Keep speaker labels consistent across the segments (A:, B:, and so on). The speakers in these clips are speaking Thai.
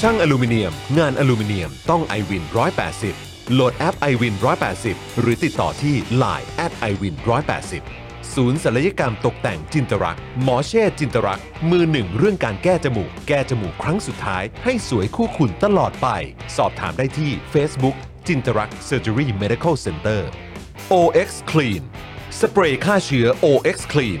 A: ช่างอลูมิเนียม งานอลูมิเนียมต้อง i w วิน180 โหลดแอป i w วิน180 หรือติดต่อที่ Line at i w วิน180 ศูนย์ศัลยกรรมตกแต่งจินตรัก หมอเช่จินตรัก มือหนึ่งเรื่องการแก้จมูก แก้จมูกครั้งสุดท้าย ให้สวยคู่คุณตลอดไป สอบถามได้ที่ Facebook จินตรัก Surgery Medical Center OX Clean สเปรย์ฆ่าเชื้อ OX Clean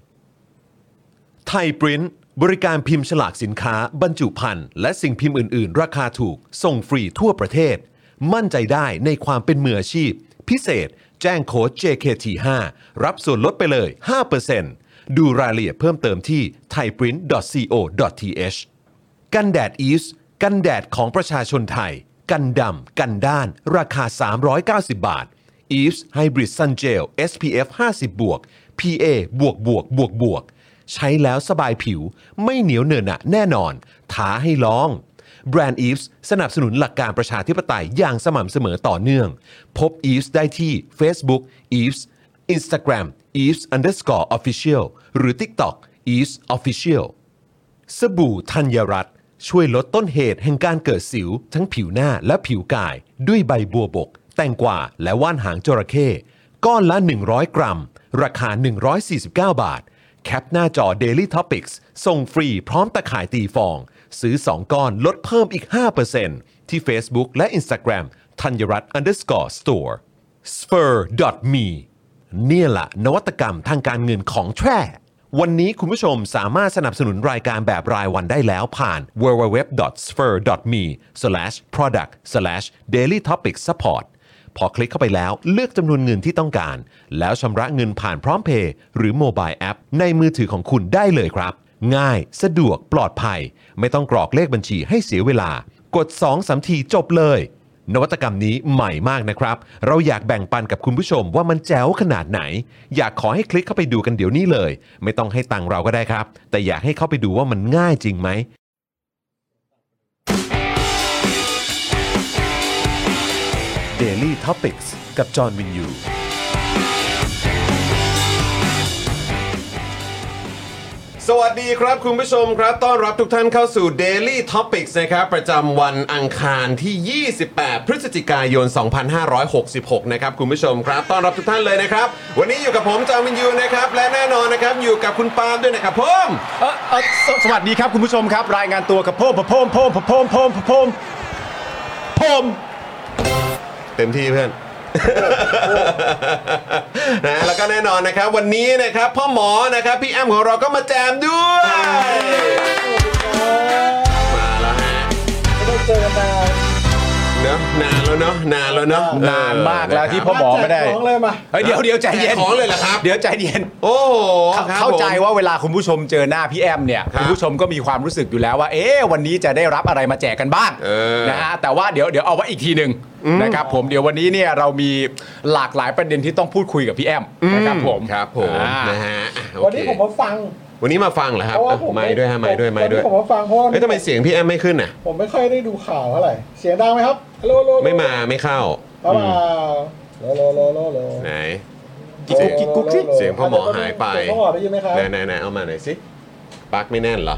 A: ไทยปริ้นบริการพิมพ์ฉลากสินค้า บรรจุภัณฑ์และสิ่งพิมพ์อื่น ๆ ราคาถูก ส่งฟรีทั่วประเทศ มั่นใจได้ในความเป็นมืออาชีพ พิเศษ แจ้งโค้ด JKT5 รับส่วนลดไปเลย 5%ดูรายละเอียดเพิ่มเติมที่ thaiprint.co.th กันแดดอีสกันแดดของประชาชนไทย กันดำ กันด้าน ราคา 390 บาท e v e s Hybrid Sun Gel SPF 50 บวก PA บวกบวกบวกบวก ใช้แล้วสบายผิว ไม่เหนียวเหนอะหนะแน่นอน ท้าให้ลอง แบรนด์ e v e s สนับสนุนหลักการประชาธิปไตยอย่างสม่ำเสมอต่อเนื่อง พบ e v e s ได้ที่ Facebook e v e s Instagram e v e s underscore official หรือ TikTok e v e s official สบู่ธัญรัตน์ช่วยลดต้นเหตุแห่งการเกิดสิว ทั้งผิวหน้าและผิวกาย ด้วยใบบัวบก แตงกวาและว่านหางจระเข้ก้อนละ 100 กรัม ราคา 149 บาท แคปหน้าจอ Daily Topics ส่งฟรีพร้อมตะข่ายตีฟอง ซื้อ 2 ก้อนลดเพิ่มอีก 5%ที่ Facebook และ Instagram ธัญรัตน์ underscore store spur.me เนี่ยละนวัตกรรมทางการเงินของแท้ วันนี้คุณผู้ชมสามารถสนับสนุนรายการแบบรายวันได้แล้วผ่าน www.sphere.me/product/dailytopicsupport พอคลิกเข้าไปแล้วเลือกจำนวนเงินที่ต้องการ แล้วชำระเงินผ่านพร้อมเพย์หรือโมบายแอปในมือถือของคุณได้เลยครับ ง่าย สะดวกปลอดภัย ไม่ต้องกรอกเลขบัญชีให้เสียเวลา กด 2 3 ทีจบเลย นวัตกรรมนี้ใหม่มากนะครับ เราอยากแบ่งปันกับคุณผู้ชมว่ามันแจ๋วขนาดไหน อยากขอให้คลิกเข้าไปดูกันเดี๋ยวนี้เลย ไม่ต้องให้ตังค์เราก็ได้ครับ แต่อยากให้เข้าไปดูว่ามันง่ายจริงไหม Daily Topics กับจอห์นวินยู
B: สวัสดีครับคุณผู้ชมครับ ต้อนรับทุกท่านเข้าสู่ Daily Topics นะครับ ประจำวันอังคารที่ 28 พฤศจิกายน 2566 นะครับ คุณผู้ชมครับ ต้อนรับทุกท่านเลยนะครับ วันนี้อยู่กับผมจอมินยูนะครับ และแน่นอนนะครับ อยู่กับคุณปาล์มด้วยนะครับผม
C: เออเออสสวัสดีครับคุณผู้ชมครับ รายงานตัวกับโพมโพมโพมโพมโพมโพมโพม
B: เต็มที่เพื่อน นะแล้วก็แน่นอนนะครับ วันนี้นะครับพ่อหมอนะครับ พี่แอมของเราก็มาแจมด้วย มาแล้วฮะ นานแล้วเนาะนานแล้วเนาะ
C: นานมากแล้ว
B: เนะครับ
C: ที่พ่อหมอไม่ได้
D: แจกของเลยมา
C: เฮ้ยเดี๋ยวเดี๋ยวใจเย็น
B: แจกของเลยเหรอครับ
C: เดี๋ยวใจเย็น
B: โอ้โหครับ
C: เข้าใจ
B: ผม
C: ว่าเวลาคุณผู้ชมเจอหน้าพี่แอมเนี่ย
B: ครับ
C: คุณผู้ชมก็มีความรู้สึกอยู่แล้วว่า เอ๊ะวันนี้จะได้รับอะไรมาแจกกันบ้าง
B: เออ
C: นะฮะแต่ว่าเดี๋ยวเดี๋ยวเอาไว้อีกทีหนึ่งนะครับผมเดี๋ยววันนี้เนี่ยเรามีหลากหลายประเด็นที่ต้องพูดคุยกับพี่แอมนะครับผม
B: ครับผม
C: อ่า
B: นะฮะอ่ะโอ
D: วัน
B: เค
D: นี้ผมมาฟัง
B: วันนี้มาฟังเหรอครับ
D: เพราะว่า
B: อ่ะ
D: ผม
B: ไม่ด้วยฮะไม่ด้วยไม่ด้ว
D: น
B: ย
D: นี้ผมมาฟังเพราะว่า
B: เอ้ยทำไมเสียงพี่แอมไม่ขึ้นอ่ะ
D: ผมไม่ค่อยได้ดูข่าวเท่าไหร่เสียงดังไหมครับฮัลโหลฮัลโหล
B: ไม่มาไม่เข้า
D: เปล่าฮัลโหลฮัลโหลฮัลโหลฮัลโหล
B: ไหน
C: กิ๊กกุ๊กกิ๊กกุ๊กสิ
B: เสียงพ่อหมอหายไป
D: เสีงพ่อหมอได้ยินไหมครับ
B: ไหนไหนไหนเอามาหน่อยสิปลั๊กไม่แน่นเหรอ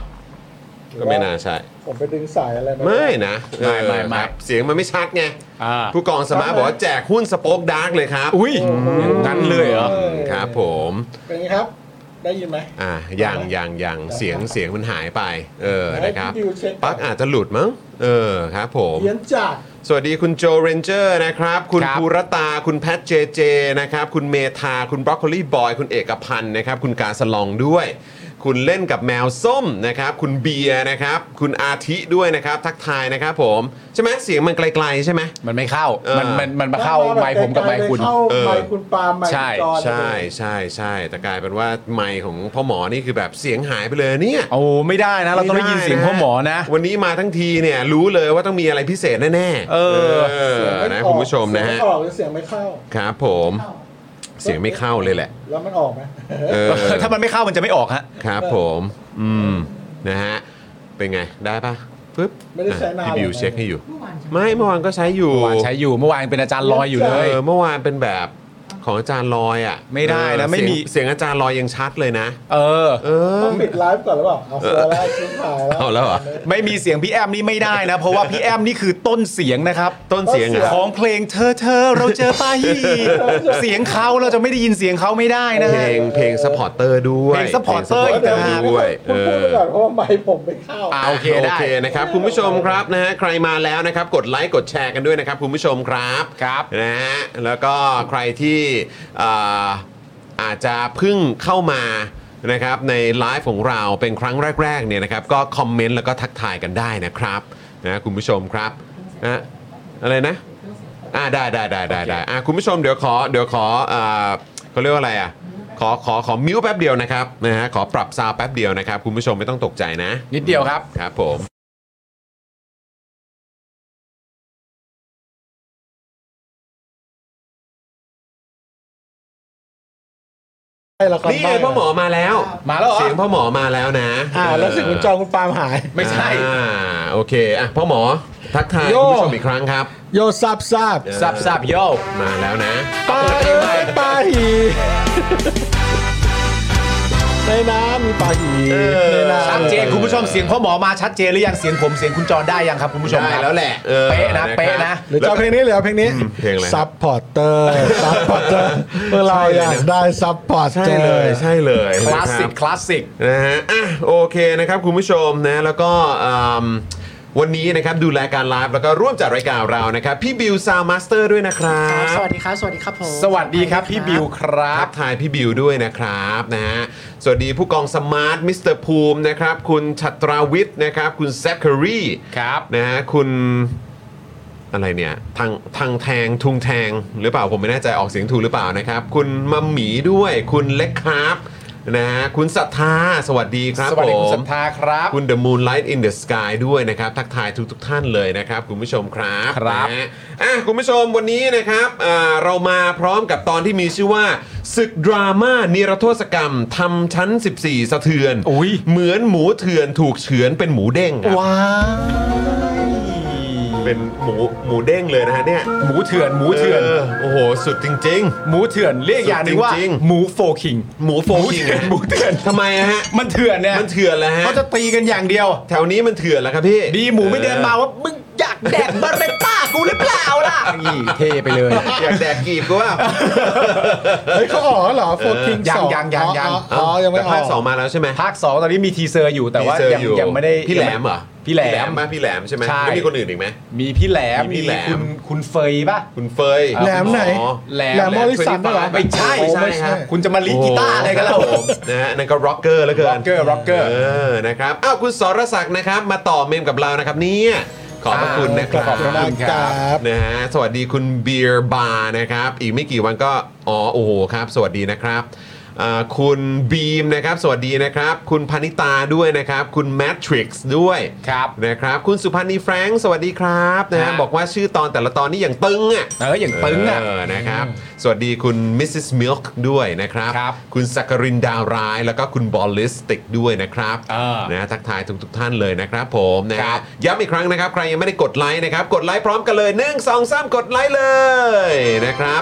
B: ก็ไม่น่าใช่
D: ผมไปดึงสายอะไรา
B: ไม่นะ
C: ไม่ไม่
B: เออค
C: ไม่
B: รับเสียงมันไม่ชัดไง
C: อ่า
B: ผู้กองสมาร์ทบอกว่าแจกหุ้นสป็อกดาร์กเลยครับ
C: อุ้ยอย่างนั้นเลยเหรอ
D: เออ
B: ครับผม
D: เป็นไงครับ ได้ยินไหม
B: อ่ายังยังยังเสียงเสียงมันหายไป เออ
D: ให้
B: นะครับ
D: พี่ดิวเช็คก่อน
B: ปลั๊กอาจจะหลุดมั้งเออครับผม
D: เยียนจาก
B: สวัสดีคุณโจเรนเจอร์นะครับ คุณ
C: ครับ
B: ภูรตา คุณแพทเจเจนะครับ คุณเมธา คุณบรอกโคลีบอย คุณเอกพันธ์นะครับ คุณกาสลองด้วย คุณเล่นกับแมวส้มนะครับ คุณเบียร์นะครับ คุณอาทิด้วยนะครับ ทักทายนะครับผม ใช่ไหมเสียงมันไกลๆใช่ไหม
C: มันไม่เข้า
B: เออ
C: มันมันมันมาเข้าไมค์ผมกับไมค์คุณ
D: เข้าไมค์คุณปาล์มไมค์
C: ใช่
D: จอน
B: ใช่ใช่ใช่แต่กลายเป็นว่าไมค์ของพ่อหมอนี่คือแบบเสียงหายไปเลยเนี่ย
C: โอ้ไม่ได้นะ เราต้องได้ยินเสียงพ่อหมอนะ
B: วันนี้มาทั้งทีเนี่ยรู้เลยว่าต้องมีอะไรพิเศษแน่ๆ
C: เออ
B: เอนะคุณผู้ชมนะฮะ
D: เสียงไออกหรือเสียงไม่เข้า
B: ครับผมเสียงไม่เข้าเลยแหละ
D: แล้วมันออกไหม
B: เออ
C: ถ้ามันไม่เข้ามันจะไม่ออกฮะ
B: ครับผม อืม นะฮะ เป็นไง ได้ปะปึ๊บ
D: ไม่ได้ใช้นาน
B: อ่ะพี่บิว
D: หรอกนะ
B: เช็คให้อยู่ ไม่เมื่อวานก็ใช้อยู่
C: เมื่อวานใช้อยู่เมื่อวานเป็นอาจารย์ลอยอยู่เล
B: เอย อเมื่อวานเป็นแบบของอาจารย์ลอยอ่ะ
C: ไม่ได้นะ
B: เออ
C: ไม่มี
B: เสียงเสียงอาจารย์ลอยยังชัดเลยนะ
C: เออ
B: เออ
D: ต้องปิดไลฟ์ก่อนหรือเปล่า เอาเสือแล้วชิ้นหายแล้ว
B: เอาแล้วเหรอ
C: ไม่มีเสียงพี่แอมนี่ไม่ได้นะ เพราะว่าพี่แอมนี่คือต้นเสียงนะครับ
B: ต้นเสียง
D: ต้นสีย
B: อ่ะ
C: ของเพลงเธอเธอเราเจอป้า ฮีเสียงเขาเราจะไม่ได้ยินเสียงเขาไม่ได้นะ
B: เพล
C: ฮะ
B: ง เพลง s u p p อร์เตอร์ด้วย
C: เพลง supporter
B: เพลง
C: อีก
B: supporter
C: ต่างหาก
B: ด้วย
D: เดี๋ยวคุณพูดไปก่อนเพราะว่าไมค์ผมไม่เข้า
C: อ่ะโอเคได้
B: โอเคนะครับ คุณผู้ชมครับนะฮะ ใครมาแล้วนะครับ กดไลค์ กดแชร์กันด้วยนะครับ คุณผู้ชมครับ
C: ครับ
B: นะฮะแล้วก็ใครที่อ่าอาจจะเพิ่งเข้ามานะครับในไลฟ์ของเราเป็นครั้งแรกๆเนี่ยนะครับก็คอมเมนต์แล้วก็ทักทายกันได้นะครับนะคุณผู้ชมครับนะอะไรนะอ่าได้ได้ได้ได้ได้อ่ะคุณผู้ชมเดี๋ยวขอเดี๋ยวขออ่าเขาเรียกว่าอะไรอ่ะขอขอขอมิวแป๊บเดียวนะครับนะฮะขอปรับซาวด์แป๊บเดียวนะครับ คุณผู้ชมไม่ต้องตกใจนะ
C: นิดเดียวครับ
B: ครับผม
D: ให้ละคร
B: นี่ไงพ่อหมอมาแล้ว
C: มาแล้วเหรอ
B: เสียงพ่อหมอมาแล้วนะ
D: อ่า แล้วเสิคุณจองคุณปาล์มหาย
C: ไม่ใช่
B: อ่าโอเคอ่ะพ่อหมอทักทาย
D: โย่
B: คุณผู้ชมอีกครั้งครับ
D: โยซับซับ
C: ซับซับโย
B: มาแล้วนะ
D: ปลาเอ้ยปลาหีในน้ำมีปลาหีในน้ำ
C: ชัดเจนคุณผู้ชมเสียงพ่อหมอมาชัดเจนหรือยังเสียงผมเสียงคุณจรได้ยังครับคุณผู้ชม
B: ได้
C: ครับ
B: แล้วแหละออ
C: เป๊ะนะครับ เป๊ะนะ
D: หรือจะเอาเพลงนี้หรือเอาเพลงนี้
B: อืมเพลงอะไร
D: ซับพอร์เตอร์ซับพอร์เตอร์เมื่อเราอยากได้ซับพอร์เตอร์
B: ใช่เลยใช่เลย
C: คลาส
B: นะ
C: สิกครับ ลาสสิก
B: นะฮะอ่ะโอเคนะครับคุณผู้ชมนะแล้วก็อืมวันนี้นะครับดูแลการไลฟ์แล้วก็ร่วมจัดรายการเรานะครับ พี่บิวซาวมาสเตอร์ด้วยนะครับ
E: สวัสดีครับ สวัสดีครับผม
C: สวัสดีครับพี่บิวครั
B: ทั
C: บ
B: กทายพี่บิวด้วยนะครับนะฮะ สวัสดีผู้กองสมาร์ทมิสเตอร์ภูมินะครับ คุณชัตราวิทย์นะครับ คุณแซคเคอรี่
C: ครับ
B: นะฮะ คุณอะไรเนี่ยทางทางแทงทุงแทงหรือเปล่าผมไม่แน่ใจออกเสียงถูกหรือเปล่านะครับ คุณมัมหมีด้วย คุณเล็กครับนะฮะ คุณศรัทธา สวัสดีครับ
C: สวัสดีคุ
B: ผ
C: ณ
B: ม
C: สัทธาครับ
B: คุณ The Moonlight in the Sky ด้วยนะครับ ทักทายทุกทุกๆท่านเลยนะครับ คุณผู้ชมครับ
C: ครับ
B: นะฮะอ่ะคุณผู้ชมวันนี้นะครับอ่าเรามาพร้อมกับตอนที่มีชื่อว่าศึกดราม่านิรโทษกรรมทำชั้น 14 สะเทือน
C: อุ้ย
B: เหมือนหมูเถื่อนถูกเฉือนเป็นหมูเด้งครับ
C: ว้าย
B: เป็นหมูหมูเด้งเลยนะฮะเนี่ย
C: หมูเถื่อนหมูเถื่อน
B: โอ้โห สุดจริง
C: หมูเถื่อนเรียกอย่างหนึ่งว่า
B: จริงๆ
C: หมูโฟคิง
B: ๆ หมูโฟกิง
C: หมูเถื่อน
B: ทำไมอะฮะ
C: มันเถื่อนเนี่ย
B: มันเถื่อนแล้วฮะ
C: เขาจะตีกันอย่างเดียว
B: แถวนี้มันเถื่อนแล้วครับพี่
C: ดีหมูไม่เดินมาว่ามึงอยากแดกบาร์เบต้ากูหรือเปล่าล่ะนี่เท่ไปเลย
B: อยากแดกกีบก็ว่า
D: เฮ้ยเขาออกแล้วเหรอโฟร์คิง
C: ยัง
D: สอง
C: ยังยังยัง
D: อ๋ออ๋อยังไม่อ
B: แต่ภา
D: อ
B: คสอง
D: ก
B: มาแล้วใช่ไหม
C: ภาค 2 ตอนนี้มีทีเซอร์อยู่แต่ว่า
B: เซอร์
C: ยัง
B: อ
C: ยังไม่ได้
B: พี่แหลมเหรอ
C: พี่แหลม
B: ป่ะพี่แหลมใช่ไหม
C: ใช่
B: แล้วมีคนอื่นอีกไหม
C: มีพี่แหลม
B: มีพี่แหลม
C: คุณคุณเฟยป่ะ
B: คุณเฟย
D: แหลมไหน
B: อ๋อ
C: แหลม
D: แหลมมอริสันด้วยเหรอ
C: ไม่ใช่
D: โอ้ไม่ใช่
C: คุณจะมาลีดกีตาร์อะไรกันแล้ว
B: โโหนะฮะนั่นก็ร็อกเกอร์แล้วเกิน
C: rocker rocker
B: เออนะครับอ้าวคุณสรศักดิ์นะครับ มาต่อเมมกับเรานะครับเนี่ย ขอบพระคุณนะครับ
E: ขอบคุณมากครับ
B: นะฮะสวัสดีคุณเบียร์บาร์นะครับ อีกไม่กี่วันก็อ๋อโอ้โหครับ สวัสดีนะครับอ่าคุณบีมนะครับ สวัสดีนะครับ คุณพนิตาด้วยนะครับ คุณแมทริกซ์ด้วย
C: ครับ
B: นะครับ คุณสุพันธ์นีแฟรงค์สวัสดีครับนะฮะ
C: ฮะ
B: บอกว่าชื่อตอนแต่ละตอนนี่อย่างตึงอ่ะ
C: เอออย่างปึ้งอ่ะ
B: เนะครับ สวัสดีคุณมิสซิสมิลค์ด้วยนะครับ
C: ครับ
B: คุณสักกรินดาวร้าย แล้วก็คุณบอลลิสติกด้วยนะครับ
C: เออ
B: นะทักทายทุกทุกๆท่านเลยนะครับผมนะ
C: ค
B: ฮะ
C: รับ
B: ย้ำอีกครั้งนะครับ ใครยังไม่ได้กดไลค์นะครับ กดไลค์พร้อมกันเลย 1 2 3 กดไลค์เลยนะครับ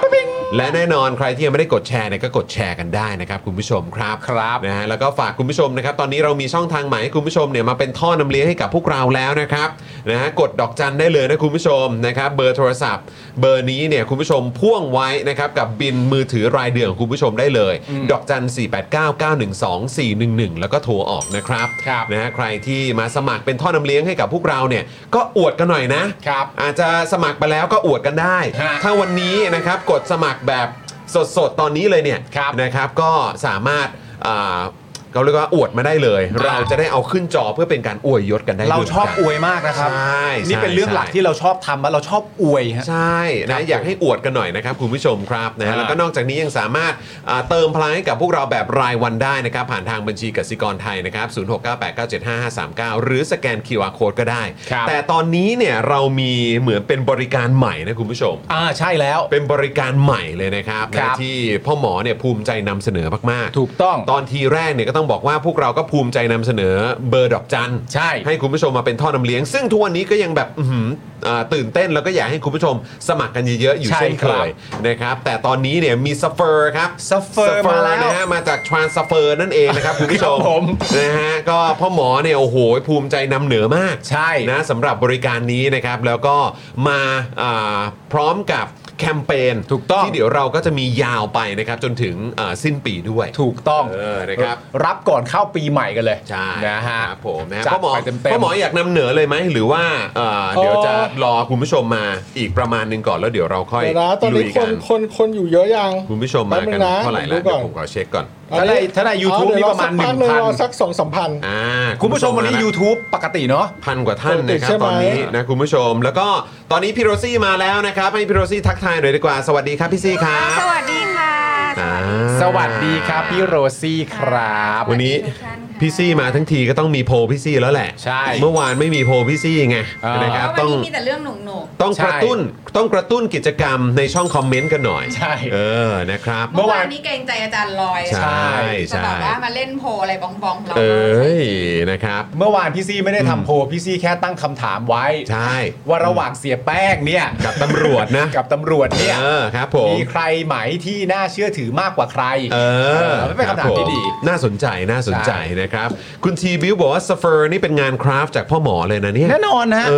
B: และแน่นอนใครที่ยังไม่ได้กดแชร์เนี่ยก็กดแชร์กันได้นะครับคุณผู้ชมครับ
C: ครับ
B: นะฮะแล้วก็ฝากคุณผู้ชมนะครับ ตอนนี้เรามีช่องทางใหม่ให้คุณผู้ชมเนี่ยมาเป็นท่อนำเลี้ยงให้กับพวกเราแล้วนะครับนะฮะกดดอกจันได้เลยนะคุณผู้ชมนะครับ เบอร์โทรศัพท์ เบอร์นี้เนี่ยคุณผู้ชมพ่วงไว้นะครับกับบินมือถือรายเดือนของคุณผู้ชมได้เลย ดอกจัน 4 8 9 9 1 2 4 1 1 แล้วก็โทรออกนะครับ
C: ครับ
B: นะฮะใครที่มาสมัครเป็นท่อนำเลี้ยงให้กับพวกเราเนี่ยก็อวดกันหน่อยนะ
C: ครับ
B: อาจจะสมัครไปแล้วก็อวดกันได้
C: ฮะ
B: ถ้าวันนี้นะครับกดสมัครแบบสดๆ ตอนนี้เลยเนี่ย
C: ครับ
B: นะครับก็สามารถอ่าเขาเรียกว่าอวดมาได้เลย
C: อ่า
B: เราจะได้เอาขึ้นจอเพื่อเป็นการอวยยศกันได้
C: เรา
B: ด้วย
C: ชอบ
B: หมืนกัน
C: อวยมากนะครับ
B: ใช่ใช่
C: นี่เป็นเรื่องหลักที่เราชอบทำอะเราชอบอวยฮะ
B: ใช่
C: ครั
B: นะ
C: บ
B: อยากให้อวดกันหน่อยนะครับคุณผู้ชมครับนะฮะ
C: อ่า
B: แล้วก็นอกจากนี้ยังสามารถอ่าเติมพลังให้กับพวกเราแบบรายวันได้นะครับ ผ่านทางบัญชีกสิกรไทยนะครับ 0698975539 หรือสแกน QR Code ก็ได้
C: ครับ
B: แต่ตอนนี้เนี่ยเรามีเหมือนเป็นบริการใหม่นะคุณผู้ชม
C: อ่าใช่แล้ว
B: เป็นบริการใหม่เลยนะครับ
C: ครับ
B: นะที่พ่อหมอเนี่ยภูมิใจนำเสนอมากๆ
C: ถูกต้อง
B: ตอนทีแรกเนี่ยก็ต้องบอกว่าพวกเราก็ภูมิใจนำเสนอเบอร์ดอกจัน
C: ใช่
B: ให้คุณผู้ชมมาเป็นท่อนำเลี้ยง ซึ่งทุกวันนี้ก็ยังแบบอื้อหืออ่าตื่นเต้นแล้วก็อยากให้คุณผู้ชมสมัครกันเยอะๆอยู่
C: ใช่
B: เช่น
C: ค
B: เครับ ยนะครับแต่ตอนนี้เนี่ยมีซัฟเฟอร์ครับ
C: Suffer มาแล้ว
B: นะฮะมาจากทรานสเฟอร์นั่นเอง นะครับคุณผู้ชม
C: ครับผม
B: นะฮะก็พ่อหมอเนี่ยโอ้โหภูมิใจนำเหนือมาก
C: ใช่
B: นะ นะสำหรับบริการนี้นะครับ แล้วก็มาอ่าพร้อมกับแคมเปญ
C: ถูกต้อง
B: ที่เดี๋ยวเราก็จะมียาวไปนะครับ จนถึงอ่าสิ้นปีด้วย
C: ถูกต้อง
B: เออนะครับ
C: รับก่อนเข้าปีใหม่กันเลย
B: ใช่
C: นะฮะ
B: ครับผมนะ
C: จัด
B: พ่อหมอ
C: ไปเต็มๆ
B: พ่อหมออยากนำเหนือเลยไหมหรือว่าเอ่อเดี๋ยว
C: เอ่อ
B: จะรอคุณผู้ชมมาอีกประมาณหนึงก่อนแล้วเดี๋ยวเราค่อย
E: เดี๋ยวนะตอน
B: ลุ
E: นี้
B: ย
E: ค
B: กัน
E: นคนคนอยู่เยอะยัง
B: คุณผู้ชมมากัน
E: แป๊บนึงนะ
B: เท่าไหร่แล้ว
E: ผม
B: เดี๋ยวผ
E: ดูก่อน
B: มขอเช็คก่อน
C: ถ้าในถ้าใน YouTube นี่ประมาณ
E: อ๋อเดี๋ยวอสักพักรอ
C: 1,000
E: สักสองสามพัน
B: อ่า
C: คุณผู้ชมวันนี้
B: าละ
C: YouTube ปกติเนาะ
B: พันกว่าท่าน
E: ติ
B: นะ
E: ด
B: ครับ
E: ใช่ไหม
B: ตอนนี้นะคุณผู้ชม แล้วก็ตอนนี้พี่โรซี่มาแล้วนะครับให้พี่โรซี่ทักทายหน่อยดีกว่าสวัสดีครับพี่ซี่ครับ
F: สวัสดีค่ะ
B: อ่า
C: สวัสดีครับพี่โรซี่ครับ
B: วันนี้
F: สวัสดีทุกท่านค่ะ
B: พี่ซี่มาทั้งทีก็ต้องมีโพลพี่ซี่แล้วแหละ
C: ใช่
B: เมื่อวานไม่มีโพลพี่ซี่ไง
C: อ่าน
B: นะครับ
F: เพ
B: ต้
F: ราะ
B: อง
F: วันนี้มีแต่เรื่องหนุกหนุก
B: ต้องกระตุ้นต้องกระตุ้นกิจกรรมในช่องคอมเมนต์กันหน่อย
C: ใช่
B: เออนะครับ
F: ๆเมื่อวานนี้เกรงใจอาจารย์ลอย
B: ใช่
F: จะ
B: ใช่
F: แบบว่ามาเล่นโพลอะไรบ้องๆเรา
B: เอ้ยนะครับ
C: เมื่อวานพี่ซี่ไม่ได้ทำโพลพี่ซี่แค่ตั้งคำถามไว้
B: ใช่
C: ว่าระหว่างเสียแป้งเนี่ย
B: กับตำรวจนะ
C: กับตำรวจเนี่ย
B: เออครับผม
C: มีใครไหมที่น่าเชื่อถือมากกว่าใคร
B: เออ
C: มันเป็นคำถามที่ดี
B: ครับผมน่าสนใจน่าสนใจ
C: ใช่
B: นะครับ คุณทีบิวบอกว่าสเฟอร์นี่เป็นงานคราฟต์จากพ่อหมอเลยนะเนี่ย
C: แน่นอนนะ
B: เอ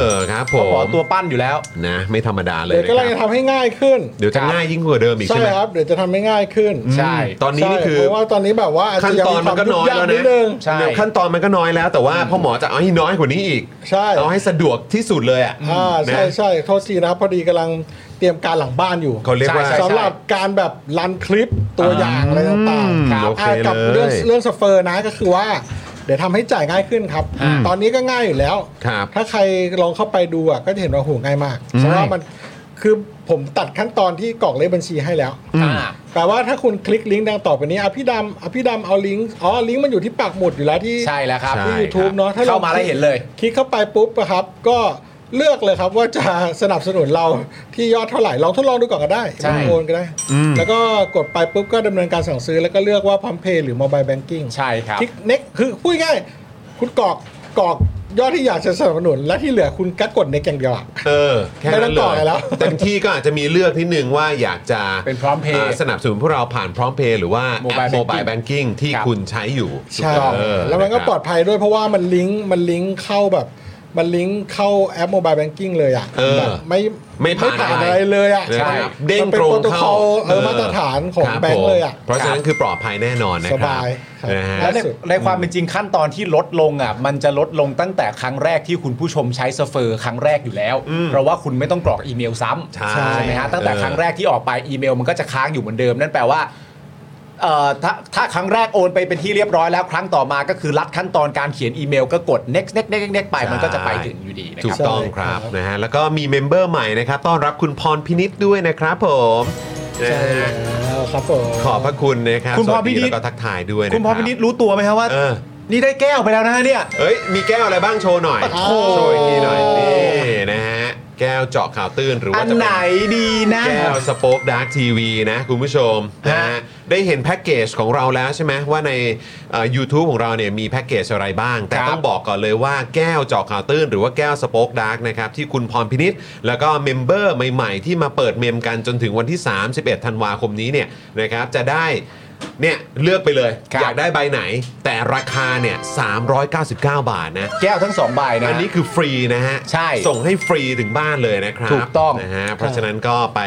B: อครับผ
C: ขอ
B: ม
C: ตัวปั้นอยู่แล้ว
B: นะไม่ธรรมดาเลย
E: เดี๋ยว
B: นะค
E: กำลัง
B: รับ
E: จะทำให้ง่ายขึ้น
B: เดี๋ยวจะง่ายยิ่งกว่าเดิมอีก
E: ใช่
B: ใช่ไหม
E: ครับ เดี๋ยวจะทำให้ง่ายขึ้น
C: ใช่
B: ตอนนี้นี่คือ
E: ใช่เพราะว่าตอนนี้แบบว่าาจ
B: ขั้น
E: จะยัง
B: ตอนมันก็น้อยแล้ว
E: คาม
B: นะ
E: ยุ่งากดง
C: ใช่
B: เดี๋ยวขั้นตอนมันก็น้อยแล้ว แต่ว่าพ่อหมอจะเอาให้น้อยกว่านี้อีก
E: ใช่
B: เอาให้สะดวกที่สุดเลยอ่ะ
E: อ่าใช่
B: นะ
E: ใช่โทษทีนะครับพอดีกำลังเตรียมการหลังบ้านอยู่
B: เขาเรียกว่า
C: ใช่ใช่
E: สำหรับการแบบรันคลิปตัวอย่างอะไรต่างๆ
B: ครับโอเค
E: อ่ากั
B: เลย
E: เรื่องเรื่องสเฟอร์นะก็คือว่า เดี๋ยวทำให้จ่ายง่ายขึ้นครับ ตอนนี้ก็ง่ายอยู่แล้ว
B: ครับ
E: ถ้าใครลองเข้าไปดูอ่ะก็จะเห็นว่าโหง่ายมากเพราะว่ามันคือผมตัดขั้นตอนที่กรอกเลขบัญชีให้แล้ว
C: อ่า
E: แปลว่าถ้าคุณคลิกลิงก์ดังต่อไปนี้อ่ะพี่ดำอ่ะพี่ดำเอาลิงก์อ๋อลิงก์มันอยู่ที่ปากหมุดอยู่แล้วที่
C: ใช่แล้วครับ
B: ใช่ค
E: ที่
B: รับ
E: YouTube เนาะถ้า
C: เข้ามาแล้วเห็นเลย
E: คลิกเข้าไปปุ๊บนะครับ ก็เลือกเลยครับว่าจะสนับสนุนเรา ที่ยอดเท่าไหร่ลองทดลองดูก่อนก็ได้
C: ใช่
E: ไม่ต้องโอนก็ได้ แล้วก็กดไปปุ๊บก็ดำเนินการสั่งซื้อ แล้วก็เลือกว่าพร้อมเพย์หรือ Mobile Banking
C: ใช่ครับ
E: คลิกเน็กคือพูดง่ายๆคุณกรอกกรอกยอดที่อยากจะสนับสนุนและที่เหลือคุณก็กดเน็กอย่างเดียวอ่ะ
B: เออแค่นั้น
E: ไม่
B: เล
E: ต้องต่อย แล้ว
B: เต็มที่ก็อาจจะมีเลือกนิดนึงว่าอยากจะ
C: เป็นพร้อมเพย์
B: าสนับสนุนพวกเราผ่านพร้อมเพย์หรือว่า
C: Mobile
B: แอปโมบายแบงกิ้งที่
C: ครับ
B: คุณใช้อยู่
E: ใช่
B: เออ
E: แล้วมันก็
B: ะครับ
E: ปลอดภัยด้วยเพราะว่ามันลิงก์มันลิงก์เข้าแบบ มันลิงก์เข้าแอปโมบายแบงกิ้งเลยอ่ะ
B: เออ
E: แบบไม่
B: ไม่ผ่านอะไร
E: อะไรเลยอ่ะ
B: ใช่
E: มัน
B: เด้ง
E: มันเป็น
B: ตรง
E: โปรโตค
B: เข้า
E: อลเออ
B: เออ
E: มาตรฐานของ
B: ครับ
E: แบง
B: ผ
E: ก์
B: ม
E: เลยอ่ะ
B: เพราะฉะนั้นคือปลอดภัยแน่นอนนะค
E: ส
B: รับบ
E: ายครับ
B: นะฮะ
C: แล้วใน
E: ล่าสุด
C: ในความเป็นจริงขั้นตอนที่ลดลงอ่ะมันจะลดลงตั้งแต่ครั้งแรกที่คุณผู้ชมใช้สเฟอร์ครั้งแรกอยู่แล้ว เพราะว่าคุณไม่ต้องกรอกอีเมลซ้ำ
B: ใช่
C: ไหมฮะตั้งแต่
B: เออ
C: ครั้งแรกที่ออกไปอีเมลมันก็จะค้างอยู่เหมือนเดิม นั่นแปลว่า เอ่อถ้าถ้าครั้งแรกโอนไปเป็นที่เรียบร้อยแล้วครั้งต่อมาก็คือลัดขั้นตอนการเขียนอีเมลก็กด next next next next ไปมันก็จะไปถึงอยู่ดีนะ
B: ถูก
C: ครับ
B: ต้องครับ
D: ใช่ครับ
B: นะฮะแล้วก็มีเมมเบอร์ใหม่นะครับ ต้อนรับคุณพรพินิษด้วยนะครับผมนะฮะ
D: แล้วครับผม
B: ขอบพระคุณนะครับ
C: คุณพรพินิ
B: ษ
C: ษ
B: แล้วก็ทักทายด้วยนะ
C: คุณพรพินิษรู้ตัวไหมครับว่า
B: เออ
C: นี่ได้แก้วไปแล้วนะฮะเนี่ย
B: เอ้ยมีแก้วอะไรบ้างโชว์หน่อย
C: โอ้โห
B: โชว์อีกทีหน่อยนี่นะฮะแก้วเจาะข่าวตื้นหรือ
C: อั
B: ว่าน จะ
C: ไหน
B: เป็น
C: ดีนะ
B: แก้วสป็อคดาร์กทีวีนะ คุณผู้ชมนะฮะ
C: ฮะ
B: ได้เห็นแพ็กเกจของเราแล้วใช่ไหมว่าในยูทูบของเราเนี่ยมีแพ็กเกจอะไรบ้าง แต่
C: ครับ
B: ต้องบอกก่อนเลยว่าแก้วเจอข่าวตื้น หรือว่าแก้วสป็อคดาร์กนะครับ ที่คุณพรพินิษแล้วก็เมมเบอร์ใหม่ๆ ที่มาเปิดเมมกันจนถึงวันที่ 31 ธันวาคมนี้เนี่ยนะครับจะได้เนี่ยเลือกไปเลย
C: ครับ
B: อยากได้ใบไหน แต่ราคาเนี่ย399 บาทนะ
C: แก้วทั้งสองใบนะ
B: อันนี้คือฟรีนะฮะ
C: ใช่
B: ส่งให้ฟรีถึงบ้านเลยนะครับ
C: ถูกต้อง
B: นะฮะเพราะฉะนั้นก็ไป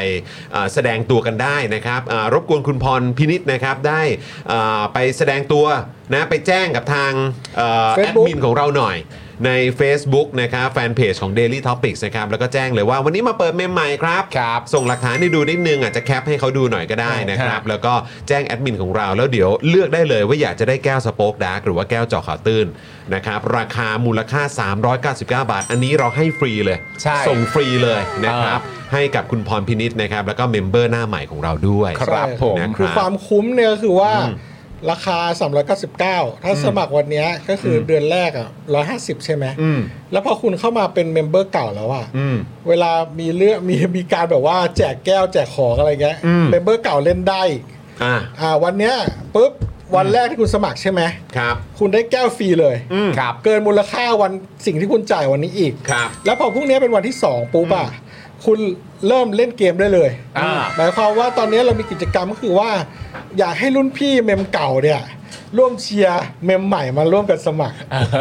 B: เอ่อแสดงตัวกันได้นะครับเอ่อรบกวนคุณพรพินิษนะครับได้เอ่อไปแสดงตัวนะไปแจ้งกับทางเอ่อแอด
C: Facebook
B: มินของเราหน่อย ใน Facebook นะครับแฟนเพจของ Daily Topics นะครับแล้วก็แจ้งเลยว่าวันนี้มาเปิดเมมใหม่ครับ
C: ครับ
B: ส่งหลักฐานให้ดูนิดนึงอาจจะแคปให้เขาดูหน่อยก็ได้นะครับ แล้วก็แจ้งแอดมินของเราแล้วเดี๋ยวเลือกได้เลยว่าอยากจะได้แก้วสโป๊กดาร์กหรือว่าแก้วเจอข่าวตื้นนะครับราคามูลค่า 399 บาท อันนี้เราให้ฟรีเลย
C: ใช่
B: ส่งฟรีเลยนะครับ ให้กับคุณพรพินิษนะครับ แล้วก็เมมเบอร์หน้าใหม่ของเราด้วย
C: ครับผม
B: นะ
E: คื
B: ค
E: อค
B: รั
E: วา
B: บ
E: มคุ้มเนี่ยก็คือว่าราคา 399 ถ้าสมัครวันเนี้ยก็คืออเดือนแรกอ่ะ150 ใช่ไหม
B: อืม
E: แล้วพอคุณเข้ามาเป็นเมมเบอร์เก่าแล้วอ่ะ
B: อืม
E: เวลามีเรื่องมี มีการแบบว่าแจกแก้วแจกของอะไรเงี้ย
B: อืม
E: เมมเบอร์เก่าเล่นได้อีก
B: อ่ะ
E: อ่าวันเนี้ยปุ๊บวันแรกที่คุณสมัครใช่ไหม
B: ครับ
E: คุณได้แก้วฟรีเลย
B: อืม
C: ครับ
E: เกินมูลค่าวันสิ่งที่คุณจ่ายวันนี้อีก
B: ครับ
E: แล้วพอพรุ่งนี้เป็นวันที่ 2 ปุ๊บอะคุณเริ่มเล่นเกมได้เลย
C: อ่า
E: หมายความว่าตอนนี้เรามีกิจกรรมก็คือว่า อยากให้รุ่นพี่เมมเก่าเนี่ย ร่วมเชียร์เมมใหม่มาร่วมกันสมัคร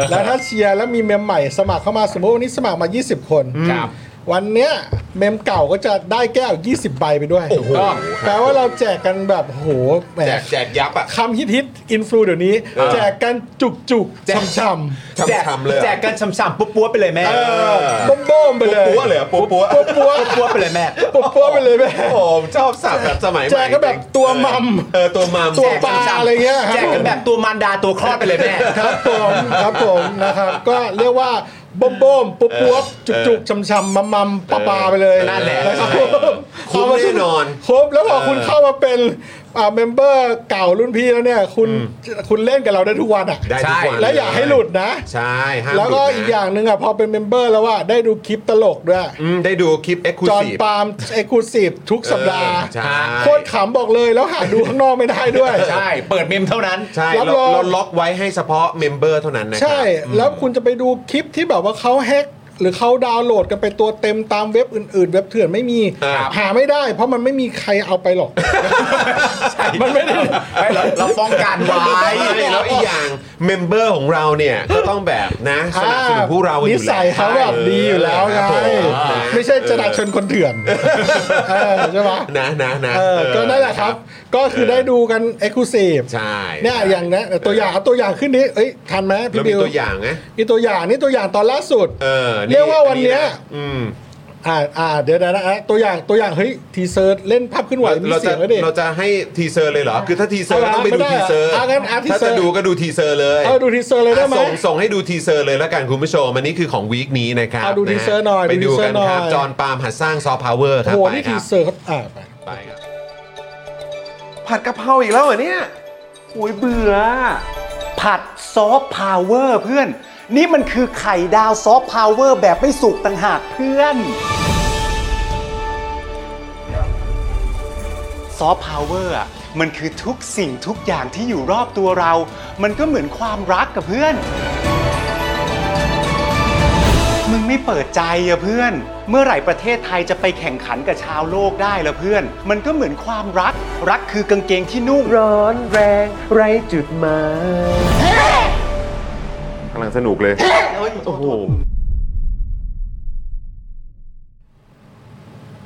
E: แล้วถ้าเชียร์แล้วมีเมมใหม่สมัครเข้ามาสมมติวันนี้สมัครมา 20 คน
C: ครับ
E: วันเนี้ยเมมเก่าก็จะได้แก้ว 20 ใบไปด้วย
B: โอ้โห
E: แปลว่าเราแจกกันแบบโอ้โหแหม
B: แจกแจกยับอ่ะ
E: คำฮิตฮิตๆอินฟลูเดี๋ยวนี้
B: เออ
E: แจกกันจุกจุกๆช่ำ
C: แจก
B: ช้ำๆเลยอะ
C: แจกกันฉ่ำๆปุ๊บปั๊วไปเลยแม่
B: เออ
E: ๆบ้มบ้มๆไปเลย
B: ปัวเลยอะปัวปัว
E: ปัวปัว
C: ปุ๊บปั๊วไปเลยแม่
E: ปัวปัวไปเลยแม่
B: โอ้โหชอบสับแบบสมัยใหม่
E: แจกกันแบบตัวมัม
B: เออตัวมัม
E: ตัวปลาอะไรเงี้ยค
C: แจ
E: รั
C: กกันแบบตัวมารดาตัวคลอดไปเลยแม่
E: ครับผมครับผมนะครับ ก็เรียกว่าบ้มบ้มๆปัวปัวจุกจุกๆช่ำๆมัมมัมปลาปลาๆไปเลย
C: นั่นแหละ
E: นะครับผม
B: คุ้มแน่นอน
E: ครบแล้วพอคุณเข้ามาเป็นอ่าเมมเบอร์เก่ารุ่นพี่แล้วเนี่ยคุณคุณเล่นกับเราได้ทุกวันอ่ะ
B: ได้ทุกวัน
E: และอย่าให้หลุดนะ
B: ใช่ห้าม
E: แล้วก็
B: หดนะ
E: อีกอย่างหนึ่งอ่ะพอเป็นเมมเบอร์แล้วว่าได้ดูคลิปตลกด้วย
B: อืมได้ดูคลิป e x c l u
E: จอ
B: s
E: ห์น
B: i v e
E: ปาล์มเอ็กซ์คลูซีฟทุกสัปดาห์
B: เออใช่
E: โคตรขำบอกเลยแล้วหาดูข้างนอกไม่ได้ด้วย
C: ใช่ เปิดเมมเท่านั้น
B: ใช่
E: รับ
B: เรา
E: รอง
B: เราล็อกไว้ให้เฉพาะเมมเบอร์เท่านั้นนะครับ
E: ใช่ แล้วคุณจะไปดูคลิปที่แบบว่าเขาแฮกหรือเขาดาวน์โหลดกันไปตัวเต็มตามเว็บอื่นๆ เว็บเถื่อนไม่มี หาไม่ได้ เพราะมันไม่มีใครเอาไปหรอก
C: มันไม่ได้ไม่เราเราป้องกันไว้
B: ใช่แล้วอีกอย่างเมมเบอร์ของเราเนี่ยก็ต้องแบบนะสนับสนุนพวกเราอยู่
E: นิ
B: แล้ว
E: สัยเขาแบบดีอยู่แล้วไง
B: ครับผมนะ
E: ไม่ใช่จะดักชนคนเถื่อนเออใช่ไหม
B: นะนะนะ
E: เออก็นั่นแหละครับ ก็คือได้ดูกันเอ็กซ์คลูซีฟ
B: ใช่
E: เนี่ยอย่างเนี้ยตัวอย่างเอาตัวอย่างขึ้นนี้เอ้ยทันไหม
B: เรามี
E: พี่บิว
B: ตัวอย่างนะ
E: มีตัวอย่างนี่ตัวอย่างตอนล่าสุด
B: เออนี่
E: เรียกว่าวันเนี้ย
B: อืม
E: อ่าอ่าเดี๋ยวนะนะอ่ะตัวอย่างตัวอย่างเฮ้ยทีเซอร์เล่นภาพขึ้นไหว
B: เรา
E: มี
B: เรา
E: เสี
B: จะ
E: ยงแล้วดิ
B: เราจะให้ทีเซอร์เลยเหรอ คือถ้าทีเซอร์
E: เอา
B: ต้องไปดู
E: ไม่ได้
B: ทีเซอร์
E: อ่ะงั้นอ่ะที
B: ถ้า
E: เซอร์
B: จะดูก็ดูทีเซอร์เลย
E: เอาดูทีเซอร์เลยได้ไหม
B: ส่งส่งให้ดูทีเซอร์เลยแล้วกันคุณผู้ชมอันนี้คือของวีคนี้นะครับ
E: เอาดูทีเซอร์หน่อย
B: ไปดู
E: ดูทีเซอ
B: กั
E: ร์
B: น
E: หน่อย
B: ครับ จอห์นปาล์มหัดสร้างซอฟต์พาวเวอร์ค
E: โอ้
B: รับ
E: โห
B: ไป
E: นี่
B: ค
E: ที
B: รับ
E: เซอร์เขาอ่าไป
B: ไปครับ
G: ผัดกะเพราอีกแล้วเหรอเนี่ยโอ้ยเบื่อ ผัดซอฟต์พาวเวอร์เพื่อน นี่มันคือไข่ดาวซอฟต์พาวเวอร์แบบไม่สุกต่างหากเพื่อน ซอฟต์พาวเวอร์อะมันคือทุกสิ่งทุกอย่างที่อยู่รอบตัวเรา มันก็เหมือนความรักกับเพื่อน มึงไม่เปิดใจอะเพื่อน เมื่อไหร่ประเทศไทยจะไปแข่งขันกับชาวโลกได้ละเพื่อน มันก็เหมือนความรัก รักคือกางเกงที่นุ่ง
H: ร้อนแรงไร้จุดหมาย
I: กำลังสนุกเลย โอ้โห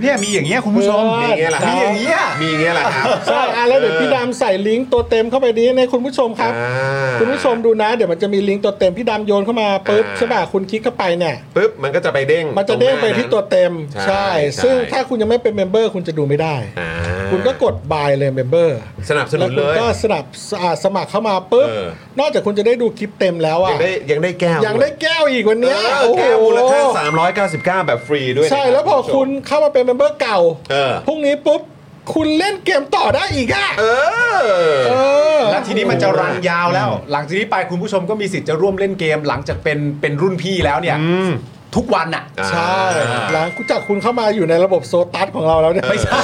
C: เนี่ยมีอย่างเงี้ยคุณผู้ชม
B: มีอย่างเงี้ยแหละครับ
C: มีอย่างเงี้ย
B: มีอย่างเงี้ยแหละครับ
E: ใช่อ่ะแล้วเดี๋ยวพี่ดำใส่ลิงก์ตัวเต็มเข้าไปนี้ในคุณผู้ชมครับ
B: อ่า
E: คุณผู้ชมดูนะ เดี๋ยวมันจะมีลิงก์ตัวเต็มพี่ดำโยนเข้ามาปุ๊บ
B: อ่า
E: ใช่ป่ะคุณคลิกเข้าไปเนี่ย
B: ปุ๊บมันก็จะไปเด้ง
E: มันจะเด้งไป
B: รงหา
E: ที่ตัว
B: นั้น
E: เต็ม
B: ใช่
E: ใช่
B: ใช่
E: ซึ่งถ้าคุณยังไม่เป็นเมมเบอร์คุณจะดูไม่ได้
B: อ่า
E: คุณก็กด buy เลย member
B: สนับสนุนเลย
E: แวคุณก็สนับอ่าสมัครเข้ามาปุ๊บ
B: เออ
E: นอกจากคุณจะได้ดูคลิปเต็มแล้ว
B: ยั
E: อ่ะ
B: งได้ยังได้แก้ว
E: ยังได้แก้วอีกวัน
B: เอ
E: เนี้ย
B: อแก้ว
E: โอ้โห
B: มูลค่า399 แบบฟรีด้วยนะ
E: ใช่
B: รับ
E: แล้วพอคุณ
B: ณผู้ช
E: เข้ามาเป็น member เก่า
B: เออ
E: พรุ่งนี้ปุ๊บ คุณเล่นเกมต่อได้อีกอ่ะ
B: มเออ
E: เออ
C: แล้วทีนี้มันจะรันยาวแล้ว หลังจากนี้ไปคุณผู้ชมก็มีสิทธิ์จะร่วมเล่นเกม หลังจากเป็นเป็นรุ่นพี่แล้วเนี่ยทุกวันอ่ะ
E: ใช่หลังจากคุณเข้ามาอยู่ในระบบโซตัสของเราแล้วเนี่ย
C: ไม่ใช่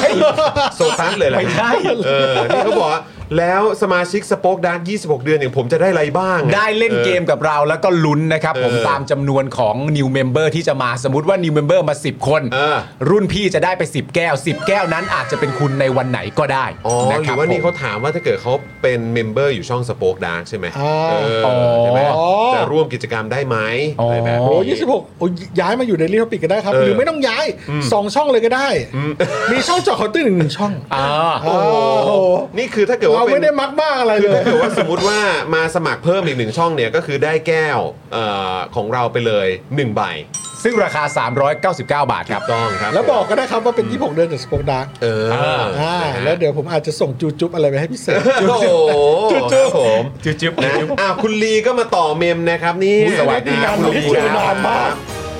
B: โซตัสเลยแหละ
C: ไม่ใช่
B: เออนี่เขาบอกว่าแล้วสมาชิกสป็อคดาร์26 เดือนอย่างผมจะได้อะไรบ้างอะ
C: ได้เล่นเกมกับเราแล้วก็ลุ้นนะครับ ผม
B: เออ
C: ตามจำนวนของ new member ที่จะมาสมมติว่า new member มา 10 คน
B: เออ
C: รุ่นพี่จะได้ไป 10 แก้ว 10 แก้วนั้นอาจจะเป็นคุณในวันไหนก็ได้
B: อ๋อ
C: นะ
B: ห
C: ค
B: รื
C: บ
B: อว่านี่
C: ผม
B: เขาถามว่าถ้าเกิดเขาเป็นเมมเบอร์อยู่ช่องสป็อคดาร์ใช่ไหม
E: อ่า
B: เออใช่ไหม
E: อ๋อ
B: จะร่วมกิจกรรมได้ไหมอะไรแบบ
C: อ๋อ
B: นี้
E: โอ้ยี่สิบหกโอ้ยย้ายมาอยู่ในรีทอปิกก็ได้ครับ
B: เออ
E: หรือไม่ต้องย้ายสองช่องเลยก็ได้ มีช่องเจอคอนตื้นหนึ่งช่อง
C: อ่า
E: โอ้โห
B: นี่คือถ้าเกิดว่า
E: เรา
B: ป็น
E: ไม่ได้มักมากอะไรเล
B: คือย ถ้าเกิดว่าสมมติว่ามาสมัครเพิ่มอีกหนึ่งช่องเนี่ยก็คือได้แก้วเออของเราไปเลย1ใบ
C: ซึ่งราคา 399 บาทครับ
B: ต้องครับ
E: แล้วบอกก็ได้ครับว่าเป็น 26 เดือนจากสปอคดัง
B: เออ
E: อ่าแล้วเดี๋ยวผมอาจจะส่งจูจุ๊บอะไรไปให้พิเศษ
B: โอ้โห
E: จุ๊บ
B: ค
E: จุ๊บ
B: รับผม
C: จิ๊บจิ๊บ
B: นะอ้าวคุณลีก็มาต่อเมมนะครับนี่
C: สวัสดีครับ
B: คุณลี
C: คุณลี
B: ค
C: ค
B: รั
C: รั
B: บบ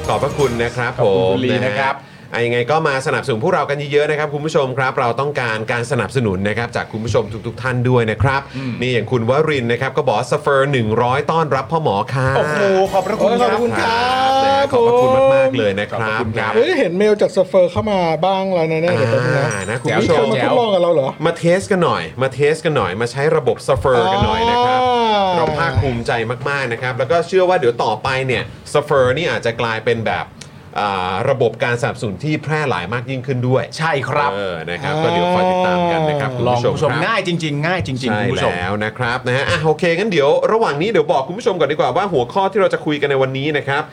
B: ขอบพระคุณนะครับผ
C: ขอบคุณ
B: ม
C: คุณลีนะครับ
B: ฮอ่ยังไงก็มาสนับสนุนพวกเรากันเยอะๆนะครับคุณผู้ชมครับ เราต้องการการสนับสนุนนะครับจากคุณผู้ชมทุกๆท่านด้วยนะครับนี่อย่างคุณวรินทร์นะครับก็บอกสเฟอร์100 ต้อนรับพ่อหมอค่ะ
C: โอ้โหขอบพระคุณค
E: ข
C: รั
E: อบ บคุณครั
B: นะ
E: บ
B: ขอบพระคุณ
E: ผม
B: มาก ๆ เลยนะครับ
C: ขอบคุณครับ
E: เฮ้ยเห็นเมลจากสเฟอร์เข้ามาบ้างแล้วนะเนี่ยเดี๋ยวแป๊บนึงนะ
B: อ่านะคุณ
E: มี
B: ผู้ช
E: คน
B: ม
E: มาทดลองกับเราเหรอ
B: มาเทสกันหน่อย มาเทสกันหน่อย มาใช้ระบบซัฟเฟอร์กันหน่อยนะครับ
E: อ่า
B: เราภาคภูมิใจมาก ๆ นะครับ แล้วก็เชื่อว่าเดี๋ยวต่อไปเนี่ยซัฟเฟอร์นี่อาจจะกลายเป็นแบบอ่าระบบการสนับสนุนที่แพร่หลายมากยิ่งขึ้นด้วย
C: ใช่ครับ
B: เออนะครับ ก็เดี๋ยวคอยติดตามกันนะครับคุณ
C: ลอง
B: ผู้ชม
C: คุณผู้ชม
B: ครับ
C: ง่ายจริง ๆ ง่ายจริง ๆ
B: ใช่
C: คุณผู้ชม
B: แล้วนะครับนะฮะอ่ะโอเคงั้นเดี๋ยวระหว่างนี้เดี๋ยวบอกคุณผู้ชมก่อนดีกว่าว่าหัวข้อที่เราจะคุยกันในวันนี้นะครับ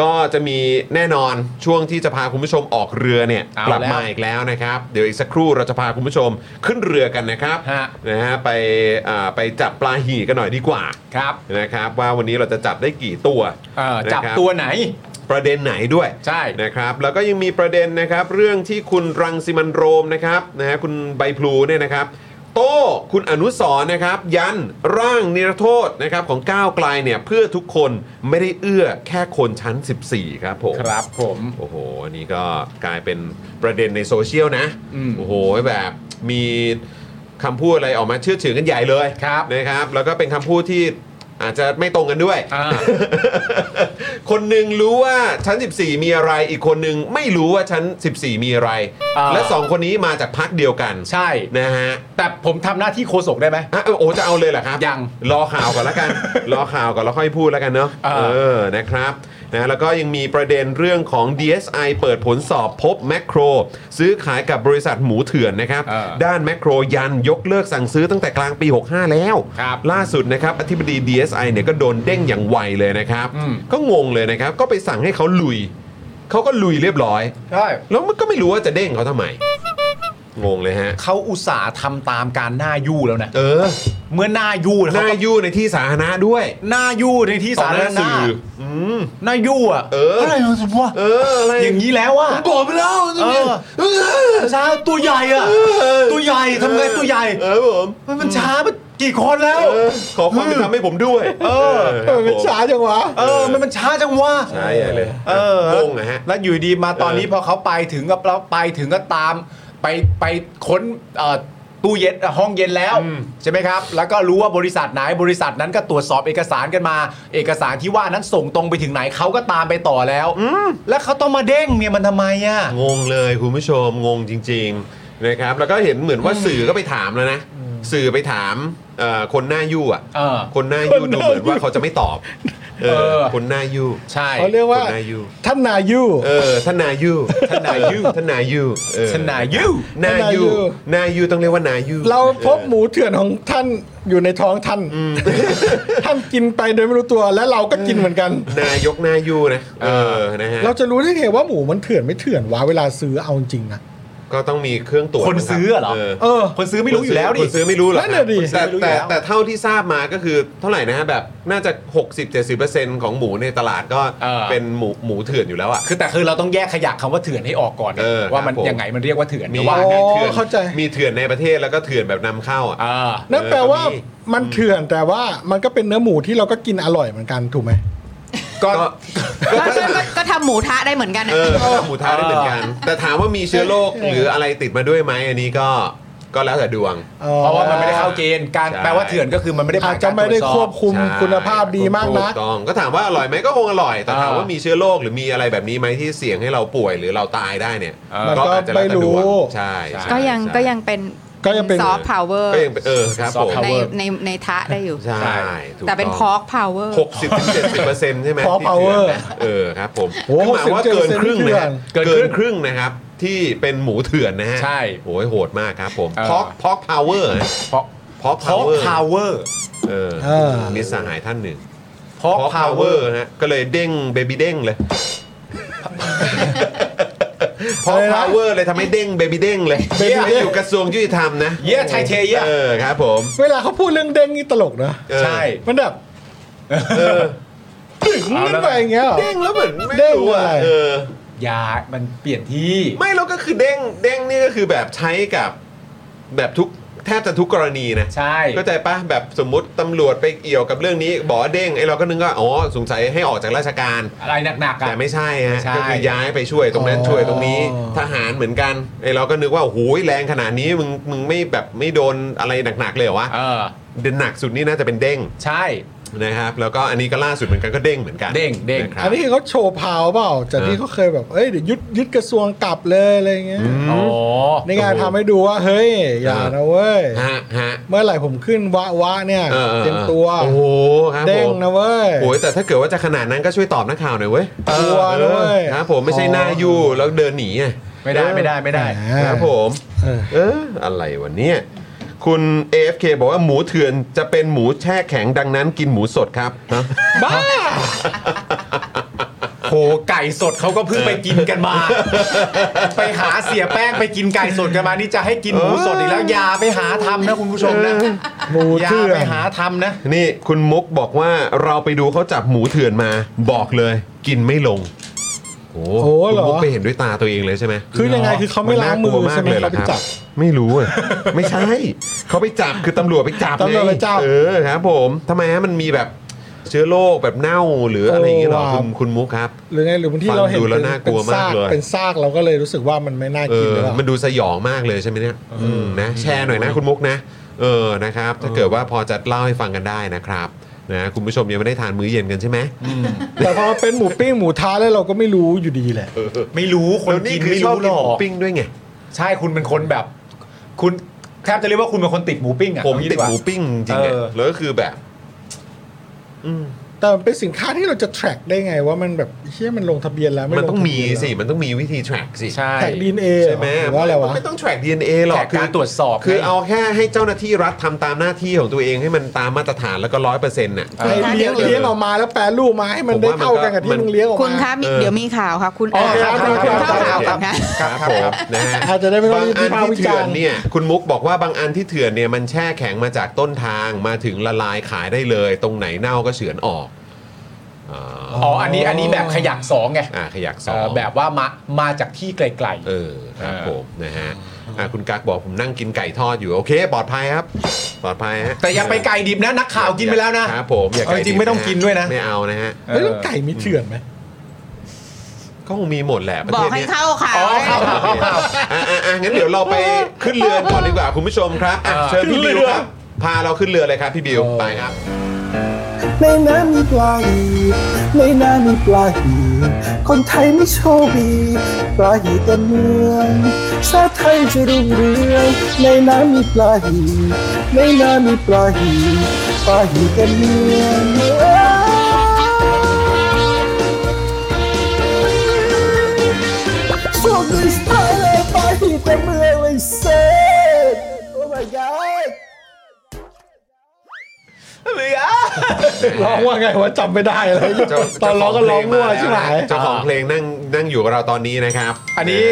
B: ก็จะมีแน่นอนช่วงที่จะพาคุณผู้ชมออกเรือเนี่ย
C: เอา
B: กลับ
C: แล้ว
B: มาอีกแล้วนะครับ เดี๋ยวอีกสักครู่เราจะพาคุณผู้ชมขึ้นเรือกันนะครับ
C: ฮะ
B: นะฮะไปอ่าไปจับปลาหี่กันหน่อยดีกว่า
C: ครับ
B: นะครับ ว่าวันนี้เราจะจับได้กี่ตัว
C: เอ่อจับ
B: นะครั
C: ตัวไหน
B: ประเด็นไหนด้วย
C: ใช่
B: นะครับแล้วก็ยังมีประเด็นนะครับเรื่องที่คุณรังสิมันโรมนะครับนะฮะคุณใบพลูเนี่ยนะครับโต้คุณอนุสรณ์นะครับยันร่างนิรโทษนะครับของก้าวไกลเนี่ยเพื่อทุกคนไม่ได้เอื้อแค่คนชั้น 14 ครับผม
C: ครับผม
B: โอ้โหอันนี่ก็กลายเป็นประเด็นในโซเชียลนะ
C: อืม
B: โอ้โหแบบมีคำพูดอะไรออกมาเชื่อถือกันใหญ่เลย
C: ครับ
B: นะครับแล้วก็เป็นคำพูดที่อาจจะไม่ตรงกันด้วย
C: อ่า
B: คนหนึ่งรู้ว่าชั้น 14 มีอะไร อีกคนหนึ่งไม่รู้ว่าชั้น 14 มีอะไร
C: อ่า
B: และสองคนนี้มาจากพักเดียวกัน
C: ใช่
B: นะฮะ
C: แต่ผมทำหน้าที่โคศกได้ไหม
B: อ่ะโอ้จะเอาเลยเหรอครับ
C: ยัง
B: รอข่าวก่อน ละกัน รอข่าวก่อนแล้วค่อยพูดแล้วกันเนาะ
C: อ่า
B: เออนะครับนะแล้วก็ยังมีประเด็นเรื่องของ DSI เปิดผลสอบพบแมคโคร ซื้อขายกับบริษัทหมูเถื่อนนะครับ
C: เออ
B: ด้านแมคโครยันยกเลิกสั่งซื้อตั้งแต่กลางปี 65 แล้ว
C: ครับ
B: ล่าสุดนะครับอธิบดี DSI เนี่ยก็โดนเด้งอย่างไวเลยนะครับ ก็งงเลยนะครับ ก็ไปสั่งให้เขาลุย เขาก็ลุยเรียบร้อย
C: ใช่
B: แล้วมันก็ไม่รู้ว่าจะเด้งเขาทำไม งงเลยฮะ
C: เขาอุตส่าห์ทำตามการหน้ายู่แล้วนะ
B: เออ
C: เมื่อหน้ายู่
B: ห
C: เขา
B: น้า
C: ก็
B: ยู่ในที่สาธารณะด้วย
C: หน้ายู่ในที่
B: ต่อ
C: สา
B: ห
C: ธาร
B: น้า
C: ณะ
B: สื่ออืม
C: หน้ายู่อ่ะ
B: เอออ
C: อะไรนะสุภาพ
B: เอออะไร
C: อย่างนี้แล้วอ่ะ
B: บอกไปแล้ว
C: เออ ช้าตัวใหญ่อ่ะ ตัวใหญ่ทำไงตัวใหญ่
B: เออผม
C: มันมันช้ามันกี่คนแล้ว
B: เออขอความเป็นธรรมให้ผมด้วย เออ
E: เออมันช้าจังวะ
C: เออ มันมันช้าจังวะ
B: ใช่เลย
C: เออง แล้ว
B: งนะฮะ
C: แล้วอยู่ดีมาตอนนี้
B: เออ
C: พอเขาไปถึงก็แล้วไปถึงก็ตาม ไปไปค้นเอ่อตู้เย็นเอ่อห้องเย็นแล้ว ใช่ไหมครับ แล้วก็รู้ว่าบริษัทไหนบริษัทนั้นก็ตรวจสอบเอกสารกันมา เอกสารที่ว่านั้นส่งตรงไปถึงไหนเขาก็ตามไปต่อแล้วแล้วเขาต้องมาเด้งเนี่ยมันทำไมอ่ะ
B: งงเลยคุณผู้ชมงงจริงๆนะครับแล้วก็เห็นเหมือนว่าสื่อก็ไปถามแล้วนะ สื่อไปถามเอ่อคนหน้ายู่อ่ะ
C: เออ
B: คนหน้ายู่
E: คนห
B: ดู
E: น้า
B: เหมือนว่า
E: ยู่
B: เขาจะไม่ตอบเอ
C: เอ
B: อ
C: อ
B: คนหน้ายู่
C: ใช่
E: เขาเรียกว่า
B: คนหน้ายู่
E: ท่านนายู
B: เออท่านนายู่ท่านนายู่ท่านนายู่เออ
C: ชนะยู
B: นายู่
E: ท่านนา
B: นา
E: ยู่
B: ยู่ต้องเรียกว่านายู่
E: เราพบหมูเถื่อนของท่านอยู่ในท้องท่าน ท่านกินไปโดยไม่รู้ตัวและเราก็กินเหมือนกัน
B: นายกหนายู่นะเออนะฮะ
E: เราจะรู้ได้ไงว่าหมูมันเถื่อนไม่เถื่อนวะเวลาซื้อเอาจริงนะ
B: ก็ต้องมีเครื่องตรวจ
C: คนซื้อเหรอ
E: เออ
C: คนซื้อไม่รู้อยู่แล้วดิ
B: คนซื้อไม่รู้เหรอ
E: นั่นน่ะดิ
B: คนซื้อไม่รู้อยู่
C: แต่
B: แล้วแต่แต่เท่าที่ทราบมาก็คือเท่าไหร่นะฮะแบบน่าจะ 60-70%ของหมูในตลาดก็
C: เออ
B: เป็นหมูหมูเถื่อนอยู่แล้วอ่ะ
C: คือแต่คือเราต้องแยกขยะคำว่าเถื่อนให้ออกก่อนนะ
B: เออ
C: ว่ามัน
B: ครับผม
C: ยังไงมันเรียกว่าเถื่อน
B: มี
C: แต่ว่า
E: อ๋อ
B: มีเถื่อน
E: เข้าใจ
B: มีเถื่อนในประเทศแล้วก็เถื่อนแบบนำเข้าอ่ะ
C: อ่า
E: นั่นแปลว่า
B: เออก็มี
E: มันเถื่อนแต่ว่ามันก็เป็นเนื้อหมูที่เราก็กินอร่อยเหมือนกันถูกไหม
C: ก็
B: ก็
J: ก็ก็ทำหมูทะได้เหมือนกันอะ
B: เออก็หมูท้าได้เหมือนกัน แต่ถามว่ามีเชื้อโรคหรืออะไรติดมาด้วยไหมอันนี้ก็ก็แล้วแต่ดวง
C: เพราะว่ามันไม่ได้เข้าเกณฑ์การ
B: ใช่
C: แปลว่าเถื่อนก็คือมันไม่ได้ผ่า
E: อาน จ
C: กา
E: จะ
C: ร
E: ไม่ได้
C: ตรวจสอ
E: คว
C: บ
E: บคุม
B: ใช่
E: คุณภาพดีมากนะ
B: ถูต้องก็ถามว่าอร่อยไหมก็คงอร่อย แต่ถาม
C: อ่า
B: ว่ามีเชื้อโรคหรือมีอะไรแบบนี้ไหมที่เสี่ยงให้เราป่วยหรือเราตายได้เนี่ย
E: มันก็
B: อาจจะแล้ว
E: ไม่
B: แต่ด
E: รู้
B: วงใช่ใช่
J: ก็ยัง
B: ใช่
J: ก็ยังเป็น
E: ก็ยังเป็น
J: ซอฟต์พาวเวอร์
B: ก็ยังเป็นเออครับผม
C: soft
J: ใน
C: power
J: ในในทะได้อยู่
B: ใช่ถูก
J: แต่เป็นพ
B: อ
J: อกพาวเวอร์
B: หกสิบถึงเจ็ดสิบเปอร์เซ็นต์ใช่ไหม
E: Pork
B: ที่เถื่
E: power
B: นนะเออครับผม
E: โอ้
B: คือหมายว่าเกินครึ่งนะฮะ
C: เกิ
B: เกิ
C: น
B: น
C: ครึ่ง
B: ครึ่งนะครับ ที่เป็นหมูเถื่อนนะฮะ
C: ใช่
B: โอ้ยโหดมากครับผม
C: เออ
B: พอกพอกพาวเวอร์
C: เพราะ
B: พอก
C: เพ
B: พา
C: ราะ
B: วเวอร์
C: power
B: เออ
E: เออ
B: มีสหายท่านหนึ่ง
C: เพราะ
B: พอ
C: power
B: power ฮะก็เลยเด้งเบบี้เด้ง เลยพอ
E: อะไรนะ
B: power เลยทำให้เด้งเบบี้เด้ง เลย
E: Baby
B: เนี่ย
E: Deng
B: อยู่กระทรวงยุติธรรมนะ
C: เยี่ยไทยเทเยี่ย
B: เออครับผม
E: เวลาเขาพูดเรื่องเด้งนี่ตลกนะ
B: เออ
C: ใช่
E: มันแบบตึง
C: เอา
E: ขึ้
C: แล้
E: น
C: ว
E: ไปอย่างเงี้ยเหรอ
B: เด้งแล้วเหมือนไม่
E: เด้ง
B: รู้อะ
E: อะไร
B: เออ
C: ยามันเปลี่ยนที่
B: ไม่แล้วก็คือเด้งเด้งนี่ก็คือแบบใช้กับแบบทุกแทบจะทุกกรณีนะ
C: ใช่
B: เข้าใจปะแบบสมมติตำรวจไปเอี่ยวกับเรื่องนี้บอกว่าเด้งไอ้เราก็นึกว่าอ๋อสงสัยให้ออกจากราชการ
C: อะไรหนักๆกั
B: แต่
C: น
B: ไม่ใช่ฮะ
C: ใช่
B: ก็คือย้ายไปช่วยตรงนั้น
E: อ๋อ
B: ช่วยตรงนี้ทหารเหมือนกันไอเราก็นึกว่าโอ้โหแรงขนาดนี้มึงมึงไม่แบบไม่โดนอะไรหนักๆเลยเหรอวะ
C: เออ
B: เดนหนักสุดนี่น่าจะเป็นเด้ง
C: ใช่
B: นะครับ แล้วก็อันนี้ก็ล่าสุดเหมือนกันก็เด้งเหมือนกัน
C: เด้งเด้ง
B: ะครับ
E: อันนี้คือเขาโชว์พาวเปล่าจากที่เขาเคยแบบเอ้ยเดี๋ยวยึดยึดกระทรวงกลับเลยอะไรเงี้ย
C: อ๋อ
E: ในงานทำให้ดูว่าเฮ้ยอย่านะเว้ย
B: ฮะฮะ
E: เมื่อไหร่ผมขึ้นวะวะเนี่ย
B: ออออ
E: เต็มตัว
B: โอ้โหครับ
E: เด้
B: ผ
E: ง
B: ม
E: นะเว้ย
B: โอ้ยแต่ถ้าเกิดว่าจะขนาดนั้นก็ช่วยตอบนักข่าวหน่อยเว้ย
E: กลัวนะเว้ย
B: ออครับผมไม่ใช่หน้ายู่แล้วเดินหนีอะ
C: ไม่ได้ไม่ได้ไม่ได้
E: แห
B: ครับผม
E: เออ
B: เอออะไรวะเนี่ยคุณ AFK บอกว่าหมูเถื่อนจะเป็นหมูแช่แข็งดังนั้นกินหมูสดครับฮะ
C: บ้า โหไก่สดเขาก็เพิ่งไปกินกันมา ไปหาเสียแป้งไปกินไก่สดกันมานี่จะให้กินหมูสดอีกแล้วอย่าไปหาทำนะคุณผู้ชมนะ
E: หมู
C: อย่า
E: เถื่อน
C: ไปหาทำนะ
B: นี่คุณมุกบอกว่าเราไปดูเขาจับหมูเถื่อนมา บอกเลย กินไม่ลง โอ้
E: โอ้
B: คุณ
E: เหรอ
B: มุกไปเห็นด้วยตาตัวเองเลยใช่ไหม
E: คือยังไงคือเขาไม่ล้างมือ
B: น่กลัวาก
E: ใช่ไหม
B: เลยรอ
E: เขาไป
B: ครับ
E: จับ
B: ไม่รู้อะ ไม่ใช่เขาไปจับคือตำรวจไปจับ
E: ตำรวจไปจับ
B: เออครับ ผมทำไมฮะมันมีแบบเชื้อโรคแบบเน่าหรืออะไรอย่างเงี้ยเหรอ
E: เออว่ะ
B: คุณคุณมุกครับ
E: หรือไงหรือบางที่
B: ฟัง
E: เราเห็น
B: ดูแล้ว
E: เป็น
B: น่ากลัวมากเลย
E: เป็นซากเราก็เลยรู้สึกว่ามันไม่น่า
B: เอ
E: กิน
B: อ
E: หรือเปล่า
B: มันดูสยองมากเลยใช่ไหมเนี่ยมนะแชร์หน่อยนะคุณมุกนะ เออนะครับ ถ้าเกิดว่าพอจะเล่าให้ฟังกันได้นะครับนะคุณผู้ชมยังไม่ได้ทานมื้อเย็นกันใช่ไหม
E: แต่พอมันเป็นหมูปิ้งหมูท้าแล้วเราก็ไม่รู้อยู่ดีแหละ
C: ไม่รู้คน
B: แล้ว
C: กิ
B: นี่
C: น
B: คือ
C: ไม่
B: ชอบ
C: รู้
B: กิน
C: หรอ
B: หมู
C: ก
B: ปิ้งด้วยไง
C: ใช่คุณเป็นคนแบบ คุณแทบจะเรียกว่าคุณเป็นคนติดหมูปิ้งอ่ะ
B: ผม
C: เอางี้
B: ติด
C: กว่า
B: หมูปิ้งจริงๆอะ
C: เออ
B: แล้วก็คือแบบ
E: แต่มันเป็นสินค้าที่เราจะ track ได้ไงว่ามันแบบเชี่ยมันลงทะเบียนแล้วไ
B: มันต้องมีสิ
E: ลทะเบียนแ
B: มันต้องมีวิธี track สิ
C: ใช่
E: ล้ว track DNA เอ
B: ใช่ไหม
E: หรือว่าอะไรวะ
B: ไม่ต้อง track DNA หรอก
C: แค่การตรวจสอบ
B: คือ
C: ไง
B: เอาแค่ให้เจ้าหน้าที่รัฐทำตามหน้าที่ของตัวเองให้มันตามมาตรฐานแล้วก็ร้อยเปอร์เซ็นต์น่ะ
E: ไอ้เลี้ยง
B: เดี๋ยว
E: เลี้ยงออกมาแล้วแปรรูปมาให้มันได้
B: ผมว่ามัน
E: เท่ากันกับ
B: มั
E: ที่
B: น
E: มึงเลี้ยงออกมา
J: คุณคะมี
B: เออ
J: เดี๋ยวมีข่าวค่ะ คุณ
E: อ๋อครับ
J: อ่าน
E: ครับครับ
J: คุณเข้าข่าวก่อนค่ะ
B: ครับผมนะฮะ
E: อาจจะได้ไม่ต้
B: บา
E: อง
B: ง
E: รีบ
B: อันที่
E: วิพากษ์วิ
B: เถื่อ
E: จาร
B: น
E: ณ์
B: เนี่ยคุณมุกบอกว่าบางอันที่เถื่อนเนี่ยมันแช่แข็งมาจากต้นทางมาถึงละลายขายได้เลย ตรงไหนเน่าก็เฉือนออกอ่า
C: อ๋ออันนี้อันนี้แบบขยักสองไง
B: อ่าขยักส
C: เอ
B: อง
C: อแบบว่ามามาจากที่ไกล
B: เออครับผมนะฮะอ่าคุณกักบอกผมนั่งกินไก่ทอดอยู่ โอเค ปลอดภัยครับ ปลอดภัยฮะ
C: ๆ แต่อย่าไปไก่ดิบนะ นักข่าวกินไปแล้วนะ
B: ครับผมอย่า
C: เอาจริงๆ
B: ดิบ
C: ไม่ต้องกินด้วยนะ
B: ไม่เอานะฮะ
E: เฮ้ยแล้วไก่มีเถื่อนไหม
B: ก็คงมีหมดแหละประ
J: บ
B: เท
J: อก
B: ศ
J: ให้
B: เนี้ย
J: เข้าข่าว
C: อ๋อครับครับครับครับ
B: อ่ะอ่ะอ่ะงั้นเดี๋ยวเราไปขึ้นเรือก่อนดีกว่าคุณผู้ชมครับอ่ะ
C: อ่า
B: เชิญพี่บิวครับ พาเราขึ้นเรือเลยครับพี่บิวไปครับ
H: ในน้ำมีปลาหีในน้ำมีปลาหีคนไทยไม่โชคดีปลาหีเต็มเมืองชาติไทยจะรุ่งเรืองในน้ำมีปลาหีในน้ำมีปลาหีปลาหีเต็มเมืองเอ้ยโชคดีสไตล์เลยปลาหีเต็มเมืองเลยเซ่โอ้ my god
C: เหลือ
E: ร้องว่าไงวะจำไม่ได้เลย
B: เจ้า
E: ตอนร้องก็ร้องมั่ว
B: เจ้าขอ
E: ใช่
B: ง
E: ไห
B: เพลงมาแล้วนะ
E: ม
B: เจ้าของเพลงนั่งนั่งอยู่กับเราตอนนี้นะครับ
C: อันนี้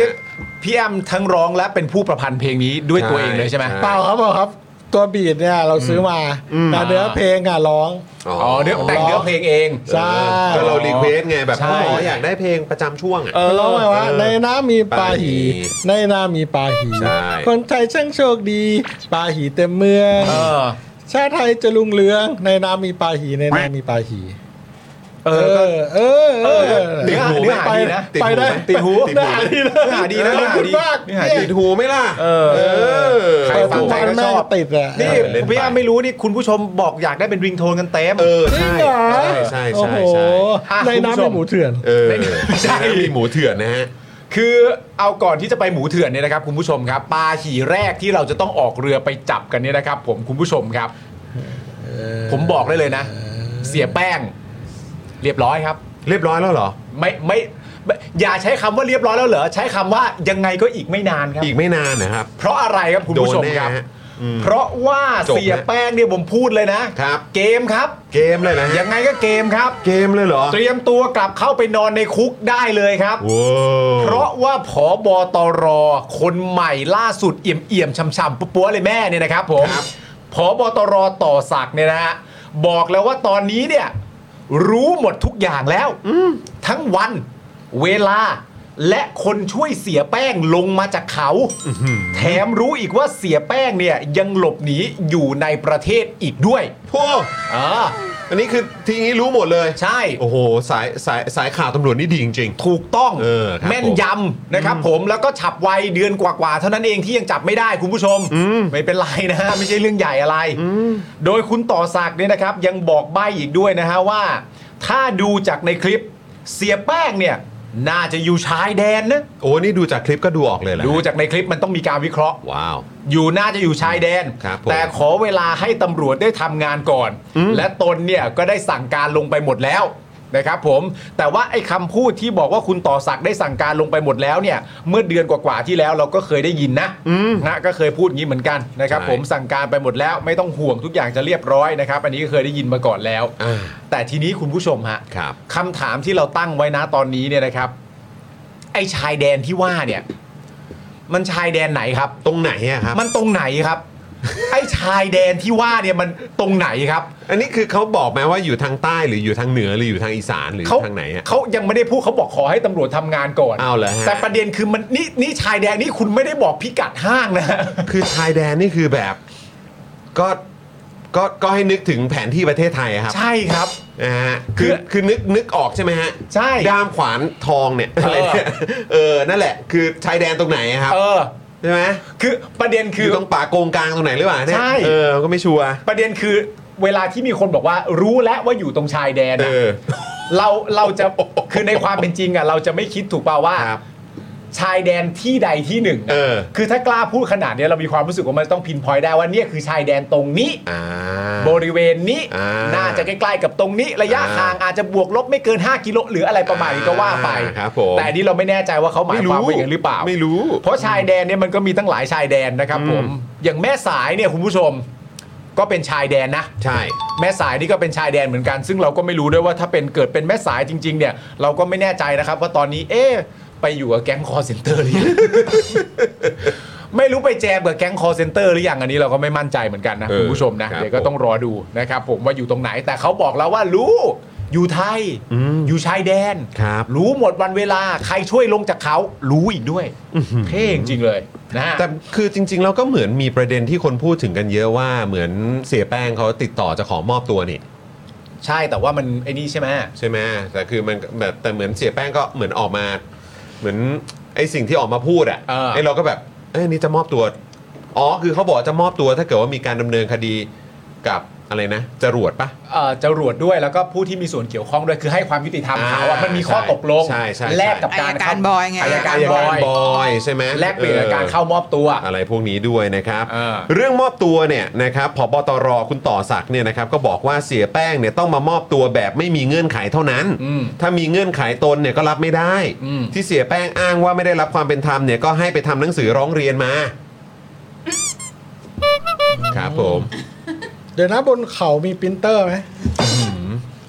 C: พี่แอมทั้งร้องและเป็นผู้ประพันธ์เพลงนี้ด้วยตัวเองเลยใช่ไหม
E: เปล่าครับเปล่าครับ ตัวบีดเนี่ยเราซื้อมาแต่เนื้อเพลงอ่ะร้อง
B: อ๋อ
C: อ๋อเนื้อแต่งเนื้อเพลงเอง
E: ใช่
B: ก็เรารีเควสไงแบบ
C: ใช่
B: ขออยากได้เพลงประจำช่วงอ่ะ
E: มันร้องไงวะในน้ำมีปลาหี
B: ปลาหี
E: ในน้ำมีปลาหี
B: ใช่
E: คนไทยช่างโชคดีปลาหีเต็มเมือง
C: เออ
E: ชาติไทยจะลุงเรือง ในน้ำมีปลาหีในน้ำมีปลาหี
C: เอ
E: เออเอ
C: อก็
E: อเออ
C: เออเนื้อเนื้อหาดีนะ
E: ไปได้
C: ติดหู
E: เนื้อหาดีนะ
C: เนื้อหาดีนะ
E: ขอบคุณมาก
C: เนื้อหาดี
B: ติดหูไหมล่ะ
C: เออ
B: เออ
C: ใคร
E: เปิด
C: ฟั
E: ทุ
C: ง
E: ก
C: ใคร
E: วัน
C: ก็ช
E: แม่ง
C: อบ
E: ติดอ่ะ
C: นี่
B: เล่นไป
C: พี่แอมไม่รู้นี่คุณผู้ชมบอกอยากได้เป็นริงโทนกันเต็ม
B: เออ
E: จริง
B: ใช่
E: เหรอ
B: ใช่
E: โอ้
B: ใช่
E: โห
B: ใช่
C: อ่ะ
E: ใน
C: คุณผู้
E: น้ำ
C: ชม
E: เป็นหมูเถื่อน
B: เออ
C: ใช่
B: ใช่มีหมูเถื่อนนะฮะ
C: คือเอาก่อนที่จะไปหมูเถื่อนเนี่ยนะครับคุณผู้ชมครับปลาหี่แรกที่เราจะต้องออกเรือไปจับกันเนี่ยนะครับ ผมคุณผู้ชมครับ ผมบอกได้เลยนะ เสียแป้ง เรียบร้อยครับ
B: เรียบร้อยแล้วเหรอ
C: ไม่ไม่ไม่อย่าใช้คำว่าเรียบร้อยแล้วเหรอใช้คำว่ายังไงก็อีกไม่นานครับ
B: อีกไม่นานนะครับ
C: เพราะอะไรครับคุณ
B: โดน
C: ผู้ชม
B: แน่
C: ครับ
B: ฮะ
C: เพราะว่า
B: จบนะ
C: เสียแป้งเนี่ยผมพูดเลยนะครับ เกมครับ
B: เกมเลยนะฮะ
C: ยังไงก็เกมครับ
B: เกมเลยเหรอ
C: เตรียมตัวกลับเข้าไปนอนในคุกได้เลยครับ
B: โว้
C: เพราะว่าผอบอตรคนใหม่ล่าสุดเอี่ยมเอี่ยมๆช่ำๆปัวๆเลยแม่เนี่ยนะครับผมผอบอตรต่อศักดิ์เนี่ยนะฮะบอกแล้วว่าตอนนี้เนี่ยรู้หมดทุกอย่างแล้วทั้งวันเวลา และคนช่วยเสียแป้งลงมาจากเขา แถมรู้อีกว่าเสียแป้งเนี่ยยังหลบหนีอยู่ในประเทศอีกด้วย
B: พวก
C: อ่า
B: อันนี้คือทีนี้รู้หมดเลย
C: ใช่
B: โอ้โห สายสายสายข่าวตำรวจนี่ดีจริง
C: ถูกต้อง
B: เออครับ
C: แม่นยำนะครับผมแล้วก็ฉับไวเดือนกว่าๆเท่านั้นเองที่ยังจับไม่ได้คุณผู้ชม ไม่เป็นไรนะฮะ ไม่ใช่เรื่องใหญ่อะไร โดยคุณต่อศักดิ์เนี่ยนะครับยังบอกใบ้อีกด้วยนะฮะว่า ถ้าดูจากในคลิปเสียแป้งเนี่ย น่าจะอยู่ชายแดนนะ
B: ๆ โอ้นี่ดูจากคลิปก็ดูออกเลยแหละ
C: ดูจากในคลิปมันต้องมีการวิเคราะห์
B: ว้าว
C: อยู่น่าจะอยู่ชายแดน
B: ครับผม
C: แต่ขอเวลาให้ตำรวจได้ทำงานก่อน และตนเนี่ยก็ได้สั่งการลงไปหมดแล้วนะครับผม แต่ว่าไอ้คำพูดที่บอกว่าคุณต่อศักดิ์ได้สั่งการลงไปหมดแล้วเนี่ย เมื่อเดือนกว่าๆที่แล้วเราก็เคยได้ยินนะนะก็เคยพูดอย่างนี้เหมือนกันนะครับ
B: ใช่
C: ผมสั่งการไปหมดแล้ว ไม่ต้องห่วงทุกอย่างจะเรียบร้อยนะครับ อันนี้ก็เคยได้ยินมาก่อนแล้ว
B: อ่า
C: แต่ทีนี้คุณผู้ชมฮะ
B: ครับ
C: คำถามที่เราตั้งไว้นะตอนนี้เนี่ยนะครับ ไอ้ชายแดนที่ว่าเนี่ย มันชายแดนไหนครับ
B: ตรงไหนอะครับ
C: มันตรงไหนครับ ไอ้ชายแดนที่ว่าเนี่ยมันตรงไหนครับ
B: อันนี้คือเขาบอกไหมว่าอยู่ทางใต้หรืออยู่ทางเหนือหรืออยู่ทางอีสานหรือทางไหนอะ
C: เขายังไม่ได้พูดเขาบอกขอให้ตำรวจทำงานก่อน
B: อ้าวเหรอฮะ
C: แต่ประเด็นคือมันนี่นี่ชายแดนนี่คุณไม่ได้บอกพิกัดห้างนะ
B: คือชายแดนนี่คือแบบก็ก็ก็ให้นึกถึงแผนที่ประเทศไทยอะครับ
C: ใช่ครับ
B: นะฮะคือ
C: คือ
B: คือนึกนึกออกใช่ไหมฮะ
C: ใช่
B: ด้ามขวานทองเนี่ยอะไรเนี่ยเออนั่นแหละ คือชายแดนตรงไหนอะครับ
C: เออ
B: ใช่ไหม
C: คือประเด็น
B: คื
C: คือ อ
B: ตรงป่าโกงกลางตรงไหนหรือเปล่าเนี่ย
C: ใช่
B: เออก็ไม่ชัวร์
C: ประเด็นคือ เวลาที่มีคนบอกว่ารู้แล้วว่าอยู่ตรงชายแดน
B: เอ
C: อะ
B: อ
C: เราเราจะคือในความเป็นจริงอ่ะเราจะไม่คิดถูกเปล่าว่า
B: ครับ
C: ชายแดนที่ใดที่หนึ่งะ
B: เออ
C: คือถ้ากล้าพูดขนาดเนี้ยเรามีความรู้สึกว่ามันต้องพินพอยได้ว่าเนี่ยคือชายแดนตรงนี้
B: อ่า
C: บริเวณนี้
B: อ่า
C: น่าจะใกล้ๆกับตรงนี้ ระยะ
B: อ่า
C: ห่างอาจจะบวกลบไม่เกิน 5 กิโลหรืออะไรประมาณนี้ก็ว่าไป
B: อ่าครับผม
C: แต่อันนี้เราไม่แน่ใจว่าเขาหมายความว่าอย่างนั้นหรือเปล่า
B: ไม่รู้
C: เพราะชายแดนเนี่ยมันก็มีตั้งหลายชายแดนนะครับผม อย่างแม่สายเนี่ยคุณผู้ชม ก็เป็นชายแดนนะ
B: ใช่
C: แม่สายนี่ก็เป็นชายแดนเหมือนกัน ซึ่งเราก็ไม่รู้ด้วยว่าถ้าเป็นเกิดเป็นแม่สายจริง ๆ เนี่ย เราก็ไม่แน่ใจนะครับ ว่าตอนนี้เอ๊ะไปอยู่กับแก๊งคอร์เซนเตอร์หรือยัง ไม่รู้ไปแจมกับแก๊งคอร์เซนเตอร์หรือยังอันนี้เราก็ไม่มั่นใจเหมือนกันนะ
B: เออ
C: คุณผู้ชมนะครับเดี๋ยวก็ต้องรอดูนะครับผมว่าอยู่ตรงไหน แต่เขาบอกแล้วว่ารู้อยู่ไทย
B: อืม
C: อยู่ชายแดน
B: ครับ
C: รู้หมดวันเวลาใครช่วยลงจากเขารู้อีกด้วยเท่จริงๆเลยนะฮะ
B: แต่คือจริงๆแล้วก็เหมือนมีประเด็นที่คนพูดถึงกันเยอะว่าเหมือนเสียแป้งเขาติดต่อจะขอมอบตัวนี่
C: ใช่แต่ว่ามันไอ้นี่ใช่ไหม
B: ใช่ไหมแต่คือมันแบบแต่เหมือนเสียแป้งก็เหมือนออกมา เหมือนไอ้สิ่งที่ออกมาพูดอ่ะ
C: เออ
B: ไอ้เราก็แบบเอ้ยนี่จะมอบตัว อ๋อคือเขาบอกจะมอบตัวถ้าเกิดว่ามีการดำเนินคดีกับอะไรนะจรวดปะ
C: เอ่อจรวดด้วยแล้วก็ผู้ที่มีส่วนเกี่ยวข้องด้วยคือให้ความยุติธรรมเขาอะ
B: อ่ามั
C: มันมีข้อ
B: ใช่
C: ตกลง
B: ใช่ใช่
C: แลกกับ
J: อา
C: การ
J: ยการบอยไง
C: อายการ
B: ย
C: บ
B: กา
C: อ
B: ร
C: ย
B: บอยใช่ไหม
C: แลกเปลี่ยนกับการเข้ามอบตัว
B: อะไรพวกนี้ด้วยนะครับ
C: เออ
B: เรื่องมอบตัวเนี่ยนะครับพบตรคุณต่อศักดิ์เนี่ยนะครับก็บอกว่าเสียแป้งเนี่ยต้องมามอบตัวแบบไม่มีเงื่อนไขเท่านั้น
C: อืม
B: ถ้ามีเงื่อนไขตนเนี่ยก็รับไม่ได้
C: อืม
B: ที่เสียแป้งอ้างว่าไม่ได้รับความเป็นธรรมเนี่ยก็ให้ไปทำหนังสือร้องเรียนมา ครับผม
E: เดี๋ยวนะบนเขามีปรินเตอร์ไหม
B: อื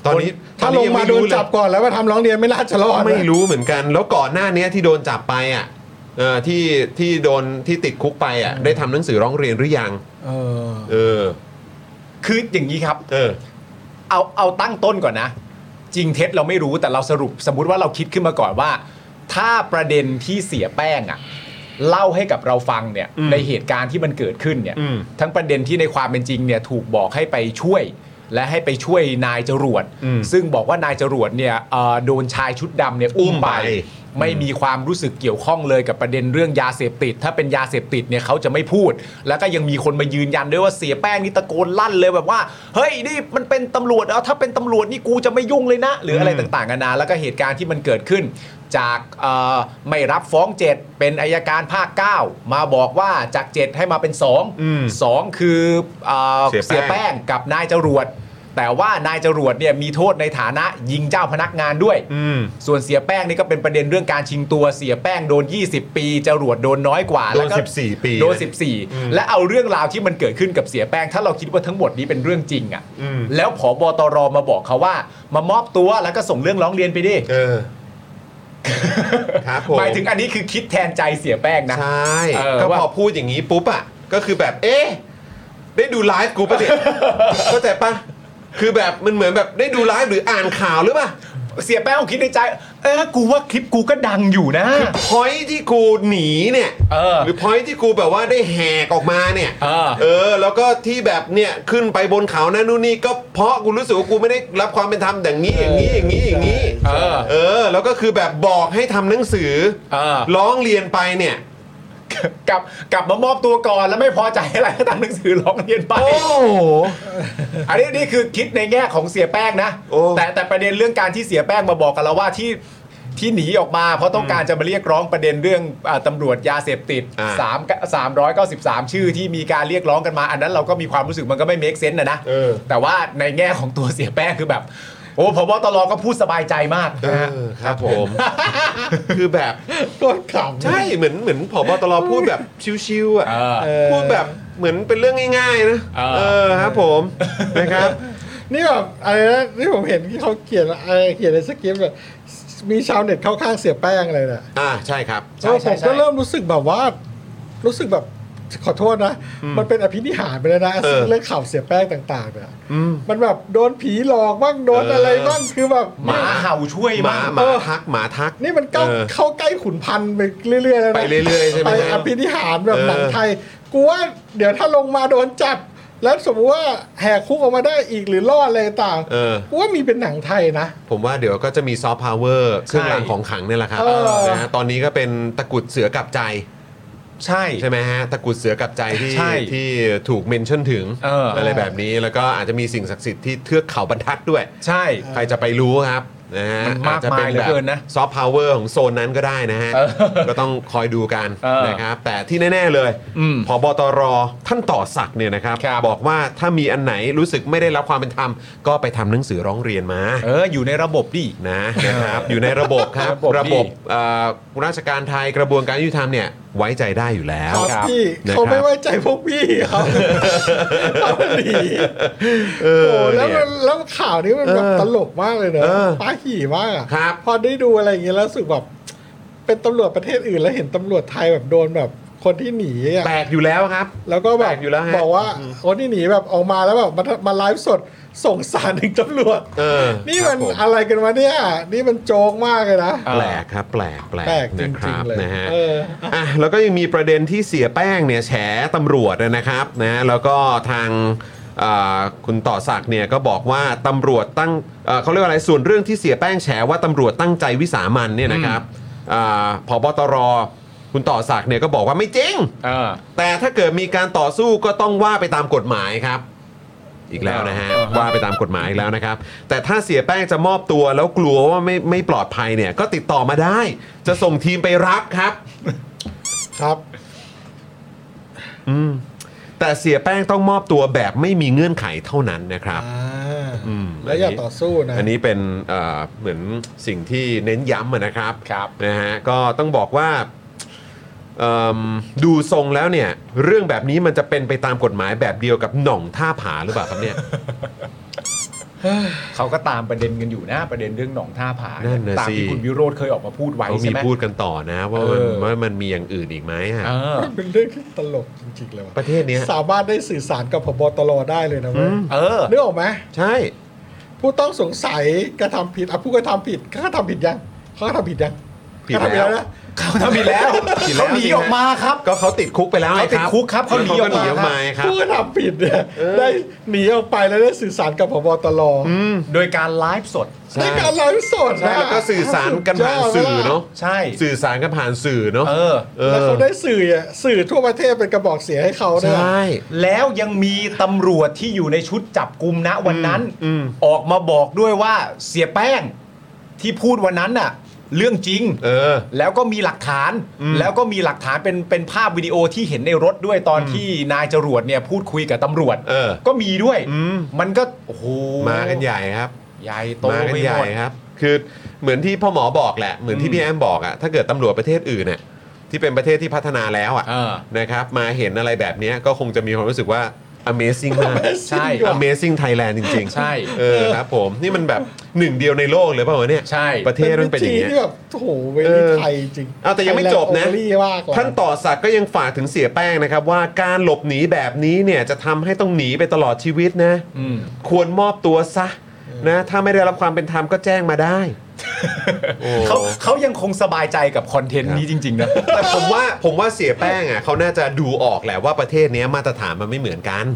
B: ตอนนี้ตอ
E: ถ้า
B: น
E: ล
B: นี้
E: ง
B: ยัง
E: มา
B: ไม่
E: โด
B: รู้
E: น
B: เลย
E: จับก่อนแล้วมาทำร้องเรียนไม่น่าจะรอดนะ
B: ไม่รู้เหมือนกัน แล้วก่อนหน้านี้ที่โดนจับไปอ่ะเออที่ที่โดนที่ติดคุกไปอ่ะได้ทำหนังสือร้องเรียนหรือยัง
E: เออ
B: เออ
C: คืออย่างนี้ครับ
B: เออ
C: เอาเอาตั้งต้นก่อนนะ จริงเท็จเราไม่รู้แต่เราสรุปสมมติว่าเราคิดขึ้นมาก่อนว่า ถ้าประเด็นที่เสียแป้งอะเล่าให้กับเราฟังเนี่ยในเหตุการณ์ที่มันเกิดขึ้นเนี่ย
B: อืม
C: ทั้งประเด็นที่ในความเป็นจริงเนี่ยถูกบอกให้ไปช่วย และให้ไปช่วยนายจรวดซึ่งบอกว่านายจรวดเนี่ยเอ่อโดนชายชุดดำเนี่ยอุ้มไป ไม่มีความรู้สึกเกี่ยวข้องเลยกับประเด็นเรื่องยาเสพติด ถ้าเป็นยาเสพติดเนี่ยเขาจะไม่พูด แล้วก็ยังมีคนมายืนยันด้วยว่าเสียแป้งนี่ตะโกนลั่นเลยแบบว่า เฮ้ยนี่มันเป็นตำรวจเอาถ้าเป็นตำรวจนี่กูจะไม่ยุ่งเลยนะ หรืออะไรต่างๆกันานาแล้วก็เหตุการณ์ที่มันเกิดขึ้น จากเอ่อไม่รับฟ้องเจ็ดเป็นอายการภาค 9 มาบอกว่าจากเจ็ดให้มาเป็นสองสองคือเอ่อ
B: เสียแป้ง
C: เสียแป้งกับนายจรวดแต่ว่านายจรวดเนี่ยมีโทษในฐานะยิงเจ้าพนักงานด้วย
B: อืม
C: ส่วนเสียแป้งนี่ก็เป็นประเด็นเรื่องการชิงตัวเสียแป้งโดน 20 ปีจรวดโดนน้อยกว่า
B: โดน
C: แล้วก็
B: 14ปี
C: โดน 14 และเอาเรื่องราวที่มันเกิดขึ้นกับเสียแป้ง ถ้าเราคิดว่าทั้งหมดนี้เป็นเรื่องจริงอะ่ะ
B: อืม
C: แล้วผอบตรมาบอกเขาว่ามามอบตัวแล้วก็ส่งเรื่องร้องเรียนไปดิ
B: เอ อ ครับผม
C: หมายถึงอันนี้คือคิดแทนใจเสียแป้งนะ
B: ใช่
C: เออ
B: ก็
C: ว่า
B: พอพูดอย่างนี้ปุ๊บอ่ะก็คือแบบเอ๊ะได้ดูไลฟ์กูปะเนี่ย เข้าใจปะคือแบบมันเหมือนแบบได้ดูไลฟ์หรืออ่านข่าวหรือปะ
C: เสียแป้งคงคิดในใจ เออกูว่าคลิปกูก็ดังอยู่นะ
B: พอยที่กูหนีเนี่ย
C: เออ
B: หรือพอยที่กูแบบว่าได้แหกออกมาเนี่ย
C: เออ
B: อแล้วก็ที่แบบเนี่ยขึ้นไปบนเขานั่นนู่นนี่ก็เพราะกูรู้สึกว่ากูไม่ได้รับความเป็นธรรมอย่างนี้อย่างนี้อย่างนี้อย่างนี้
C: เออ
B: เออ แล้วก็คือแบบบอกให้ทำหนังสือ
C: เออ
B: ร้องเรียนไปเนี่ย
C: กลับกลับมามอบตัวก่อนแล้วไม่พอใจอะไรก็ทำหนังสือร้องเรียนไป
B: โอ้โห
C: อันนี้นี่คือคิดในแง่ของเสียแป้งนะ
B: โอ้
C: แต่แต่ประเด็นเรื่องการที่เสียแป้งมาบอกกับเราว่าที่ที่หนีออกมา เพราะต้องการจะมาเรียกร้องประเด็นเรื่องอาตำรวจยาเสพติด3 393 ชื่อที่มีการเรียกร้องกันมา อันนั้นเราก็มีความรู้สึกมันก็ไม่เมคเซนต์นะนะแต่ว่าในแง่ของตัวเสียแป้งคือแบบ โอ้พบตรก็พูดสบายใจมาก
B: เอ
C: นะฮะ
B: อครับผม คือแบบ
E: โดนขำ
B: ใช่เหมือนเหมือนผบตรพูดแบบชิวๆอ่ะ
C: เออ
E: เออ
B: พูดแบบเหมือนเป็นเรื่องง่ายๆนะ
C: เออ
B: เออครับผม นะครับ
E: นี่แบบอะไรนะนี่ผมเห็นที่เขาเขียนอะไรเขียนในสคริปต์แบบมีชาวเน็ตเข้าข้างเสียแป้งอะไรน่ะ
B: อ่าใช่ครับ
C: ใช่
E: แล้ว
C: ใช่
E: ผม
C: ใช่
E: ก็เริ่มรู้สึกแบบว่า รู้สึกแบบขอโทษนะ มันเป็นอภินิหารไปแล้วนะ
B: เออ
E: เรื่องข่าวเสียแป้งต่างๆเนี่ยมันแบบโดนผีหลอกบ้างโดนอะไร
B: เออ
E: บ้างคือแบบ
C: หมาเห่าช่วย
B: ห
C: มา
B: าก ห
C: ม
B: มาทักหมาทัก
E: นี่มันเข้า
B: เออ
E: เข้าใกล้ขุนพันธุ์ไปเรื่อยๆแล้วนะ
B: ไปเรื่อยๆใช่ไหม
E: ปอภินิหารแบบ
B: เออ
E: หนังไทยกูว่าเดี๋ยวถ้าลงมาโดนจับ แล้วสมมติว่าแหกคุกออกมาได้อีกหรือรอดอะไรต่าง
B: เออ
E: กูว่ามีเป็นหนังไทยนะ
B: ผมว่าเดี๋ยวก็จะมีซอฟต์พาวเวอร์เครื่องรางของขลังเนี่ยแหละครับ
E: เออ
B: นะฮะตอนนี้ก็เป็นตะกรุดเสือกลับใจ
C: ใช่
B: ใช่ไหมฮะตะกรุดเสือกลับใจที่
C: ใช่
B: ที่ถูกเมนชั่นถึง
C: เอออ
B: อะไรแบบนี้แล้วก็อาจจะมีสิ่งศักดิ์สิทธิ์ที่เทือกเขาบรรทัดด้วย
C: ใช่
B: ใครจะไปรู้ครับนะฮะ
C: มันมาก
B: อจจะ
C: มายเหลือเกินนะ
B: ซอฟต์พาวเวอร์ของโซนนั้นก็ได้นะฮะ
C: เออ
B: ก็ต้องคอยดูกัน
C: เออ
B: นะครับ แต่ที่แน่ ๆ เลย
C: อืม
B: พอบตรท่านต่อศักดิ์เนี่ยนะครับ
C: ครับ
B: บอกว่าถ้ามีอันไหนรู้สึกไม่ได้รับความเป็นธรรม ก็ไปทำหนังสือร้องเรียนมา
C: เอออยู่ในระบบดิ
B: นะนะครับ อยู่ในระบบครับ ระ
C: ระ
B: บบ บบ เอ่อราชการไทยกระบวนการยุติธรรมเนี่ยไว้ใจได้อยู่แล้ว
E: ครับ
C: ครับ
E: พี่
B: นะครับ
E: เขาไม่ไว้ใจพวกพี่ เขาเขาหนี
B: เอ
E: โอ้
B: อ
E: แล้ว
B: เนี่
E: มั
B: ย
E: นแล้วข่าวนี้มันแบบ
B: เออ
E: ตลกมากเลยเนอะ
B: เออ
E: ป้าขี่มากอะ
B: ครับ
E: พอได้ดูอะไรอย่างเงี้ยแล้วรู้สึกแบบเป็นตำรวจประเทศอื่นแล้วเห็นตำรวจไทยแบบโดนแบบคนที่หนีอะ
B: แตกอยู่แล้วครับ
E: แล้วก็แบบ
B: แปลกอยู่แล้วฮะ
E: บอกว่าคนที่หนีแบบออกมาแล้วแบบมามาไลฟ์สดส่งสารถึงตำรวจ
B: เออ
E: นี่มัน
B: ครับผ
E: อะไรกันวะเนี่ย นี่มันโจงมากเลยนะ
B: แปลกครับแปลกแปลก
E: แปลกจ
B: นะค
E: ริง
B: รับ
E: ๆเลย
B: นะฮะ
E: เออ
B: อ่ะแล้วก็ยังมีประเด็นที่เสียแป้งเนี่ยแฉตำรวจนะครับนะแล้วก็ทางอ่าคุณต่อศักดิ์เนี่ยก็บอกว่าตำรวจตั้งเอ่อเขาเรียกว่าอะไรส่วนเรื่องที่เสียแป้งแฉว่าตำรวจตั้งใจวิสามันเนี่ยนะครับอาพบตรคุณต่อศักดิ์เนี่ยก็บอกว่าไม่จริง
C: เออ
B: แต่ถ้าเกิดมีการต่อสู้ก็ต้องว่าไปตามกฎหมายครับ อีกแล้วนะฮะ ว่าไปตามกฎหมายอีกแล้วนะครับ แต่ถ้าเสียแป้งจะมอบตัวแล้วกลัวว่าไม่ไม่ปลอดภัยเนี่ย ก็ติดต่อมาได้ จะส่งทีมไปรับครับ
E: ครับ
B: แต่เสียแป้งต้องมอบตัวแบบไม่มีเงื่อนไขเท่านั้นนะครับ
E: อ่า
B: อืม
E: แล้วอย่าต่อสู้นะ
B: อันนี้เป็นเอ่อเหมือนสิ่งที่เน้นย้ำอะนะครับ
C: ครับ
B: นะฮะก็ต้องบอกว่าเอิ่มดูทรงแล้วเนี่ย เรื่องแบบนี้มันจะเป็นไปตามกฎหมายแบบเดียวกับหน่องท่าผาหรือเปล่าครับเนี่ย
C: เขาก็ตามประเด็นกันอยู่นะประเด็นเรื่องหนองท่าผา
B: นั่นน่ะ
C: ตาม
B: สิ
C: ที่คุณวิโรธเคยออกมาพูดไว้
B: เขา
C: ใช่
B: มี
C: ไหม
B: พูดกันต่อนะ ว่ามัน
C: เออ
B: ว่ามันมีอย่างอื่นอีกไหมอะ
C: เออ
E: เป็นเรื่องที่ตลกจริงๆเลยว่ะ
B: ประเทศเนี้ย
E: สามารถได้สื่อสารกับพบตรได้เลยนะเว้ย
C: เออ
E: นึกออกไหม
B: ใช่
E: ผู้ต้องสงสัยกระทำผิดอ่ะผู้กระทำผิดเขากระทำผิดยังเขากระทำผิดยัง
B: ผิดแล้ว
E: เขาทำผิดแล้วนะ
C: เขาทำผิดแล้ว
B: ผิดแล้ว
C: เขาหนีออกมาครับ
B: ก็เขาติดคุกไปแล้วไง
C: เขาติด
B: รับ
C: คุกครับเขาหนี
B: ก็หนีอ
C: อ
B: อ
C: อก ก
B: มา
C: มา
B: ครับ
E: ผู้กระทำผิดเนี่ยได้หนีออกไปแล้วได้สื่อสารกับพบตร
C: โดยการไลฟ์สด
B: ใช่
E: ได้การไลฟ์สด
B: ใช่
E: นะ
B: แล้วก็สื่อสารกันผ่านสื่อเนาะ
C: ใช่
B: สื่อสารกันผ่านสื่อเนาะ
C: เออ
B: เอ
E: แล้ว
B: อ
E: เขาได้สื่ออ่ะสื่อทั่วประเทศเป็นกระบอกเสียงให้เขา
B: ใช
E: นะ
B: ่
C: แล้วยังมีตำรวจที่อยู่ในชุดจับกลุ่มณวันนั้น ออกมาบอกด้วยว่าเสียแป้งที่พูดวันนั้นน่ะ เรื่องจริง
B: เออ
C: แล้วก็มีหลักฐาน แล้วก็มีหลักฐานเป็นเป็นภาพวิดีโอที่เห็นในรถด้วยตอนที่นายจรวดเนี่ยพูดคุยกับตำรวจ
B: เออ
C: ก็มีด้วย
B: อืม
C: มันก็โอ้โห
B: มากันใหญ่ครับ
C: ใหญ่โต
B: มากัน
C: ไป
B: ใหญ่
C: หมด
B: ครับ คือเหมือนที่พ่อหมอบอกแหละ เหมือนที่พี่แอมบอกอะถ้าเกิดตำรวจประเทศอื่นเนี่ยที่เป็นประเทศที่พัฒนาแล้วอะ
C: เออ
B: นะครับ มาเห็นอะไรแบบเนี้ยก็คงจะมีความรู้สึกว่า Amazing มาก
C: ใช่
B: Amazing Thailand จริงๆ
C: ใช่
B: เออครับผม นี่มันแบบหนึ่งเดียวในโลกเลยเปล่าวะเนี่ย
C: ใช่
B: ประเทศมันเป็นอย่าง
E: วิ
B: เงี้ย
E: ธีที่แบบโอ้โหเว
B: เอ
E: ลี
B: อ
E: ไทยจริง
B: เอาแต่ยังไม่จบนะ
E: ไทยแลด์โอเวอรี่มากกว่า
B: ท่านต่อสักดิ์ก็ยังฝากถึงเสียแป้งนะครับ ว่าการหลบหนีแบบนี้เนี่ยจะทำให้ต้องหนีไปตลอดชีวิตนะ
C: อืม
B: ควรมอบตัวซะนะถ้าไม่ได้รับความเป็นธรรมก็แจ้งมาได้
C: เขาเขายังคงสบายใจกับคอนเทนต์นี้จริง ๆ นะ
B: แต่ผมว่าผมว่าเสียแป้งอ่ะเขาน่าจะดูออกแหละว่าประเทศเนี้ยมาตรฐานมันไม่เหมือนกัน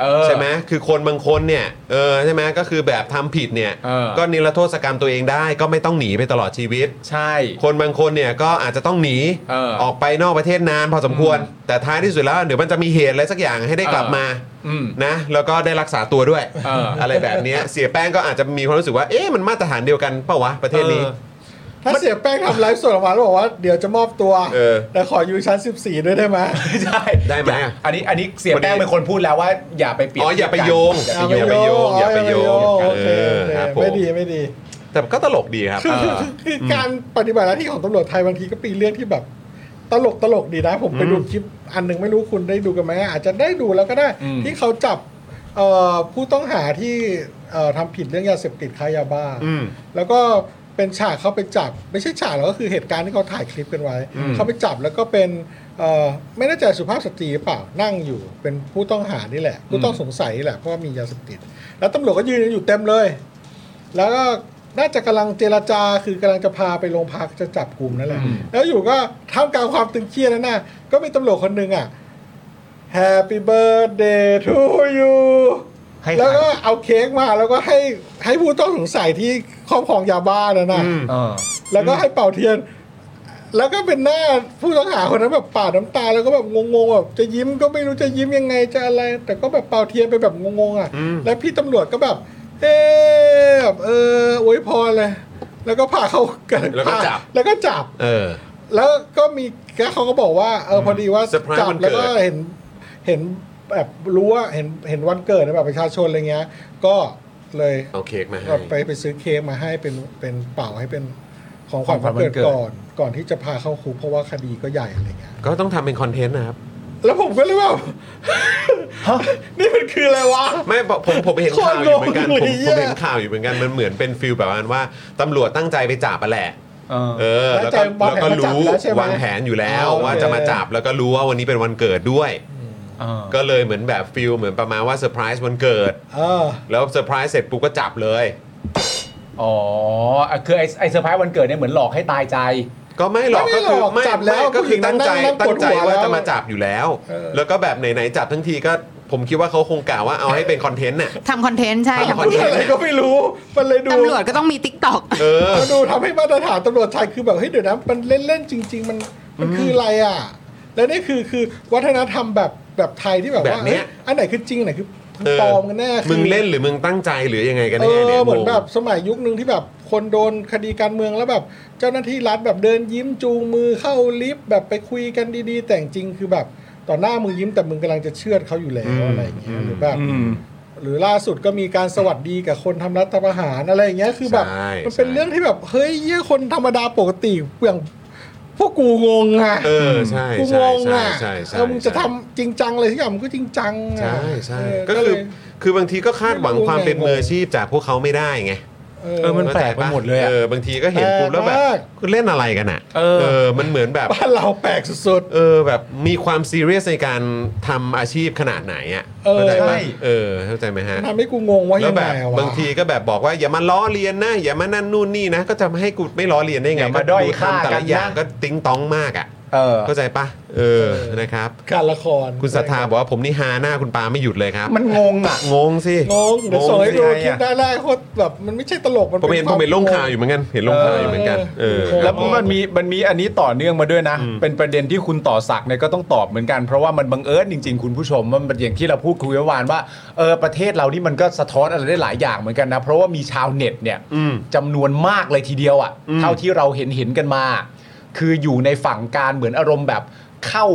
C: เออ
B: ใช่ไหมคือคนบางคนเนี่ยเออใช่ไหมก็คือแบบทำผิดเนี่ย
C: เออ
B: ก็นิรโทษกรรมตัวเองได้ก็ไม่ต้องหนีไปตลอดชีวิต
C: ใช่
B: คนบางคนเนี่ยก็อาจจะต้องหนี
C: เออ
B: ออกไปนอกประเทศนานพอสมควร แต่ท้ายที่สุดแล้วเดี๋ยวมันจะมีเหตุอะไรสักอย่างให้ได้กลับ
C: เออ
B: มา
C: อืม
B: นะแล้วก็ได้รักษาตัวด้วย
C: เอออ
B: ไรแบบเนี้ย เสียแป้งก็อาจจะมีความรู้สึกว่าเอ๊ะมันมาตรฐานเดียวกันเปล่าวะประเทศนี้
C: ออ
E: ถ้าเสียแป้งทำไลฟ์สดออกมาแล้วบอกว่าเดี๋ยวจะมอบตัว
B: เออ
E: แต่ขออยู่ชั้น 14 ด้วยได้ไหม
C: ใช่
B: ได้ไหม
C: อย่าอันนี้อันนี้เสียแป้งเป็นคนพูดแล้วว่าอย่าไปเปรียบ
B: อ๋ออย่าไปโยง
C: อย่า
E: เอา
C: ไป
B: ไป
C: โยง
B: โยงอย่าไปโยง
E: เอาไปโยงโอเค
B: เออ
E: โอเค
B: ครับผม
E: ไม่ดีไม่ดี
B: แต่ก็ตลกดีครับ
E: คือคือคือการปฏิบัติหน้าที่ของตำรวจไทยบางทีก็ปีเรื่องที่แบบ ตลกตลกดีนะ ผมไปดูคลิปอันหนึ่งไม่รู้คุณได้ดูกันไหมอาจจะได้ดูแล้วก็ได้
C: อืม
E: ที่เขาจับเอ่อผู้ต้องหาที่เอ่อทำผิดเรื่องยาเสพติดค้ายาบ้า
B: อืม
E: แล้วก็เป็นฉากเขาไปจับ ไม่ใช่ฉากหรอกก็คือเหตุการณ์ที่เขาถ่ายคลิปกันไว้
B: อืม
E: เขาไปจับแล้วก็เป็นเอ่อไม่แน่ใจสุภาพสตรีหรือเปล่านั่งอยู่ เป็นผู้ต้องหานี่แหละ ผู้ต้องสงสัยนี่แหละเพราะว่ามียาเสพติด แล้วตำรวจก็ยืนอยู่เต็มเลย แล้วก็น่าจะกำลังเจรจาคือกำลังจะพาไปโรงพักจะจับกลุ่มนั่นแหละ
C: อืม
E: แล้วอยู่ก็ท่ามกลางความตึงเครียดนั้นน่ะก็มีตำรวจคนหนึ่งอ่ะ Happy birthday to you
C: ให้
E: แล้วก็
C: ใคร
E: เอาเค้กมาแล้วก็ให้ให้ผู้ต้องสงสัยที่ครอบครองยาบ้านะนะ
C: เออ
E: แล้วก็ให้เป่าเทียน แล้วก็เป็นหน้าผู้ต้องหาคนนั้นแบบปาดน้ำตาแล้วก็แบบงงๆแบบจะยิ้มก็ไม่รู้จะยิ้มยังไงจะอะไร แต่ก็แบบเป่าเทียนไปแบบงงๆอ่ะแล้วพี่ตำรวจก็แบบเอ๊ะแบบเอออวยพรเลยแล้วก็พาเขา
B: แล้วก็จับ
E: แล้วก็จับ
B: เออ
E: แล้วก็มีแล้วเขาก็บอกว่าเออพอดีว่า
B: เซอร์ไพรส์
E: จั
B: วันเกิด
E: แล้วก็เห็นเห็นแบบรู้ว่าเห็นเห็นวันเกิดในแบบประชาชนอะไรเงี้ย ก็เลย
B: เอาเค้กมาให้
E: แบบไปไปซื้อเค้กมาให้เป็นเป็นเป่าให้เป็นของขวัญ
C: ขอ
E: วั
C: งขวัญ
E: น
C: วัน
E: เกิด
C: เกิด
E: ก่อน ก่อนที่จะพาเข้าคุกเพราะว่าคดีก็ใหญ่อะไรเงี้ย
B: ก็ต้องทำเป็นคอนเทนต์นะครับ
E: แล้วผมก็เลยแบบ นี่มันคืออะไรวะ
B: ไม่ผมผมผมเห็นข่าวอยู่เหมือนกัน
E: โคตร
B: ผ
E: โล
B: ม
E: ก
B: ผ
E: เลยอะ
B: มเห็นข่าวอยู่เหมือนกันมันเหมือนเป็นฟิลแบบว่าตำรวจตั้งใจไปจับไปแหละ
C: เออ
B: เออ แล้วก็แล้วก็รู้วางแผนอยู่แล้วว่าจะมาจับแล้วก็รู้ว่าวันนี้เป็นวันเกิดด้วย
C: เออ
B: ก็เลยเหมือนแบบฟิลเหมือนประมาณว่าเซอร์ไพรส์วันเกิด
E: เออ
B: แล้วเซอร์ไพรส์เสร็จปุ๊บก็จับเลย
C: อ๋ออ่ะคือไอ้ไอ้เซอร์ไพรส์วันเกิดเนี่ยเหมือนหลอกให้ตายใจ
B: ก็ไม่หรอก
E: ไม่
B: ก็คือ
E: หรอกจับแล้ว
B: ไม่ก็คือตั้งใจ
E: ผู้หญิงนั่งนั่ง
B: ตั้
E: ปว
B: ง
E: ดหัว
B: ใจว่า
E: แล้ว
B: จะมาจับอยู่แล้ว
E: เออ
B: แล้วก็แบบไหนๆจับทั้งทีก็ผมคิดว่าเขาคงกล่าวว่าเอาให้เป็นคอนเทนต์ น่ะ
J: ทำคอนเทนต์ใช่
B: ทำค
J: ทำค
B: อ
J: อน น
B: เทน
J: เท
B: ต์
J: นต์
E: อะไรก็ไม่รู้มันเลยดู
J: ตำรวจก็ต้องมีติ๊กต็อก
B: เออ
E: มาดูทำให้มาตรฐานตำรวจไทยคือแบบเฮ้ยเดี๋ยวนะมันเล่นเล่นๆจริง ๆ มันมันคืออะไรอ่ะ แล้วนี่คือคือวัฒนธรรมแบบแบบไทยที่แบบ
B: แบ
E: ว่า
B: บเนี้ย
E: เฮ้ยอันไหนคือจริงอันไหนคือ
B: เ
E: ปลอมกันแน่คือ
B: มึงเล่นหรือมึงตั้งใจหรือยังไงกัน
E: เอ
B: แน่เนี่ย
E: อเหมือน
B: งง
E: แบบสมัยยุคนึงที่แบบคนโดนคดีการเมืองแล้วแบบ เจ้าหน้าที่รัฐแบบเดินยิ้มจูงมือเข้าลิฟต์แบบไปคุยกันดีๆ แต่จริงๆคือแบบต่อหน้ามึงยิ้มแต่มึงกำลังจะเชื่อดเขาอยู่แล้วอะไรอย่างเงี้ยหรือแบบ หรือล่าสุดก็มีการสวัสดีกับคนทำรัฐประหารอะไรอย่างเงี้ยคือแบบ
B: ใช่
E: มันเป็น
B: ใช่
E: เรื่องที่แบบเฮ้ยเยี่ยคนธรรมดาปกติเปลืองพวกกูงงอ่ะ
B: เออใช่
E: กูง
B: ใช่
E: ง
B: ใช่
E: อ่ะ
B: ใช่ใช่
E: เออมึงจะทำจริงจังเลยที่อย่างมึงก็จริงจังอ่ะ
B: ใช่ใช่ก็คือ
E: เเลย
B: คือบางทีก็คาดหวังความเป็นมืออาชีพจากพวกเขาไม่ได้ไง
E: เอ
C: เออ
E: อ
C: มันแปลกไปหมดเลย
B: เอ
C: อะ
B: อบางทีก็เห็นปุ๊บแล้วแบบ
E: แปลกมาก
B: คุณเล่นอะไรกันอ่ะ
C: เออ
B: มันเหมือนแบบ
E: บ้านเราแปลกสุด
B: เออแบบมีความซีเรียสในการทำอาชีพขนาดไหนอ่ะ
E: เออ
B: เข้าใจไหม
E: ใช่
B: เออเข้าใจไหมฮะ
E: ๆทำให้กูงงว่า
B: แล้
E: ยั
B: ว
E: ง
B: แบ
E: ไง
B: บ
E: วะ
B: บางทีก็แบบบอกว่าอย่ามาล้อเลียนนะ อย่ามานั่นนู่นนี่นะ ก็จะให้กูไม่ล้อเลียนได้ไง
C: อย่ามาด้อยค่า
B: ทำแต่
C: กั
B: ละ
C: นนะ
B: อย่างก็ติ้งต้องมากอ่ะ
C: เออ
B: เข้าใจปะเออนะครับ
E: การละคร
B: คุณศรัทธาบอกว่าผมนี่ฮาหน้าคุณปาไม่หยุดเลยครับ
C: มันงงอ่ะ
B: งงสิ
E: งงเดี๋ยวส่งให้
B: สิ
E: ดู
C: งงสิ
E: คลิปได้ได้โคตรแบบมันไม่ใช่ตลกมัน
B: ผมเห็น
E: ป็
B: ผ
E: ความ
B: เห็นลงข่าวอยู่เหมือนกันเห็นลงข่าวอยู่เหมือนกันเออครับ
C: แล้วมันมีมันมีอันนี้ต่อเนื่องมาด้วยนะ เป็นประเด็นที่คุณต่อศักดิ์เนี่ยก็ต้องตอบเหมือนกัน เพราะว่ามันบังเอิญจริง ๆ คุณผู้ชมว่ามันอย่างที่เราพูดคุยเมื่อวานว่าเออประเทศเรานี่มันก็สะท้อนอะไรได้หลายอย่างเหมือนกันนะ เพราะว่ามีชาวเน็ตเนี่ยจำนวนมากเลยทีเดียวอ่ะเท่าที่เราเห็นเห็นกันมา คืออยู่ในฝั่งการเหมือนอารมณ์แบบเข้า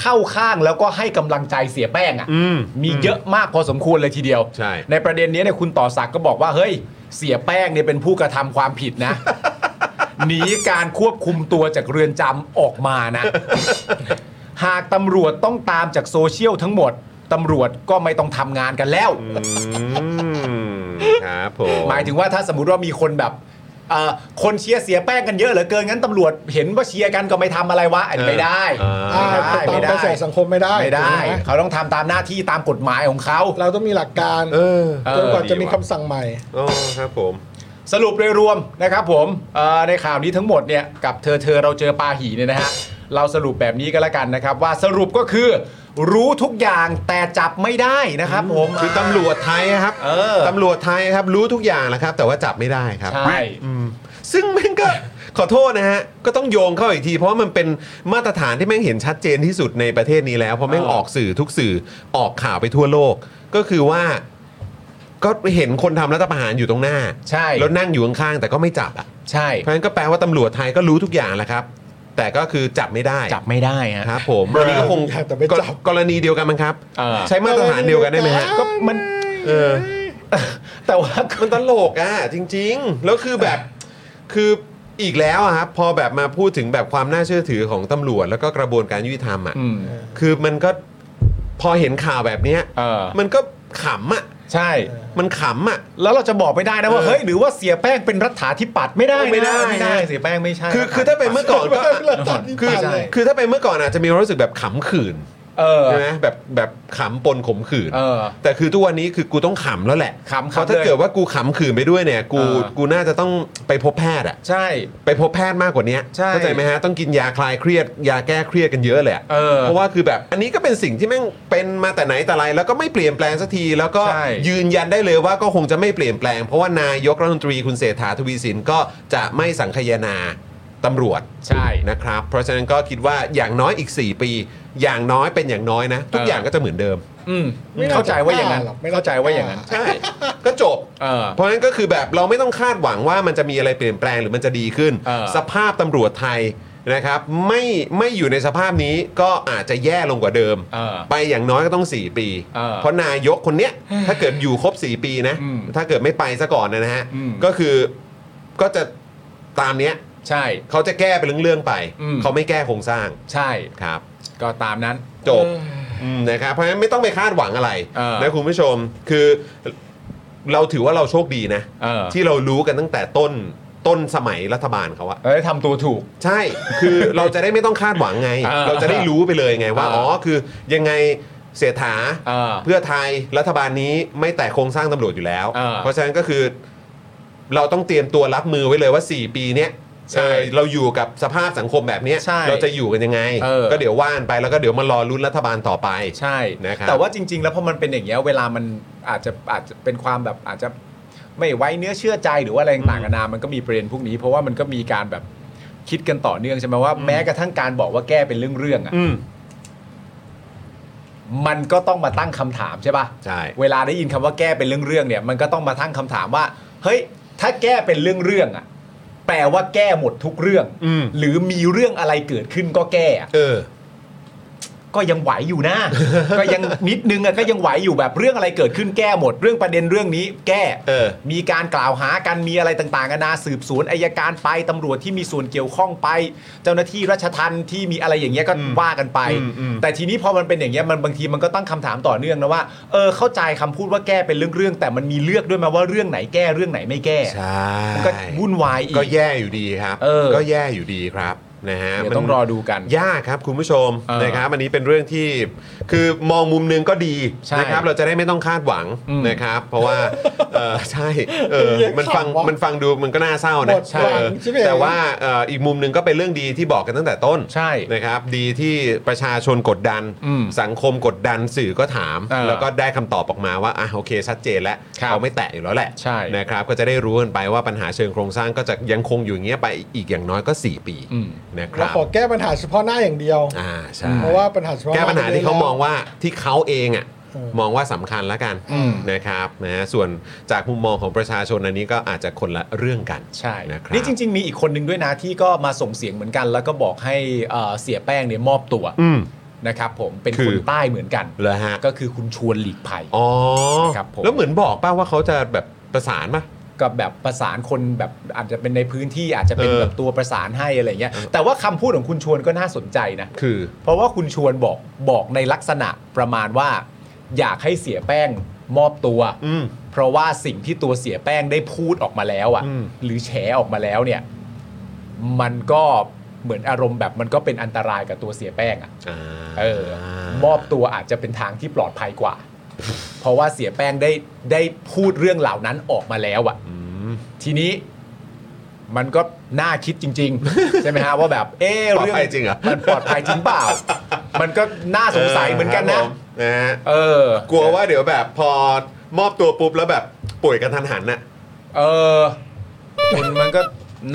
C: เข้าข้างแล้วก็ให้กำลังใจเสียแป้งอ่ะ
B: อืม
C: มีเยอะมากพอสมควรเลยทีเดียว
B: ใช่
C: ในประเด็นนี้เนี่ยคุณต่อศักดิ์ก็บอกว่าเฮ้ย เสียแป้งเนี่ยเป็นผู้กระทำความผิดนะ หนีการควบคุมตัวจากเรือนจำออกมานะ หากตำรวจต้องตามจากโซเชียลทั้งหมดตำรวจก็ไม่ต้องทำงานกันแล้ว
B: อืมครับผม
C: หมายถึงว่าถ้าสมมติว่ามีคนแบบเอ่อคนเชียร์เสียแป้งกันเยอะเหลือเกินงั้นตำรวจเห็นว่าเชียร์กันก็ไม่ทำอะไรวะอันนี้ไม่ได้
B: อ่า
E: อ่า
C: ไม่ได้
E: ตาม
C: ไม่
E: ก
C: ได้
E: ระแสสังคมไม่ได้
C: ไม่ได้
E: ถูกหม
C: เขาต้องทำตามหน้าที่ตามกฎหมายของเขา
E: เราต้องมีหลักการ
B: เออ
C: เออ
E: จนกว่าจะมีคำสั่งใหม่
B: โอ้ครับผม
C: สรุปโดยรวมนะครับผมเอ่อในข่าวนี้ทั้งหมดเนี่ยกับเธอเธอเราเจอปาหีเนี่ยนะฮะเราสรุปแบบนี้ก็แล้วกันนะครับว่าสรุปก็คือ รู้ทุกอย่างแต่จับไม่ได้นะครับผม
B: คือตำรวจไทยครับ
C: เออ
B: ตำรวจไทยครับรู้ทุกอย่างแล้วครับ แต่ว่าจับไม่ได้ครับ
C: ใช่
B: ซึ่งแม่งก็ ขอโทษนะฮะ ก็ต้องโยงเข้าอีกที เพราะว่ามันเป็นมาตรฐานที่แม่งเห็นชัดเจนที่สุดในประเทศนี้แล้ว เพราะแม่งออกสื่อทุกสื่อออกข่าวไปทั่วโลก ก็คือว่า ก็เห็นคนทำรัฐประหารอยู่ตรงหน้า
C: ใช่
B: แล้วนั่งอยู่ข้างๆแต่ก็ไม่จับอ่ะ
C: ใช่
B: เพราะฉะนั้นก็แปลว่าตำรวจไทยก็รู้ทุกอย่างแหละครับ แต่ก็คือจับไม่ได้
C: จับไม่ได้ฮะ
B: ครับ ผมกรณีก็คง
E: แต่ไม่จับ
B: กรณีเดียวกันมั้งครับ
C: เออ
B: ใช้มาตรฐานเดียวกันได้ไหมฮะ
C: ก็มัน
B: เออ
C: แต่ว่า
B: มันตลกอ่ะจริง ๆ แล้วคือแบบคืออีกแล้วอะครับพอแบบมาพูดถึงแบบความน่าเชื่อถือของตำรวจแล้วก็กระบวนการยุติธรรมอ่ะ
C: อืม
B: คือมันก็พอเห็นข่าวแบบเนี้ย
C: เออ
B: มันก็ขำอ่ะ
C: ใช่
B: มันขำอ่ะ
C: แล้วเราจะบอกไม่ได้นะว่า
B: เออ
C: เฮ้ยหรือว่าเสียแป้งเป็นรัฐาธิปัตย์ไม่ได้นะ
B: ไม่ได้นะ
C: ไม่ได้เสียแป้งไม่ใช่
B: คือคือถ้าเป็นเมื่อก่อนก็คือ
C: ใช่
B: คือถ้าเป็นเมื่อก่อนอาจจะมีความรู้สึกแบบขำขื่น
C: เออ
B: ใช่ไหมแบบแบบขำปนขมขื่น
C: เออ
B: แต่คือทุกวันนี้คือกูต้องขำแล้วแหละ
C: ขำๆ
B: เพราะถ้าเกิดว่ากูขำขื่นไปด้วยเนี่ยกู
C: เออ
B: กูน่าจะต้องไปพบแพทย์อ่ะ
C: ใช่
B: ไปพบแพทย์มากกว่านี้
C: ใช่
B: เข้าใจไหมฮะ ต้องกินยาคลายเครียด ยาแก้เครียดกันเยอะเลยะ
C: เออ
B: เพราะว่าคือแบบอันนี้ก็เป็นสิ่งที่แม่งเป็นมาแต่ไหนแต่ไร แล้วก็ไม่เปลี่ยนแปลงสักที แล้วก็
C: ใช่
B: ยืนยันได้เลยว่าก็คงจะไม่เปลี่ยนแปลง เพราะว่านายกรัฐมนตรีคุณเศรษฐาทวีสินก็จะไม่สังคายนาตำรวจ
C: ใช่
B: นะครับ เพราะฉะนั้นก็คิดว่าอย่างน้อยอีก 4 ปี อย่างน้อยเป็นอย่างน้อยนะ ทุก
C: เออ
B: อ
C: อ
B: ย่างก็จะเหมือนเดิม
C: อืม
E: ไม่น่าจะ
C: เข้าใจว่าอย่างนั้น
E: กล้าหรอกไม่น่าจะ
C: เข้าใจว่าอย่างนั้น
B: ใช่ ก็จบ
C: เออ
B: เพราะฉะนั้นก็คือแบบเราไม่ต้องคาดหวังว่ามันจะมีอะไรเปลี่ยนแปลงหรือมันจะดีขึ้น
C: เออ
B: สภาพตำรวจไทยนะครับ ไม่ไม่อยู่ในสภาพนี้ก็อาจจะแย่ลงกว่าเดิม
C: เออ
B: ไปอย่างน้อยก็ต้อง 4 ปี
C: เออ
B: เพราะนายกคนเนี้ย ถ้าเกิดอยู่ครบ 4 ปีนะ
C: อืม
B: ถ้าเกิดไม่ไปซะก่อนนะฮะ
C: อืม
B: ก็คือก็จะตามเนี้ย
C: ใช่
B: เขาจะแก้เป็นเรื่องๆไป
C: อืม
B: เขาไม่แก้โครงสร้าง
C: ใช่
B: ครับ
C: ก็ตามนั้น
B: จบมนะครับเพราะฉะนั้นไม่ต้องไปคาดหวังอะไร
C: เออ
B: นะคุณผู้ชมคือเราถือว่าเราโชคดีนะ
C: เออ
B: ที่เรารู้กันตั้งแต่ต้นต้นสมัยรัฐบาลเขาอะ
C: เอ้ยทำตัวถูก
B: ใช่ คือเราจะได้ไม่ต้องคาดหวังไง
C: เออ
B: เราจะได้รู้ไปเลยไงว่า
C: เอออ๋
B: อ๋อคือยังไงเสียถา
C: เออ
B: เพื่อไทยรัฐบาลนี้ไม่แต่โครงสร้างตำรวจอยู่แล้ว
C: เออ
B: เพราะฉะนั้นก็คือ เราต้องเตรียมตัวรับมือไว้เลยว่า 4 ปีเนี้ย
C: ใช่
B: เออเราอยู่กับสภาพสังคมแบบเนี้ย
C: ใช่
B: เราจะอยู่กันยังไง
C: เออ
B: ก็เดี๋ยวว่านไปแล้วก็เดี๋ยวมารอรุ้นรัฐบาลต่อไป
C: ใช่
B: นะครับ
C: แต่ว่าจริง ๆ แล้วพอมันเป็นอย่างเงี้ยเวลามันอาจจะอาจจะเป็นความแบบอาจจะไม่ไว้เนื้อเชื่อใจหรือว่าอะไรต่างๆนานามันก็มีประเด็นพวกนี้ เพราะว่ามันก็มีการแบบคิดกันต่อเนื่องใช่ไหมว่าแม้กระทั่งการบอกว่าแก้เป็นเรื่องๆอ่ะ
B: อืม
C: มันก็ต้องมาตั้งคำถามใช่ป่ะ
B: ใช่
C: เวลาได้ยินคำว่าแก้เป็นเรื่องๆเนี่ย มันก็ต้องมาตั้งคำถามว่า เฮ้ย ถ้าแก้เป็นเรื่องๆอ่ะ แปลว่าแก้หมดทุกเรื่อง หรือมีเรื่องอะไรเกิดขึ้นก็แก้อะ
B: เออ
C: ก็ยังไหวอยู่นะ ก็ยังนิดนึงอะก็ยังไหวอยู่แบบเรื่องอะไรเกิดขึ้นแก้หมด เรื่องประเด็นเรื่องนี้แก้
B: เออ
C: มีการกล่าวหากันมีอะไรต่างๆกันานาสืบสวนอายการไปตำรวจที่มีส่วนเกี่ยวข้องไป เจ้าหน้าที่ราชทันที่มีอะไรอย่างเงี้ยก็ว่ากันไป แต่ทีนี้พอมันเป็นอย่างเงี้ยมันบางทีมันก็ตั้งคำถามต่อเนื่องนะว่าเออเข้าใจคำพูดว่าแก้เป็นเรื่องๆแต่มันมีเลือกด้วยไหมว่าเรื่องไหนแก้เรื่องไหนไม่แก้
B: ใช่
C: มันก็วุ่นวายอีก
B: ก็แย่อยู่ดีครับ
C: เออ
B: ก็แย่อยู่ดีครับนะฮะ
C: เดี๋ยว
B: มัน
C: ต้องรอดูกัน
B: ยากครับคุณผู้ชม
C: เออ
B: นะครับอันนี้เป็นเรื่องที่คือมองมุมหนึงก็ดี
C: ใช่
B: นะครับเราจะได้ไม่ต้องคาดหวัง
C: อืม
B: นะครับ เพราะว่าเออใช่เออ
E: เรื่อง
B: มันฟัง
E: คำว่ามั
B: มันฟังดูมันก็น่าเศร้านะ
E: หมดหวัง
B: เออ
E: ใช่ไหม
B: แต่ว่าเอ่ออีกมุมหนึงก็เป็นเรื่องดีที่บอกกันตั้งแต่ต้น
C: ใช่
B: นะครับ ดีที่ประชาชนกดดัน
C: อืม
B: สังคมกดดันสื่อก็ถาม
C: เออ
B: แล้วก็ได้คำตอบออกมาว่าอ่ะโอเค ชัดเจนแล้ว
C: ครับ
B: เขาไม่แตะอยู่แล้วแหละ
C: ใช่
B: นะครับก็จะได้รู้กันไปว่าปัญหาเชิงโครงสร้างก็จะยังคงอยู่อย่างเงี้ยไปอีกอย่างน้อยก็ 4 ปี
C: อืม
B: นะค
E: เรา
B: รับ
E: ขอแก้ปัญหาเฉพาะหน้าอย่างเดียว
B: อ่าใช่
E: เพราะว่าปัญหาเฉพาะ
B: แก้ปัญหาที่เขามองว่าที่เขาเองอ่ะ
E: เออ
B: มองว่าสำคัญแล้วกัน
C: อืม
B: นะครับนะฮะส่วนจากมุมมองของประชาชนอันนี้ก็อาจจะคนละเรื่องกัน
C: ใช่
B: นะครับ
C: นี่จริง ๆ มีอีกคนหนึ่งด้วยนะที่ก็มาส่งเสียงเหมือนกัน แล้วก็บอกให้เอ่อเสียแป้งเนี่ยมอบตัว
B: อืม
C: นะครับผมเป็น
B: คื
C: ค
B: อ
C: นใต้เหมือนกัน
B: เหรอฮะ
C: ก็คือคุณชวนหลีกภัย
B: อ๋อ
C: ครับผม
B: แล้วเหมือนบอกป้าว่าเขาจะแบบประสานป่ะ
C: กับแบบประสานคนแบบอาจจะเป็นในพื้นที่อาจจะเป็น
B: เออ
C: แบบตัวประสานให้อะไรเงี้ยแต่ว่าคำพูดของคุณชวนก็น่าสนใจนะ
B: คือ
C: เพราะว่าคุณชวนบอกบอกในลักษณะประมาณว่า อยากให้เสียแป้งมอบตัว
B: อืม
C: เพราะว่าสิ่งที่ตัวเสียแป้งได้พูดออกมาแล้วอะ่ะ
B: อืม
C: หรือแฉออกมาแล้วเนี่ย มันก็เหมือนอารมณ์แบบมันก็เป็นอันตรายกับตัวเสียแป้งอะ่ะ
B: อ่า
C: เออ มอบตัวอาจจะเป็นทางที่ปลอดภัยกว่า เพราะว่าเสียแป้งได้ได้พูดเรื่องเหล่านั้นออกมาแล้วอะ่ะ
B: อืม
C: ทีนี้มันก็น่าคิดจริง ๆ ใช่ไหมฮะว่าแบบเออ
B: ปลอดภัยจริงเหรอ
C: มันปลอดภัยจริงเปล่า มันก็น่าสงสัยเหมือนกัน
B: ค
C: นะ
B: รับผมนะฮะ
C: เออ
B: กลัวว่าเดี๋ยวแบบพอมอบตัวปุ๊บแล้วแบบป่วยกันทันหันน่ะ
C: เออคุณมันก็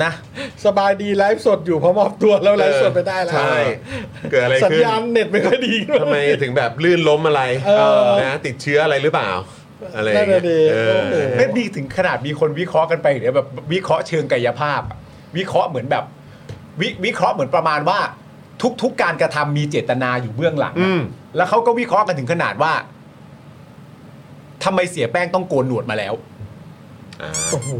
C: นะ
E: สบายดีไลฟ์สดอยู่เพราะมอบตัวแล้วไลฟ์สดไปได้แล้ว
B: ใช่เกิดอะไร
E: สัญ
B: ขึ้น
E: ญาณเน็ตไม่ค่อยดี
B: ทำไมถึงแบบลื่นล้มอะไร
E: เออ
B: นะติดเชื้ออะไรหรือเปล่า อะไรอย่างเงี้ย
E: นั่นน่ะดิ
B: เออ
E: โอ้โห
C: ไม่มีถึงขนาดมีคนวิเคราะห์กันไปเดี๋ยวแบบวิเคราะห์เชิงกายภาพอะวิเคราะห์เหมือนแบบวิวิเคราะห์เหมือนประมาณว่า ทุกๆการกระทำมีเจตนาอยู่เบื้องหลัง
B: อื
C: อะ
B: ม
C: แล้วเขาก็วิเคราะห์กันถึงขนาดว่าทำไมเสียแป้งต้องโกนหนวดมาแล้ว
B: อ่า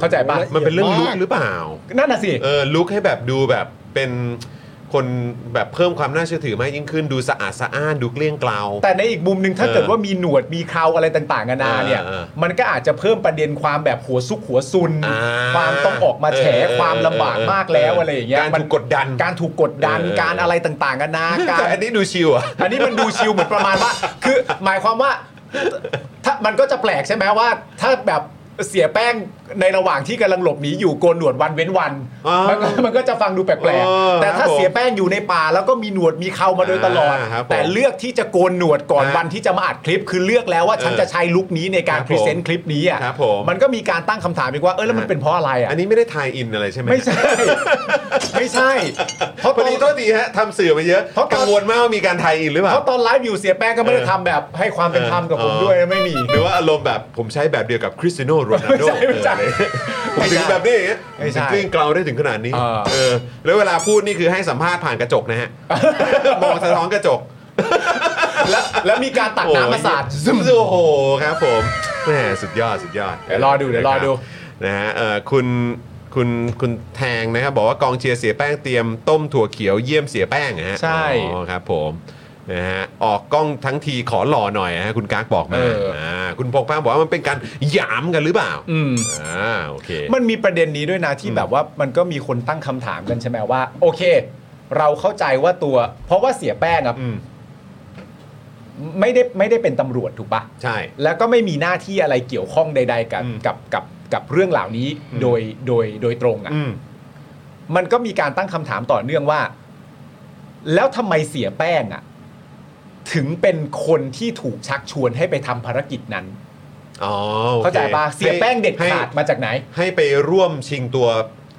C: เข้าใจปะ
B: มันเป็นเรื่องลุกหรือเปล่า
C: นั่นน่ะสิ
B: เออลุกให้แบบดูแบบเป็นคนแบบเพิ่มความน่าเชื่อถือมากยิ่งขึ้นดูสะอาดสะอ้านดูเกลี้ยงเกลา
C: แต่ในอีกมุมหนึ่งถ้า
B: เออ
C: เกิดว่ามีหนวดมีเคราอะไรต่างๆกันานาเนี่ย
B: เออเออ
C: มันก็อาจจะเพิ่มประเด็นความแบบหัวซุกหัวซุน
B: อ่า
C: ความต้องออกมาแฉ
B: เออเออ
C: ความลำบากมากแล้ว
B: เออ
C: อะไรอย่างเงี้ย
B: การ
C: มัน
B: ถูกกดดัน
C: การถูกกดดัน
B: เออ
C: การอะไรต่างๆกันานาการ
B: แต่อันนี้ดูชิวอ่ะ
C: อันนี้มันดูชิลเหมือนประมาณว่า คือหมายความว่า ถ้ามันก็จะแปลกใช่ไหมว่า ถ้าแบบเสียแป้งในระหว่างที่กำลังหลบหนีอยู่โกนหนวดวันเว้นวัน
B: อ๋อ
C: มันก็มันก็จะฟังดูแปลก
B: เออ
C: ๆแต่
B: ครั
C: ถ้า
B: บผม
C: เสียแป้งอยู่ในป่าแล้วก็มีหนวดมีเครามาโดยตลอด
B: อ่าครับผม
C: แต่เลือกที่จะโกนหนวดก่อน
B: ฮะ
C: วันที่จะมาอัดคลิป คือเลือกแล้วว่าฉันจะใช้ลุคนี้ในการ
B: ครับ
C: พรีเซนต์คลิปนี้อ่ะ
B: ครับผม
C: มันก็มีการตั้งคำถามอีกว่าเออแล้วมันเป็นเพราะอะไรอ่ะ
B: อันนี้ไม่ได้ทายอินอะไรใช่ไหม
C: ไม่ใช่ ไม่ใช่เพราะ
B: พอ
C: ตอน
B: ดีโทษทีฮะทำสื่อมาเยอะ
C: เพราะตอน
B: กังวลมากว่ามีการทายอินหรือเปล่า
C: เพราะตอนไลฟ์อยู่เสียแป้งก็ไม่ได้ทำแบบ ให้ความเป็นธรรมกับผมด้วยนะไม่มี
B: หรือว่าอารมณ์แบบผมใช้แบบเดียวกับคริสเตียโนโรนัลโด
C: ไม่ใช่ไม่ใช่
B: ผมถึงแบบนี้อย่างเงี้ย
C: ไม่ใช่
B: ผมถึงกลิ้งเกลาได้ถึงขนาดนี้
C: เออ
B: เออแล้วเวลาพูดนี่คือให้สัมภาษณ์ผ่านกระจกนะ ฮะ มองสะท้อนกระจก
C: แล้วแล้วมีการตักน้ำมาสาด
B: ซึมโอ้โหครับผมแหมสุดยอดสุดยอด
C: เดี๋ยวรอดูเดี๋ยวรอดู
B: นะฮะเอ่อคุณคุณคุณแทงนะครับบอกว่ากองเชียร์เสียแป้งเตรียมต้มถั่วเขียวเยี่ยมเสียแป้งนะฮะ
C: ใช่
B: อ๋อครับผมนะฮะออกกล้องทั้งทีขอหล่อหน่อยนะฮะคุณกากบอกมา
C: เออ
B: ่าคุณพงษ์พังบอกว่ามันเป็นการหยามกันหรือเปล่า
C: อืม
B: อ่าโอเค
C: มันมีประเด็นนี้ด้วยนะที่แบบว่ามันก็มีคนตั้งคำถามกันใช่ไหมว่า โอเค เราเข้าใจว่าตัว เพราะว่าเสียแป้งอะ
B: อืม
C: ไม่ได้ไม่ได้เป็นตำรวจถูกปะ
B: ใช่
C: แล้วก็ไม่มีหน้าที่อะไรเกี่ยวข้องใด ๆ กับ
B: อืม
C: กับกับกับเรื่องเหล่านี้โดยโดยโดยตรงอะ
B: อืม
C: มันก็มีการตั้งคำถามต่อเนื่องว่า แล้วทำไมเสียแป้งอะถึงเป็นคนที่ถูกชักชวนให้ไปทำภารกิจนั้น
B: อ๋อโอค
C: เข้าใจปะเสียแป้งเด็ด
B: ให้
C: ขาดมาจากไหน
B: ให้ไปร่วมชิงตัว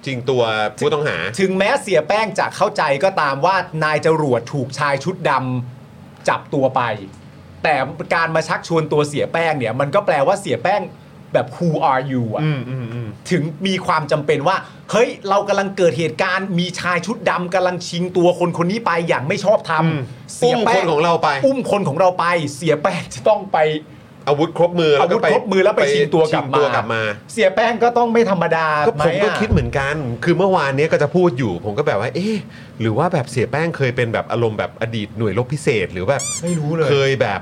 B: ชิงตัวผู้ต้องหา
C: ถึงแม้เสียแป้งจะเข้าใจก็ตามว่านายจรวดถูกชายชุดดำจับตัวไป แต่การมาชักชวนตัวเสียแป้งเนี่ย มันก็แปลว่าเสียแป้ง แบบ who are you อ่ะ
B: อืมอืมอืม
C: ถึงมีความจำเป็นว่า เฮ้ย เรากำลังเกิดเหตุการณ์ มีชายชุดดำกำลังชิงตัวคนคนนี้ไปอย่างไม่ชอบธรรม
B: อืม
C: เสียแป้
B: อุ้มคนของเราไป
C: อุ้มคนของเราไป เสียแป้งจะต้องไป
B: อาวุธครบมือ
C: อา
B: แล้วก็
C: วุธ
B: ไป
C: ครบมือแล้วไปชิงตัวกลับ
B: ชิ
C: มาก
B: ลับมา
C: เสียแป้งก็ต้องไม่ธรรมดา
B: ก็ผมก็
C: ไหอะ
B: คิดเหมือนกัน คือเมื่อวานเนี้ยก็จะพูดอยู่ ผมก็แบบว่า เอ๊ะหรือว่าแบบเสียแป้งเคยเป็นแบบอารมณ์แบบอดีตหน่วยรบพิเศษหรือแบบ
C: ไม่รู้เลย
B: เคยแบบ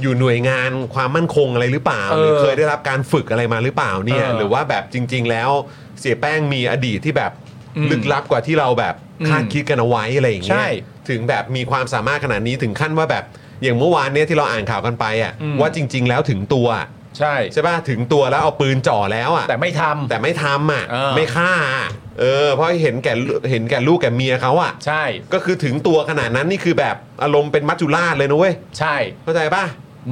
B: อยู่หน่วยงานความมั่นคงอะไรหรือเปล่า
C: เออ
B: หรือเคยได้รับการฝึกอะไรมาหรือเปล่าเนี่ย
C: เออ
B: หรือว่าแบบจริง ๆ แล้วเสียแป้งมีอดีตที่แบบ
C: อืม
B: ลึกลับกว่าที่เราแบบคาด
C: อืม
B: คิดกันเอาไว้อะไรอย่างเงี้
C: ใช่
B: ยถึงแบบมีความสามารถขนาดนี้ถึงขั้นว่าแบบอย่างเมื่อวานเนี้ยที่เราอ่านข่าวกันไปอ่ะ
C: อืม
B: ว่าจริง ๆ แล้วถึงตัวอะ
C: ใช่
B: ใช่ป่ะถึงตัวแล้วเอาปืนจ่อแล้วอ่ะ
C: แต่ไม่ทำ
B: แต่ไม่ทำอ่ะ
C: เออ
B: ไม่ฆ่าอะเออเพราะเห็นแก่ลูเห็นแก่ลูกแก่เมียเขาอ่ะ
C: ใช่
B: ก็คือถึงตัวขนาดนั้นนี่คือแบบอารมณ์เป็นมัจจุราชเลยนะเว้ย
C: ใช่
B: เข้าใจป่ะ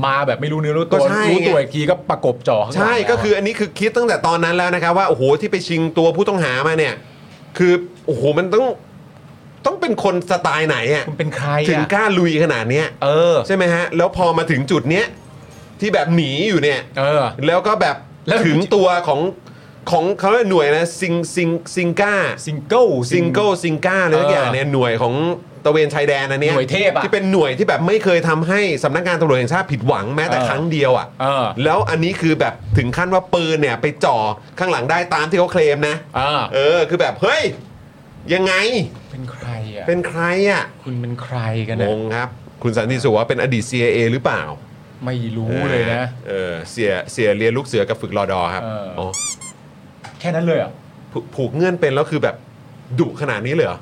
C: มาแบบไม่รู้เนื้อรู้
B: ก็
C: ตัว
B: ใช่
C: รู้ตัว
B: ไง
C: อีกทีก็ประกบจ่อข้างหลัง
B: ใช่
C: แล้ว
B: ก็คืออันนี้คือคิดตั้งแต่ตอนนั้นแล้วนะครับว่าโอ้โหที่ไปชิงตัวผู้ต้องหามาเนี่ย คือโอ้โหมันต้องต้องเป็นคนสไตล์ไหนอ่ะ
C: คุณเป็นใคร
B: ถึง
C: อะ
B: กล้าลุยขนาดเนี้ย
C: เออ
B: ใช่ไหมฮะแล้วพอมาถึงจุดเนี้ยที่แบบหนีอยู่เนี่ย
C: เออ
B: แล้วก็แบบ
C: แล้ว
B: ถึงตัวของของเขาเรียกหน่วยนะซิงซิงซิงก้า
C: ซิงเกิล
B: ซิงเกิลซิงก้าอะไรทุกอย่างเนี่ยหน่วยของตะเวนชายแดนอันเนี้ย
C: หน่วยเทพอะ
B: ที่เป็นหน่วยที่แบบไม่เคยทำให้สำนักงานตำรวจแห่งชาติผิดหวังแม้แต่
C: เออ
B: ครั้งเดียวอ่ะ
C: เออ
B: แล้วอันนี้คือแบบถึงขั้นว่าปืนเนี่ยไปจ่อข้างหลังได้ตามที่เขาเคลมนะ
C: อ่า
B: เออคือแบบเฮ้ยยังไง
C: เป็นใครอะ
B: เป็นใครอ่ะ
C: คุณเป็นใครกัน
B: ง
C: นะ
B: งครับ คุณสันติสุขว่าเป็นอดีต CIA หรือเปล่า
C: ไม่รู้เลยนะ
B: เออเสียเสียเรียนลูกเสือกับฝึกรอดอครับ
C: เอออ๋
B: อ
C: แค่นั้นเลยเหรอ่ะ
B: ผูผูกเงื่อนเป็นแล้วคือแบบดุขนาดนี้เลยเหรอ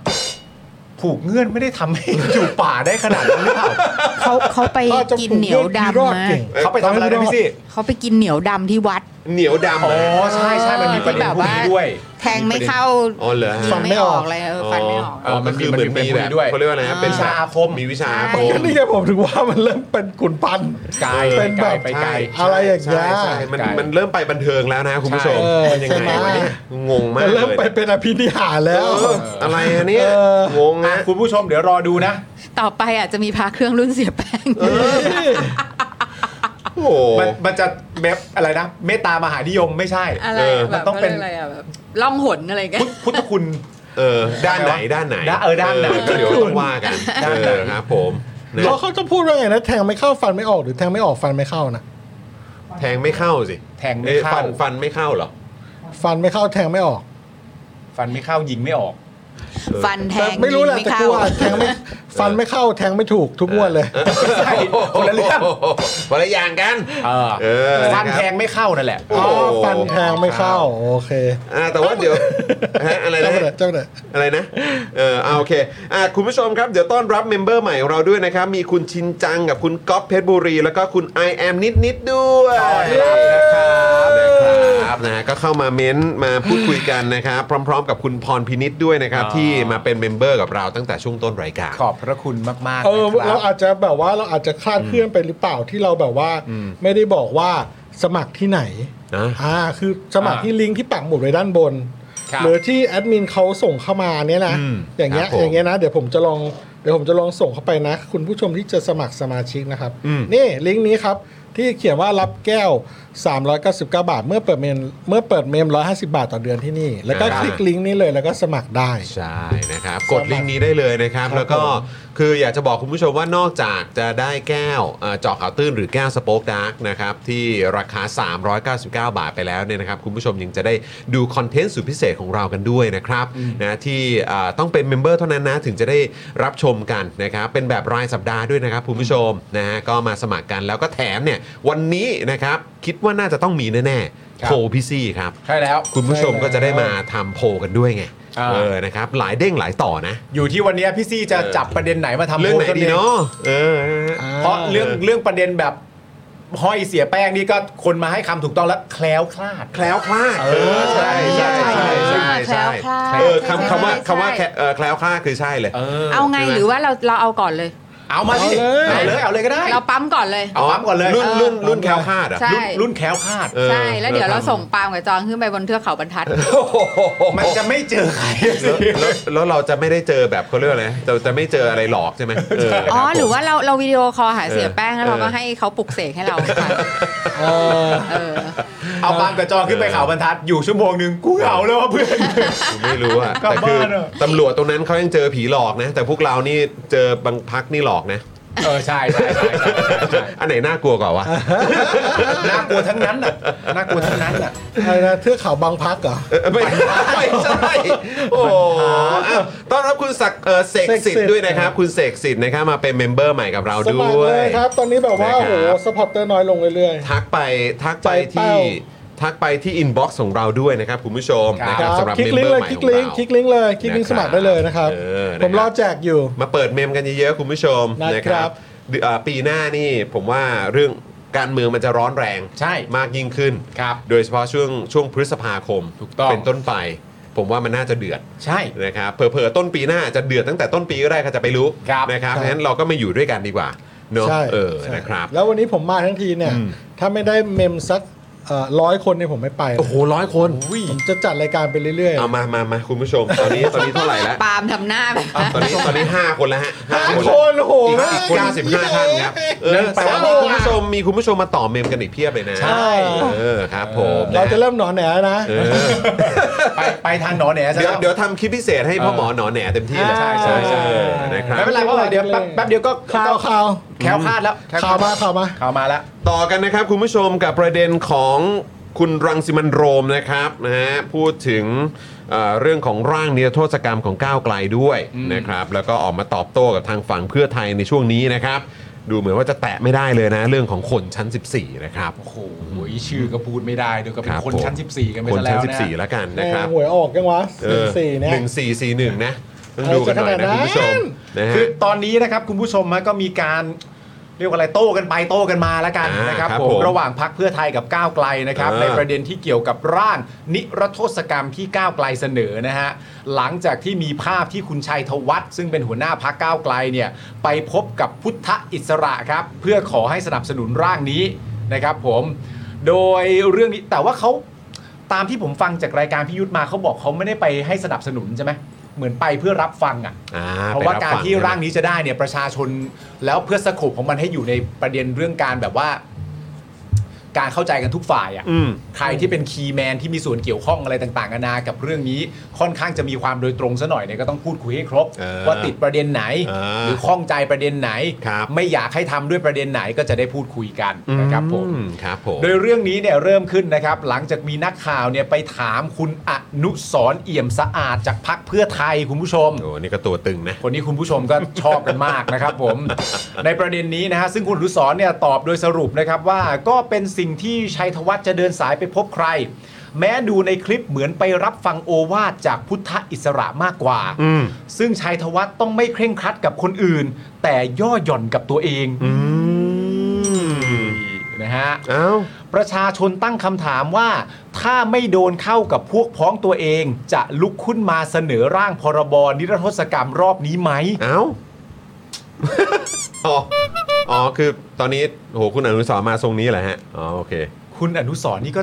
C: ผูกเงื่อนไม่ได้ทำให้ อยู่ป่าได้ขนาดนั้นหรือเปล่า
J: เขาเขาไป
E: ถ้าจะ
J: กิน
E: ผูก
J: เหนีย
E: เรื่
J: ว
E: อง
J: ดำ
E: รอด
J: มา
E: เก่ง
C: เขาไปทำอะไรนะพี่ซี่
J: เขาไปกินเหนียวดำที่วัด
B: เหนียวดำ
C: อ๋อ
B: เหรอ
C: ใช่ใช่มันมีประเด็นพวกนี้ด้วย
J: แทงไม่เข้า
B: อ๋อเหรอ
J: ยิงไม่ออกเลยเออฟันไม่ออก
C: อ๋อ
B: มันคือ
C: มั
B: เห
C: น
B: มื
C: มี
B: อนมี
C: มันมี
B: แบบ
C: ด้วย
B: เขาเรียกว่าอะไรนะ
J: อ่า
B: เป็น
C: วิชาอาคม
B: มีวิชาอาคม
J: ใช่
E: ก็นี่ไงผมถึงว่ามันเริ่มเป็นกุนปัน
C: ไกาย
B: เออ
C: ไปไกล
E: แบบ
C: ไปไกล
B: ใช่
E: อะไรอย่างเงี้ย
B: ใช่ใช่มัน
C: ไกล
B: มันเริ่มไปบันเทิงแล้วนะคุณผู้ชม
E: ใช่เออ
B: มันยังไงวะเนี่ยงงมาก
E: มัน
B: เลย
E: เริ่มไปเป็นอภินิหารแล้ว
B: เอออะไรอันเนี้ย
E: เออ
B: งง
C: ะ
B: นะ
C: คุณผู้ชมเดี๋ยวรอดูนะ
J: ต่อไปอาจจะมีพาเครื่องรุ่นเสียแป้ง
B: โอ้โห
C: มันมันจะเมบอะไรนะ เมตตามหานิยมไม่ใช่
J: อะไร
B: เออ
J: แบบ
C: มันต้องเป็น
J: ขารียกอะไรอะแบบล่องหนอะไรกัน
C: พุทพุทธคุณ
B: เออด้านไหนด้านไหน
C: ด้านเออด้านไหน
B: ก็เดี๋ยวต้องว่ากัน
C: ด้านไหน
B: เออครับผมนะ
E: แล้วเขาจะพูดว่าไงนะแทงไม่เข้าฟันไม่ออกหรือแทงไม่ออกฟันไม่เข้านะ
B: แทงไม่เข้าสิ
C: แทงไม่
B: อ้ย
C: เข้า
B: ฟันฟันไม่เข้าเหรอ
E: ฟันไม่เข้าแทงไม่ออก
C: ฟันไม่เข้ายิงไม่ออก
J: ฟันแทง
E: ไม่รู้แหละ
J: ยิง
E: แต่
J: เข้า
E: กูอ่ะแทง ไม่ฟันไม่เข้าแทงไม่ถูกทุกงวดเลย
C: ใช่คนละเรื่อง
B: คนละอย่างกัน
C: เออ
B: เออ
C: ฟัน
B: นะครับ
C: แทงไม่เข้านั่นแหละ
B: โอ้
E: อ๋อ
B: โห
E: ฟันแทงไม่เข้า โอเค
B: อ่าแต่ว่าเดี๋ยวฮะอะไร
E: เจ้า
B: นะ
E: เด็ดเจ้าเด็ด
B: อะไรนะเออเอาโอเคอ่าคุณผู้ชมครับ เดี๋ยวต้อนรับเมมเบอร์ใหม่ของเราด้วยนะครับ มีคุณชินจังกับคุณก๊อฟเพชรบุรี แล้วก็คุณ I am นิดนิดๆด้วยนะครับนะครับนะฮะก็เข้ามาเม้นต์มาพูดคุยกันนะครับ พร้อม ๆ กับคุณพรพินิดด้วยนะครับ
C: อ๋อ
B: ที่มาเป็นเมมเบอร์กับเราตั้งแต่ช่วงต้นรายการ
C: ขอบพระคุณมากๆ
E: เออ
C: นะค
E: เรา
C: รับ
E: อาจจะแบบว่าเราอาจจะคลาดเคลื่อนไปหรือเปล่าที่เราแบบว่า ไม่ได้บอกว่าสมัครที่ไหน
B: นะ
E: อ่าคือสมัครที่ลิงก์ที่ปักหมุดไว้ด้านบน
C: ครับ
E: หรือที่แอดมินเขาส่งเข้ามาเนี่ยนะ
C: อืม
E: อย่างเงี้ย
B: ครับผม
E: อย่างเงี้ยนะเดี๋ยวผมจะลองเดี๋ยวผมจะลองส่งเข้าไปนะ คุณผู้ชมที่จะสมัครสมาชิกนะครับนี่ลิงก์นี้ครับที่เขียนว่ารับแก้ว 399 บาท เมื่อเปิดเมมเมื่อเปิดเมม 150 บาทต่อเดือนที่นี่ แล้วก็คลิกลิงก์นี้เลยแล้วก็สมัครได้
B: ใช่นะครับ กดลิงก์นี้ได้เลยนะครับ แล้วก็คืออยากจะบอกคุณผู้ชมว่านอกจากจะได้แก้วเอ่อเจาะข่าวตื้นหรือแก้วสโป๊กดาร์กนะครับที่ราคา 399 บาทไปแล้วเนี่ยนะครับ คุณผู้ชมยังจะได้ดูคอนเทนต์สุดพิเศษของเรากันด้วยนะครับนะที่เอ่อต้องเป็นเมมเบอร์เท่านั้นนะ ถึงจะได้รับชมกันนะครับ เป็นแบบรายสัปดาห์ด้วยนะครับคุณผู้ชมนะฮะก็มาสมัครกันแล้วก็แถมเนี่ยวันนี้นะครับคิดว่าน่าจะต้องมีแน่ๆ
C: ครับ
B: โพลพี่ซี่ครับ
C: ใช่แล้ว
B: คุณผู้ชมก็จะได้มาทำโพลกันด้วยไง
C: อ่า
B: เออ นะครับ หลายเด้งหลายต่อนะ
C: อยู่ที่วันเนี้ยพี่ซี่จะ
B: เออ
C: จับประเด็นไหนมาทำ
B: เรื่องไหน
C: โพสต์กั
B: ดีเนาะ เออ
C: เองเพราะเรื่องเรื่องประเด็นแบบห้อยเสียแป้งนี่ก็คนมาให้คำถูกต้องแล้วแคล้วคลาด
B: แคล้วคลาด
C: เออ
B: ใช่ใช่ใช่ใช่ใช่
J: แคล้วคลาด
B: เออคำคำว่า
J: ใช่ใช่
B: คำว่าแคเอ่อแคล้วคลาดคือใช่เลย
J: เอาไงหรือว่าเราเราเอาก่อนเลย
C: เอามาดิ
B: เอา
C: เอา
B: เลย
C: เลยเอาเลยก็ได้
J: เราปั๊มก่อนเลย
C: เอาปั๊มก่อนเลย
B: รุ่นรุ่นรุ่น
C: เออ
B: แคลคาดอ่ะ
J: ใช่
C: รุ่นรุ่นแคล้วคลาด
B: เออ
J: ใช่แล้วเดี๋ยวเราส่งปาล์มกับจองขึ้นไปบนเทือกเขาบรรทัด
C: มันจะไม่เจอใครสิ
B: แล้วแล้วแล้วเราจะไม่ได้เจอแบบเขาเรียกว่าอะไรจะจะไม่เจออะไรหลอกใช่ไหมเออ
J: อ๋อ
B: คบผม
J: หรือว่าเราเราวิดีโอคอลหาเสีย
B: เออ
J: แป้งแล้วเราก็
B: เออ
J: ให้เขาปลุกเสกให้เราค่ะเออ
C: เอาปามกับจอขึ้นไปเขาบรรทัดอยู่ชั่วโมงหนึ่งกูเหงาแล้วว่าเพื่อน
B: ไม่รู้อะ
C: กลับ
B: แต่คือ
C: บ้านอะ
B: ตำรวจตรงนั้นเขายังเจอผีหลอกนะ แต่พวกเรานี่เจอบางพักนี่หลอกนะ
C: เออใช่ใช่ใช่ใช่ใช่
B: อันไหนน่ากลัวกว่าวะ
C: น่ากลัวทั้งนั้นน่ะน่ากลัวทั้งนั้นน่ะ
E: อะไรนะเทือกเขาบางพักเหรอ
B: เออไม่ไม่ใช่โอ้โหอ่ะต้อนรับคุณศักดิ์เอ่อเสกสิท
E: เสกสิทธิ์
B: ธิ์ด้วยนะครับ คุณเสกสิทธิ์นะครับมาเป็นเมมเบอร์ใหม่กับเรา
E: ส
B: ด้
E: มัคร
B: ว
E: เลย ยครับ ตอนนี้แบบว่า
B: นะครับ
E: โอ้โหสปอร์เตอร์น้อยลงเรื่อย
B: ทักไปทักไป
E: ใจเป้า
B: ที่ทักไปที่อินบ็อกซ์ของเราด้วยนะครับ คุณผู้ชม
C: ครับ
B: นะครับสำหรับ
E: คลิ
B: เมม
E: กลิง
B: เบอร์
E: ก์เลย
B: ใหม่
E: คลิก
B: ของ
E: ลิง
B: เรา
E: ก์คลิกลิงก์เลยคลิกลิงก์สมัครได้เลยนะครับ
B: เออนะครับ
E: ผมรอแจกอยู่
B: มาเปิดเมมกันเยอะๆคุณผู้ชมนะ
E: นะ
B: ค
E: ครั
B: รับบ เดือนอ่าปีหน้านี่ผมว่าเรื่องการเมืองมันจะร้อนแรง
C: ใช่
B: มากยิ่งขึ้น
C: ครับ
B: โดยเฉพาะช่วงช่วงพฤษภาคม
C: ถูกต้อง
B: เป็นต้นไป ผมว่ามันน่าจะเดือด
C: ใช่
B: นะครับเผลอๆต้นปีหน้าจะเดือดตั้งแต่ต้นปีก็ได้ก็จะไปรู้
C: ครับ
B: นะครับเพราะฉะนั้นเราก็มาอยู่ด้วยกันดีกว่าเนอะ
E: ใช่
B: เออ
E: ใช่
B: นะครับ
E: แล้ววันนี้ผมมาทั้งทีเนี่ย ถ้าไม่ได้เมมสักร้อยคนเนี่ยผมไม่ไปนะ
B: โอ้โหร้อยคน
E: ผมจะจัดรายการไปเรื่อย
B: เอามามามาคุณผู้ชม ตอนนี้ตอนนี้เท่าไหร่แล้ว
J: ปาล์มทำหน้าแบบ
B: อ่ะตอนนี้ตอนนี้ 5 คนแล้วฮะห้า
E: ๆ
B: แล้
E: โคว นโห
B: อีก
E: แม่
B: อีก
E: ง
B: เก้าสิบห้าท่านครับเอ
C: นั่
B: อน
C: แปล
B: แปล
C: ว่า
B: ว่าคุณผู้ชมมีคุณผู้ชมมาต่อเมมกันอีกเพียบเลยนะ
E: ใช่
B: เออครับผมน
E: เราจะเริ่มหนอนแหนนะ
B: เออ
C: ไปไปทางหนอแหนซะ
B: เดี๋ยว
C: แล้ว
B: เดี๋ยวทำคลิปพิเศษให้พ่อหมอหนอแหน่เต็มที่เลย
E: ใช่ใช่ใช่
B: เออนะครับ
C: ไม่เป็นไรเพราะว่าเดี๋ยวแป๊บแป๊บเดียวก็
E: ข่าวข่าว
C: แคล้วคลาดแล้ว
E: ข่าวมาข่าวมา
C: ข่าวมาแล้ว
B: ต่อกันนะครับคุณผู้ชมกับประเด็นของคุณรังสิมันต์โรมนะครับนะฮะพูดถึงเอ่อเรื่องของร่างนิรโทษกรรมของก้าวไกลด้วยนะครับแล้วก็ออกมาตอบโต้กับทางฝั่งเพื่อไทยในช่วงนี้นะครับ ดูเหมือนว่าจะแตะไม่ได้เลยนะเรื่องของคนชั้น 14 นะครับ
C: โอ้โหชื่อก็พูดไม่ได้เดี๋ยวก็เป็
B: คน รับ
C: คน
B: ผม
C: ชั้น 14 กันไป
B: คน
C: ซะแล้
B: ชั้น
C: วนะ
B: 14 แล้วกันนะครับ
E: แม่งหวยออกยังวะ
B: เออ
E: สี่สี่เนี่ย
B: หนึ่งสี่สี่หนึ่งนะต้องดูกันหน่อยนะคุณผู้ชมนะฮะ
C: คือตอนนี้นะครับคุณผู้ชมฮะก็มีการเรียกว่าอะไรโต้กันไปโต้กันมาแล้วกัน
B: อ่าน
C: นะครับ
B: ครับ
C: ผม
B: ผม
C: ระหว่างพักเพื่อไทยกับก้าวไกลนะครับ
B: เออ
C: ในประเด็นที่เกี่ยวกับร่างนิรโทษกรรมที่ก้าวไกลเสนอนะฮะหลังจากที่มีภาพที่คุณชัยธวัฒน์ซึ่งเป็นหัวหน้าพักก้าวไกลเนี่ยไปพบกับพุทธอิสระครับเพื่อขอให้สนับสนุนร่างนี้นะครับผมโดยเรื่องนี้แต่ว่าเขา ตามที่ผมฟังจากรายการพิยุทธมาเขาบอกเขาไม่ได้ไปให้สนับสนุนใช่ไหมเหมือนไปเพื่อรับฟังอ่ะ
B: อ่
C: เพราะว่าการ
B: ไปบฟัง
C: ที่ร่างนี้จะได้เนี่ยประชาชนแล้วเพื่อสกบของมันให้อยู่ในประเด็นเรื่องการแบบว่า การเข้าใจกันทุกฝ่ายอ่ะ
B: อืม
C: ใครที่เป็นคีย์แมนที่มีส่วนเกี่ยวข้องอะไรต่างๆนานากับเรื่องนี้ค่อนข้างจะมีความโดยตรงซะหน่อยเนี่ยก็ต้องพูดคุยให้ครบ
B: เออ
C: ว่าติดประเด็นไหน
B: เออ
C: หรือข้องใจประเด็นไหน
B: ครับ
C: ไม่อยากให้ทำด้วยประเด็นไหนก็จะได้พูดคุยกันนะครับผม
B: อืครับผม
C: โดยเรื่องนี้เนี่ยเริ่มขึ้นนะครับ หลังจากมีนักข่าวเนี่ยไปถามคุณอนุสรณ์เอี่ยมสะอาดจากพักเพื่อไทยคุณผู้ชม
B: โอ้นี่ก็ตัวตึงนะ
C: คนนี้คุณผู้ชมก็ ชอบกันมากนะครับผม ในประเด็นนี้นะฮะซึ่งคุณอนุสรณ์เนี่ยตอบโดยสรุปนะครับว่าก็เป็นสิ่งที่ชัยธวัฒน์จะเดินสายไปพบใคร แม้ดูในคลิปเหมือนไปรับฟังโอวาทจากพุทธอิสระมากกว่า ซึ่งชัยธวัฒน์ต้องไม่เคร่งครัดกับคนอื่น แต่ย่อหย่อนกับตัวเองนะฮะ
B: เอ้า
C: ประชาชนตั้งคำถามว่า ถ้าไม่โดนเข้ากับพวกพ้องตัวเอง จะลุกขึ้นมาเสนอร่างพรบนิรโทษกรรมรอบนี้ไหม
B: เอ้า อ๋อ อ๋อ คือตอนนี้โหคุณอนุสรณ์มาทรงนี้แหละฮะ อ๋อ โอเค
C: คุณอนุสรณ์นี่ก็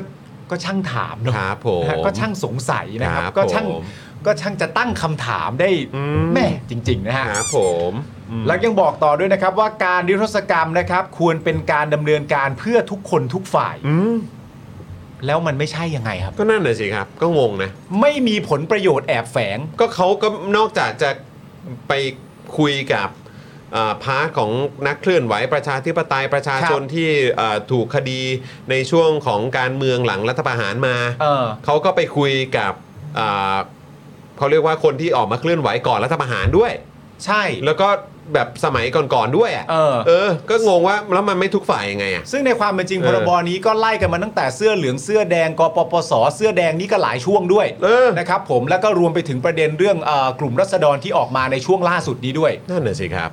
C: ก็ช่างถามเนอะ
B: ครับผม
C: นะฮะก็ช่างสงสัยนะครับ
B: ครับ
C: ก็ช่าง
B: ผม
C: ก็ช่างจะตั้งคำถามได้
B: อืม
C: แม่จริง ๆ นะฮะ
B: ครับผมอืม
C: แล้วยังบอกต่อด้วยนะครับว่าการนิรโทษกรรมนะครับ ควรเป็นการดำเนินการเพื่อทุกคนทุกฝ่าย
B: อืม
C: แล้วมันไม่ใช่ยังไงครับ
B: ก็นั่นน่ะสิครับ ก็งงนะ
C: ไม่มีผลประโยชน์แอบแฝง
B: ก็เขาก็นอกจากจะไปคุยกับอ่าพาร์ทของนักเคลื่อนไหวประชาธิปไตยประชาชน
C: ครับ
B: ที่อ่าถูกคดีในช่วงของการเมืองหลังรัฐประหารมา
C: เออ
B: เขาก็ไปคุยกับอ่าเขาเรียกว่าคนที่ออกมาเคลื่อนไหวก่อนรัฐประหารด้วย
C: ใช่
B: แล้วก็แบบสมัยก่อนๆด้วยอ่ะ
C: เออ
B: เออ ก็งงว่าแล้วมันไม่ทุกฝ่ายยังไงอ่ะ
C: ซึ่งในความเป็นจริง
B: เอ
C: พ
B: อ
C: รบนี้ก็ไล่กันมาตั้งแต่เสื้อเหลืองเสื้อแดงกปปสเสื้อแดงนี่ก็หลายช่วงด้วย
B: เออ
C: นะครับผมแล้วก็รวมไปถึงประเด็นเรื่องเออกลุ่มรัษฎรที่ออกมาในช่วงล่าสุดนี้ด้วย
B: นั่นน่ะสิครับ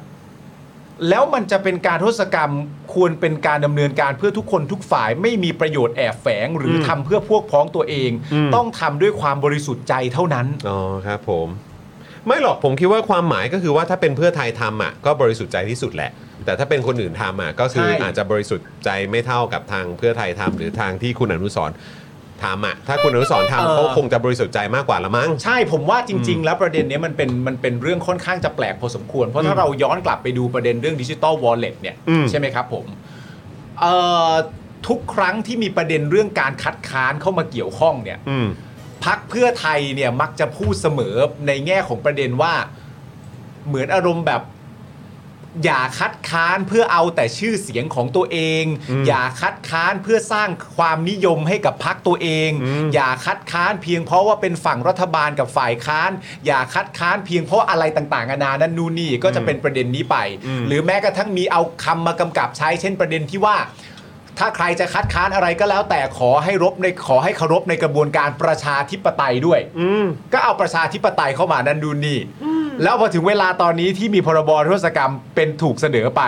C: แล้วมันจะเป็นการทศกรรมควรเป็นการดำเนินการเพื่อทุกคนทุกฝ่ายไม่มีประโยชน์แอบแฝง หรืออทำเพื่อพวกพ้องตัวเอง ต้องทำด้วยความบริสุทธิ์ใจเท่านั้น
B: อ๋อครับผม ไม่หรอกผมคิดว่าความหมายก็คือว่าถ้าเป็นเพื่อไทยทำอ่ะก็บริสุทธิ์ใจที่สุดแหละ แต่ถ้าเป็นคนอื่นทำอ่ะก็คือ
C: ใช่
B: อาจจะบริสุทธิ์ใจไม่เท่ากับทางเพื่อไทยทำหรือทางที่คุณอนุสรณ์ทำอ่ะถ้าคุณอนุสรณ์ทำเขาคงจะบริสุทธิ์ใจมากกว่าละมั้ง
C: ใช่ผมว่าจริง ๆ แล้วประเด็นเนี้ยมันเป็นมันเป็นเรื่องค่อนข้างจะแปลกพอสมควร เพราะถ้าเราย้อนกลับไปดูประเด็นเรื่องดิจิ t a ลวอลเล็ตเนี่ย
B: อืม
C: ใช่ไหมครับผมเอ่อทุกครั้งที่มีประเด็นเรื่องการคัดค้านเข้ามาเกี่ยวข้องเนี่ย
B: อืม
C: พักเพื่อไทยเนี่ยมักจะพูดเสมอในแง่ของประเด็นว่าเหมือนอารมณ์แบบ อย่าคัดค้านเพื่อเอาแต่ชื่อเสียงของตัวเอง อย่าคัดค้านเพื่อสร้างความนิยมให้กับพักตัวเอง อย่าคัดค้านเพียงเพราะว่าเป็นฝั่งรัฐบาลกับฝ่ายค้าน อย่าคัดค้านเพียงเพราะอะไรต่างๆนานานั่นนู่นนี่ก็จะเป็นประเด็นนี้ไป หรือแม้กระทั่งมีเอาคำมากำกับใช้ เช่นประเด็นที่ว่า ถ้าใครจะคัดค้านอะไรก็แล้วแต่ขอให้รบในขอให้เคารพในกระบวนการประชาธิปไตยด้วย ก็เอาประชาธิปไตยเข้ามานั่นดูนี่ แล้วพอถึงเวลาตอนนี้ที่มีพรบนิรโทษกรรมเป็นถูกเสนอไป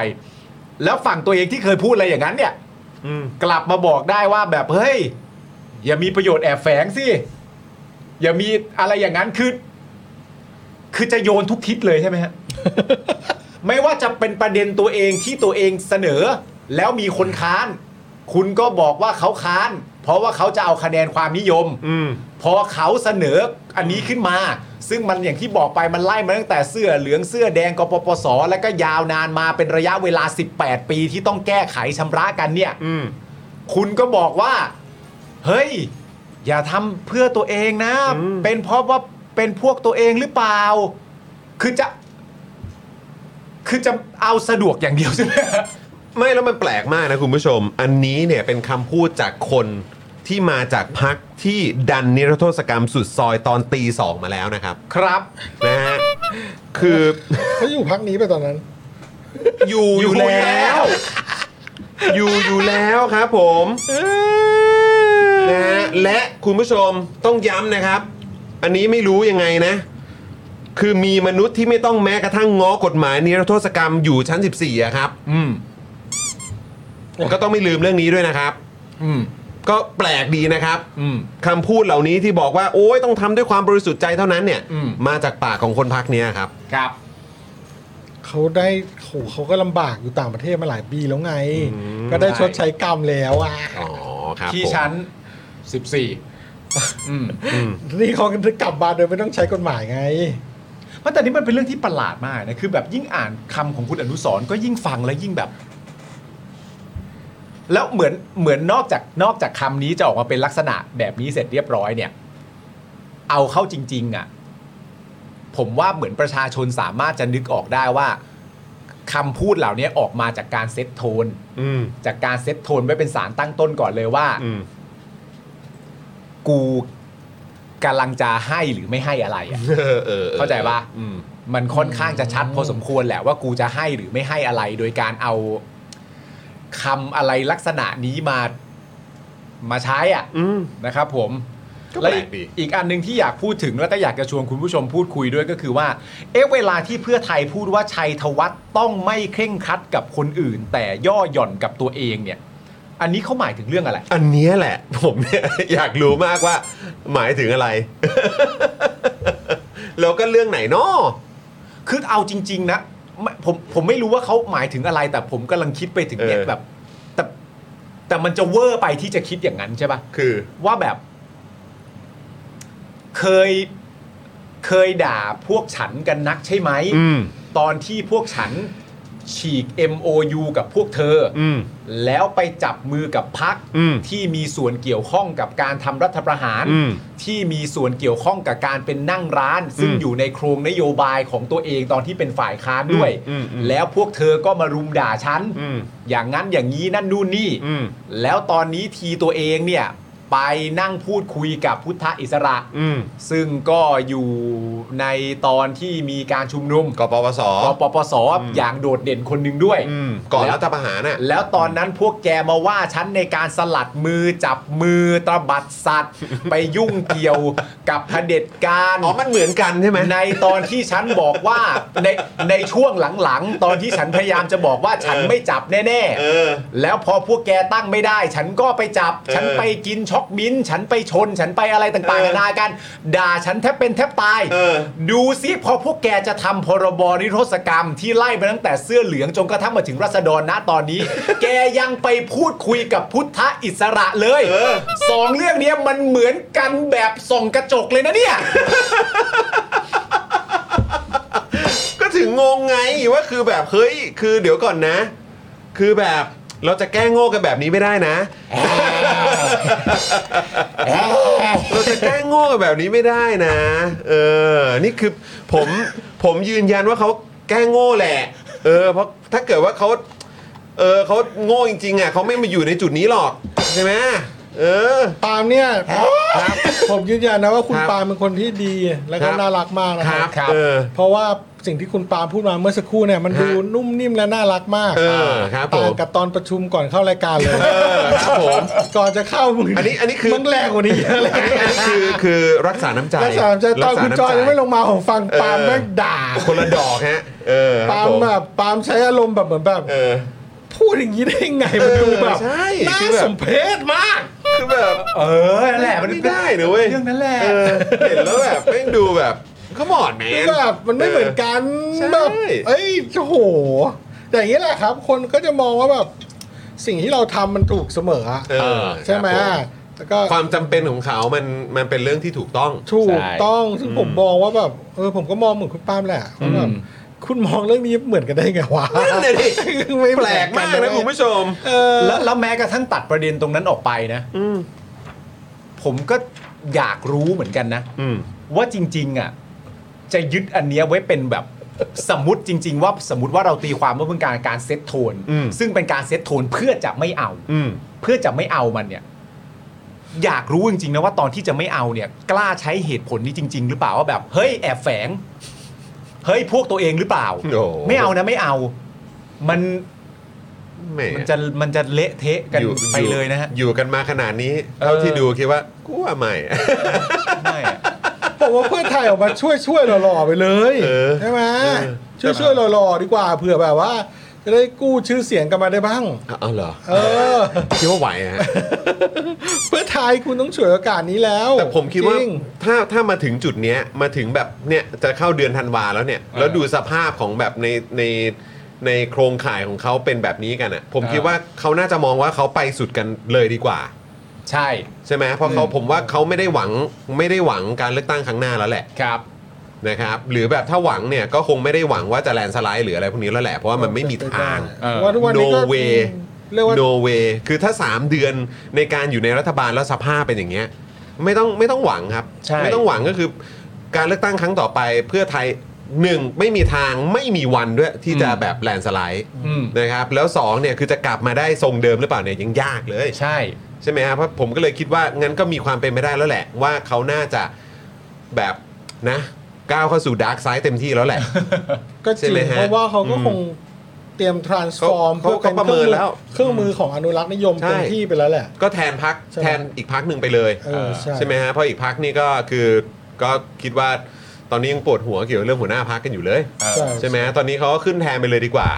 C: แล้วฝั่งตัวเองที่เคยพูดอะไรอย่างนั้นเนี่ยกลับมาบอกได้ว่าแบบเฮ้ย อย่ามีประโยชน์แอบแฝงสิ อย่ามีอะไรอย่างนั้นคือ คือจะโยนทุกทิศเลยใช่ไหมฮ ะ ไม่ว่าจะเป็นประเด็นตัวเองที่ตัวเองเสนอ แล้วมีคนค้าน คุณก็บอกว่าเขาค้าน เพราะว่าเขาจะเอาคะแนนความนิยมพอเขาเสนออันนี้ขึ้นมา ซึ่งมันอย่างที่บอกไปมันไล่มาตั้งแต่เสื้อเหลืองเสื้อแดงกปปส แล้วก็ยาวนานมาเป็นระยะเวลา 18 ปีที่ต้องแก้ไขชำระกันเนี่ยคุณก็บอกว่า เฮ้ย อย่าทำเพื่อตัวเองนะ เป็นเพราะว่าเป็นพวกตัวเองหรือเปล่า คือจะ คือจะเอาสะดวกอย่างเดียวใช่ไหม
B: ไม่แล้วมันแปลกมากนะคุณผู้ชม อันนี้เนี่ยเป็นคำพูดจากคนที่มาจากพักที่ดันนิรโทษกรรมสุดซอยตอนตีสองมาแล้วนะครับ
C: ครับ
B: นะฮะคือ
E: เขาอยู่พักนี้ไปตอนนั้น
B: อยู่อยู่แล้ว อยู่อยู่แล้วครับผมนะฮะและคุณผู้ชมต้องย้ำนะครับ อันนี้ไม่รู้ยังไงนะ คือมีมนุษย์ที่ไม่ต้องแม้กระทั่งง้อกฎหมายนิรโทษกรรมอยู่ชั้น 14อะครับ
C: อืม
B: ก็ต้องไม่ลืมเรื่องนี้ด้วยนะครับ
C: อืม
B: ก็แปลกดีนะครับ
C: อืม
B: คำพูดเหล่านี้ที่บอกว่า โอ้ยต้องทำด้วยความบริสุทธิ์ใจเท่านั้นเนี่ย
C: อืม
B: มาจากปากของคนพักเนี้ยครับ
C: ครับ
E: เขาได้โหเขาก็ลำบากอยู่ต่างประเทศมาหลายปีแล้วไง ก็ได้ชดใช้กรรมแล้วอ่ะ
B: อ๋อครับ
C: ที่
B: ผม
C: ชั้นสิบ สี่อืม
E: นี่เขากลับมาโดยไม่ต้องใช้กฎหมายไง
C: เพราะแต่นี้มันเป็นเรื่องที่ประหลาดมากนะคือแบบยิ่งอ่านคำของคุณอนุสรณ์ก็ยิ่งฟังแล้วยิ่งแบบ แล้วเหมือนเหมือนนอกจากนอกจากคำนี้จะออกมาเป็นลักษณะแบบนี้เสร็จเรียบร้อยเนี่ย เอาเข้าจริง ๆ อ่ะ ผมว่าเหมือนประชาชนสามารถจะนึกออกได้ว่าคำพูดเหล่านี้ออกมาจากการเซ็ตโทน
B: อืม
C: จากการเซ็ตโทนไว้เป็นสารตั้งต้นก่อนเลยว่า
B: อืม
C: กูกำลังจะให้หรือไม่ให้อะไรอ่ะ
B: เออออออ
C: เข้าใจปะ
B: อืม
C: มันค่อนข้างจะชัดพอสมควรแหละว่ากูจะให้หรือไม่ให้อะไร โดยการเอาคำอะไรลักษณะนี้มามาใช้อ่ะ
B: อืม
C: นะครับผม
B: ก็แปลก
C: และอีก
B: ดี
C: อีกอันหนึ่งที่อยากพูดถึงแล้วแต่อยากจะชวนคุณผู้ชมพูดคุยด้วยก็คือว่า เอ๊ะเวลาที่เพื่อไทยพูดว่าชัยธวัฒน์ต้องไม่เคร่งครัดกับคนอื่น แต่ย่อหย่อนกับตัวเองเนี่ย อันนี้เขาหมายถึงเรื่องอะไร
B: อันเนี้ยแหละ ผมเนี่ย อยากรู้มากว่า หมายถึงอะไร แล้วก็เรื่องไหนเนาะ
C: คือเอาจริง ๆ นะไม่ผมผมไม่รู้ว่าเขาหมายถึงอะไร แต่ผมกำลังคิดไปถึงเนี่ยแบบ แต่แต่มันจะเวอร์ไปที่จะคิดอย่างนั้นใช่ปะ
B: คือ
C: ว่าแบบ เคยเคยด่าพวกฉันกันนักใช่ไหม
B: อืม
C: ตอนที่พวกฉันฉีก MOU กับพวกเธออ
B: อืม
C: แล้วไปจับมือกับพัก
B: อืม
C: ที่มีส่วนเกี่ยวข้องกับการทำรัฐประหาร
B: อืม
C: ที่มีส่วนเกี่ยวข้องกับการเป็นนั่งร้าน ซึ่งอยู่ในโครงนโยบายของตัวเองตอนที่เป็นฝ่ายค้านด้วย
B: อืมอืม
C: แล้วพวกเธอก็มารุมด่าฉัน
B: อืม
C: อย่างนั้นอย่างนี้นั่นนู่นนี่
B: อืม
C: แล้วตอนนี้ทีตัวเองเนี่ย ไปนั่งพูดคุยกับพุทธอิสระ
B: อืม
C: ซึ่งก็อยู่ในตอนที่มีการชุมนุม
B: กปปส
C: กปปสอย่างโดดเด่นคนหนึ่งด้วย
B: อืม ก่อนรัฐประหารน่ะ
C: แล้วตอนนั้นพวกแกมาว่าฉันในการสลัดมือจับมือตระบัดสัตว์ ไปยุ่งเกี่ยวกับเผด็จการ
B: อ๋อ มันเหมือนกันใช่ไหม
C: ในตอนที่ฉันบอกว่า ในในช่วงหลังๆ ตอนที่ฉันพยายามจะบอกว่าฉันไม่จับแน่
B: เออ
C: ๆ แล้วพอพวกแกตั้งไม่ได้ ฉันก็ไปจับ ฉันไปกินช็อก อกบิน ฉันไปชน ฉันไปอะไรต่างๆนานากัน ด่าฉันแทบเป็นแทบตาย ดูซิพอพวกแกจะทำพรบนิรโทษกรรมที่ไล่มาตั้งแต่เสื้อเหลืองจนกระทั่งมาถึงรัษฎรนะตอนนี้ แกยังไปพูดคุยกับพุทธอิสระเลยสองเรื่องเนี้ยมันเหมือนกันแบบส่องกระจกเลยนะเนี่ย
B: ก็ถึงงงไงว่าคือแบบเฮ้ยคือเดี๋ยวก่อนนะ คือแบบเราจะแก้โง่กันแบบนี้ไม่ได้นะ เราจะแก้โง่กันแบบนี้ไม่ได้นะ เออ นี่คือผมผมยืนยันว่าเขาแก้โง่แหละ เออ เพราะถ้าเกิดว่าเขาเออเขาโง่จริงๆอ่ะเขาไม่มาอยู่ในจุดนี้หรอกใช่ไหมเออ
E: ปาล์มเนี่ยผมยืนยันนะว่าคุณ
B: ครับ
E: ปาล์มเป็นคนที่ดีและ
B: ครั
E: ก็
B: บ
E: น่ารักมากนะค
B: ครั
E: รั
B: บ บครับเออ
E: เพราะว่าสิ่งที่คุณปาล์มพูดมาเมื่อสักครู่เนี่ยมันดู
B: ฮะ
E: นุ่มนิ่มและน่ารักมาก
B: เออครับผม
E: ต่างกับตอนประชุมก่อนเข้ารายการเลย
B: เออครับผม
E: ก่อนจะเข้ามึง
B: อันนี้อันนี้คือ
E: มึงแรงกว่านี้เยอะเลย
B: อันนี้อันนี้คือคือรักษาน้ำใจ
E: แล้วสามใจตอนคุณจอยยังไม่ลงมาผมฟังปาล์มแม่งด่า
B: คนละดอกฮะ เออค
E: ปา
B: รับผ
E: ล์ม
B: ม
E: แบบปาล์มใช้อารมณ์แบบเหมือนแบบ
B: เออ
E: พูดอย่างนี้ได้ยังไงมันดูแบ
B: เอ
E: บ
B: อใช่
E: น่า
B: คือแบบ
E: สมเพชมาก
B: คือแบบ
C: เออนั่นแหละมัน
B: ไม่ได้นะเว้ย
C: เรื่องนั้นแหละ
B: เออเห็นแล้วแบบไม่งดูแบบขมอดแม น
E: แบบมันไม่เหมือนกัน
B: ใช่
E: แบบเอ้ยโอ้โหแต่อย่างนี้แหละครับ คนก็จะมองว่าแบบสิ่งที่เราทำมันถูกเสมออะ
B: เออ
E: ใช่ไหม
B: ครับผ
E: แล้วก็
B: ความจำเป็นของเขามันมันเป็นเรื่องที่ถูกต้อง
E: ถูก
C: ใช่
E: ต้องซึ่งผมมองว่าแบบเออผมก็มองเหมือนคุณป้ามแหละว่าแบบคุณมองเรื่องนี้เหมือนกันได้ไงวะ
B: นั่นน่ะดิ
E: ไม่
B: แปลกมากนะคุณผู้ชม
E: เออ
C: แล้วแล้วแม้กระทั่งตัดประเด็นตรงนั้นออกไปนะผมก็อยากรู้เหมือนกันนะ
B: อืม
C: ว่าจริง ๆ อ่ะ จะยึดอันเนี้ยไว้เป็นแบบ สมมติจริง ๆ ว่าสมมติว่าเราตีความว่าเป็นการการเซตโทน
B: อืม
C: ซึ่งเป็นการเซตโทนเพื่อจะไม่เอา
B: อืม
C: เพื่อจะไม่เอามันเนี่ย อยากรู้จริงๆนะว่าตอนที่จะไม่เอาเนี่ย กล้าใช้เหตุผลนี้จริง ๆ หรือเปล่าว่าแบบเฮ้ยแอบแฝงเฮ้ยพวกตัวเองหรือเปล่า
B: โอ้
C: ไม่เอานะไม่เอา มัน
B: แห
C: มันจะมันจะเละเทะกัน
B: อยู่
C: ไปเลยนะฮะ
B: อยู่กันมาขนาดนี้เท่าที่ดูคิดว่ากูว่าใหม่
C: ไม่อะ
E: ผมว่าเพื่อไทยออกมาช่วยช่วยหล่อๆไปเลย
B: เออ
E: ใช่ไหม
B: เออ
E: ช่วยช่วยหล่อๆดีกว่าเผื่อแบบว่า จะได้กู้ชื่อเสียงกลันมาได้บ้าง
B: เอาเหรอ
E: เออ
B: คิดว่าไหวฮะ
E: เพื่อไทยคุณต้องฉวยโอกาสนี้แล้ว
B: แต่ผมคิดว่า
E: จริง
B: ถ้าถ้ามาถึงจุดเนี้ยมาถึงแบบเนี่ยจะเข้าเดือนธันวาแล้วเนี่ยแล้วดูสภาพของแบบในในในโครงข่ายของเขาเป็นแบบนี้กันอ่ะผมคิดว่าเขาน่าจะมองว่าเขาไปสุดกันเลยดีกว่า
C: ใช่
B: ใช่ไหมเพราะเขาผมว่าเขาไม่ได้หวังไม่ได้หวังการเลือกตั้งครั้งหน้าแล้วแหละ
C: ครับ
B: นะครับหรือแบบถ้าหวังเนี่ยก็คงไม่ได้หวังว่าจะแลนด์สไลด์หรืออะไรพวกนี้แล้วแหละเพราะว่ามันไม่มีทาง
C: เออ
E: เพระว่าทุกวัน
B: no
E: นี้ก็
B: way
E: เรียกว่า
B: no way คือถ้า 3 เดือนในการอยู่ในรัฐบาลแล้วสภาพเป็นอย่างเงี้ย ไม่ต้องไม่ต้องหวังครับ
C: ใช่
B: ไม่ต้องหวังก็คือ การเลือกตั้งครั้งต่อไปเพื่อไทยหนึ่งไม่มีทางไม่มีวันด้วยที่จะแบบแลนด์สไลด์
C: อืม
B: นะครับ แล้วสองเนี่ยคือจะกลับมาได้ทรงเดิมหรือเปล่าเนี่ยยังยากเลย
C: ใช่
B: ใช่ไหมครับเพราะผมก็เลยคิดว่างั้นก็มีความเป็นไปได้แล้วแหละ ว่าเขาน่าจะแบบนะก้าวเข้าสู่ดาร์กไซด์เต็มที่แล้วแหละ
E: ก็จริ
B: ใช่
E: ง
B: ไหมฮะ
E: เพราะว่าเขาก็คงเตรียม transform
B: เขาเขาประเมินแล้ว
E: เครื่องมือของอนุรักษ์นิยม
B: ใช่
E: เต็มที่ไปแล้วแหละ
B: ก็แทนพัก
E: ใช่ไหม
B: แทนอีกพักหนึ่งไปเลย
E: เออใช่
B: ใช่ไหมฮะเพราะอีกพักนี่ก็คือก็คิดว่าตอนนี้ยังปวดหัวเกี่ยวกับเรื่องหัวหน้าพักกันอยู่เลย
E: ใช่
B: ใช่ไหมฮะตอนนี้เขาก็ขึ้นแทนไปเลยดีกว่า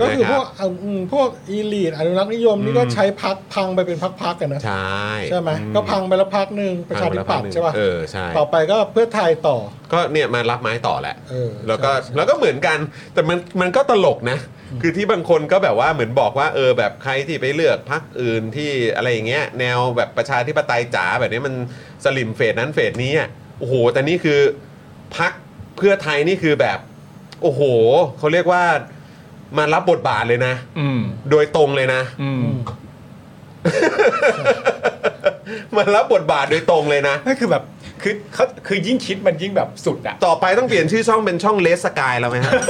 E: ก็คือ
B: นะ
E: พ
B: รับ
E: วกเอาอืมพวกอีลีดอนุรักษ์นิยมนี่ก็ใช้พักพังไปเป็นพักๆกันนะ
B: ใช่
E: ใช่ไหมก็พังไปแล้วพักหนึ่งประชาธิปัตย์ใช่ป่ะ
B: เออใช่
E: ต่อไปก็เพื่อไทยต่อ
B: ก็เนี่ยมารับไม้ต่อแหละ
E: เออ
B: แล้วก็
E: ใช่ใช่
B: แล้วก็เหมือนกัน แต่มันมันก็ตลกนะ คือที่บางคนก็แบบว่าเหมือนบอกว่าเออแบบใครที่ไปเลือกพักอื่นที่อะไรอย่างเงี้ยแนวแบบประชาธิปไตยจ๋าแบบนี้มันสลิมเฟสนั้นเฟสนี้อ่ะโอ้โห แต่นี่คือพักเพื่อไทยนี่คือแบบ โอ้โหเขาเรียกว่ามารับบทบาทเลยนะ
C: อืม
B: โดยตรงเลยนะ
C: อืม
B: มารับบทบาทโดยตรงเลยนะ
C: นั่นคือแบบคือเขาคือยิ่งคิดมันยิ่งแบบสุดอ่ะ
B: ต่อไปต้องเปลี่ยนชื่อช่องเป็นช่องเลสสกายแล้วไหมฮะ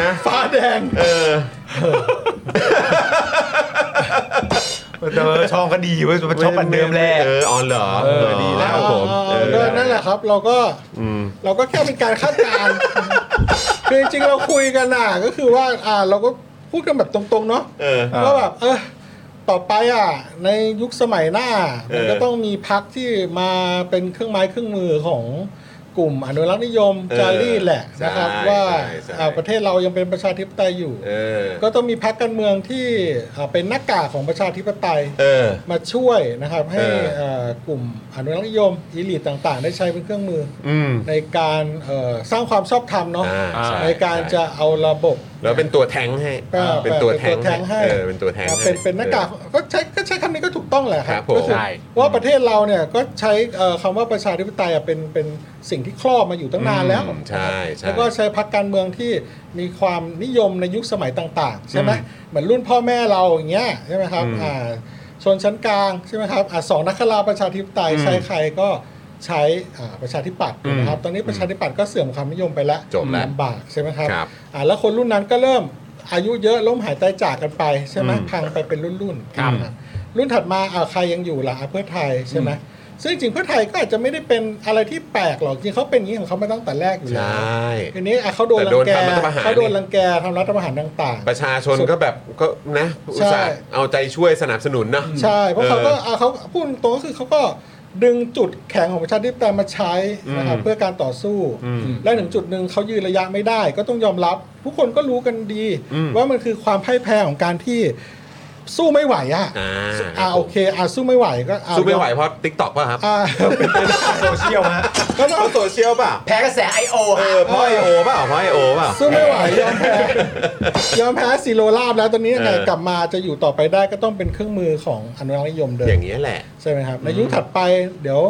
B: นะ
E: ฟ้าแดง
B: เออ
C: เออช่องก็ดีเว้ยมันช่องปันเดิมแหละ
B: เอออ๋อเหรอ
C: เออ
B: เออดีแล้ว
E: อ๋อ
B: ผม
E: เออ
B: เออ
E: นั่นแหละครับ เราก็เราก็แค่เป็นการคาดการณ์ คือจริงๆเราคุยกันน่ะก็คือว่าอ่าเราก็พูดกันแบบตรงๆเนาะ
B: เออ
E: ว่าแบบเออต่อไปอ่ะในยุคสมัยหน้า
B: เออ
E: มันก็ต้องมีพักที่มาเป็นเครื่องไม้เครื่องมือของก กลุ่มอนุรักษ์นิยม
B: เออ
E: จารีตแหละนะครับ
B: ใช่
E: ว่า
B: ใช่ใช่
E: อ่าประเทศเรายังเป็นประชาธิปไตยอยู่
B: เออ
E: ก็ต้องมีพรรคการเมืองที่อ่าเป็นหน้ากากของประชาธิปไตย
B: เออ
E: มาช่วยนะครับ ให้
B: เออ
E: เอ่อกลุ่มอนุรักษ์นิยมอีลิตต่างๆ ได้ใช้เป็นเครื่องมืออ
B: อืม
E: ในการเอ่อสร้างความชอบธรรมเนาะ
B: อ่าใช่
E: ในการจะเอาระบบ
B: แล้วเป็นตัวแทงให้
E: เออ
B: เป็นตัวแทง
E: เป็นตัวแทงให้
B: เออเป็นตัวแทง
E: ครับ
B: ให้
E: เป็นเป็นหน้ากากก็ใช้ก็ใช้คำนี้ก็ถูกต้องแหละค
B: ครั
E: รับบ
B: ผม
E: ก็คือ
B: ใช่
E: ว่าประเทศเราเนี่ยก็ใช้เอ่อคำว่าประชาธิปไตยอะเป็นเป็นสิ่งที่ครอบมาอยู่ตั้งนานแล้ว
B: อืมใช่ใช่
E: แล้วก็ใช้พรรคการเมืองที่มีความนิยมในยุคสมัยต่าง ๆ ใช่ไหมเหมือนรุ่นพ่อแม่เราอย่างเงี้ยใช่ไหมครับอ่าชนชั้นกลางใช่ไหมครับอ่าสองนักขราประชาธิปไตยใช้ใครก็ใช้อ่าประชาธิปัตย์นะครับตอนนี้ประชาธิปัตย์ก็เสื่อมความนิยมไปแล้ว
B: จบแล้ว
E: ำบากใช่ไหมครับ
B: ครับ
E: อ่าแล้วคนรุ่นนั้นก็เริ่มอายุเยอะล้มหายตายจากกันไปใช่ไหมพังไปเป็นรุ่นรุ่นๆ
C: ครับ
E: อ่ะรุ่นถัดมาอ่าใครยังอยู่ล่ะอ่ะเพื่อไทยใช่ไหมซึ่งจริงๆเพื่อไทยก็อาจจะไม่ได้เป็นอะไรที่แปลกหรอกจริงๆเขาเป็นอย่างนี้ของเขามาตั้งแต่แรกอยู่
B: ใช
E: แล้ว
B: ่
E: ทีนี้อ่ะเขาโดนรัง
B: แต่โดน
E: แก
B: ทำรัฐประหาร
E: เขาโดนรังแกทำรัฐประหารต่าง
B: ประชาชนก็แบบก็นะอุตส่าห์
E: ใช่
B: เอาใจช่วยสนับสนุนเนาะ
E: ๆใช่เพราะเขาก็อ่ะเขาพูดตรงๆก็คือเขาก็ดึงจุดแข็งของประชาธิปไตยมาใช้นะครับเพื่อการต่อสู้ และถึงจุดหนึ่งเขายืนระยะไม่ได้ ก็ต้องยอมรับ ผู้คนก็รู้กันดี ว่ามันคือความพ่ายแพ้ของการที่สู้ไม่ไหวอะ
B: อ่าครั
E: อ่า
B: บผม
E: โอเคอ่าสู้ไม่ไหวก็อ่ะ
B: สู้ไม่ไหวเพราะติ๊กต็อกป่ะครับ
E: อ่า
C: โซเชียลฮะ
E: ก็
B: เพ
E: ต้อง
B: ราะโซเชียลป่ะ
C: แพ้กระแส I.O.
B: เอ
C: ฮะ
B: อเพราะไอโอเปล่าเพราะไอโอเปล่า
E: สู้ไม่ไหวยอมแพ้ยอมแพ้ซีโรราบแล้วตอนนี้ยังไง
B: เออ
E: กลับมาจะอยู่ต่อไปได้ก็ต้องเป็นเครื่องมือของอนุรักษ์นิยมเดิ
B: อ
E: ม
B: ย่างเงี้ยแหละ
E: ใช่ไหมครับในยุคถัดไปเดี๋ยว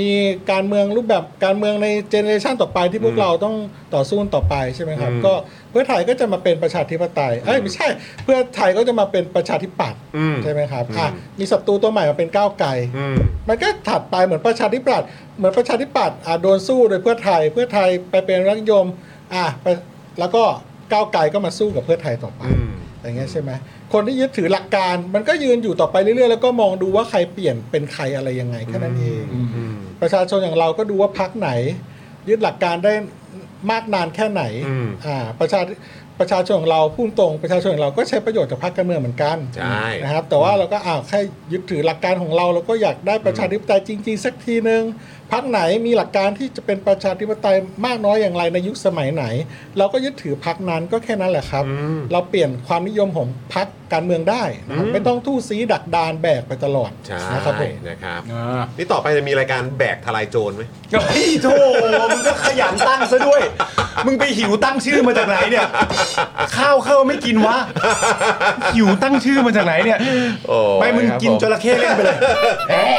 E: มีการเมืองรูปแบบการเมืองในเจเนอเรชันต่อไปที่พวกเราต้องต่อสู้ต่อไปใช่ไหมครับ ก็เพื่อไทยก็จะมาเป็นประชาธิปไตยเอ้ยไม่ใช่ เพื่อไทยก็จะมาเป็นประชาธิปัตย์
B: อืม
E: ใช่ไหมครับอ่ะมีศัตรูตัวใหม่มาเป็นก้าวไกล
B: อืม
E: มันก็ถัดไปเหมือนประชาธิปัตย์เหมือนประชาธิปัตย์อ่ะโดนสู้โดยเพื่อไทย เพื่อไทยไปเป็นรัฐนิยมอ่ะไปแล้วก็ก้าวไกลก็มาสู้กับเพื่อไทยต่อไป อย่างเงี้ยใช่ไหมคนที่ยึดถือหลักการมันก็ยืนอยู่ต่อไปเรื่อยๆ แล้วก็มองดูว่าใครเปลี่ยนเป็นใครอะไรยังไงแค่นั้นเองประชาชนอย่างเราก็ดูว่าพักไหน ยึดหลักการได้มากนานแค่ไหน
B: อืม
E: อ่าประชาประชาชนของเราพูดตรงประชาชนของเราก็ใช้ประโยชน์จากพรรคการเมืองเหมือนกัน
B: ใช่
E: นะครับ แต่ว่าเราก็อ้าวแค่ยึดถือหลักการของเราเราก็อยากได้ประชาธิปไตยจริง ๆ สักทีนึงพรรคไหนมีหลักการที่จะเป็นประชาธิปไตยมากน้อยอย่างไรในยุคสมัยไหน เราก็ยึดถือพรรคนั้นก็แค่นั้นแหละครับ เราเปลี่ยนความนิยมของพรรคการเมืองได้นะครับไม่ต้องทู่ซีดักดานแบกไปตลอด
B: ใช่
E: นะครับผม
B: นะครับ นี่ต่อไปจะมีรายการแบกทลายโจรไหม
C: พี่โถมึงก็ขยันตั้งซะด้วย มึงไปหิวตั้งชื่อมาจากไหนเนี่ย ข้าวเข้าไม่กินวะ หิวตั้งชื่อมาจากไหนเนี่ย
B: โอ้ย
C: ไปมึงกิน
B: ครับผม
C: จระเข้เล่นไปเลย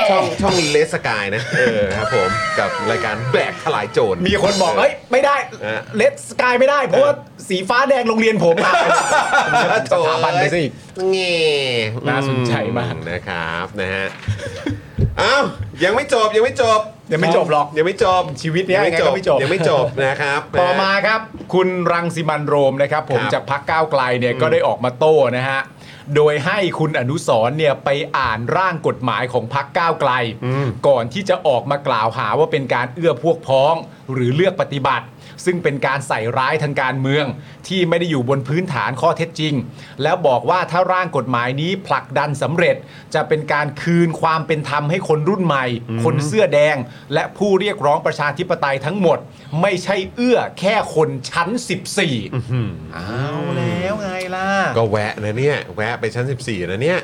B: ช่องช่องเลสกายนะ เออครับผมกับรายการแบกทลายโจร
C: มีคนบอกเอ้ยไม่ได้
B: เออ
C: เลดสกายไม่ได้ เพราะว่าสีฟ้าแดงโรงเรียนผมอ่ะสถาบันไปซะอีก
B: เง่
C: น่าสนใจมาก
B: นะครับนะฮะอ้าวยังไม่จบยังไม่จบ
C: ยังไม่จบหรอก
B: ยังไม่จบ
C: ชีวิตเนี้ย
B: งไม่จบ
C: ยังไงก็ไม่จบ
B: ยังไม่จบ นะครับ
C: ต่อมาครับ คุณรังสิมันโรมนะครับ ผม
B: ครับ
C: จากพักก้าวไกลเนี่ยก็ได้ออกมาโต้นะฮะ โดยให้คุณอนุสรณ์เนี่ยไปอ่านร่างกฎหมายของพักก้าวไกล ก่อนที่จะออกมากล่าวหาว่าเป็นการเอื้อพวกพ้อง หรือเลือกปฏิบัติ ซึ่งเป็นการใส่ร้ายทางการเมือง ที่ไม่ได้อยู่บนพื้นฐานข้อเท็จจริง แล้วบอกว่าถ้าร่างกฎหมายนี้ผลักดันสำเร็จ จะเป็นการคืนความเป็นธรรมให้คนรุ่นใหม่ คนเสื้อแดง และผู้เรียกร้องประชาธิปไตยทั้งหมด ไม่ใช่เอื้อแค่คนชั้น 14อ้าวแล้วไงล่ะ
B: ก็แวะนะเนี่ย แวะไปชั้น 14นะเนี่ย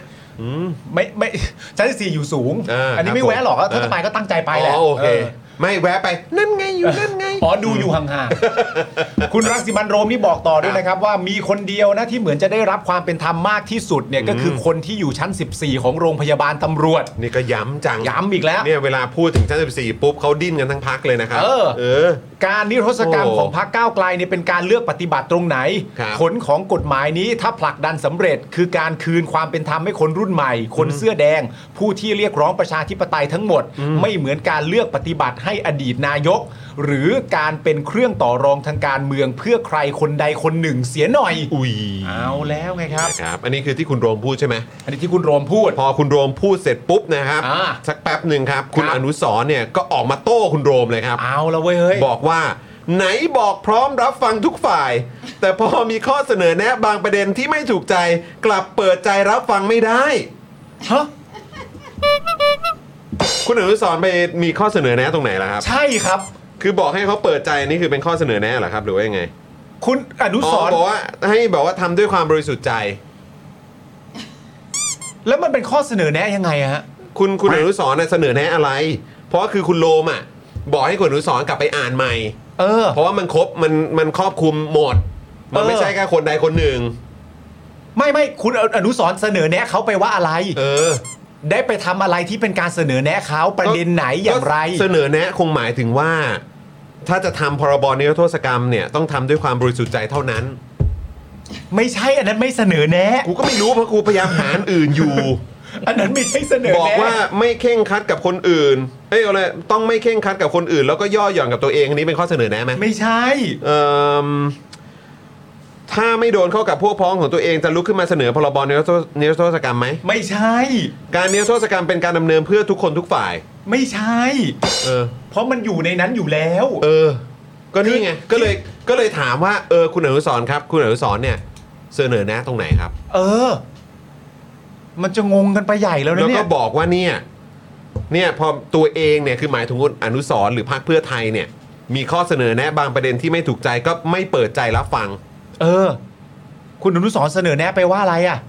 C: ไม่ไม่ชั้น 14 อยู่สูง
B: อ่า
C: นี้
B: ค
C: ไม่
B: รับผม
C: แวะหรอกก็ถ้า
B: เออ
C: จะไปก็ตั้งใจไปแหละ
B: อ๋อโอเค
C: เออ
B: ไม่แวะไป นั่นไงอยู่นั่นไง
C: อ๋อ ดูอยู่ห่าง ๆ คุณรังสิมันโรมนี่บอกต่อด้วยนะครับ ว่ามีคนเดียวนะที่เหมือนจะได้รับความเป็นธรรมมากที่สุดเนี่ยก็คือคนที่อยู่ชั้น 14 ของโรงพยาบาลตำรวจ
B: นี่ก็ย้ำจัง
C: ย้ำอีกแล้ว
B: เนี่ยเวลาพูดถึงชั้น 14 ปุ๊บเขาดิ้นกันทั้งพักเลยนะครับ
C: เออ
B: เออ
C: การนิรโทษกรรม
B: โอ้
C: ของพรรคก้าวไกลเนี่ยเป็นการเลือกปฏิบัติตรงไหน
B: ครับ
C: ผลของกฎหมายนี้ถ้าผลักดันสำเร็จ คือการคืนความเป็นธรรมให้คนรุ่นใหม่ คนเสื้อแดง ผู้ที่เรียกร้องประชาธิปไตยทั้งหมด ไม่เหมือนการเลือกปฏิบัติให้อดีตนายก หรือการเป็นเครื่องต่อรองทางการเมืองเพื่อใครคนใดคนหนึ่งเสียหน่อย
B: อุ๊ย
C: เอาแล้วไงครับ
B: ครับ อันนี้คือที่คุณโรมพูดใช่ไหม
C: อันนี้ที่คุณโรมพูด
B: พอคุณโรมพูดเสร็จปุ๊บนะครับ
C: อ่า
B: สักแป๊บหนึ่งครับ คุณ
C: ครับ
B: อนุสรณ์เนี่ยก็ออกมาโต้คุณโรมเลยครับ
C: เอาแล้วเว้ยเฮ้ย
B: บอกว่า ไหนบอกพร้อมรับฟังทุกฝ่าย แต่พอมีข้อเสนอแนะบางประเด็นที่ไม่ถูกใจ กลับเปิดใจรับฟังไม่ได้
C: ฮะ
B: คุณอนุสรณ์ไปมีข้อเสนอแนะตรงไหนล่ะครับ
C: ใช่ครับ
B: คือบอกให้เขาเปิดใจนี่คือเป็นข้อเสนอแนะเหรอครับ หรือว่ายังไง
C: คุณอนุสรณ์
B: บอกว่าให้แบบว่าทำด้วยความบริสุทธิ์ใจ
C: แล้วมันเป็นข้อเสนอแนะยังไงอะฮะ
B: คุณคุณอนุสรณ์น่ะเสนอแนะอะไร เพราะคือคุณโลมอ่ะ บอกให้คุณอนุสรณ์กลับไปอ่านใหม่
C: เออ
B: เพราะว่ามันครบมันมันครอบคลุมหมด มันไม่
C: เออ
B: ใช่แค่คนใดคนหนึ่ง
C: ไม่ไม่คุณอนุสรณ์เสนอแนะเขาไปว่าอะไร
B: เออ
C: ได้ไปทำอะไรที่เป็นการเสนอแนะเขาประเด็นไหนอย่างไร
B: ก็เสนอแนะคงหมายถึงว่า ถ้าจะทำพรบนิรโทษกรรมเนี่ยต้องทำด้วยความบริสุทธิ์ใจเท่านั้น
C: ไม่ใช่อันนั้นไม่เสนอแนะ
B: กูก็ไม่รู้เพราะกูพยายามหาอันอื่น อยู่
C: อันนั้นไม่ใช่เสนอ
B: บอก
C: แนะ
B: ว่าไม่เข่งครัดกับคนอื่น เอ้ยอะไรต้องไม่เข่งครัดกับคนอื่น แล้วก็ย่อหย่อนกับตัวเองอันนี้เป็นข้อเสนอแนะไหม
C: ไม่ใช่
B: เอ่มถ้าไม่โดนเข้ากับพวกพ้องของตัวเองจะลุกขึ้นมาเสนอพรบนิรโทษนิรโทษกรรมไหม
C: ไม่ใช่
B: การนิรโทษกรรมเป็นการดำเนินเพื่อทุกคนทุกฝ่าย
C: ไม่ใช่
B: เออ
C: เพราะมันอยู่ในนั้นอยู่แล้ว
B: เออ ก็นี่ไง ก็เลยก็เลยถามว่าเออคุณอนุสรณ์ครับ คุณอนุสรณ์เนี่ยเสนอแนะตรงไหนครับ
C: เออ มันจะงงกันไปใหญ่แล้วนะ
B: แล้ว
C: เนี่
B: ก็
C: ย
B: บอกว่าเนี่ยเนี่ยพอตัวเองเนี่ยคือหมายถึงคุณอนุสรณ์หรือพรรคเพื่อไทยเนี่ย มีข้อเสนอแนะบางประเด็นที่ไม่ถูกใจก็ไม่เปิดใจรับฟัง
C: เออ คุณอนุสรณ์เสนอแนะไปว่าอะไรอ่ะ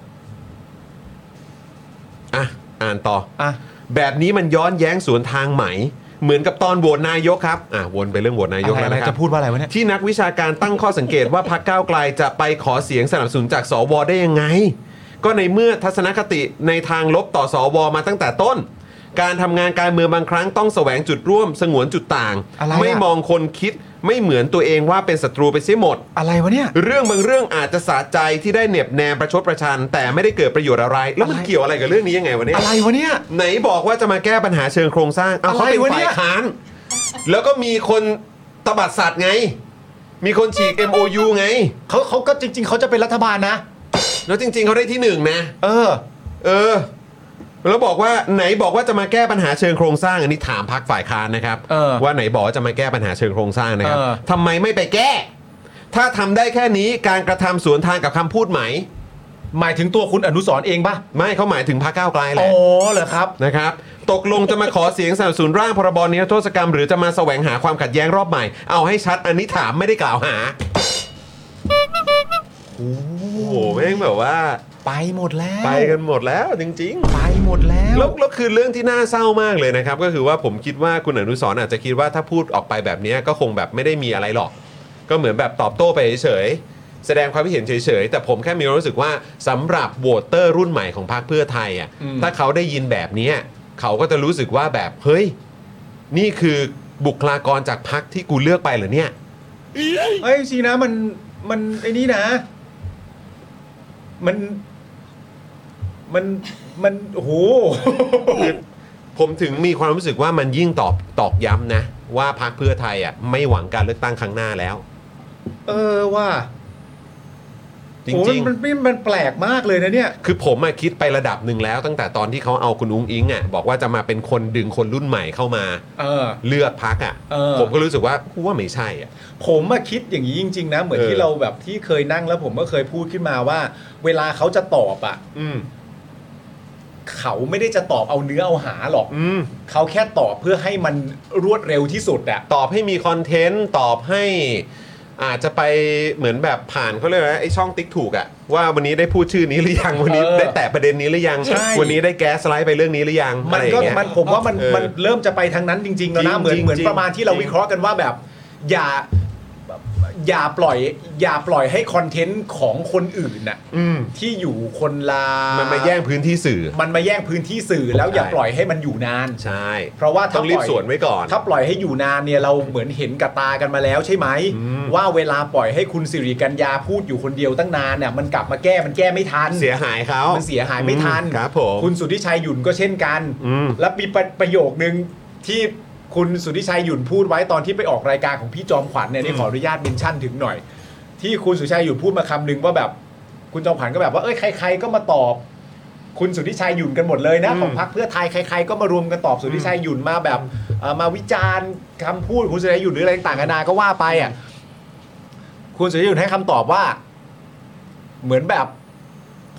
B: อ่ะ อ่านต่อ
C: อ่ะ
B: แบบนี้มันย้อนแย้งสวนทางไหม เหมือนกับตอนโหวตนายกครับ อ่ะ วนไปเรื่องโหวตนายก
C: อะไร
B: แล้ว
C: อะไร
B: นะครับ
C: จะพูดว่าอะไรวะเนี่ย
B: ที่นักวิชาการตั้งข้อสังเกตว่าพักก้าวไกลจะไปขอเสียงสนับสนุนจากสวได้ยังไง ก็ในเมื่อทัศนคติในทางลบต่อสวมาตั้งแต่ต้น การทำงานการเมืองบางครั้งต้องแสวงจุดร่วมสงวนจุดต่าง
C: อะไรอะ
B: ไม่มองคนคิดไม่เหมือนตัวเองว่าเป็นศัตรูไปเสียหมด
C: อะไรวะเนี่ย
B: เรื่องบางเรื่องอาจจะสะใจที่ได้เหน็บแนมประชดประชัน แต่ไม่ได้เกิดประโยชน์อะไร แล้วมัน
C: อะไร
B: เกี่ยวอะไรกับเรื่องนี้ยังไงวะเนี่ย
C: อะไรวะเนี่ย
B: ไหนบอกว่าจะมาแก้ปัญหาเชิงโครงสร้างเอาเขา
C: อะไร
B: เป็น
C: วะเนี่
B: ฝ่าย ยค้าน แล้วก็มีคนตบัดสัตว์ไง มีคนฉีก MOU ไง
C: เขาเขาก็จริง ๆ เขาจะเป็นรัฐบาลนะ
B: แล้วจริง ๆเขาได้ที่หนึ่งนะ
C: เออ
B: เออ แล้วบอกว่าไหนบอกว่าจะมาแก้ปัญหาเชิงโครงสร้าง อันนี้ถามพักฝ่ายค้านนะครับ
C: เออ
B: ว่าไหนบอกว่าจะมาแก้ปัญหาเชิงโครงสร้างนะครับ
C: เออ
B: ทำไมไม่ไปแก้ ถ้าทำได้แค่นี้การกระทำสวนทางกับคำพูดไหม
C: หมายถึงตัวคุณอนุสรณ์เองป่ะ
B: ไม่เขาหมายถึงพรรคก้าวไกลแห
C: อ๋
B: ละ
C: อเหรอครับ
B: นะครับ ตกลงจะมาขอเสียงสนับสนุนร่างพรบนิรโทษกรรม หรือจะมาแสวงหาความขัดแย้งรอบใหม่ เอาให้ชัดอันนี้ถามไม่ได้กล่าวหา โอ้โหแม่งแบบว่า
C: ไปหมดแล้ว
B: ไปกันหมดแล้วจริง
C: ไปหมดแล้
B: ๆ
C: ว
B: แล้วแล้วคือเรื่องที่น่าเศร้ามากเลยนะครับ ก็คือว่าผมคิดว่าคุณอนุสรณ์อาจจะคิดว่าถ้าพูดออกไปแบบเนี้ยก็คงแบบไม่ได้มีอะไรหรอก ก็เหมือนแบบตอบโต้ไปเฉยๆแสดงความคิดเห็นเฉยๆ แต่ผมแค่มีความรู้สึกว่าสำหรับโหวตเตอร์รุ่นใหม่ของพรรคเพื่อไทยอ่ะ
C: อืม
B: ถ้าเขาได้ยินแบบเนี้ยเขาก็จะรู้สึกว่าแบบเฮ้ย นี่คือบุคลากรจากพรรคที่กูเลือกไปเหรอเนี่ย
C: เอ้ยจริงนะมันมันไอ้นี่นะ มันมันมันโอ้โห
B: ผมถึงมีความรู้สึกว่ามันยิ่งตอบตอกย้ำนะ ว่าพรรคเพื่อไทยอ่ะไม่หวังการเลือกตั้งครั้งหน้าแล้ว
C: เออว่า
B: จ
C: โอ้
B: ริง
C: มันมันมันมันแปลกมากเลยนะเนี่ย
B: คือผมอะคิดไประดับหนึ่งแล้ว ตั้งแต่ตอนที่เขาเอาคุณอุ้งอิงอะบอกว่าจะมาเป็นคนดึงคนรุ่นใหม่เข้ามา
C: เออ
B: เลือกพักอะ
C: เออ
B: ผมก็รู้สึกว่ากูว่าไม่ใช่อะ
C: ผมมาคิดอย่างนี้จริง ๆ นะ เหมือน
B: เออ
C: ที่เราแบบที่เคยนั่งแล้วผมก็เคยพูดขึ้นมาว่า เวลาเขาจะตอบอ่ะ
B: อืม
C: เขาไม่ได้จะตอบเอาเนื้อเอาหาหรอก
B: อืม
C: เขาแค่ตอบเพื่อให้มันรวดเร็วที่สุดอะ
B: ตอบให้มีคอนเทนต์ตอบให้ อาจจะไปเหมือนแบบผ่านเขาเรียกว่าไอ้ช่องติ๊กถูกอะว่าวันนี้ได้พูดชื่อนี้หรือยังวันนี้ได้แตะประเด็นนี้หรือยังวันนี้ได้แก๊สไลด์ไปเรื่องนี้หรือยัง
C: มันก็
B: อะไรอย่างเงี้ย
C: มันผมว่ามัน
B: เออ
C: มันเริ่มจะไปทางนั้นจริง ๆ แล้วนะ
B: จริงจริง
C: เหมือนเหมือน
B: จริง
C: ประมาณที่เรา
B: จริง
C: วิเคราะห์กันว่าแบบ อย่าอย่าปล่อย อย่าปล่อยให้คอนเทนต์ของคนอื่นน่ะ
B: อืม
C: ที่อยู่คนลามั
B: มันมาแย่งพื้นที่สื่อ
C: มันมาแย่งพื้นที่สื่อแล้วอย่า
B: ใช่
C: ปล่อยให้มันอยู่นาน
B: ใช่
C: เพราะว่า
B: ต้
C: ถ้า
B: องรี
C: ป
B: บ
C: ล่อย
B: สวนไว้ก่อน
C: ถ้าปล่อยให้อยู่นานเนี่ยเราเหมือนเห็นกับตากันมาแล้วใช่ไหม
B: อืม
C: ว่าเวลาปล่อยให้คุณสิริกัญญาพูดอยู่คนเดียวตั้งนานเนี่ยมันกลับมาแก้มันแก้ไม่ทัน
B: เสียหายเขา
C: มั
B: มัน
C: เสียหายไม่ทัน
B: ครับผม
C: คุณสุทธิชัยหยุ่นก็เช่นกัน
B: อืม
C: และมีประประโยคนึงที่คุณสุทธิชัยหยุ่นพูดไว้ตอนที่ไปออกรายการของพี่จอมขวัญเนี่ยนี่ขออนุญาตเมนชั่นถึงหน่อย ที่คุณสุทธิชัยหยุ่นพูดมาคำหนึงว่าแบบ คุณจอมขวัญก็แบบว่าเอ้ยใคร ๆ ก็มาตอบ คุณสุทธิชัยหยุ่นกันหมดเลยนะ
B: อืม
C: ของพรรคเพื่อไทยใคร ๆ ก็มารวมกันตอบสุทธิชัยหยุ่นมาแบบเอ่อมาวิจารณ์คำพูดคุณสุทธิชัยหยุ่นหรืออะไรต่างๆนานาก็ว่าไปอ่ะคุณสุทธิชัยหยุ่นให้คำตอบว่า เหมือนแบบ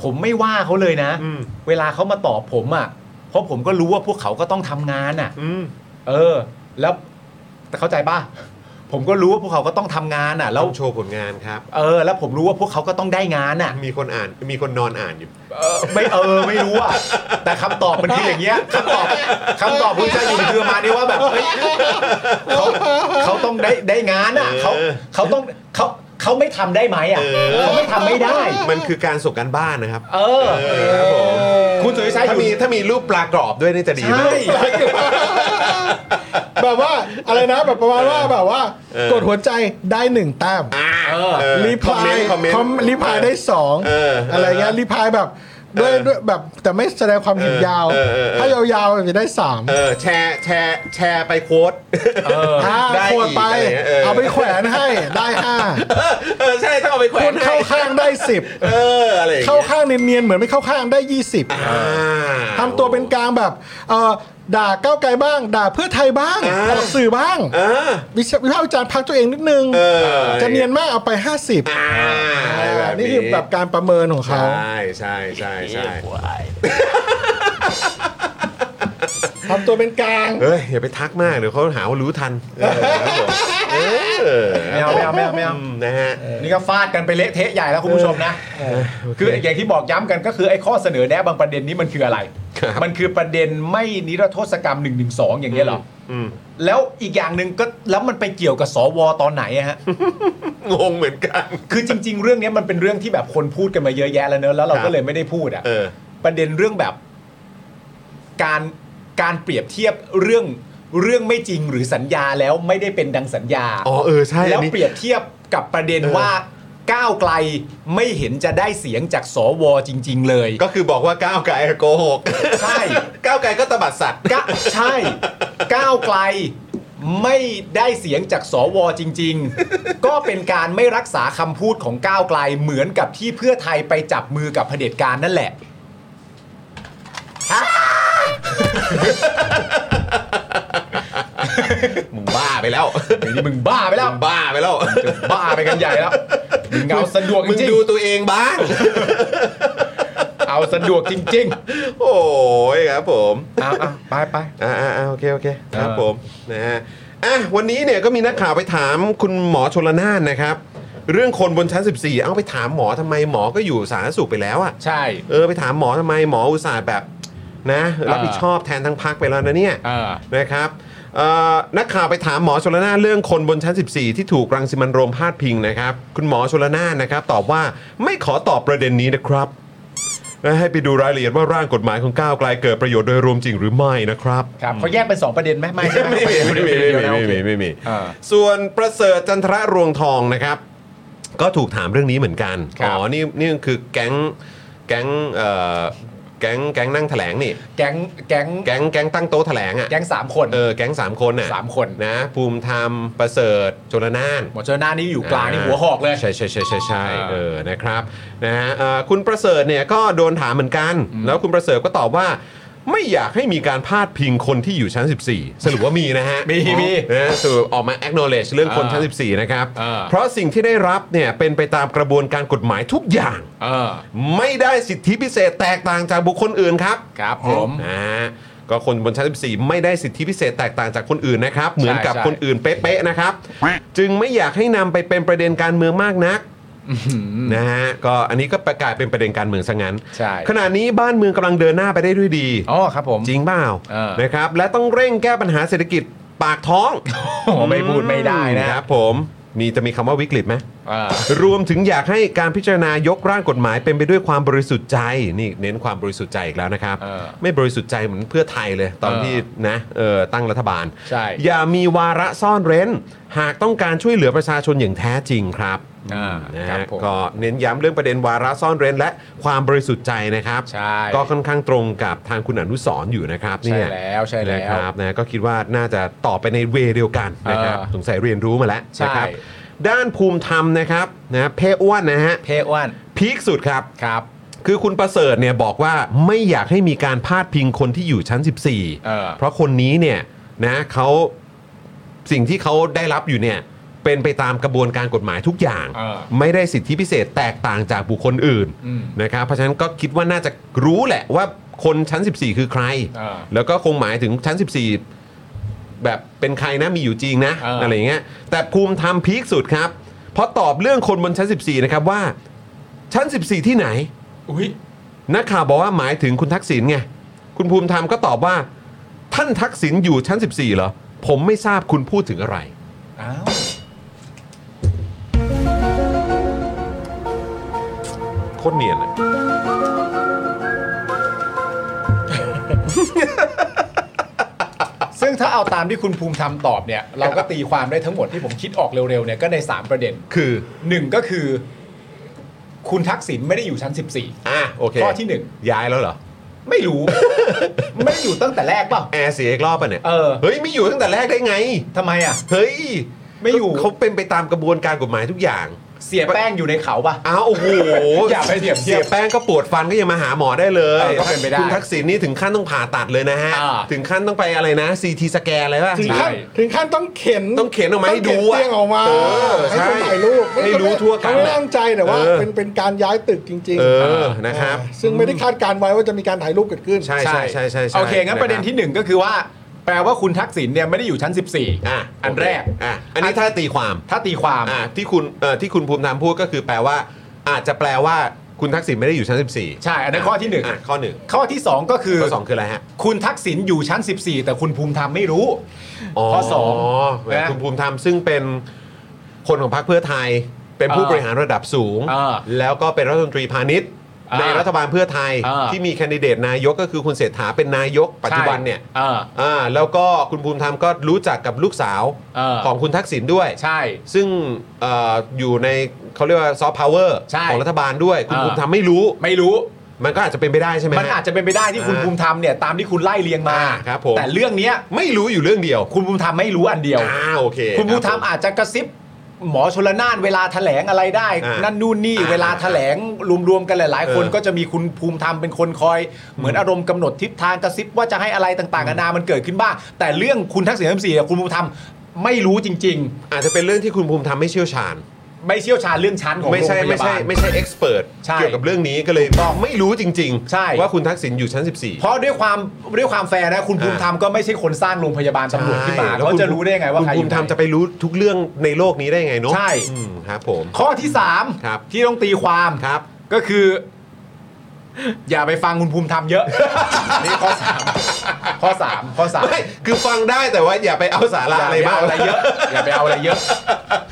C: ผมไม่ว่าเขาเลยนะ
B: อืม
C: เวลาเขามาตอบผมอะ่ะ เพราะผมก็รู้ว่าพวกเขาก็ต้องทำงานอะ่ะ
B: อืม
C: เออ แล้ว แต่เข้าใจป่ะ ผมก็รู้ว่าพวกเขาก็ต้องทำงานอ่ะ แล้ว
B: โชว์ผลงานครับ
C: เออ แล้วผมรู้ว่าพวกเขาก็ต้องได้งานอ่ะ
B: มีคนอ่านมีคนนอนอ่านอยู่
C: เออไม่เออไม่รู้อ่ะแต่คำตอบมันคืออย่างเงี้ยคำตอบคำตอบคุณจะอยู่คือมาเนี่ยว่าแบบเฮ้ยเขาเขาต้องได้ได้งานอ่ะเขาเขาต้องเขาเขาไม่ทำได้ไหมอ่ะเขาไม่ทำไม่ได้
B: มันคือการส่งกันบ้านนะครับ
C: เออ
B: ครับผม
C: คุณสุริชัยอ
B: ถ้า
C: ยู่
B: มีถ้ามีรูปปลากรอบด้วยนี่จะดีมา
C: ใช่
B: ก
E: แบบว่าอะไรนะแบบประมาณว่าแบบว่า
B: เออ
E: กดหัวใจได้หนึ่งแต้ม
C: เออ
B: เออ
E: รีพลาย
B: คอมเมนต์คอมเมนต์
E: รีพลายได้สอง
B: เอออ
E: อะไรเงี้ยรีพลายแบบด้วยด้วยแบบแต่ไม่แสดงความเห็นยาว
B: เออเออเออ
E: ถ้ายาวๆจะได้สาม
B: เออแชร์แชร์แชร์ไปโค้ด
E: ห้า
B: ได้อีก
E: ขวดไป
B: อะไรเงี้ยเออ
E: เอาไปแขวนให้ได้ห้า
B: เออใช่ต้องเอาไปแขว
E: คน น
B: ให้
E: เข้าข้างได้สิบ
B: เอออะไรอย่งงี้ย
E: เข้าข้างเนียนๆเหมือนไม่เข้าข้างได้ยี่สิบ
B: อ่า
E: ทำตัวเป็นกลางแบบเออด่าก้าวไกลบ้าง ด่าเพื่อไทยบ้าง
B: อ่า
E: ออกสื่อบ้าง
B: เออ
E: วิชาวิพากษ์วิจารณ์พักตัวเองนิดนึง
B: เออ
E: จะเนียนมากเอาไป 50
B: อ่าอะไรแบบ
E: นี่คือแบบการประเมินของเขา
B: ใช่ใช่ใช่ใช่
E: ทำตัวเป็นกลาง
B: เฮ้ยอย่าไปทักมากเดี๋ยวเขาหาว่ารู้ทันเออครับผมเออ
C: ไม่เอาไม่เอาไม่เอาไม่เอา
B: มนะฮะ
C: นี่ก็ฟาดกันไปเละเทะใหญ่แล้วคุณผู้ชมนะคืออย่างที่บอกย้ำกันก็คือไอ้ข้อเสนอแนะบางประเด็นนี้มันคืออะไร
B: ครับ
C: มันคือประเด็นไม่นิรโทษกรรม1นึอย่างเงี้ยเหรอ
B: อืม
C: แล้วอีกอย่างหนึ่งก็แล้วมันไปเกี่ยวกับสวตอนไหนอะฮะ
B: งงเหมือนกัน
C: คือจริง ๆ เรื่องเนี้ยมันเป็นเรื่องที่แบบคนพูดกันมาเยอะแยะแล้วเนอะแล้วเรา
B: ครั
C: ก็
B: บ
C: เลยไม่ได้พูดอะ
B: เออ
C: ประเด็นเรื่องแบบการการเปรียบเทียบเรื่องเรื่องไม่จริงหรือสัญญาแล้วไม่ได้เป็นดังสัญญา
B: อ๋อเออใช่
C: แล้
B: อั
C: วน
B: นี้
C: เปรียบเทียบกับประเด็น
B: เออ
C: ว่าก้าวไกลไม่เห็นจะได้เสียงจากสวจริง ๆ เลย
B: ก็คือบอกว่าก้าวไกลโกหก
C: ใช่
B: ก้าวไกลก็ตบัดสัตว์
C: ก็ใช่ ก้าวไกลไม่ได้เสียงจากสวจริง ๆ ก็เป็นการไม่รักษาคำพูดของก้าวไกลเหมือนกับที่เพื่อไทยไปจับมือกับเผด็จการนั่นแหละ
B: มึงบ้าไปแล้ว
C: เดี๋ยวนี้มึงบ้าไปแล้ว
B: มึงบ้าไปแล้ว
C: จะบ้าไปกันใหญ่แล้วมึงเอาสะดวกจ
B: มึง
C: ริง
B: ดูตัวเองบ้าง
C: ๆ เอาสะดวกจริง
B: โอ้ยครับผม
C: ๆเอาเอาไปไป
B: อ่าอ่าอ่าโอเคโอเคครับ
C: เออ
B: ผมนะฮะอ่ะวันนี้เนี่ยก็มีนักข่าวไปถามคุณหมอชลนานนะครับ เรื่องคนบนชั้น 14 เอาไปถามหมอทำไมหมอก็อยู่สาธารณสุขไปแล้วอ่ะ
C: ใช่
B: เออไปถามหมอทำไมหมออุตส่าห์แบบนะรับผิดชอบแทนทั้งพักไปแล้วนะเนี่ย
C: เออ
B: นะครับเอ่อนักข่าวไปถามหมอชลนานเรื่องคนบนชั้น 14 ที่ถูกรังสิมันต์โรมพาดพิงนะครับ คุณหมอชลนานนะครับ ตอบว่าไม่ขอตอบประเด็นนี้นะครับและให้ไปดูรายละเอียดว่าร่างกฎหมายของก้าวไกลเกิดประโยชน์โดยรวมจริงหรือไม่นะครับ
C: ครับเขาแยกเป็นสองประเด็นไหมไม่ใช่ไหม
B: ไม่มีไม่มีไม่มีไม่มีไม่มีส่วนประเสริฐจันทระรวงทองนะครับ ก็ถูกถามเรื่องนี้เหมือนกันอ๋อนี่นี่คือแก๊งแก๊งเอ่อแก๊งแก๊งนั่งแถลงนี่
C: แก๊งแก๊ง
B: แก๊งแก๊งตั้งโต๊ะแถลงอ่ะ
C: แก๊งสามคน
B: เออแก๊งสามคนอ่ะ
C: สามคน
B: นะภูมิธรรมประเสริฐชนน่าน
C: หมอเจอหน้านี่อยู่กลางนี่หัวหอกเลย
B: ใช่ใช่ใช่ใช่ใช่
C: อ่า
B: เออนะครับนะฮะเอ่อคุณประเสริฐเนี่ยก็โดนถามเหมือนกัน แล้วคุณประเสริฐก็ตอบว่า ไม่อยากให้มีการพาดพิงคนที่อยู่ชั้น 14 สรุปว่ามีนะฮะ
C: มีมี
B: นะสรุปออกมา acknowledge เรื่องคน
C: อ่า
B: ชั้น 14 นะครับ
C: อ่า
B: เพราะสิ่งที่ได้รับเนี่ยเป็นไปตามกระบวนการกฎหมายทุกอย่าง
C: เออ
B: ไม่ได้สิทธิพิเศษแตกต่างจากบุคคลอื่นครับ
C: ครับผม
B: นะฮะก็คนบนชั้น 14 ไม่ได้สิทธิพิเศษแตกต่างจากคนอื่นนะครับ เหมือนกับ
C: ใช่
B: คนอื่นเป๊ะๆนะครับ จึงไม่อยากให้นำไปเป็นประเด็นการเมืองมากนักนะฮะก็อันนี้ก็ประกาศเป็นประเด็นการเมืองซะงั้น
C: ใช่
B: ขณะนี้บ้านเมืองกำลังเดินหน้าไปได้ด้วยดี
C: อ๋อครับผม
B: จริงเปล่า
C: เออ
B: นะครับ และต้องเร่งแก้ปัญหาเศรษฐกิจปากท้อง
C: โอ้ไม่พูดไม่ได้นะครับ
B: ผมมีจะมีคำว่าวิกฤตไหม
C: เออ
B: รวมถึงอยากให้การพิจารณายกร่างกฎหมายเป็นไปด้วยความบริสุทธิ์ใจนี่เน้นความบริสุทธิ์ใจอีกแล้วนะครับ
C: เออ
B: ไม่บริสุทธิ์ใจเหมือนเพื่อไทยเลยตอน
C: เออ
B: ที่นะเออตั้งรัฐบาล
C: ใช่
B: อย่ามีวาระซ่อนเร้น หากต้องการช่วยเหลือประชาชนอย่างแท้จริงครับ
C: อ่า
B: นะครับ ฮะ
C: ผม
B: ก็เน้นย้ำเรื่องประเด็นวาระซ่อนเร้น และความบริสุทธิ์ใจนะครับ
C: ใช่
B: ก็ค่อนข้างตรงกับทางคุณอนุสรณ์อยู่นะครับ
C: ใช่
B: เนี่ย
C: แล้วใช่แล้
B: นะ
C: ว
B: ครับนะก็คิดว่าน่าจะตอบไปในเวเดียวกันนะครับ
C: เออ
B: สงสัยเรียนรู้มาแล้ว
C: ใช่
B: นะครับ ด้านภูมิธรรมนะครับนะเพอ้วนนะฮะ
C: เพอ้วน
B: พีคสุดครับ
C: ครับ
B: คือคุณประเสริฐเนี่ยบอกว่าไม่อยากให้มีการพาดพิงคนที่อยู่ชั้น 14
C: เออ
B: เพราะคนนี้เนี่ยนะเขาสิ่งที่เขาได้รับอยู่เนี่ยเป็นไปตามกระบวนการกฎหมายทุกอย่าง
C: เออ
B: ไม่ได้สิทธิพิเศษแตกต่างจากบุคคลอื่น
C: อืม
B: นะครับเพราะฉะนั้นก็คิดว่าน่าจะรู้แหละว่าคนชั้น 14 คือใคร
C: เออ
B: แล้วก็คงหมายถึงชั้น 14 แบบเป็นใครนะมีอยู่จริงนะ
C: เอออ
B: อะไรอย่างเงี้ยแต่ภูมิทำพีคสุดครับเพราะตอบเรื่องคนบนชั้น 14 นะครับว่า ชั้น 14 ที่ไหน
C: อุ้ย
B: นักข่าวบอกว่าหมายถึงคุณทักษิณไง คุณภูมิธรรมก็ตอบว่า ท่านทักษิณอยู่ชั้น 14 เหรอ ผมไม่ทราบคุณพูดถึงอะไร
C: อ้าว
B: โคตรเนียนอะ
C: ซึ่งถ้าเอาตามที่คุณภูมิธรรมตอบเนี่ย เราก็ตีความได้ทั้งหมดที่ผมคิดออกเร็วๆเนี่ยก็ใน 3 ประเด็น
B: คือ
C: หนึ่งก็คือ คุณทักษิณไม่ได้อยู่ชั้น 14
B: อ่ะโอเค
C: ข้อที่หนึ่ง
B: ย้ายแล้วเหรอ
C: ไม่รู้ ไม่ได้อยู่ตั้งแต่แรกเปล่า
B: แอร์เสียอีกรอบป่ะเนี่ย
C: เออ
B: เฮ้ย ไม่อยู่ตั้งแต่แรกได้ไง
C: ทำไมอ่ะ
B: เฮ้ย
C: ไม่อยู่
B: เขาเป็นไปตามกระบวนการกฎหมายทุกอย่าง
C: เสียแป้งอยู่ในเขาปะ
B: อ้าวโอ้โห
C: อย่าไปเปรียบเทียบ
B: แป้งก็ปวดฟันก็ยังมาหาหมอได้เลย
C: เออก็เป็นไปได้
B: คุณทักษิณนี่ถึงขั้นต้องผ่าตัดเลยนะฮะ
C: อ่า
B: ถึงขั้นต้องไปอะไรนะซีทีสแกนอะไรวะ
E: ถึงขั้น
C: ใช่
E: ถึงขั้นต้องเข็น
B: ต้องเข็นออกมาให้ดู
E: ต้
B: อะ
E: องเข็นเตียงออกมา
B: เออ
E: ให้คน
B: ใช่
E: ถ่ายรูป
B: ให้รู้ทั่วกัน
E: เขาไม่ตั้งใจแต่ว่า
B: เออ
E: เป็นเป็นการย้ายตึกจริง
B: เออ
E: ๆ
B: นะครับ
E: อ่าซึ่งไม่ได้คาดการไว้ว่าจะมีการถ่ายรูปเกิดขึ้น
B: ใช่ใช่ใช่ใช่ใช่
C: โอเค งั้นประเด็นที่หนึ่งก็คือว่า แปลว่าคุณทักษิณเนี่ยไม่ได้อยู่ชั้น 14
B: อ่ะ
C: อันแรก
B: อ่ะอันนี้ถ้าตีความ
C: ถ้าตีความ
B: อ่ะที่คุณเอ่อที่คุณภูมิธรรมพูดก็คือแปลว่า อาจจะแปลว่าคุณทักษิณไม่ได้อยู่ชั้น 14
C: ใช่อันนั้นข้อที่หนึ่ง
B: ะข้อหนึ่ง
C: ข้อที่ 2 ก็คือ
B: ข้อสองคืออะไรฮะ
C: คุณทักษิณอยู่ชั้น 14 แต่คุณภูมิธรรมไม่รู้ ข้อสองนะ
B: คุณภูมิธรรมซึ่งเป็นคนของพรรคเพื่อไทย เป็นผู้
C: อ่า
B: บริหารระดับสูง
C: อ่า
B: แล้วก็เป็นรัฐมนตรีพาณิชย์
C: อ่า
B: ในรัฐบาลเพื่อไทย
C: อ่า
B: ที่มีแคนดิเดตนายกก็คือคุณเศรษฐาเป็นนายกปัจจุบันเนี่ย
C: เออ
B: อ่าแล้วก็คุณภูมิธรรมก็รู้จักกับลูกสาว
C: เออ
B: ของคุณทักษิณด้วย
C: ใช่
B: ซึ่งเอออยู่ในเขาเรียกว่าซอฟต์พาวเวอร์
C: ใช่
B: ของรัฐบาลด้วย คุณ
C: เออ
B: ภูมิธรรมไม่รู้
C: ไม่รู้
B: มันก็อาจจะเป็นไปได้ใช่ไหม
C: มัน
B: ฮะ
C: อาจจะเป็นไปได้ที่คุณ
B: อ่า
C: ภูมิธรรมเนี่ยตามที่คุณไล่เรียงมา
B: อ่าครับผม
C: แต่เรื่องเนี้ย
B: ไม่รู้อยู่เรื่องเดียว
C: คุณภูมิธรรมไม่รู้อันเดียว
B: อ่าโอเค
C: คุณภูมิธรรม
B: บ
C: อาจจะกระซิบหมอชลนานเวลาแถลงอะไรได้
B: อ่านั่
C: นั่นนู่นนี่
B: อ่า
C: เวลาแถลงรวมๆกันหลาย ๆ คน
B: เออ
C: ก็จะมีคุณภูมิธรรมเป็นคนคอย เหมือนอารมณ์กำหนดทิศทางกระซิบว่าจะให้อะไรต่างๆนานามันเกิดขึ้นบ้าง แต่เรื่องคุณทักษิณทั้งสี่คุณภูมิธรรมไม่รู้จริง
B: ผมอาจจะเป็นเรื่องที่คุณภูมิธรรมไม่เชี่ยวชาญ
C: ๆ ไม่เชี่ยวชาญเรื่องชั้นของโร
B: ไม่
C: งพ
B: ใช่
C: ยาบาล
B: ไม่ใช่ไม่ใช่เอ็กซ์เพรส
C: ใช่
B: เกี่ยวกับเรื่องนี้ก็เลย
C: ต้อง
B: ไม่รู้จริง
C: ใช่
B: ว่าคุณทักษิณอยู่ชั้น
C: เพราะด้วยความด้วยความแฟร์นะคุณภูมิธรรมก็ไม่ใช่คนสร้างโรงพยาบาล
B: 14
C: ตำรวจขึ้นมา
B: ใช่
C: เขาจะรู้ได้ยังไงว่า
B: คุณ
C: ใครอ
B: ภู
C: ยู่
B: มิธรรม
C: ไหน
B: จะไปรู้ทุกเรื่องในโลกนี้ได้ไงเนาะ
C: ใช่
B: อืมครับผม
C: ข้อที่สาม
B: ครับ
C: ที่ต้องตีความ
B: ครับ
C: ก็คือ อย่าไปฟังคุณภูมิธรรมเยอะ นี่ข้อสามข้อสามข้อสาม
B: ไม่คือฟังได้แต่ว่าอย่าไปเอาสาระ
C: อย่า
B: อะไร
C: ไป
B: มา
C: เอา
B: ก
C: อะไรเยอะ อย่าไปเอาอะไรเยอะ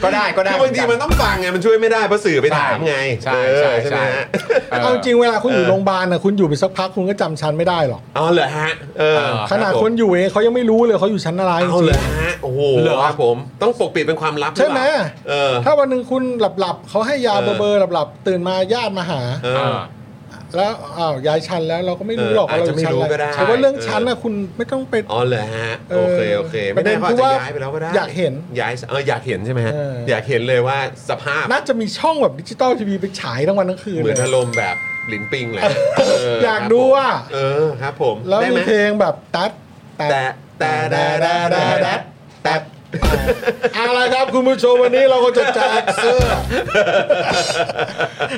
C: ก็ได้ก็ได้
B: คือบางทีมันต้องฟังไง มันช่วยไม่ได้เพราะสื่อไปถามไง
C: ใช่
B: เออ
C: ใช่
B: ใช่ไหม
C: ใช่
B: ฮะ
C: เออ
E: เอาจริงเวลาคุณอยู่โรงพยาบาลนะคุณอยู่ไปสักพักคุณก็จำชั้นไม่ได้หรอก
B: เอาเหรอฮะเออ
C: เออ
E: ขนาด
B: รับผม
E: คนอยู่เองเขายังไม่รู้เลยเขาอยู่ชั้นอะไรจ
B: เอา
E: ริ
B: เหรง อฮะโอ้โห
C: เหรอ
B: ครับผมต้องปกปิดเป็นความลับ
E: ๆใช่ไหม
B: รือเปล่าเออ
E: ถ้าวันหนึ่งคุณหลับๆเขาให้ยา
B: เออ
E: เบอร์ๆหลับๆตื่นมาญาติมาหา
B: เอ
C: เอ
B: อ
C: อ
E: แล้วอ้าวย้ายชั้นแล้วเราก็ไม่รู้หรอก
B: เอออาจจะ
E: ว่าเรา
B: ไม่
E: อยู่ชั้น
B: รู้ก็
E: อะ
B: ได้
E: ไรแต่ว่าเรื่องชั้นนะคุณไม่ต้องไป
B: อ๋อเหรอฮะ
E: เอ
B: โอ
E: อ
B: เคโอเค ไม่ได้เขาอาจจะย้ายไปแล้วก็ได้
E: อยากเห็น
B: ย้ายเอออยากเห็นใช่ไหมฮะ
E: เออ
B: อ
E: อ
B: ยากเห็นเลยว่าสภาพ
E: น่าจะมีช่องแบบดิจิตอลทีวีไปฉายทั้งวันทั้งคืน
B: เหมือน
E: เลย
B: อารมณ์แบบหลินปิงแหละเ
E: อยากดูอะ
B: เออครับผม
E: แล้ว
B: ได้ไห
E: มี
B: ม
E: เพลงแบบตัดตัด
B: แต่แต่แต่แต่แต่แต่แต่
E: เอาละไรครับคุณผู้ชมวันนี้เราก็จะแจกเสื้อ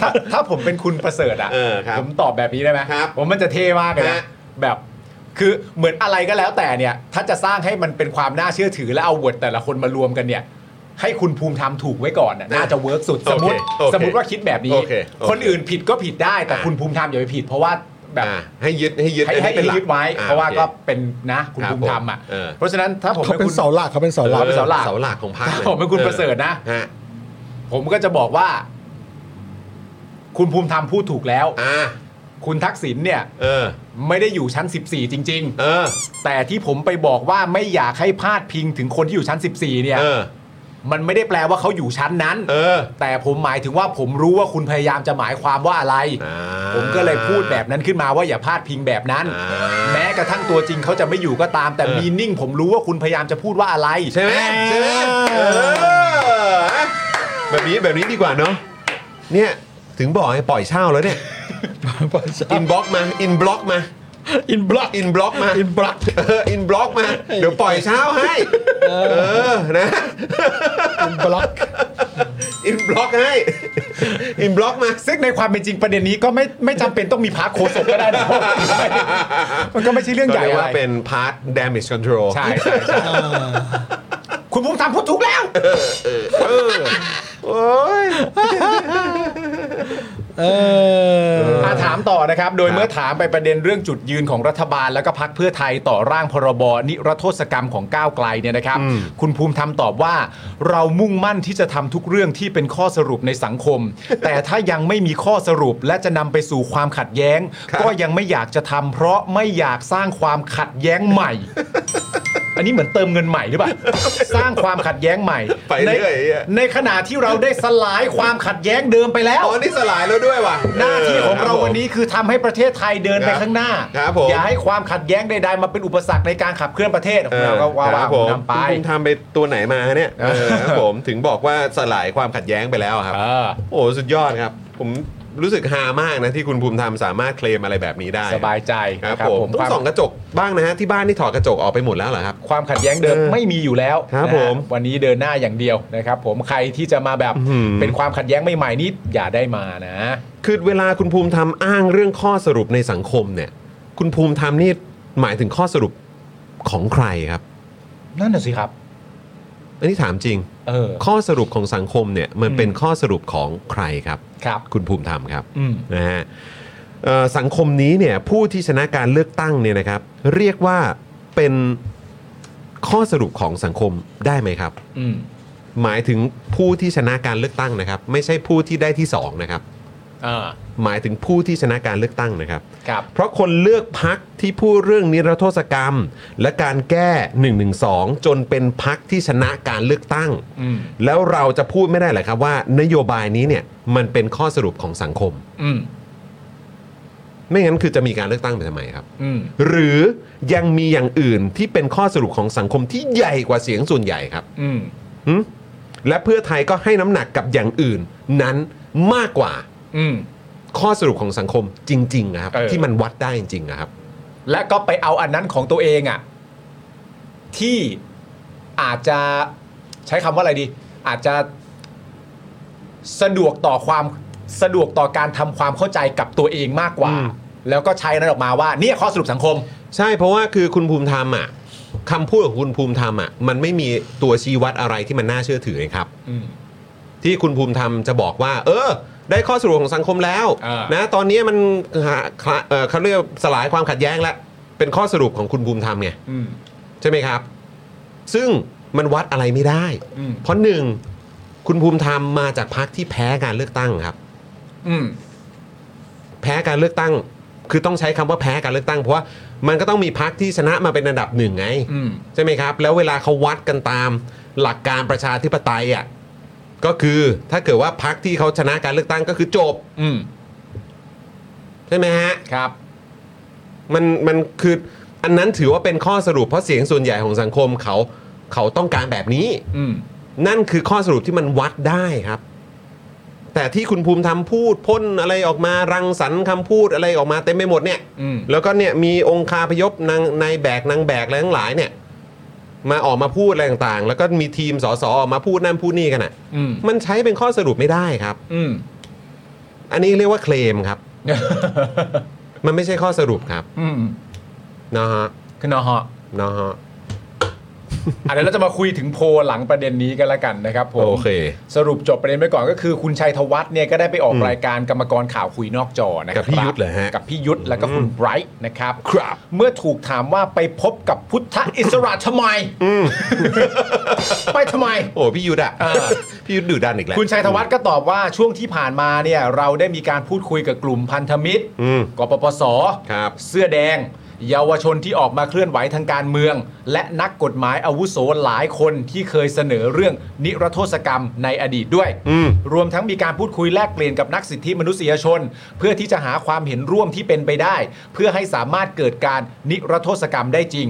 C: ถ้าถ้าผมเป็นคุณประเสริฐอ่ะ
B: เออครับ
C: ผมตอบแบบนี้ได้ไหม
B: ครับ
C: ผมมันจะเท่มากเลยนะ
B: ฮะ
C: แบบคือเหมือนอะไรก็แล้วแต่เนี่ย ถ้าจะสร้างให้มันเป็นความน่าเชื่อถือและเอาเวิร์ดแต่ละคนมารวมกันเนี่ย ให้คุณภูมิธรรมถูกไว้ก่อนน่ะน่าจะเวิร์กสุด
B: โอเค
C: สมมติ
B: โอเค
C: สมมติว่าคิดแบบนี้
B: โอเคโอเค
C: คนอื่นผิดก็ผิดได้แต่
B: อ่ะ
C: คุณภูมิธรรมอย่าไปผิด เพราะว่าแบบ
B: อ่ะให้ยึดให้ยึด
C: ให้
B: อัน
C: ให้
B: นี้เป็นหลัก
C: ยึดไว้
B: อ่
C: เพราะว่า
B: โอค
C: ก็เป็นนะคุณภูมิธรรมอ่ะ
B: ครับผมเออ
C: เพราะฉะนั้นถ้าผม
E: เขาเป็น
C: คุณ
E: เสาหลักเขาเป็นเสาหลัก
C: ออเสาหลัก
B: เสาหลักของพรรคลย
C: ผมเป็นคุณประเสริฐนะ
B: ฮะ
C: ผมก็จะบอกว่า คุณภูมิธรรมพูดถูกแล้ว
B: อ่ะ
C: คุณทักษิณเนี่ย
B: เออ
C: ไม่ได้อยู่ชั้น 14 จริง
B: เออ
C: ๆ แต่ที่ผมไปบอกว่าไม่อยากให้พาดพิงถึงคนที่อยู่ชั้น 14 เนี่ย
B: เออ
C: มันไม่ได้แปลว่าเขาอยู่ชั้นนั้น
B: เออ
C: แต่ผมหมายถึงว่าผมรู้ว่าคุณพยายามจะหมายความว่าอะไร
B: อ่า
C: ผมก็เลยพูดแบบนั้นขึ้นมาว่าอย่าพาดพิงแบบนั้น
B: อ่า
C: แม้กระทั่งตัวจริงเขาจะไม่อยู่ก็ตาม แต่
B: เออ
C: มีนิ่ง ผมรู้ว่าคุณพยายามจะพูดว่าอะไร
B: ใช่ไหมใช่ไหมเออแบบนี้แบบนี้ดีกว่าเนาะ เนี่ยถึงบอกให้ปล่อยเช่าแล้วเนี่ยอินบ็อกมาอินบล็อกมา อินบล็อกอินบล็อกมาอินบล็อกเอออินบล็อกมา เดี๋ยวปล่อยเช้าให้ เออนะอินบล็อกอินบล็อกให้ อินบล็อกมา
C: ซึ่งในความเป็นจริงประเด็นนี้ก็ไม่ไม่จำเป็นต้องมีพาร์คโคศกก็ได้นะ มันก็ไม่ใช่เรื่องใหญ่
B: ก็รียก
C: อะไร
B: ว่าเป็น part damage control
C: ใช่ใช่ใช่คุณภูมิทำพูดถูกแล้ว
B: เออโอ้ย
E: เออ
C: อ่ะถามต่อนะครับ โดยเมื่อถามไปประเด็นเรื่องจุดยืนของรัฐบาลแล้วก็พักเพื่อไทยต่อร่างพรบนิรโทษกรรมของก้าวไกลเนี่ยนะครับ คุณภูมิธรรมตอบว่า เรามุ่งมั่นที่จะทำทุกเรื่องที่เป็นข้อสรุปในสังคม แต่ถ้ายังไม่มีข้อสรุปและจะนำไปสู่ความขัดแย้ง
B: ครับ
C: ก็ยังไม่อยากจะทำเพราะไม่อยากสร้างความขัดแย้งใหม่ อันนี้เหมือนเติมเงินใหม่หรือเปล่า สร้างความขัดแย้งใหม่
B: ไปเรื่อย
C: ใน
B: ไอ้เหี้ย
C: ในขณะที่เราได้สลายความขัดแย้งเดิมไปแล้ว
B: อ๋อนี่สลายแล้วด้วยว่ะ
C: หน้าที่ของเราวันนี้คือทำให้ประเทศไทยเดินไปข้างหน้า
B: ครับผม
C: อย่าให้ความขัดแย้งใดๆมาเป็นอุปสรรคในการขับเคลื่อนประเทศ
B: เออ
C: เราก็ว่า
B: ค
C: ว่า
B: รับผม
C: นำไป
B: คุณทำไปตัวไหนมาเนี่ยเออครับผมถึงบอกว่าสลายความขัดแย้งไปแล้วครับ
C: เออ
B: โอ้โหสุดยอดครับ ผมรู้สึกฮามากนะที่คุณภูมิธรรมสามารถเคลมอะไรแบบนี้ได้
C: สบายใจ
B: ค
C: นะ
B: รับ
C: ครับ
B: ผม
C: ผม
B: ต้อง
C: ความ
B: ส่องกระจกบ้างนะฮะที่บ้านนี่ถอดกระจกออกไปหมดแล้วเหรอครับ
C: ความขัดแย้งเดิม
B: เออ
C: ไม่มีอยู่แล้ว
B: ครับ
C: นะฮะ
B: ผม
C: วันนี้เดินหน้าอย่างเดียวนะครับ ผมใครที่จะมาแบบ
B: อื้อหือ
C: เป็นความขัดแย้งใหม่ๆนี้อย่าได้มานะ
B: คือเวลาคุณภูมิธรรมอ้างเรื่องข้อสรุปในสังคมเนี่ย คุณภูมิธรรมนี่หมายถึงข้อสรุปของใครครับ
C: นั่นน่ะสิครับ
B: อันนี้ถามจริง
C: เออ
B: ข้อสรุปของสังคมเนี่ยมันเป็นข้อสรุปของใครครับ
C: ครับ
B: คุณภูมิธรรมครับ
C: อืม
B: นะฮะเอ่อสังคมนี้เนี่ยผู้ที่ชนะการเลือกตั้งเนี่ยนะครับ เรียกว่าเป็นข้อสรุปของสังคมได้ไหมครับ
C: อืม
B: หมายถึงผู้ที่ชนะการเลือกตั้งนะครับ ไม่ใช่ผู้ที่ได้ที่สองนะครับ
C: อ่า
B: หมายถึงผู้ที่ชนะการเลือกตั้งนะครับ
C: ครับ
B: เพราะคนเลือกพักที่พูดเรื่องนิรโทษกรรม และการแก้ 112 จนเป็นพักที่ชนะการเลือกตั้ง
C: อืม
B: แล้วเราจะพูดไม่ได้เหรอครับว่านโยบายนี้เนี่ยมันเป็นข้อสรุปของสังคม
C: อืม
B: ไม่งั้นคือจะมีการเลือกตั้งไปทำไมครับ
C: อืม
B: หรือยังมีอย่างอื่นที่เป็นข้อสรุปของสังคมที่ใหญ่กว่าเสียงส่วนใหญ่ครับ
C: อืม
B: หึและเพื่อไทยก็ให้น้ำหนักกับอย่างอื่น นั้นมากกว่า
C: อืม
B: ข้อสรุปของสังคมจริงๆนะครับ
C: เออ
B: ที่มันวัดได้จริงๆนะครับ
C: และก็ไปเอาอันนั้นของตัวเองอะ่ะที่อาจจะใช้คำว่าอะไรดี อาจจะสะดวกต่อความสะดวกต่อการทำความเข้าใจกับตัวเองมากกว่า
B: อืม
C: แล้วก็ใช้นั้นออกมาว่าเนี่ยข้อสรุปสังคม
B: ใช่เพราะว่าคือคุณภูมิธรรมอ่ะคำพูดของคุณภูมิธรรมอ่ะมันไม่มีตัวชี้วัดอะไรที่มันน่าเชื่อถือเลยครับ
C: อืม
B: ที่คุณภูมิธรรมจะบอกว่า เออ ได้ข้อสรุปของสังคมแล้ว
C: อ่าน
B: นะตอนนี้มันหาคละเอ่อเขาเรียกสลายความขัดแย้งแล้วเป็นข้อสรุปของคุณภูมิธรรมไง
C: อืม
B: ใช่ไหมครับ ซึ่งมันวัดอะไรไม่ได้
C: อืม
B: เพราะหนึ่งคุณภูมิธรรมมาจากพรรคที่แพ้การเลือกตั้งครับ
C: อืม
B: แพ้การเลือกตั้ง คือต้องใช้คำว่าแพ้การเลือกตั้ง เพราะว่ามันก็ต้องมีพรรคที่ชนะมาเป็นอันดับหนึ่งไง
C: อืม
B: ใช่ไหมครับ แล้วเวลาเขาวัดกันตามหลักการประชาธิปไตยอ่ะก็คือถ้าเกิดว่าพรรคที่เขาชนะการเลือกตั้งก็คือจบ
C: อืม
B: ใช่ไหมฮะ
C: ครับ
B: มันมันคืออันนั้นถือว่าเป็นข้อสรุปเพราะเสียงส่วนใหญ่ของสังคมเขาเขาต้องการแบบนี้
C: อืม
B: นั่นคือข้อสรุปที่มันวัดได้ครับ แต่ที่คุณภูมิธรรมพูดพ่นอะไรออกมารังสรรค์คำพูดอะไรออกมาเต็มไปหมดเนี่ย
C: อืม
B: แล้วก็เนี่ยมีองคาพยพนางนายแบกนางแบกอะไรทั้งหลายเนี่ย มาออกมาพูดอะไรต่างๆ แล้วก็มีทีมสสออกมาพูดนั่นพูดนี่กันอ่ะ
C: อืม
B: มันใช้เป็นข้อสรุปไม่ได้ครับ
C: อืม
B: อันนี้เรียกว่าเคลมครับ มันไม่ใช่ข้อสรุปครับ
C: อืม
B: นะฮะ
C: คือเนาะฮะ
B: นะฮะ
C: อันนี้เราจะมาคุยถึงโพลหลังประเด็นนี้กันละกันนะครับผม
B: โอเค
C: สรุปจบประเด็นไปก่อนก็คือคุณชัยธวัฒน์เนี่ยก็ได้ไปออก
B: อืม
C: รายการกรรมกรข่าวคุยนอกจอนะครั
B: กับพี่ยุทธเหรอฮะ
C: กับพี่ยุทธแล้วก็คุณไบรท์นะครับ
B: ครับ
C: เมื่อถูกถามว่าไปพบกับพุทธอิสระทำไมไปทำไม
B: โอ้พี่ยุทธอ่ะ
C: อ่า
B: พี่ยุทธดุดันอีกแล้ว
C: คุณชัยธวัฒน์ก็ตอบว่าช่วงที่ผ่านมาเนี่ยเราได้มีการพูดคุยกับกลุ่มพันธมิตร
B: อืม
C: กปปส
B: ครับ
C: เสื้อแดง เยาวชนที่ออกมาเคลื่อนไหวทางการเมือง และนักกฎหมายอาวุโสหลายคนที่เคยเสนอเรื่องนิรโทษกรรมในอดีตด้วย
B: อืม
C: รวมทั้งมีการพูดคุยแลกเปลี่ยนกับนักสิทธิมนุษยชน เพื่อที่จะหาความเห็นร่วมที่เป็นไปได้ เพื่อให้สามารถเกิดการนิรโทษกรรมได้จริง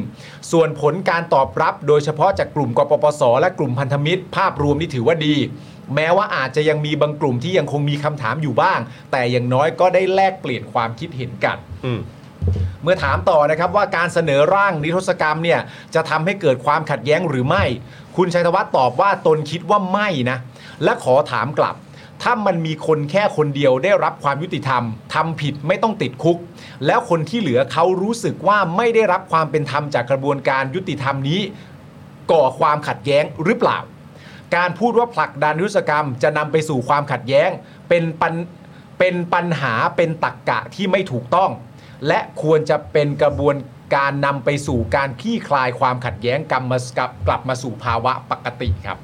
C: ส่วนผลการตอบรับโดยเฉพาะจากกลุ่มกปปส และกลุ่มพันธมิตร ภาพรวมนี่ถือว่าดี แม้ว่าอาจจะยังมีบางกลุ่มที่ยังคงมีคำถามอยู่บ้าง แต่อย่างน้อยก็ได้แลกเปลี่ยนความคิดเห็นกัน
B: อืม
C: เมื่อถามต่อนะครับว่าการเสนอร่างนิรโทษกรรมเนี่ยจะทำให้เกิดความขัดแย้งหรือไม่ คุณชัยธวัฒน์ตอบว่าตนคิดว่าไม่นะ และขอถามกลับ ถ้ามันมีคนแค่คนเดียวได้รับความยุติธรรมทำผิดไม่ต้องติดคุก แล้วคนที่เหลือเขารู้สึกว่าไม่ได้รับความเป็นธรรมจากกระบวนการยุติธรรมนี้ ก่อความขัดแย้งหรือเปล่า การพูดว่าผลักดันนิรุษกรรมจะนำไปสู่ความขัดแย้ง เป็นปัญเป็นปัญหาเป็นตักกะที่ไม่ถูกต้อง และควรจะเป็นกระบวนการนำไปสู่การคลี่คลายความขัดแย้งกลับมากลับกลับมาสู่ภาวะปกติครับ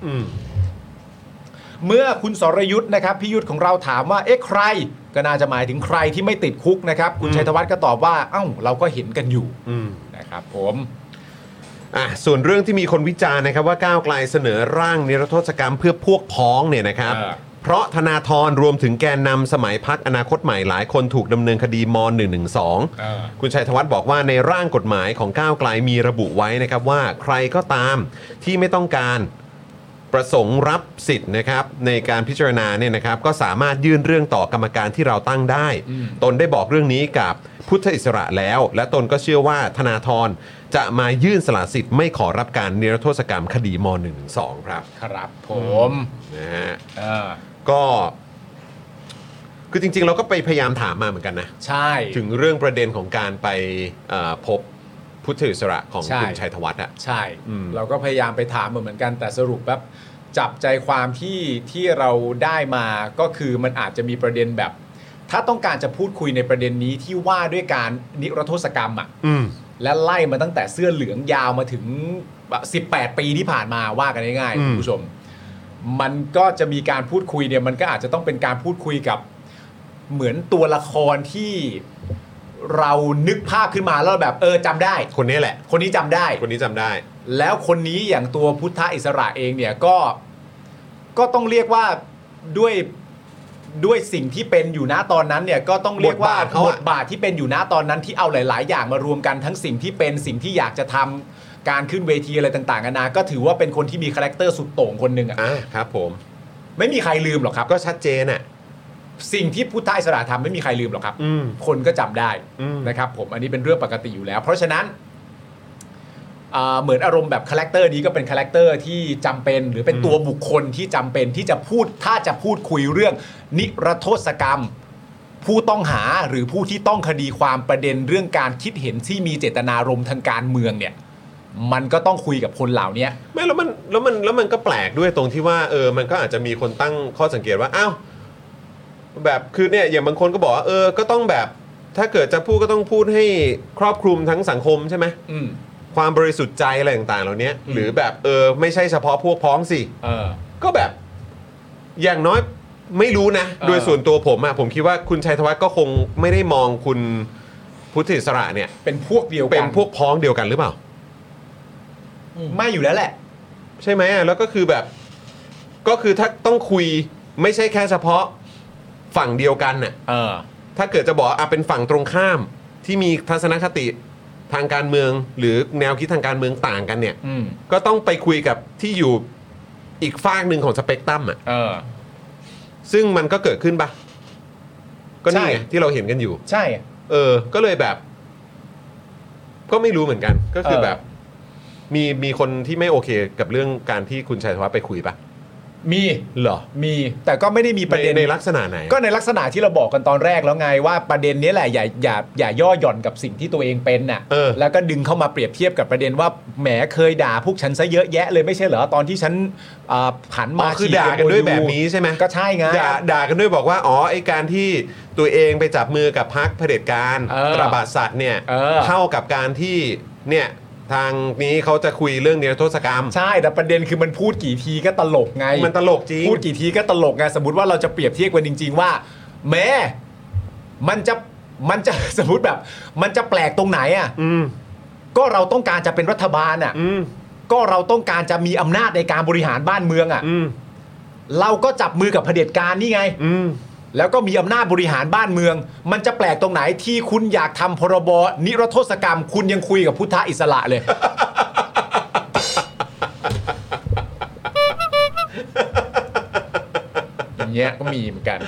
C: เมื่อคุณสรยุทธ์นะครับพี่ยุทธของเราถามว่าเอ๊ะใคร ก็น่าจะหมายถึงใครที่ไม่ติดคุกนะครับ คุณชัยธวัฒน์ก็ตอบว่า เอ้า เราก็เห็นกันอยู่นะครับผม
B: อ่ะส่วนเรื่องที่มีคนวิจารณ์นะครับว่าก้าวไกลเสนอร่างนิรโทษกรรมเพื่อพวกพ้องเนี่ยนะครับ เพราะธนาธรรวมถึงแกนนำสมัยพักอนาคตใหม่หลายคนถูกดำเนินคดีม
C: เออ
B: .112 คุณชัยธวัฒน์บอกว่าในร่างกฎหมายของก้าวไกลมีระบุไว้นะครับว่าใครก็ตามที่ไม่ต้องการประสงค์รับสิทธิ์นะครับในการพิจารณาเนี่ยนะครับก็สามารถยื่นเรื่องต่อกรรมการที่เราตั้งได้ ตนได้บอกเรื่องนี้กับพุทธอิสระแล้ว และตนก็เชื่อว่าธนาธรจะมายื่นสละสิทธิ์ไม่ขอรับการนิรโทษกรรมคดีม .112 ครับ
C: ครับผม
B: นะฮะ
C: เออ
B: ก็คือจริงๆ เราก็ไปพยายามถามมาเหมือนกันนะ
C: ใช่
B: ถึงเรื่องประเด็นของการไปเอ่อพบพุทธอิสระของ
C: ใช่
B: คุณชัยธวัฒน์อะ
C: ใช่
B: อืม
C: เราก็พยายามไปถามเหมือนกันแต่สรุปแบบจับใจความที่ที่เราได้มาก็คือมันอาจจะมีประเด็นแบบ ถ้าต้องการจะพูดคุยในประเด็นนี้ที่ว่าด้วยการนิรโทษกรรมอ่ะและไล่มาตั้งแต่เสื้อเหลืองยาวมาถึง 18 ปีที่ผ่านมาว่ากันง่ายๆคุณผู้ชม มันก็จะมีการพูดคุยเนี่ยมันก็อาจจะต้องเป็นการพูดคุยกับเหมือนตัวละครที่เรานึกภาพขึ้นมาแล้วแบบเออจำได้
B: คนนี้แหละ
C: คนนี้จำได้
B: คนนี้จำได้
C: แล้วคนนี้อย่างตัวพุทธอิสระเองเนี่ยก็ก็ต้องเรียกว่าด้วยด้วยสิ่งที่เป็นอยู่ณตอนนั้นเนี่ยก็ต้องเรียกว่า
B: บทบาทเขาอะ
C: บทบาทที่เป็นอยู่ณตอนนั้นที่เอาหลาย ๆ อย่างมารวมกันทั้งสิ่งที่เป็นสิ่งที่อยากจะทำการขึ้นเวทีอะไรต่างๆนานาก็ถือว่าเป็นคนที่มีคาแรคเตอร์สุดโต่งคนหนึ่งอะ
B: อ่ะครับผม
C: ไม่มีใครลืมหรอกครับ
B: ก็ชัดเจนอะ
C: สิ่งที่พุทธอิสระทำไม่มีใครลืมหรอกครับ
B: อืม
C: คนก็จำได้
B: อืม
C: นะครับผมอันนี้เป็นเรื่องปกติอยู่แล้ว เพราะฉะนั้นอ่าเหมือนอารมณ์แบบคาแรคเตอร์นี้ก็เป็นคาแรคเตอร์ที่จำเป็น หรือเป็นตัวบุคคลที่จำเป็นที่จะพูดถ้าจะพูดคุยเรื่อง นิรโทษกรรม ผู้ต้องหาหรือผู้ที่ต้องคดีความประเด็นเรื่องการคิดเห็นที่มีเจตนารมณ์ทางการเมืองเนี่ย มันก็ต้องคุยกับคนเหล่านี้
B: ไม่แล้วมันแล้วมันแล้วมันก็แปลกด้วยตรงที่ว่าเออมันก็อาจจะมีคนตั้งข้อสังเกตว่าอ้าวแบบคือเนี่ยอย่างบางคนก็บอกว่าเออก็ต้องแบบ ถ้าเกิดจะพูดก็ต้องพูดให้ครอบคลุมทั้งสังคมใช่ไหม
C: อืม
B: ความบริสุทธิ์ใจอะไรต่างๆ เหล่านี้
C: อืม
B: หรือแบบเออไม่ใช่เฉพาะพวกพ้องสิ
C: เออ
B: ก็แบบอย่างน้อยไม่รู้นะ
C: เออ
B: โดยส่วนตัวผมอะผมคิดว่าคุณชัยธวัฒน์ก็คงไม่ได้มองคุณพุทธิสระเนี่ย
C: เป็นพวกเดียวกัน
B: เป็นพวกพ้องเดียวกันหรือเปล่า
C: ไม่อยู่แล้วแหละ
B: ใช่ไหมอะแล้วก็คือแบบก็คือถ้าต้องคุยไม่ใช่แค่เฉพาะฝั่งเดียวกันน่ะ
C: เออ
B: ถ้าเกิดจะบอกว่าอ่ะเป็นฝั่งตรงข้ามที่มีทัศนคติทางการเมือง หรือแนวคิดทางการเมืองต่างกันเนี่ย
C: อืม
B: ก็ต้องไปคุยกับที่อยู่อีกฝากหนึ่งของสเปกตรัมอ่ะ
C: เออ
B: ซึ่งมันก็เกิดขึ้นปะก็นี่ไง
C: ใช่
B: ที่เราเห็นกันอยู่
C: ใช่
B: เออ ก็เลยแบบ ก็ไม่รู้เหมือนกัน ก็คือ
C: เออ
B: แบบ มีมีคนที่ไม่โอเคกับเรื่องการที่คุณชัยธวัฒน์ไปคุยปะ
C: มี
B: เหรอ
C: มีแต่ก็ไม่ได้มีประเด็น
B: ในในลักษณะไหน
C: ก็ในลักษณะที่เราบอกกันตอนแรกแล้วไงว่าประเด็นนี้แหละอย่าอย่าอย่าย่อหย่อนกับสิ่งที่ตัวเองเป็นน่ะ
B: เออ
C: แล้วก็ดึงเข้ามาเปรียบเทียบกับประเด็นว่าแหมเคยด่าพวกฉันซะเยอะแยะเลยไม่ใช่เหรอตอนที่ฉันอ่าผัน
B: อ๋
C: มา
B: อคือ
C: ฉี
B: ด่ากันด้วยแบบนี้ใช่ไหม
C: ก็ใช่ไง
B: ด่าด่ากันด้วยบอกว่า อ๋อไอการที่ตัวเองไปจับมือกับพรรคเผด็จการ
C: เออ
B: ตราบาดสัตว์เนี่ย
C: เออ
B: เท่ากับการที่เนี่ยทางนี้เขาจะคุยเรื่องเนรโทษกรรม
C: ใช่แต่ประเด็นคือมันพูดกี่ทีก็ตลกไง
B: มันตลกจริง
C: พูดกี่ทีก็ตลกไงสมมติว่าเราจะเปรียบเทียบกันจริง ๆ ว่าแหมมันจะมันจะ สมมติแบบ มันจะแปลกตรงไหนอ่ะ
B: อืม
C: ก็เราต้องการจะเป็นรัฐบาลอ่ะ
B: อืม
C: ก็เราต้องการจะมีอำนาจในการบริหารบ้านเมืองอะ่ะ
B: อืม
C: เราก็จับมือกับเผด็จการนี่ไง
B: อืม
C: แล้วก็มีอำนาจบริหารบ้านเมือง มันจะแปลกตรงไหนที่คุณอยากทำพรบนิรโทษกรรม คุณยังคุยกับพุทธอิสระเลย อย่างเงี้ยก็มีเหมือนกัน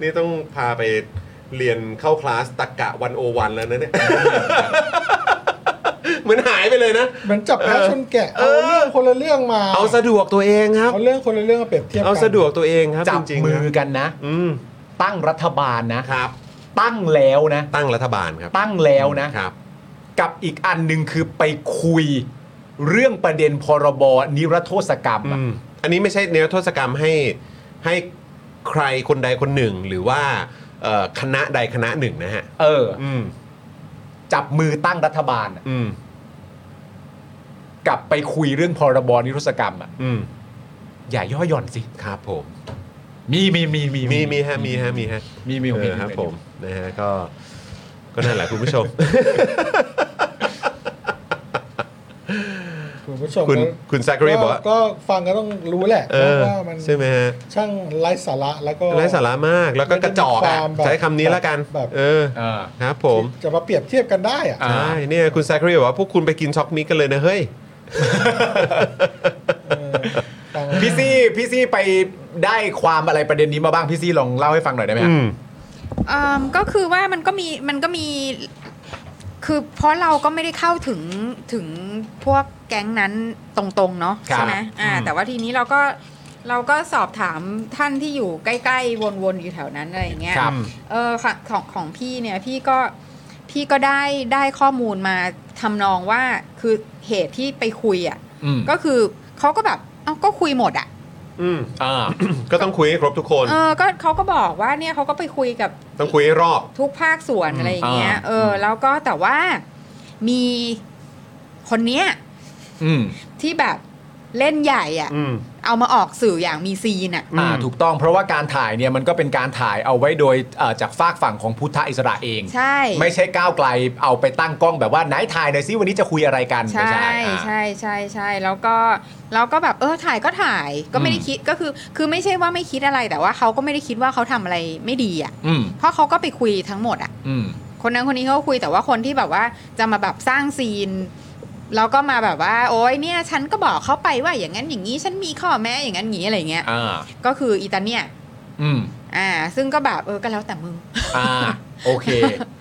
B: นี่ต้องพาไป เรียนเข้าคลาสตะกะวันโอวันแล้วนะเนี่ย เหมือนหายไปเลยนะ
E: เหมือนจับพระชนแกะ
B: เอ
E: เอา
B: อ
E: เรื่องคนละเรื่องมา
B: เอาสะดวกตัวเองครับ
E: เอาเรื่องคนละเรื่องมาเปรียบเทียบกัน
B: เอาสะดวกตัวเองครับ
C: จับ
B: จริงๆ
C: มื
B: นะ
C: อกันนะ
B: อืม
C: ตั้งรัฐบาลนะ
B: ครับ
C: ตั้งแล้วนะ
B: ตั้งรัฐบาลครับ
C: ตั้งแล้วนะ
B: ครับ
C: กับอีกอันหนึ่งคือไปคุยเรื่องประเด็นพรบนิรโทษกรรมอะ
B: อันนี้ไม่ใช่เนรโทษกรรมให้ให้ใครคนใดคนหนึ่ง หรือว่าเอ่อคณะใดคณะหนึ่งนะฮะ
C: เออ
B: อืม
C: จับมือตั้งรัฐบาลอะ
B: อืม
C: กับไปคุยเรื่องพรบนิรโทษกรรมอะ
B: อืม
C: อย่าย่อหย่อนสิ
B: ครับผม
C: มีมีมีมี
B: มีมีฮะมีฮะมีฮะ
C: มีมี
B: เอ
C: มี
B: อครับผมนะฮะก็ก็นั่นแหละคุณผู้ชม
E: คุณผู้ชม
B: คุณ
E: ก็
B: คุณซักรีบอกว่า
E: ก็ฟังก็ต้องรู้แหละ
B: เออ
E: ว่ามัน
B: ใช่ไหมฮะ
E: ช่างไร้สาระแล้วก็
B: ไร้สาระมากแล้วก็กระจอกอะ
E: มันจะมีความแบบ
B: ใช้คำนี้แล้วกัน
E: แบบ
B: เออ
C: เออ
B: ครับผม
E: จะมาเปรียบเทียบกันได้อะ
C: อ่า
B: ใช่เนี่ยคุณซักรีบอกว่าพวกคุณไปกินช็อกมิกกันเลยนะเฮ้ย
E: ฟัง
C: พี่ซี่พี่ซี่ไปได้ความอะไรประเด็นนี้มาบ้างพี่ซี่ลองเล่าให้ฟังหน่อยได้ไหมฮะ
B: อืม
J: เอิ่มก็คือว่ามันก็มีมันก็มี คือเพราะเราก็ไม่ได้เข้าถึงถึงพวกแก๊งนั้นตรงๆเนาะ
C: ครับ
J: ใช่ไหมอ่า
C: อืม
J: แต่ว่าทีนี้เราก็เราก็สอบถามท่านที่อยู่ใกล้ๆ วนๆ อยู่แถวนั้นอะไรอย่างเงี้ย
C: ครับ
J: เออค่ะของของพี่เนี่ยพี่ก็พี่ก็ได้ได้ข้อมูลมาทำนองว่าคือเหตุที่ไปคุยอ่ะ
C: อืม
J: ก็คือเขาก็แบบเอ้าก็คุยหมดอ่ะ
B: อืม
C: อ่า
B: ก็ต้องคุยให้ครบทุกคน
J: เออก็เขาก็บอกว่าเนี่ยเขาก็ไปคุยกับ
B: ต้องคุยให้รอบ
J: ทุกภาคส่วน
C: อืม
J: อะไรอย่างเงี้ย
C: อ่า
J: เออแล้วก็แต่ว่ามีคนเนี้ย
C: อืม
J: ที่แบบเล่นใหญ่อ่ะ
B: อืม
J: เอามาออกสื่ออย่างมีซีนอ่ะ
C: อ่า
B: อืม
C: ถูกต้องเพราะว่าการถ่ายเนี่ยมันก็เป็นการถ่ายเอาไว้โดยเอ่อจากฝากฝั่งของพุทธอิสระเอง
J: ใช่
C: ไม่ใช่ก้าวไกลเอาไปตั้งกล้องแบบว่าไหนถ่ายหน่อยซิวันนี้จะคุยอะไรกัน
J: ใช่
C: อ่า
J: ใช่ใช่ใช่แล้วก็แล้วก็แบบเออถ่ายก็ถ่ายก็ไม่ได้
C: อืม
J: คิดก็คือ คือไม่ใช่ว่าไม่คิดอะไรแต่ว่าเขาก็ไม่ได้คิดว่าเขาทำอะไรไม่ดีอ่ะ
C: อืม
J: เพราะเขาก็ไปคุยทั้งหมดอ่ะ
C: อืม
J: คนนั้นคนนี้เขาก็คุยแต่ว่าคนที่แบบว่าจะมาแบบสร้างซีนแล้วก็มาแบบว่า โอ๊ยเนี่ย ฉันก็บอกเขาไปว่าอย่างนั้นอย่างนี้ฉันมีข้อแม้อย่างนั้นอย่างนี้อะไรเงี้ย
C: อ่า
J: ก็คืออีตาเนี่ย
C: อืม
J: อ่า ซึ่งก็แบบเออก็แล้วแต่มึง
C: อ่า โอเค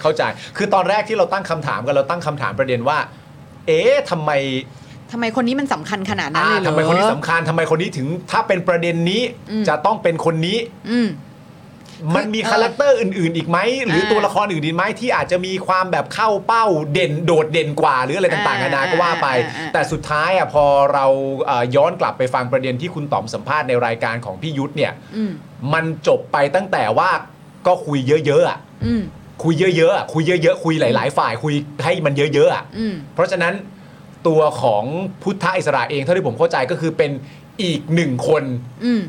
C: เข้าใจ คือตอนแรกที่เราตั้งคำถามกันเราตั้งคำถามประเด็นว่า เอ๊ะทำไม
J: ทำไมคนนี้มันสำคัญขนาดนั้นเล
C: อ่า
J: ยเหรอ
C: ทำไมคนนี้สำคัญทำไมคนนี้ถึง ถ้าเป็นประเด็นนี้
J: อืม
C: จะต้องเป็นคนนี้
J: อืม
C: มันมี
J: เออ
C: คาแรคเตอร์อื่น ๆ อีกไหม หรืออาตัวละครอื่นอีกไหมที่อาจจะมีความแบบเข้าเป้าเด่นโดดเด่นกว่า หรืออะไรต่างๆ
J: อ่า
C: นานาก็ว่าไป
J: อ่าอ่า
C: แต่สุดท้ายอ่ะพอเราเอ่อย้อนกลับไปฟังประเด็นที่คุณต๋อมสัมภาษณ์ในรายการของพี่ยุทธเนี่ย
J: อืม
C: มันจบไปตั้งแต่ว่าก็คุยเยอะๆอ่ะ
J: อืม
C: คุยเยอะๆอะคุยเยอะๆ คุยหลาย ๆ ฝ่ายคุยให้มันเยอะๆอะ
J: อืม
C: เพราะฉะนั้นตัวของพุทธอิสระเองเท่าที่ผมเข้าใจก็คือเป็นอีกหนึ่งคน
J: อืม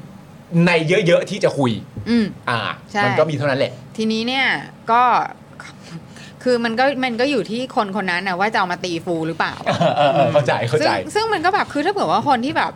C: ในเยอะๆ ที่จะคุย
J: อืม
C: อ่า
J: ใช่
C: มันก็มีเท่านั้นแหละ
J: ทีนี้เนี่ยก็ คือมันก็มันก็อยู่ที่คนคนนั้นนะว่าจะเอามาตีฟูหรือเปล่า
C: เออเออเออเข้าใจเข้า
J: ซึ่
C: ใจ
J: งซึ่งมันก็แบบคือถ้าเผื่อว่าคนที่แบบ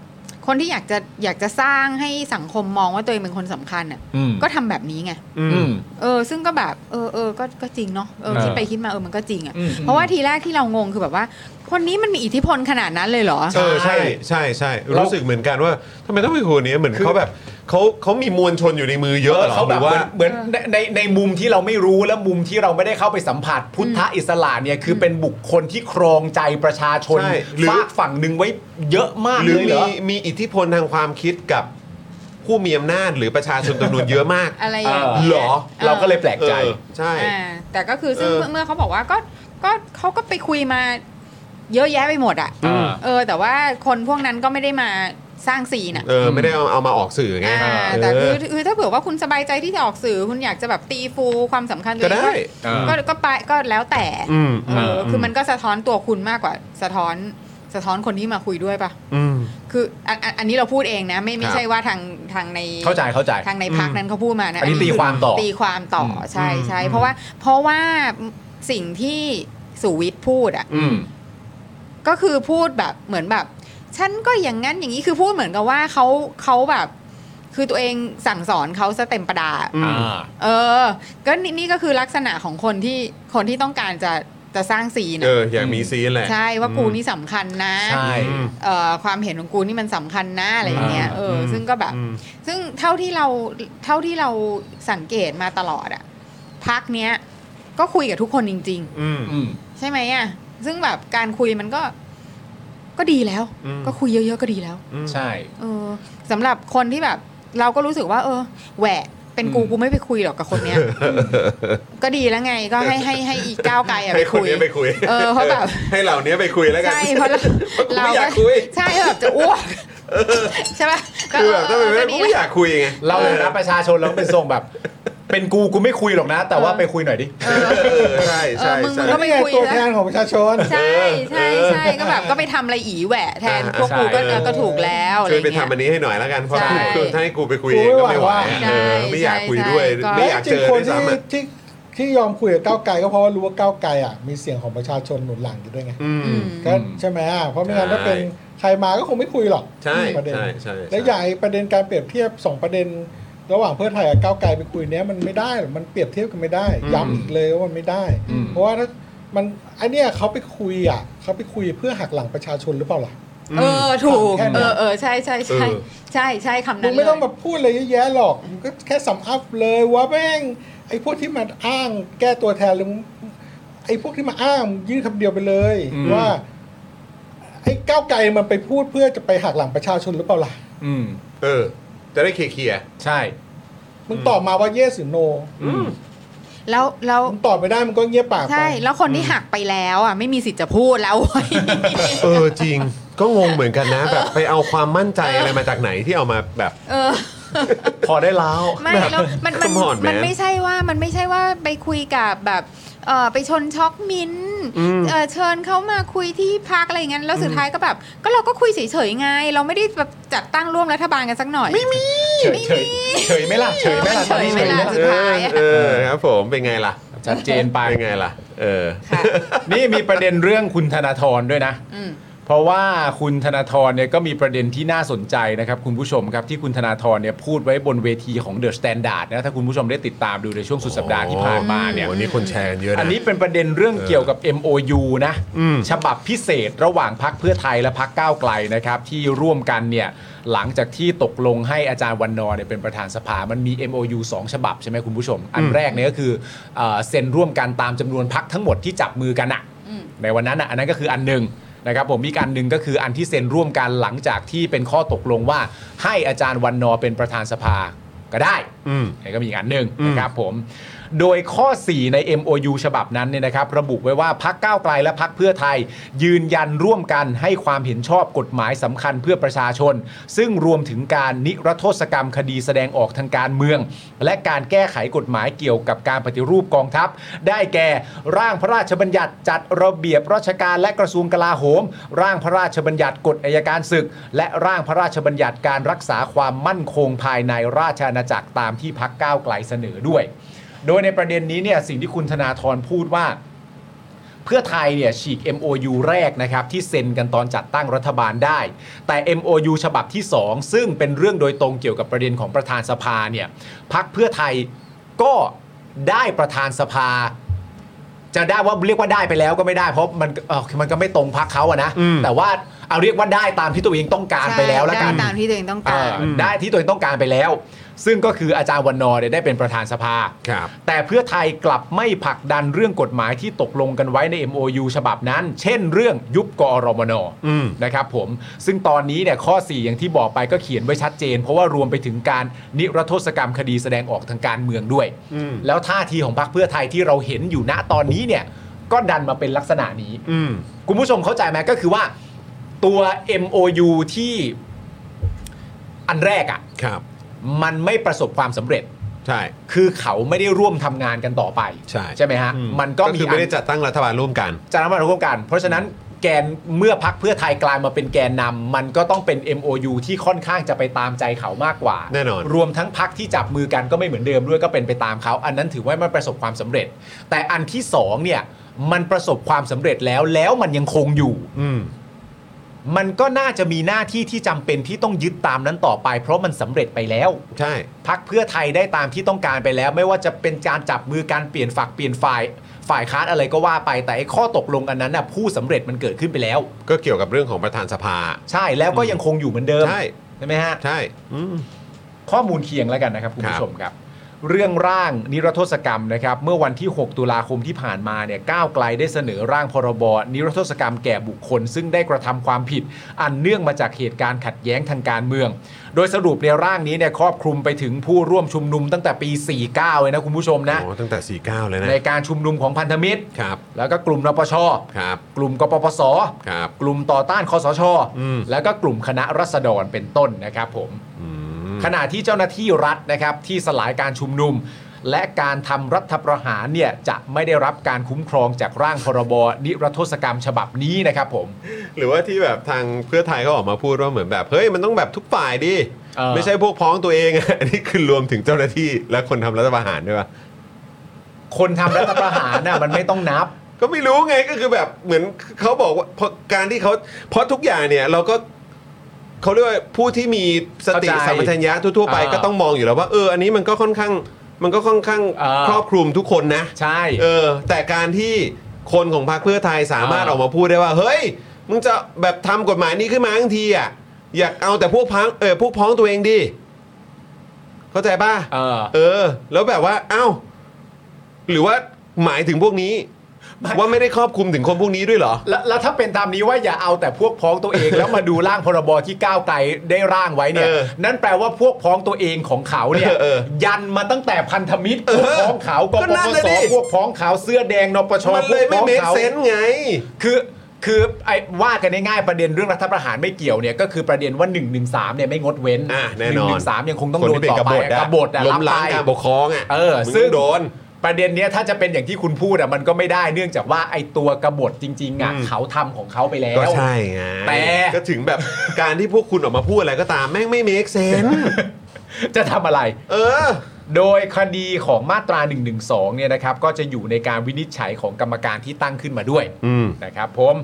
J: คนที่อยากจะอยากจะสร้างให้สังคมมองว่าตัวเองเป็นคนสำคัญอ่ะ
C: อืม
J: ก็ทำแบบนี้ไง
C: อืม
J: เออ ซึ่งก็แบบเออเออก็ก็จริงเนาะเออ
C: เออ
J: คิดไปคิดมาเออมันก็จริงอ่ะ
C: อืม
J: เพราะว่าทีแรกที่เรางงคือแบบว่า คนนี้มันมีอิทธิพลขนาดนั้นเลยเหรอ
B: เออใช่ใช่ใช่รู้สึกเหมือนกันว่าทำไมต้องไปคุยคนนี้เหมือนเขาแบบเขาเขามีมวลชนอยู่ในมือเยอะหรอ
C: เขา
B: ห
C: แบ
B: รื
C: บ
B: อว่า
C: เหมือนเหมือนในในในมุมที่เราไม่รู้และมุมที่เราไม่ได้เข้าไปสัมผัส พุทธอิสระเนี่ยคือเป็นบุคคลที่ครองใจประชาชน
B: ใช่หรือ
C: ฝากฝั่งหนึ่งไว้เยอะมาก
B: หรื
C: เล
B: อย
C: เหร
B: มี
C: อ
B: มีอิทธิพลทางความคิดกับผู้มีอำนาจหรือประชาชนจำนวนเยอะมาก
J: อะไรอย่างเงี้ย
B: เหรอ
C: เราก็เลยแปลกใจ
B: เออใช่
J: อ่าแต่ก็คือซึ่ง
B: เออ
J: เมื่อเมื่อเขาบอกว่าก็ก็เขาก็ไปคุยมา เยอะแยะไปหมดอ่ะ
C: อืม
J: เออ แต่ว่าคนพวกนั้นก็ไม่ได้มาสร้างซีนอ่ะ
B: เออไม่ได้เอาเอามาออกสื่อไง
J: อ่า
B: เออ
J: แต่คือคือถ้าเผื่อว่าคุณสบายใจที่จะออกสื่อ คุณอยากจะแบบตีฟูความสำคัญตัว
B: ก็
J: เอง
B: ได้
J: ก็ก็ไปก็แล้วแต่
B: อืม
J: เออคือมันก็สะท้อนตัวคุณมากกว่าสะท้อนสะท้อนคนที่มาคุยด้วยปะ
B: อืม
J: คืออันอันอันนี้เราพูดเองนะ ไม่ไม่ใช่ว่าทางทางใน
C: เข้าใจเข้าใจ
J: ทางในพักนั้นเขาพูดมานะ
C: อันนี้ตีความต่อ
J: ตีความต่อใช่ใช่เพราะว่าเพราะว่าสิ่งที่สุวิทย์พูดอ่ะ
C: อืม
J: ก็คือพูดแบบเหมือนแบบ ฉันก็อย่างนั้นอย่างนี้คือพูดเหมือนกับว่าเขาเขาแบบ คือตัวเองสั่งสอนเขาซะเต็มประดา
C: อ่า
J: เออ ก็นี่นี่ก็คือลักษณะของคนที่คนที่ต้องการจะจะสร้างซีน
B: เอ
J: อะ
B: ออยากมีซีนแหละ
J: ใช่ว่ากูนี่สำคัญนะ
C: ใช่
B: อืม
J: เอ่อความเห็นของกูนี่มันสำคัญนะอะไรอย่างเงี้ย
C: อ่า
J: เออซึ่งก็แบบ
B: อืม
J: ซึ่งเท่าที่เราเท่าที่เราสังเกตมาตลอดอะ พักเนี้ยก็คุยกับทุกคนจริง
B: อืม
C: อืม
J: ๆ ใช่ไหมอ่ะซึ่งแบบการคุยมันก็ก็ดีแล้ว
B: อืม
J: ก็คุยเยอะๆก็ดีแล้ว
C: ใช่
J: เออสำหรับคนที่แบบเราก็รู้สึกว่า เออ แหวะเป็นกู
C: อืม
J: กูไม่ไปคุยหรอกกับคนเนี้ย ก็ดีแล้วไงก็ให้ให้ให้อีกก้าวไกลอะไป
B: ให้คน
J: คุย
B: เนี้ยไปคุย
J: เออเพราะแบบ
B: ให้เหล่านี้ไปคุยแล้วกัน
J: ใช่เพราะเรา
B: กู
J: เรา
B: ไม่อยากคุย
J: ใช่แบบจะอ้วกใช่ปะ
B: คือแบบถ้าเป็นไปได้กู
J: ก็ดี
B: ไม่อยากคุยไง
C: เราเลยนะประชาชนเราเป็นทรงแบบ เป็นกูกูไม่คุยหรอกนะ แต่ว่าไปคุยหน่อยดิ
J: เออ
B: เออใช่ใช่
J: เออมึงมึ
B: ใช่
J: งก็ ไม่
E: นี่ง
J: คุย
E: ตัว
J: นะ
E: แทนของประชาชน
J: ใช่ใช่ใช่ก็แบบก็ไปทำอะไรอีแหวะแทน
B: อ่า
J: พวกกูก็
C: ใช่
J: เออก็ถูกแล้วอะไร
B: ช่วยไป
J: เงี้ย
B: ทำอันนี้ให้หน่อยแล้วกันเพราะ
J: ใช่
B: คือถ้าให้กูไปคุยเองก็ไม่ไหวอะเอ
J: ใช่
B: อไม่อยากคุยด้วย
J: ใช่
B: ไม่อยากเจอ
E: และคน
B: ด้วย
E: ที่
B: ซ้ำอะ
E: ที่ที่ยอมคุยกับก้าวไกลก็เพราะว่ารู้ว่าก้าวไกลอ่ะมีเสียงของประชาชนหนุนหลังอยู่ด้วยไง
B: อืม
J: อืม
E: ก็ใช่ไหมอ่ะเพราะไม่งั้น
B: ใช่
E: ถ้าเป็นใครมาก็คงไม่คุยหรอก
B: ใช่
E: ประเด็น
B: ใช่ใช่
E: และอย่างไอ้ประเด็นการเปรียบเทียบสองประเด็น ระหว่างเพื่อไทยกับก้าวไกลไปคุยเนี้ยมันไม่ได้หรอกมันเปรียบเทียบกันไม่ได้ ย้ำอีกเลยว่ามันไม่ได้
C: อืม
E: เพราะว่าถ้ามันไอเนี้ยเขาไปคุยอ่ะเขาไปคุยเพื่อหักหลังประชาชนหรือเปล่าล่ะ
J: เออถูก
E: แค่เนี้
J: เอย อเออใช่ใช่ใช่ใช่ใช่คำ
E: มึ
J: นั้
E: ง
J: น
E: ไม่ต้อง
J: เล
E: มายพูดอะไรเยอะแยะหรอกมึงก็แค่สำอัพเลยว่าแม่งไอ้พวกที่มาอ้างแก้ตัวแทนหรือมึงไอ้พวกที่มาอ้างมึงยื่นคำเดียวไปเลย
C: อืม
E: ว่า ไอ้ก้าวไกลมันไปพูดเพื่อจะไปหักหลังประชาชนหรือเปล่าล่ะ
C: อืม
B: เออ จะได้เคลียร์
C: ใช่
E: มึงตอบมาว่าเยสหรือโน
B: อืม
J: แล้วแล้ว
E: มึงตอบไม่ได้มึงก็เงียบปากไป
J: ใช่ แล้วคนที่หักไปแล้วอ่ะไม่มีสิทธิ์จะ พูดแล้วเว้ย
B: เออจริง ก็งงเหมือนกันนะ แบบไปเอาความมั่นใจอะไรมาจากไหนที่เอามาแบบ
J: เออ
C: พอได้แล้ว
J: ไม่แล้วมันมัน
B: Come on, man
J: มันไม่ใช่ว่ามันไม่ใช่ว่าไปคุยกับแบบเออไปชนช็อกมิ้นท์
B: อืม
J: เอ่อเชิญเขามาคุยที่พักอะไรอย่างนั้นแล้วสุดท้ายก็แบบ ก็เราก็คุยเฉยๆไง เราไม่ได้แบบจัดตั้งร่วมรัฐบาลกันสักหน่อย ไม่มี
C: เฉยเฉยเฉยไหม่ล่ะ เฉยไหม่ล่ะ
J: เฉ
C: ตอน
J: ย
C: นี้
J: ไหม
C: เฉยไหม
J: ล่ะ
C: ล่ะ
J: สุดท้ายอะ
B: เออเออครับผมเป็นไงล่ะ
C: ชัดเจนไป
B: เป็นไงล่ะ เออ
J: ค่ะ
C: นี่มีประเด็นเรื่องคุณธนาธรด้วยนะ
J: อืม
C: เพราะว่าคุณธนาธรเนี่ยก็มีประเด็นที่น่าสนใจนะครับ คุณผู้ชมครับที่คุณธนาธรเนี่ยพูดไว้บนเวทีของเดอะสแตนดาร์ดนะถ้าคุณผู้ชมได้ติดตามดูในช่วงสุดสัปดาห์ที่ผ่านมาเนี่ย
B: โอ้โหวันนี้คนแชร์กันเยอะนะ
C: อันนี้เป็นประเด็นเรื่องเกี่ยวกับ MOU นะ
B: อืม
C: ฉบับพิเศษระหว่างพักเพื่อไทยและพักก้าวไกลนะครับ ที่ร่วมกันเนี่ยหลังจากที่ตกลงให้อาจารย์วันนอร์เนี่ยเป็นประธานสภา มันมี MOU สองฉบับใช่ไหมคุณผู้ชม อันแรกเนี่ยก็คือเอ่อเซ็นร่วมกันตามจำนวนพักทั้งหมดที่จับมือกันอะ
J: อืม
C: ในวันนั้นอะอันนั้นก็คืออันหนึ่งนะครับผมมีกอันหนึ่งก็คืออันที่เซ็นร่วมกันหลังจากที่เป็นข้อตกลงว่าให้อาจารย์วันนอร์เป็นประธานสภาก็ได้
B: อืม
C: นี่ก็มีอีกอันหนึ่งนะครับผม โดยข้อ 4 ใน MOU ฉบับนั้นเนี่ยนะครับ ระบุไว้ว่าพักก้าวไกลและพักเพื่อไทย ยืนยันร่วมกันให้ความเห็นชอบกฎหมายสำคัญเพื่อประชาชน ซึ่งรวมถึงการนิรโทษกรรมคดีแสดงออกทางการเมือง และการแก้ไขกฎหมายเกี่ยวกับการปฏิรูปกองทัพ ได้แก่ร่างพระราชบัญญัติจัดระเบียบราชการและกระทรวงกลาโหม ร่างพระราชบัญญัติกฎอัยการศึก และร่างพระราชบัญญัติการรักษาความมั่นคงภายในราชอาณาจักรตามที่พักก้าวไกลเสนอด้วย โดยในประเด็นนี้เนี่ยสิ่งที่คุณธนาธรพูดว่า เพื่อไทยเนี่ยฉีก MOU แรกนะครับที่เซ็นกันตอนจัดตั้งรัฐบาลได้ แต่ MOU ฉบับที่ 2 ซึ่งเป็นเรื่องโดยตรงเกี่ยวกับประเด็นของประธานสภาเนี่ยพักเพื่อไทยก็ได้ประธานสภา จะได้ว่าเรียกว่าได้ไปแล้วก็ไม่ได้เพราะมันเอ่อมันก็ไม่ตรงพักเขาอะนะ
B: อืม
C: แต่ว่าเอาเรียกว่าได้ตามที่ตัวเองต้องการไปแล้วแล้วกัน
J: ใช่ได้ตามที่ตัวเองต้องการ
C: เอ่อได้ที่ตัวเองต้องการไปแล้ว ซึ่งก็คืออาจารย์วันนอร์เนี่ยได้เป็นประธานสภา
B: ครับ
C: แต่เพื่อไทยกลับไม่ผลักดันเรื่องกฎหมายที่ตกลงกันไว้ใน MOU ฉบับนั้น เช่นเรื่องยุบกอรมน
B: อืม
C: นะครับผม ซึ่งตอนนี้เนี่ยข้อ 4 อย่างที่บอกไปก็เขียนไว้ชัดเจน เพราะว่ารวมไปถึงการนิรโทษกรรมคดีแสดงออกทางการเมืองด้วย
B: อืม
C: แล้วท่าทีของพรรคเพื่อไทยที่เราเห็นอยู่ณตอนนี้เนี่ยก็ดันมาเป็นลักษณะนี้
B: อืม
C: คุณผู้ชมเข้าใจไหมก็คือว่าตัว MOU ที่อันแรกอะ่ะ
B: ครับ
C: มันไม่ประสบความสำเร็จ
B: ใช่
C: คือเขาไม่ได้ร่วมทำงานกันต่อไป
B: ใช่
C: ไหมฮะ
B: อื
C: มันก็มี
B: คือไม่ได้จัดตั้งรัฐบาลร่วมกัน
C: จะนำมาร่วมกัน เพราะฉะนั้นแกนเมื่อพักเพื่อไทยกลายมาเป็นแกนนำมันก็ต้องเป็น MOU ที่ค่อนข้างจะไปตามใจเขามากกว่า
B: แน่นอน
C: รวมทั้งพักที่จับมือกันก็ไม่เหมือนเดิมด้วยก็เป็นไปตามเขา อันนั้นถือว่าไม่ประสบความสำเร็จ แต่อันที่สองเนี่ยมันประสบความสำเร็จแล้วแล้วมันยังคงอยู่
B: อืม
C: มันก็น่าจะมีหน้าที่ที่จำเป็นที่ต้องยึดตามนั้นต่อไป เพราะมันสำเร็จไปแล้ว
B: ใช่
C: พักเพื่อไทยได้ตามที่ต้องการไปแล้ว ไม่ว่าจะเป็นการจับมือการเปลี่ยนฝักเปลี่ยนฝ่าย ฝ่ายค้านอะไรก็ว่าไปแต่ไอ้ข้อตกลงอันนั้นนะผู้สำเร็จมันเกิดขึ้นไปแล้ว
B: ก็เกี่ยวกับเรื่องของประธานสภา
C: ใช่แล้วก็ยังคงอยู่เหมือนเดิม
B: ใช่
C: ใช่ไหมฮะ
B: ใช่ อืม
C: ข้อมูลเคียงแล้วกันนะครับ คุณ
B: ครั
C: ผู้
B: บ
C: ชมครับ
E: เรื่องร่างนิรโทษกรรมนะครับเมื่อวันที่ 6 ตุลาคมที่ผ่านมาเนี่ยก้าวไกลได้เสนอร่างพรบนิรโทษกรรมแก่บุคคล ซึ่งได้กระทำความผิด อันเนื่องมาจากเหตุการณ์ขัดแย้งทางการเมือง โดยสรุปในยร่างนี้เนี่ยครอบคลุมไปถึงผู้ร่วมชุมนุมตั้งแต่ปี 49 เลยนะคุณผู้ชมนะ
B: โอ้ตั้งแต่ 49 เลยนะ
E: ในการชุมนุมของพันธมิตร
B: ครับ
E: แล้วก็กลุ่มนปช
B: ครับ
E: กลุ่มกปปส
B: ครับ
E: กลุ่มต่อต้านคอสช
B: อืม
E: แล้วก็กลุ่มคณะรัษฎรเป็นต้นนะครับผม
B: อืม
E: ขณะที่เจ้าหน้าที่รัฐนะครับที่สลายการชุมนุม และการทำรัฐประหารเนี่ยจะไม่ได้รับการคุ้มครองจากร่างพรบนิรโทษกรรมฉบับนี้นะครับผม
B: หรือว่าที่แบบทางเพื่อไทยเขาออกมาพูดว่าเหมือนแบบเฮ้ยมันต้องแบบทุกฝ่ายดิ
E: เออ
B: ไม่ใช่พวกพ้องตัวเองอะ อันนี้คือรวมถึงเจ้าหน้าที่และคนทำรัฐประหารด้วยปะ
E: คนทำรัฐประหารน่ะมันไม่ต้องนับ
B: ก็ไม่รู้ไงก็คือแบบเหมือนเขาบอกว่าเพราะการที่เขาเพราะทุกอย่างเนี่ยเราก็เขาเรียกว่าผู้ที่มีสติ
E: เข้าใจ
B: สัมปชัญญะทั่วๆไป
E: เออ
B: ก็ต้องมองอยู่แล้วว่าเอออันนี้มันก็ค่อนข้างมันก็ค่อนข้าง
E: เออ
B: ครอบคลุมทุกคนนะ
E: ใช่
B: เออแต่การที่คนของพรรคเพื่อไทยสามารถ
E: อ่า
B: ออกมาพูดได้ว่า เฮ้ย มึงจะแบบทำกฎหมายนี้ขึ้นมาทั้งทีอ่ะอยากเอาแต่พวกพังเออพวกพ้องตัวเองดิเข้าใจป่ะ
E: เออ
B: เออ แล้วแบบว่าเอ้าหรือว่าหมายถึงพวกนี้
E: ไม่
B: ว่าไม่ได้ครอบคลุมถึงคนพวกนี้ด้วยเหรอ
E: แล้วแล้วถ้าเป็นตามนี้ว่าอย่าเอาแต่พวกพ้องตัวเอง แล้วมาดูร่างพรบที่ก้าวไกลได้ร่างไว้เนี่ย
B: เออ
E: นั่นแปลว่าพวกพ้องตัวเองของเขาเนี่ย
B: เออเออ
E: ยันมาตั้งแต่พันธมิตรพวกพ้องเขาก
B: ก็
E: ป
B: นั่น
E: ป
B: น่ะ
E: ส
B: ดิ
E: พวกพ้องเขาเสื้อแดงนปช
B: มัน
E: พ
B: เล
E: วย ก
B: ไม่
E: พ้อง
B: เมค
E: เขา
B: เซนไง
E: คือคือไอ้ว่ากันง่ายๆประเด็นเรื่องรัฐประหารไม่เกี่ยวเนี่ยก็คือประเด็นว่า1นึเนี่ยไม่งดเว้น
B: อ่ะแน่นอน
E: สามยังคงต้อง
B: คน
E: โดน
B: ที่เป็น
E: ต่อกไป
B: บฏอะ
E: กบฏอะ
B: ล้
E: รั
B: ม
E: บ
B: ล้าง
E: ไป
B: การปกครองอ่ะ
E: เออ
B: มึง
E: ซึ่ง
B: โดน
E: ประเด็นเนี้ยถ้าจะเป็นอย่างที่คุณพูดอะมันก็ไม่ได้เนื่องจากว่าไอ้ตัวกบฏจริงๆอะ
B: อืม
E: เขาทำของเขาไปแล้ว
B: ก็ใช่ไง
E: แต่
B: ก็ถึงแบบการที่พวกคุณออกมาพูดอะไรก็ตามแม่งไม่เมคเซน
E: จะทำอะไร
B: เออ
E: โดยคดีของมาตรา1นึเนี่ยนะครับก็จะอยู่ในการวินิจฉัยของกรรมการที่ตั้งขึ้นมาด้วย
B: อืม
E: นะครับผม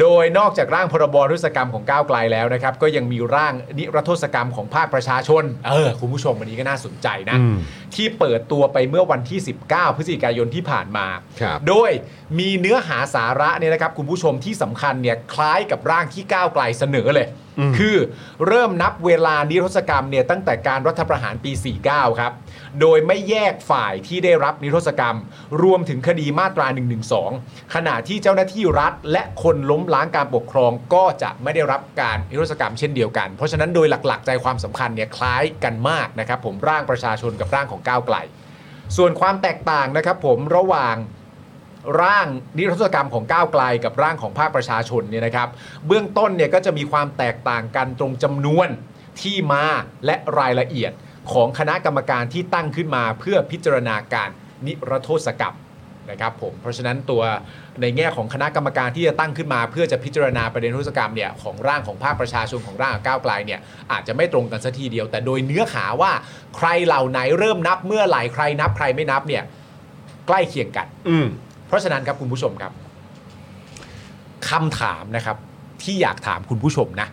E: โดยนอกจากร่างพรบรุษกรรมของก้าวไกลแล้วนะครับ ก็ยังมีร่างนิรโทษกรรมของภาคประชาชนเออคุณผู้ชมวันนี้ก็น่าสนใจนะ ที่เปิดตัวไปเมื่อวันที่ 19 พฤศจิกายนที่ผ่านมา
B: ครับ
E: โดยมีเนื้อหาสาระเนี่ยนะครับคุณผู้ชมที่สำคัญเนี่ยคล้ายกับร่างที่ก้าวไกลเสนอเลย คือเริ่มนับเวลานิรโทษกรรมเนี่ยตั้งแต่การรัฐประหารปี 49 ครับ โดยไม่แยกฝ่ายที่ได้รับนิรโทษกรรม รวมถึงคดีมาตรา 112 ขณะที่เจ้าหน้าที่รัฐ และคนล้มล้างการปกครองก็จะไม่ได้รับการนิรโทษกรรมเช่นเดียวกัน เพราะฉะนั้นโดยหลักๆ ใจความสำคัญเนี่ยคล้ายกันมากนะครับผมร่างประชาชนกับร่างของก้าวไกล ส่วนความแตกต่างนะครับผมระหว่างร่างนิรโทษกรรมของก้าวไกลกับร่างของภาคประชาชนเนี่ยนะครับ เบื้องต้นเนี่ยก็จะมีความแตกต่างกันตรงจำนวนที่มาและรายละเอียดของคณะกรรมการที่ตั้งขึ้นมาเพื่อพิจารณาการนิรโทษกรรมนะครับผมเพราะฉะนั้นตัวในแง่ของคณะกรรมการที่จะตั้งขึ้นมา เพื่อจะพิจารณาประเด็นนิรโทษกรรมเนี่ยของร่างของภาคประชาชนของร่างของก้าวไกลเนี่ยอาจจะไม่ตรงกันสักทีเดียว แต่โดยเนื้อหาว่าใครเหล่าไหนเริ่มนับเมื่อไหร่ใครนับใครไม่นับเนี่ยใกล้เคียงกัน
B: อืม
E: เพราะฉะนั้นครับคุณผู้ชมครับคำถามนะครับ ที่อยากถามคุณผู้ชมนะ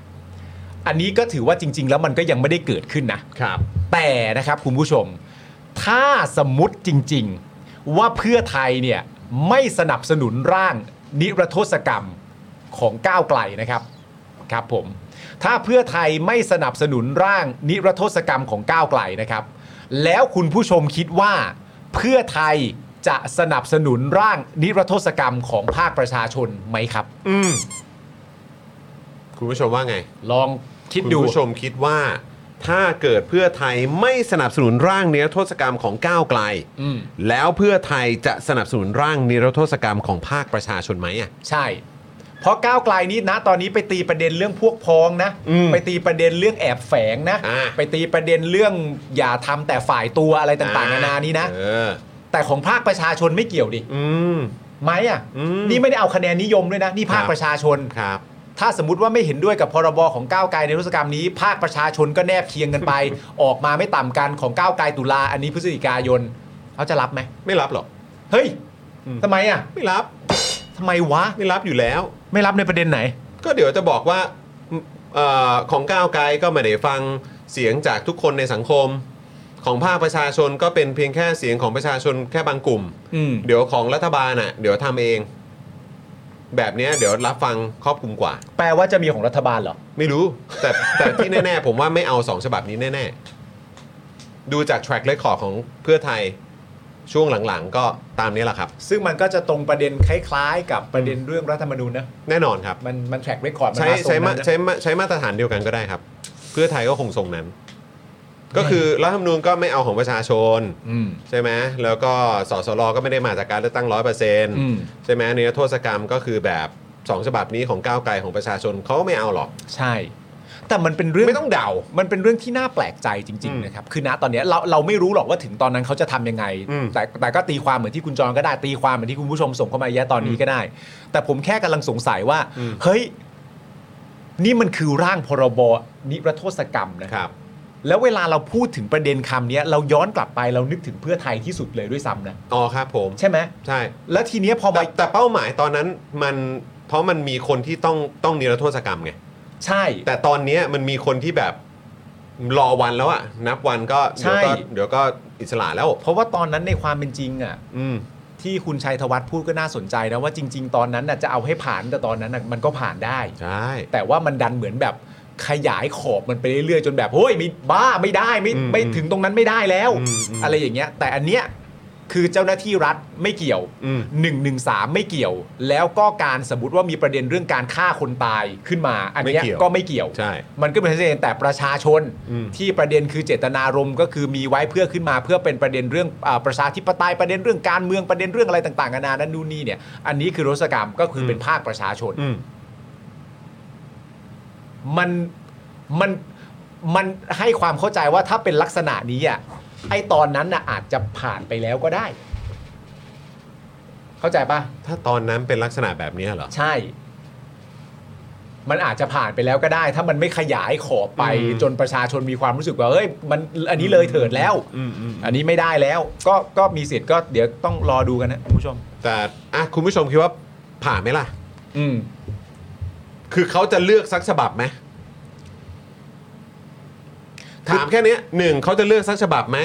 E: อันนี้ก็ถือว่าจริง ๆ แล้วมันก็ยังไม่ได้เกิดขึ้นนะ
B: ครับ
E: แต่นะครับคุณผู้ชม ถ้าสมมติจริง ๆ ว่าเพื่อไทยเนี่ยไม่สนับสนุนร่างนิรโทษกรรมของก้าวไกลนะครับครับผมถ้าเพื่อไทยไม่สนับสนุนร่างนิรโทษกรรมของก้าวไกลนะครับ แล้วคุณผู้ชมคิดว่า เพื่อไทยจะสนับสนุนร่างนิรโทษกรรมของภาคประชาชนไหมครับ
B: อืม คุณผู้ชมว่าไง
E: ลองคิด
B: คุณ
E: ดู
B: ผู้ชมคิดว่า ถ้าเกิดเพื่อไทยไม่สนับสนุนร่างนิรโทษกรรมของก้าวไกล
E: อืม
B: แล้วเพื่อไทยจะสนับสนุนร่างนิรโทษกรรมของภาคประชาชนไหมอ่ะ
E: ใช่ เพราะก้าวไกลนี้นะตอนนี้ไปตีประเด็นเรื่องพวกพ้องนะ
B: อืม
E: ไปตีประเด็นเรื่องแอบแฝงนะ
B: อ่า
E: ไปตีประเด็นเรื่องอย่าทำแต่ฝ่ายตัวอะไรต่างๆนานานี้นะ
B: เออ
E: แต่ของภาคประชาชนไม่เกี่ยวดิ
B: อืม
E: ไหมอ่ะ
B: อืม
E: นี่ไม่ได้เอาคะแนนนิยมด้วยนะ นี่ภา
B: ค
E: ค
B: รับ
E: ประชาชน
B: ครับ
E: ถ้าสมมติว่าไม่เห็นด้วยกับพรบของก้าวไกลในรัฐกรรมนี้ ภาคประชาชนก็แนบเคียงกัน ไป ออกมาไม่ต่ำกันของก้าวไกลตุลาอันนี้พฤศจิกายนเขาจะรับไหม
B: ไม่รับหรอก
E: เฮ้ย
B: อืม
E: ทำไมอ่ะ
B: ไม่รับ
E: ทำไมวะ
B: ไม่รับอยู่แล้ว
E: ไม่รับในประเด็นไหน
B: ก็เดี๋ยวจะบอกว่าเออของก้าวไกลก็ไม่ได้ฟังเสียงจากทุกคนในสังคม ของภาคประชาชนก็เป็นเพียงแค่เสียงของประชาชนแค่บางกลุ่ม
E: อืม
B: เดี๋ยวของรัฐบาลอ่ะ เดี๋ยวทำเอง แบบเนี้ยเดี๋ยวรับฟังครอบคลุมกว่า
E: แปลว่าจะมีของรัฐบาลเหรอ
B: ไม่รู้ แต่แต่ที่แน่ ๆ ผมว่าไม่เอาสองฉบับนี้แน่ ๆ ดูจาก track record ของเพื่อไทยช่วงหลังๆ ก็ตามนี้แหละครับ
E: ซึ่งมันก็จะตรงประเด็นคล้ายๆ กับประเด็นเรื่องรัฐธรรมนูญนะ
B: แน่นอนครับ
E: มันมันแทร็กเรคคอร์ดมัน
B: ใช้
E: มาทร
B: ใช้
E: ง
B: มา
E: นั้น
B: ใช้มา
E: นะ
B: ใช้มาตรฐานเดียวกันก็ได้ครับ เพื่อไทยก็คงทรงนั้น ก็คือรัฐธรรมนูญก็ไม่เอาของประชาชน
E: อืม
B: ใช่ไหมแล้วก็สสรก็ไม่ได้มาจากการเลือกตั้งร้อยเปอร์เซ็นต์
E: อืม
B: ใช่ไหมนิรโทษกรรมก็คือแบบสองฉบับนี้ของก้าวไกลของประชาชนเขาก็ไม่เอาหรอก
E: ใช่ แต่มันเป็นเรื่อง
B: ไม่ต้องเดา
E: มันเป็นเรื่องที่น่าแปลกใจจริง
B: อืม
E: ๆ นะครับ คือณตอนเนี้ยเราเราไม่รู้หรอกว่าถึงตอนนั้นเขาจะทำยังไง
B: อืม
E: แต่แต่ก็ตีความเหมือนที่คุณจรก็ได้ตีความเหมือนที่คุณผู้ชมส่งเข้ามาแย่ตอนนี้ก็ได้ แต่ผมแค่กำลังสงสัยว่า เฮ้ย นี่มันคือร่างพรบนิรโทษกรรมนะ
B: ครับ
E: แล้วเวลาเราพูดถึงประเด็นคำเนี้ยเราย้อนกลับไปเรานึกถึงเพื่อไทยที่สุดเลยด้วยซ้ำนะ
B: อ๋อครับผม
E: ใช่ไหม
B: ใช่
E: แล้วทีเนี้ยพอ
B: แต่
E: มา
B: แต่เป้าหมายตอนนั้นมันเพราะมันมีคนที่ต้องต้องนิรโทษกรรมไง
E: ใช่
B: แต่ตอนเนี้ยมันมีคนที่แบบรอวันแล้วอะนับวันก็เดี๋ยวก็
E: ใช่
B: เดี๋ยวก็อิสระแล้ว
E: เพราะว่าตอนนั้นในความเป็นจริงอ่ะ
B: อืม
E: ที่คุณชัยธวัฒน์พูดก็น่าสนใจนะว่าจริง ๆ ตอนนั้นน่ะจะเอาให้ผ่านแต่ตอนนั้นน่ะมันก็ผ่านได้
B: ใช่
E: แต่ว่ามันดันเหมือนแบบขยายขอบมันไปเรื่อยๆจนแบบเฮ้ยไมีบ้าไม่ได้ไม่
B: อืม
E: ไม่ถึงตรงนั้นไม่ได้แล้ว
B: อืมอืม
E: อะไรอย่างเงี้ย แต่อันเนี้ยคือเจ้าหน้าที่รัฐไม่เกี่ยว
B: อืม
E: หนึ่งหนึ่งสามไม่เกี่ยว แล้วก็การสมมติว่ามีประเด็นเรื่องการฆ่าคนตายขึ้นมา อันเนี้ยก็ไม่เกี่ยว
B: ใช่
E: มันก็เป็นประเด็นแต่ประชาชน
B: อืม
E: ที่ประเด็นคือเจตนารมณ์ก็คือมีไว้เพื่อขึ้นมาเพื่อเป็นประเด็นเรื่องอาประชาธิปไตยประเด็นเรื่องการเมืองประเด็นเรื่องอะไรต่างๆนานานั่นนู่นนี่เนี่ยอันนี้คือรสกรรมก็คืออ
B: ม
E: เป็นภาคประชาชน
B: อืม
E: มันมันมันให้ความเข้าใจว่าถ้าเป็นลักษณะนี้อ่ะไอตอนนั้นน่ะอาจจะผ่านไปแล้วก็ได้ เข้าใจปะ
B: ถ้าตอนนั้นเป็นลักษณะแบบเนี้ยเหรอ
E: ใช่ มันอาจจะผ่านไปแล้วก็ได้ ถ้ามันไม่ขยายขอบไป
B: อืม
E: จนประชาชนมีความรู้สึกว่าเอ้ยมันอันนี้เลยเถิดแล้ว
B: อืมอืม
E: อันนี้ไม่ได้แล้วก็ก็มีสิทธิ์ก็เดี๋ยวต้องรอดูกันนะคุณผู้ชม
B: แต่อ่ะคุณผู้ชมคิดว่าผ่านไหมล่ะ
E: อืม
B: คือเขาจะเลือกสักฉบับไหมถามแค่เนี้ยหนึ่งเขาจะเลือกสักฉบับไหม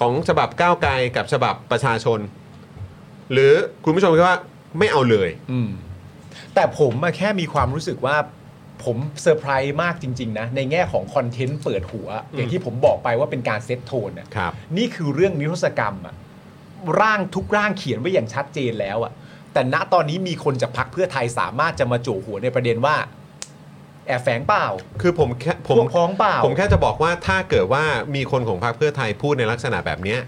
B: ของฉบับก้าวไกลกับฉบับประชาชน หรือคุณผู้ชมคิดว่าไม่เอาเลย
E: อืม แต่ผมอะแค่มีความรู้สึกว่าผมเซอร์ไพรส์มากจริง ๆ นะ ในแง่ของคอนเทนต์เปิดหัว อย่างที่ผมบอกไปว่าเป็นการเซ็ตโทนอะ
B: ครับ
E: นี่คือเรื่องนิรโทษกรรมอะร่างทุกร่างเขียนไว้อย่างชัดเจนแล้วอะแต่ณตอนนี้มีคนจากพักเพื่อไทยสามารถจะมาโจหัวในประเด็นว่า แอบแฝงเปล่า
B: คือผมแค่ผม
E: พวกพ้องเปล่า
B: ผมแค่จะบอกว่าถ้าเกิดว่ามีคนของพรรคเพื่อไทยพูดในลักษณะแบบเนี้ย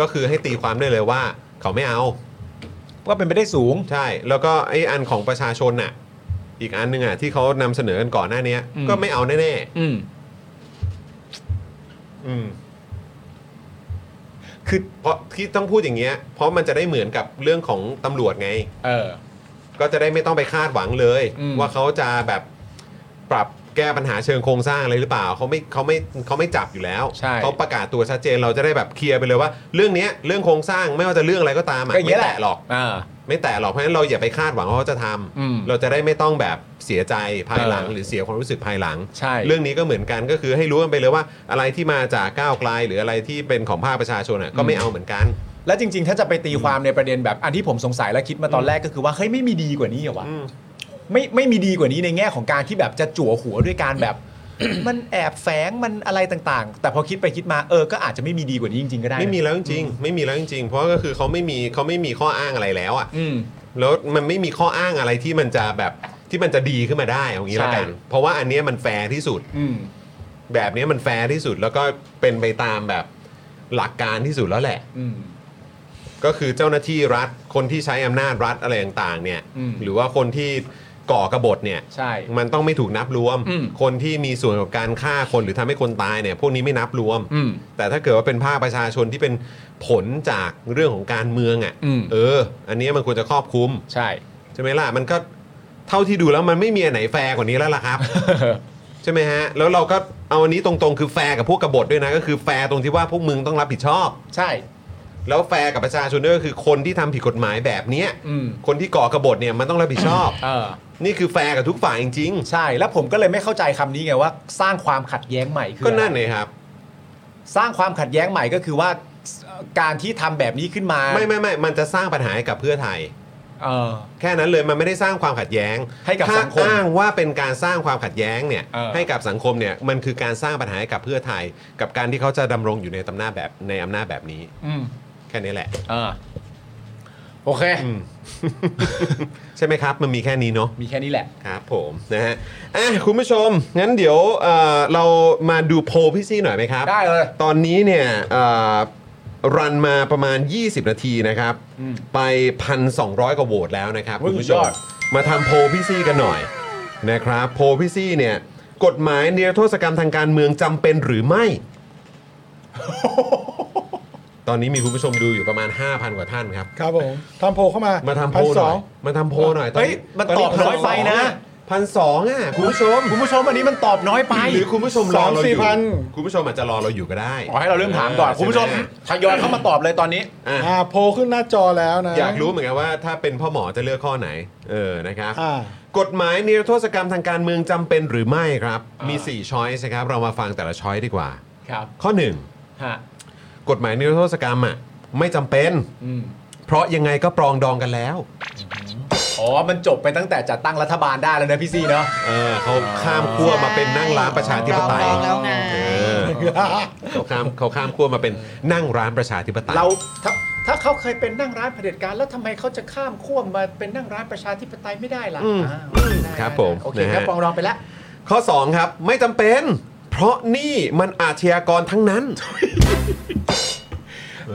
B: ก็คือให้ตีความได้เลยว่า เขาไม่เอา
E: ก็เป็นไปได้สูง
B: ใช่ แล้วก็ไอ้อันของประชาชนน่ะ อีกอันหนึ่งอ่ะที่เขานำเสนอกันก่อนหน้าเนี้ย
E: อืม
B: ก็ไม่เอาแน่
E: อืม
B: ๆอืม
E: คือ
B: เพราะที่ต้องพูดอย่างเงี้ย เพราะมันจะได้เหมือนกับเรื่องของตำรวจไง
E: เออ
B: ก็จะได้ไม่ต้องไปคาดหวังเลย
E: อืม
B: ว่าเขาจะแบบปรับแก้ปัญหาเชิงโครงสร้างอะไรหรือเปล่าเขาไม่เขาไม่เขาไม่จับอยู่แล้ว
E: ใช่
B: เขาประกาศตัวชัดเจนเราจะได้แบบเคลียร์ไปเลยว่า เรื่องเนี้ยเรื่องโครงสร้างไม่ว่าจะเรื่องอะไรก็ตามอะ
E: ก็อย่างเงี้
B: ไม่
E: ยแหละ
B: แตะหรอก
E: อ่า
B: ไม่แตะหรอกเพราะฉะนั้นเราอย่าไปคาดหวังว่าเขาจะทำ
E: อืม
B: เราจะได้ไม่ต้องแบบเสียใจภายหลัง
E: เออ
B: หรือเสียความรู้สึกภายหลัง
E: ใช่
B: เรื่องนี้ก็เหมือนกันก็คือให้รู้กันไปเลยว่า อะไรที่มาจากก้าวไกลหรืออะไรที่เป็นของภาคประชาชนอะก็ไม่เอาเหมือนกัน
E: แล้วจริง ๆ ถ้าจะไปตีความในประเด็นแบบอันที่ผมสงสัยและคิดมาตอนแรกก็คือว่าเฮ้ยไม่มีดีกว่านี้เหรอวะ
B: อืม
E: ไม่ไม่มีดีกว่านี้ในแง่ของการที่แบบจะจั่วหัวด้วยการแบบ มันแอบแฝงมันอะไรต่างๆ แต่พอคิดไปคิดมาเออก็อาจจะไม่มีดีกว่านี้จริงๆก็ได้นะ
B: ไม่มีแล้วจริงๆไม่มีแล้วจริงๆเพราะก็คือเขาไม่มีเขาไม่มีข้ออ้างอะไรแล้วอ่ะ
E: อืม
B: แล้วมันไม่มีข้ออ้างอะไรที่มันจะแบบที่มันจะดีขึ้นมาได้เอางี้ละกัน
E: ใช่
B: เพราะว่าอันเนี้ยมันแฟร์ที่สุด
E: อืม
B: แบบเนี้ยมันแฟร์ที่สุดแล้วก็เป็นไปตามแบบหลักการที่สุดแล้วแหละ
E: อืม
B: ก็คือเจ้าหน้าที่รัฐคนที่ใช้อำนาจรัฐอะไรต่างๆเนี่ย
E: อืม
B: หรือว่าคนที่ก่อกบฏเนี่ย
E: ใช่
B: มันต้องไม่ถูกนับรวม
E: อืม
B: คนที่มีส่วนกับการฆ่าคนหรือทำให้คนตายเนี่ย พวกนี้ไม่นับรวม
E: อืม
B: แต่ถ้าเกิดว่าเป็นภาคประชาชนที่เป็นผลจากเรื่องของการเมืองอะ่ะ
E: อืม
B: เออ อันเนี้ยมันควรจะครอบคลุม
E: ใช่
B: ใช่ไหมล่ะ มันก็เท่าที่ดูแล้วมันไม่มีอันไหนแฟร์กว่านี้แล้วล่ะครับ ใช่ไหมฮะ แล้วเราก็เอาอันนี้ตรงๆ คือแฟร์กับพวกกบฏด้วยนะ ก็คือแฟร์ตรงที่ว่าพวกมึงต้องรับผิดชอบ
E: ใช่
B: แล้วแฟร์กับประชาชนด้วยก็คือคนที่ทำผิดกฎหมายแบบเนี้ย
E: อืม
B: คนที่ก่อกบฏเนี่ยมันต้องรับผิดชอบ
E: เออ
B: นี่คือแฟร์กับทุกฝ่ายจริง
E: ใช่ แล้วผมก็เลยไม่เข้าใจคำนี้ไงว่า สร้างความขัดแย้งใหม่คือ
B: ๆ ก็
E: อะไร
B: นั่นเลยครับ
E: สร้างความขัดแย้งใหม่ก็คือว่าเอ่อการที่ทำแบบนี้ขึ้นมา
B: ไม่ไม่ไม่มันจะสร้างปัญหาให้กับเพื่อไทย
C: เออ
B: แค่นั้นเลยมันไม่ได้สร้างความขัดแย้ง
C: ให้กับ
B: ถ้า
C: สังคม
B: อ้างว่าเป็นการสร้างความขัดแย้งเนี่ย
C: เออ
B: ให้กับสังคมเนี่ยมันคือการสร้างปัญหาให้กับเพื่อไทย กับการที่เขาจะดำรงอยู่ในตำแหน่งแบบในอำนาจแบบนี้
C: อืม
B: แค่นี้แหละ
C: เออโอเค
B: ใช่ไหมครับ มันมีแค่นี้เนาะ
C: มีแค่นี้แหละ
B: ครับผมนะฮะอ่ะคุณผู้ชม งั้นเดี๋ยวเอ่อเรามาดูโพลพี่ซี่หน่อยไหมครับ
C: ได้เลย
B: ตอนนี้เนี่ยเอ่อรันมาประมาณ 20 นาทีนะครับ ไป 1,200 กว่าโหวตแล้วนะครับ
C: โอ้ย
B: คุณผู้ชม
C: สุดยอด
B: มาทำโพลพี่ซี่กันหน่อยนะครับ โพลพี่ซี่เนี่ย กฎหมายเนรโทษกรรมทางการเมืองจำเป็นหรือ ไม่ ตอนนี้มีคุณผู้ชมดูอยู่ประมาณ 5,000 กว่าท่านครับ
E: ครับผมทำโพลเข้ามา
B: มา
E: มา
B: ทำโพลห
E: ส
B: น่
E: อ
B: อง ย มาทำโพลหน่อย
C: เฮ้ยมันตอบน้อยไปนะ
B: พันสองอ่ะคุณผู้ชม
C: คุณผู้ชมอันนี้มันตอบน้อยไป
B: หรือคุณผู้ชมรอเราอ
E: สองสี่
B: ยู่
E: พัน
B: คุณผู้ชมอาจจะรอเราอยู่ก็ได้
C: ขอให้เราเริ่มถามก่อน
B: ใไห
C: คุณผู้ชมทยอยเข้ามาตอบเลยตอนนี้
B: อ่ะ
E: อ่าโพลขึ้นหน้าจอแล้วนะ
B: อยากรู้เหมือนกันว่าถ้าเป็นพ่อหมอจะเลือกข้อไหน เออนะครับ
E: อ่า
B: กฎหมายนิรโทษกรรมทางการเมืองจำเป็นหรือไม่ครับ มี 4 ช้อยส์นะครับ เรามาฟังแต่ละช้อยส์ดีกว่า
C: ครับ
B: ข้อ
C: ฮะ
B: 1 กฎหมายนิรโทษกรรมอ่ะไม่จำเป็น
C: อืม
B: เพราะยังไงก็ปรองดองกันแล้ว
C: อ๋อ มันจบไปตั้งแต่จัดตั้งรัฐบาลได้แล้วนะพี่ซีเนาะ
B: เออเขาข้ามขั้วมาเป็นนั่งร้านประชาธิปไตย
J: รองแล้วไง
B: เออ เขาข้ามเขาข้ามขั้วมาเป็นนั่งร้านประชาธิปไตย
C: เราถ้าถ้าเขาเคยเป็นนั่งร้านเผด็จการแล้วทำไมเขาจะข้ามขั้วมาเป็นนั่งร้านประชาธิปไตยไม่ได้ล่ะ
B: อืม
C: อ่าได้
B: ครับผม
C: ได้โอเค
B: นะฮะ
C: ครับปองรองไปแล้ว
B: ข้อ 2 ครับ ไม่จำเป็น เพราะนี่มันอาชญากรทั้งนั้น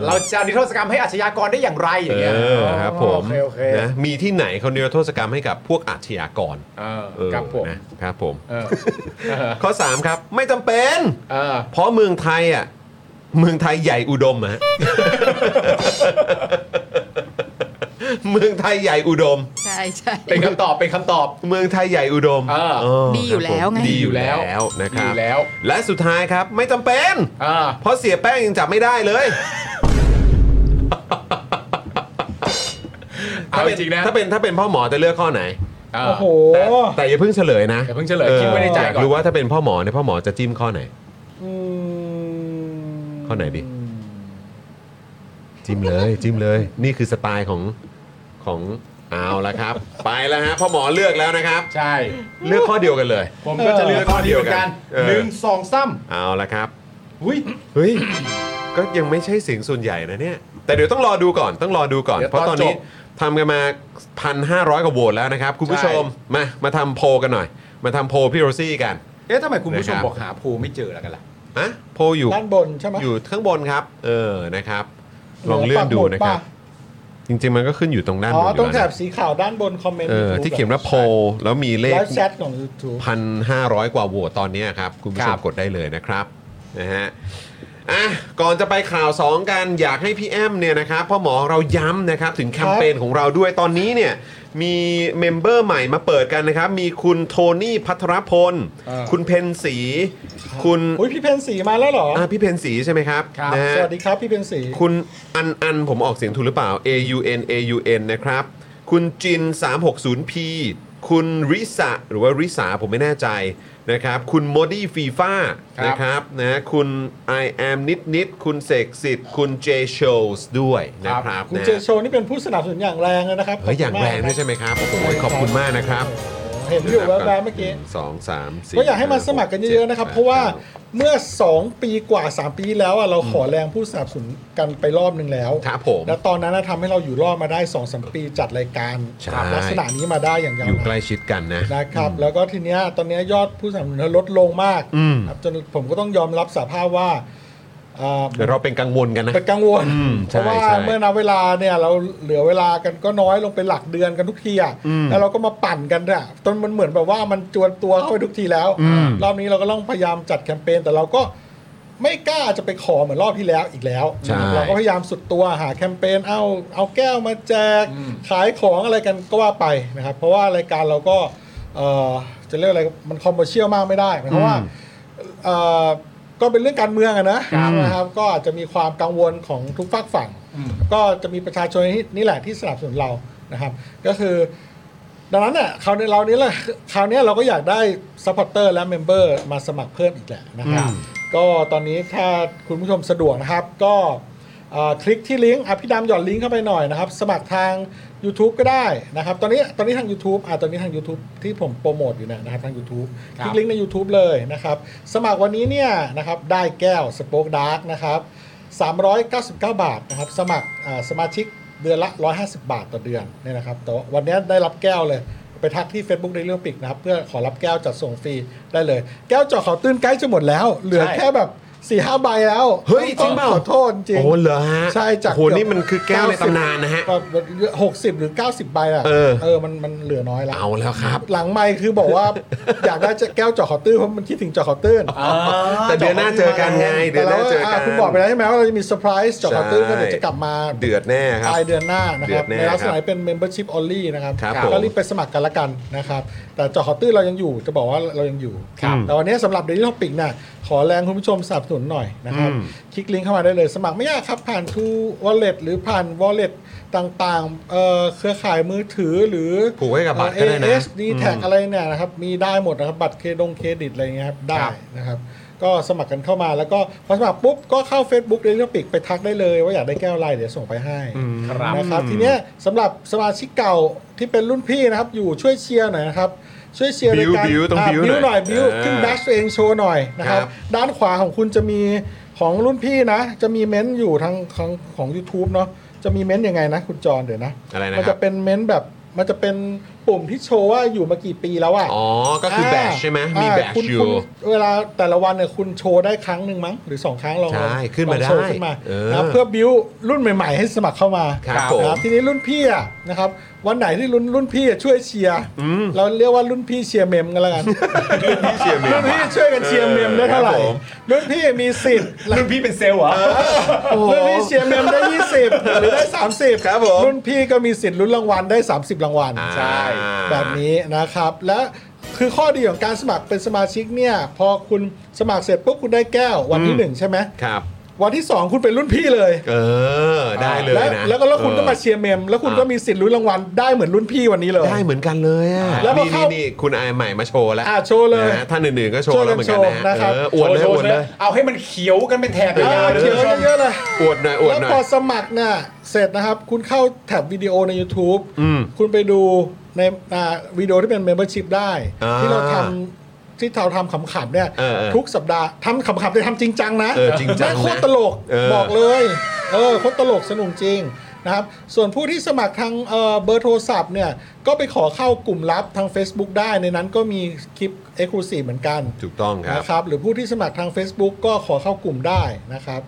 C: เราจะนิรโทษกรรมให้อาชญากรได้อย่างไรอย่างเงี้ย
B: เออครับผม
C: โอเคโอเค
B: นะมีที่ไหนเขานิรโทษกรรมให้กับพวกอาชญากร
C: เออ
B: เออ
C: ครับผม
B: นะครับผม
C: เออ
B: ข้อ 3 ครับ ไม่จำเป็น
C: เออ
B: เพราะเมืองไทยอ่ะเมืองไทยใหญ่อุดมอะฮะ เมืองไทยใหญ่อุดม
J: ใช่ใช่
C: เป็นคำตอบเป็นคำตอบ
B: เมืองไทยใหญ่อุดม
C: เออ
B: เ
J: ดีอยู่
B: ครับผม
J: แล้วไง
B: ดีอยู่แล้วนะค
C: ดี
B: รั
C: อบ ยู่แล้ว
B: และสุดท้ายครับ ไม่จำเป็น
C: เออ
B: เพราะเสียแป้งยังจับไม่ได้เลย
C: เอาจริงๆนะ
B: ถ้าเป็นถ้าเป็นพ่อหมอจะเลือกข้อไหน
C: เออ
E: โอ้โห
B: แต่อย่าเพิ่งเฉลยนะ
C: อย่าเพิ่งเฉลยคิดไว้ในใจก่อน
B: ยารู้ว่าถ้าเป็นพ่อหมอเนี่ยพ่อหมอจะจิ้มข้อไหน
E: อืม
B: ข้อไหนดี จิ้มเลยจิ้มเลย นี่คือสไตล์ของของเอาละครับ ไปแล้วฮะพ่อหมอเลือกแล้วนะครับ
C: ใช่
B: เลือกข้อเดียวกันเลย
C: ผมก็จะเลือกข้อเดียวกัน
B: เออ
C: หนึ่งสองซ้
B: เอาละครับ
C: ำอุ้ย
B: เฮ้ย ก็ยังไม่ใช่เสียงส่วนใหญ่นะเนี่ย แต่เดี๋ยวต้องรอดูก่อน ต้องรอดูก่อน
C: เดี๋ยว
B: เพราะต
C: ต
B: อ
C: อน น
B: นี้
C: จบ
B: ทำกันมา 1,500 กว่าโหวตแล้วนะครับ คุณผู้ชม
C: ใช่
B: มา มาทำโพลกันหน่อย มาทำโพลพี่โรซี่กัน
C: เอ๊ะทำไมคุณผู้ชม
B: นะครับ
C: บอกหาโพลไม่เจอแล้วกันล่ะ
B: อะโพลอยู่
E: ด้านบนใช่ไหม
B: อยู่ข้างบนครับ เออ นะครับ ลองเลื่อนดูนะครับ จริง ๆ มันก็ขึ้นอยู่ตรงด้าน
E: อ๋
B: บ
E: อน
B: อยู่
E: ตรงแถ
B: แล้ว
E: บ
B: นะ
E: สีขาวด้านบนคอมเมนต์
B: เออ
E: YouTube
B: ที่เขียนว่าโพลแล้วมีเล
E: ไล
B: ข
E: ฟ์แชทของ YouTube
B: 1,500 กว่าโหวตตอนนี้ครับ คุณผู้ช
C: ครั
B: ม
C: บ
B: กดได้เลยนะครับนะฮะอ่ะก่อนจะไปข่าว 2 กันอยากให้พี่แอมเนี่ยนะครับพ่อหมอเราย้ำนะครับ ถึงแคมเปญของเราด้วยตอนนี้เนี่ยมีเมมเบอร์ใหม่มาเปิดกันนะครับ มีคุณโทนี่พัทรพล
E: อ่า
B: คุณเพนสีคุณ
E: อุ้ยพี่เพนสีมาแล้วเหรอ
B: อ่ะพี่เพนสีใช่ไหมครับ
C: ครับ
B: นะฮะ
E: สวัสดีครับพี่เพนสี
B: คุณอันอันผมออกเสียงถูกหรือเปล่า A U N A U N นะครับ คุณจิน 360P คุณริสะหรือว่าริสาผมไม่แน่ใจนะครับ คุณโมดี้ฟีฟ่า
C: ครับ
B: นะครับนะคุณ I am นิดนิดคุณเสกสิทธิ์คุณ J Shows ด้วยนะครับ
E: คุณ
B: นะ
E: เจโชนี่เป็นผู้สนับสนุนอย่างแรงเลยนะครับ
B: เฮ้ยอย่างแรงด้วยใช่ไหมครับโอ้โหขอบคุณมากนะครับ
E: เห็นอยู่แวบๆเมื่อกี้
B: สองสามสี่
E: ก็อยากให้มาสมัครกันเยอะๆนะครับ เพราะว่าเมื่อ 2 ปีกว่า 3 ปีแล้วอะเราขอแรงผู้สนับสนุนกันไปรอบหนึ่งแล้ว
B: ครับผม
E: และตอนนั้นน่ะทำให้เราอยู่รอดมาได้2อสปีจัดรายการ
B: ใช่
E: ลัษณะนี้มาได้อย่างยาว
B: อยู่ใก
E: นา
B: ล้
E: น
B: ชิดกันนะ
E: นะครับ แล้วก็ทีเนี้ยตอนเนี้ยยอดผู้สนับสนุนลดลงมาก
B: อืม
E: ครับจนผมก็ต้องยอมรับสาภาพว่าอ่า
B: เดี๋ยวเราเป็นกังวลกันนะ
E: เป็นกังวล
B: อืมใช่
E: เพราะว่า
B: ใช่
E: เมื่อนับเวลาเนี่ยเราเหลือเวลากันก็น้อยลงเป็นหลักเดือนกันทุกทีอ่ะ
B: อืม
E: แล้วเราก็มาปั่นกันอ่ะจนมันเหมือนแบบว่ามันจวนตัวเข้าไปทุกทีแล้ว
B: อืม
E: รอบนี้เราก็ต้องพยายามจัดแคมเปญแต่เราก็ไม่กล้าจะไปขอเหมือนรอบที่แล้วอีกแล้ว
B: ใช่
E: เราก็พยายามสุดตัวหาแคมเปญเอาเอาแก้วมาแจก ขายของอะไรกันก็ว่าไปนะครับ เพราะว่ารายการเราก็เอ่อจะเรียกอะไรมันคอมเมอร์เชียลมากไม่ได้หมายความว่าเอ่อก็เป็นเรื่องการเมืองอะนะนะครับ ก็อาจจะมีความกังวลของทุกฝากฝั่ง ก็จะมีประชาชนนี่นี่แหละที่สนับสนุนเรานะครับ ก็คือ ดังนั้นเนี่ยคราวนี้เรานี้แหละคราวนี้เราก็อยากได้ซัพพอร์เตอร์และเมมเบอร์มาสมัครเพิ่มอีกแหละนะครับ ก็ตอนนี้ถ้าคุณผู้ชมสะดวกนะครับ ก็ อ่าคลิกที่ลิงก์อ่ะพี่ดำหย่อนลิงก์เข้าไปหน่อยนะครับ สมัครทาง YouTube ก็ได้นะครับ ตอนนี้ตอนนี้ทาง YouTube อ่ะตอนนี้ทาง YouTube ที่ผมโปรโมทอยู่เนยนะครับทาง YouTube คลิกลิงก์ใน YouTube เลยนะครับ สมัครวันนี้เนี่ยนะครับได้แก้วสป็อกดาร์กนะครับ 399 บาทนะครับ สมัครอ่าสมาชิกเดือนละ 150 บาทต่อเดือนเนี่ยนะครับแต่ว่าวันนี้ได้รับแก้วเลย ไปทักที่ Facebook ในเรื่องปิกนะครับ เพื่อขอรับแก้วจัดส่งฟรีได้เลย แก้วเจอเขาวตื้นใกล้จะหมดแล้ว เหลือ
C: ใช่
E: แค่แบบ4ี่ห้าใบแล้ว
B: เฮ้ยจริงเปล่า
E: ขอโทษจริง
B: โอ้เหรอฮะ
E: ใช่จาก
B: โหนี่มันคือแก้วในตำนานนะฮะ
E: หกสิบหรือ 90 ใบอ่ะ
B: เออ
E: เออมันมันเหลือน้อยแล้ว
B: เอาแล้วครับ
E: หลังไมค์คือบอกว่า อยากได้แก้วเจาะขอตื้นเพราะมันคิดถึงเจาะขอตื้น
B: แต่เดือนหน้าเจอกันไงเดือนหน้าเจอกั
E: แต่
B: น
E: คุณบอกไปแล้วใช่ไหมว่าเราจะมีเซอร์ไพรส์เจาะขอตื้นก็เดี๋ยวจะกลับมา
B: เดือดแน่ครับ
E: ปลายเดือนหน้านะ
B: เดื
E: ค
B: อ
E: รั
B: ด
E: บ
B: แน่
E: ในลักษณะ
B: ครับ
E: เป็น membership only นะครับ
B: ครับ
E: ก็
B: ผม
E: รีบไปสมัครกันละกันนะครับแต่เจาะขอตื้นเรายังอยู่จะบอกว่าเรายังอยู่ แต่วันนี้สำหรับ Daily Topic น่ะขอแรงคุณผู้ชมสนับสนุนหน่อยนะครับ คลิกลิงก์เข้ามาได้เลย สมัครไม่ยากครับ ผ่าน True Wallet หรือผ่าน Wallet ต่างๆเอ่อเครือข่ายมือถือหรือ
B: ผูกไว้กับบัตรก็ได้นะ
E: เอสดีแท็กอะไรเนี่ยนะครับ มีได้หมดนะครับบัตรเครดงเครดิตอะไรเงี้ยครับ ได้นะครับ ก็สมัครกันเข้ามาแล้วก็พอสมัครปุ๊บ ก็เข้า Facebook Daily Topic ไปทักได้เลย ว่าอยากได้แก้วอะไรเดี๋ยวส่งไปให้
C: ครับ
E: นะครับทีเนี้ยสำหรับสมาชิกเก่าที่เป็นรุ่นพี่นะครับ อยู่ช่วยเชียร์หน่อยนะครับ ช่วยเชียร์
B: บิ้ว
E: ในการ
B: บิ้วต้อง
E: า
B: บิ้ว
E: บิ้ว
B: ห
E: ห
B: น่
E: น่
B: อ
E: อย ยบิ้ว
B: อ่า
E: ขึ้นแบชตัวเองโชว์หน่อยนะครับ
B: ครับ
E: ด้านขวาของคุณจะมีของรุ่นพี่นะ จะมีเม้นต์อยู่ทางของของ u t u b e เนาะจะมีเม้นต์ยังไงนะ คุณจรเดี๋ยวนะ
B: อะไรนะ
E: มัน
B: ค
E: จะ
B: รับ
E: เป็นเม้นต์แบบมันจะเป็นปุ่มที่โชว์ว่าอยู่มากี่ปีแล้วอ่ะ
B: อ๋อก็คือแบชใช่ไหมมี
E: อ่า
B: แบช
E: คุณ
B: อ
E: คุ
B: ยู่
E: ณเวลาแต่ละวันเนี่ยคุณโชว์ได้ครั้งหนึ่งมั้งหรือสองครั้งลอง
B: ใช่ขึ้นมา
E: ลองโชว์
B: ได้
E: ขึ้นมา
B: เออ
E: นะครับเพื่อ เพื่อบิวรุ่นใหม่ ๆ ให้สมัครเข้ามา
B: ครับผม
E: นะทีนี้รุ่นพี่อะนะครับ วันไหนที่รุ่นรุ่นพี่อะช่วยเชียร์เราเรียกว่ารุ่นพี่เชียร์เมมกันแล้วกัน
B: เชียร์เมม
E: รุ่นพี่ช่วยกันเชียร์เมมได้เท่าไหร่รุ่นพี่มีสิทธิ์
C: รุ่นพี่เป็นเซลล์เหรอ
E: รุ่นพี่เชียร์เมมได้ 20 หรือได้ 30
B: ครับผม
E: รุ่นพี่ก็มีสิทธิ์ลุ้นรางวัลได้ 30 รางวัล
B: ใช่
E: แบบนี้นะครับ และคือข้อดีของการสมัครเป็นสมาชิกเนี่ย พอคุณสมัครเสร็จปุ๊บคุณได้แก้ววันที่หนึ่งใช่ไหม
B: ครับ
E: วันที่สองคุณเป็นรุ่นพี่เลย
B: เออ ได้เลย
E: แล้ว
B: นะ
E: แล้วก็แล้วคุณก็มา
B: เออ
E: เชียร์เมม แล้วคุณ
B: อ่า
E: ก็มีสิทธิ์ลุ้นรางวัลได้เหมือนรุ่นพี่วันนี้เลย
B: ได้เหมือนกันเลยอ่ะ
E: แล้วพอ
B: นี่นี่
E: เข้านี่
B: นี่คุณไอายใหม่มาโชว์แล้ว
E: อ่าโชว์เลย
B: นะฮะท่านอื่นๆก็โชว์แล้วเหมือนกันนะฮะ
E: นะครับ
B: เอออวดเลย
C: โช
B: อ
C: ว์
B: วดเลย
C: เอาให้มันเขียวกันเป็นแถบ
E: อ่าย
C: าวๆเลย
E: เขียวเยอะๆเลย
B: อวดหน่อยอวด
E: แล้ว
B: หน่อย
E: พอสมัครน่ะเสร็จนะครับ คุณเข้าแท็บวิดีโอใน YouTube
B: อืม
E: คุณไปดูในอ่าวิดีโอที่เป็น Membership ได้
B: อ่า
E: ที่เราทำที่เราทำขำๆเนี่ย
B: เออเออ
E: ทุกสัปดาห์ทำขำๆแต่ทำจริงจังนะ
B: เออจริงจังนะ
E: แม่โคตรตลก
B: เออ
E: บอกเลยเออโคตรตลกสนุกจริงนะครับ ส่วนผู้ที่สมัครทางเอ่อเบอร์โทรศัพท์เนี่ยก็ไปขอเข้ากลุ่มลับทาง Facebook ได้ในนั้นก็มีคลิป e x c l u s i v e เหมือนกัน
B: ถูกต้องครับ
E: นะครับหรือผู้ที่สมัครทาง Facebook ก็ขอเข้ากลุ่มได้นะครับ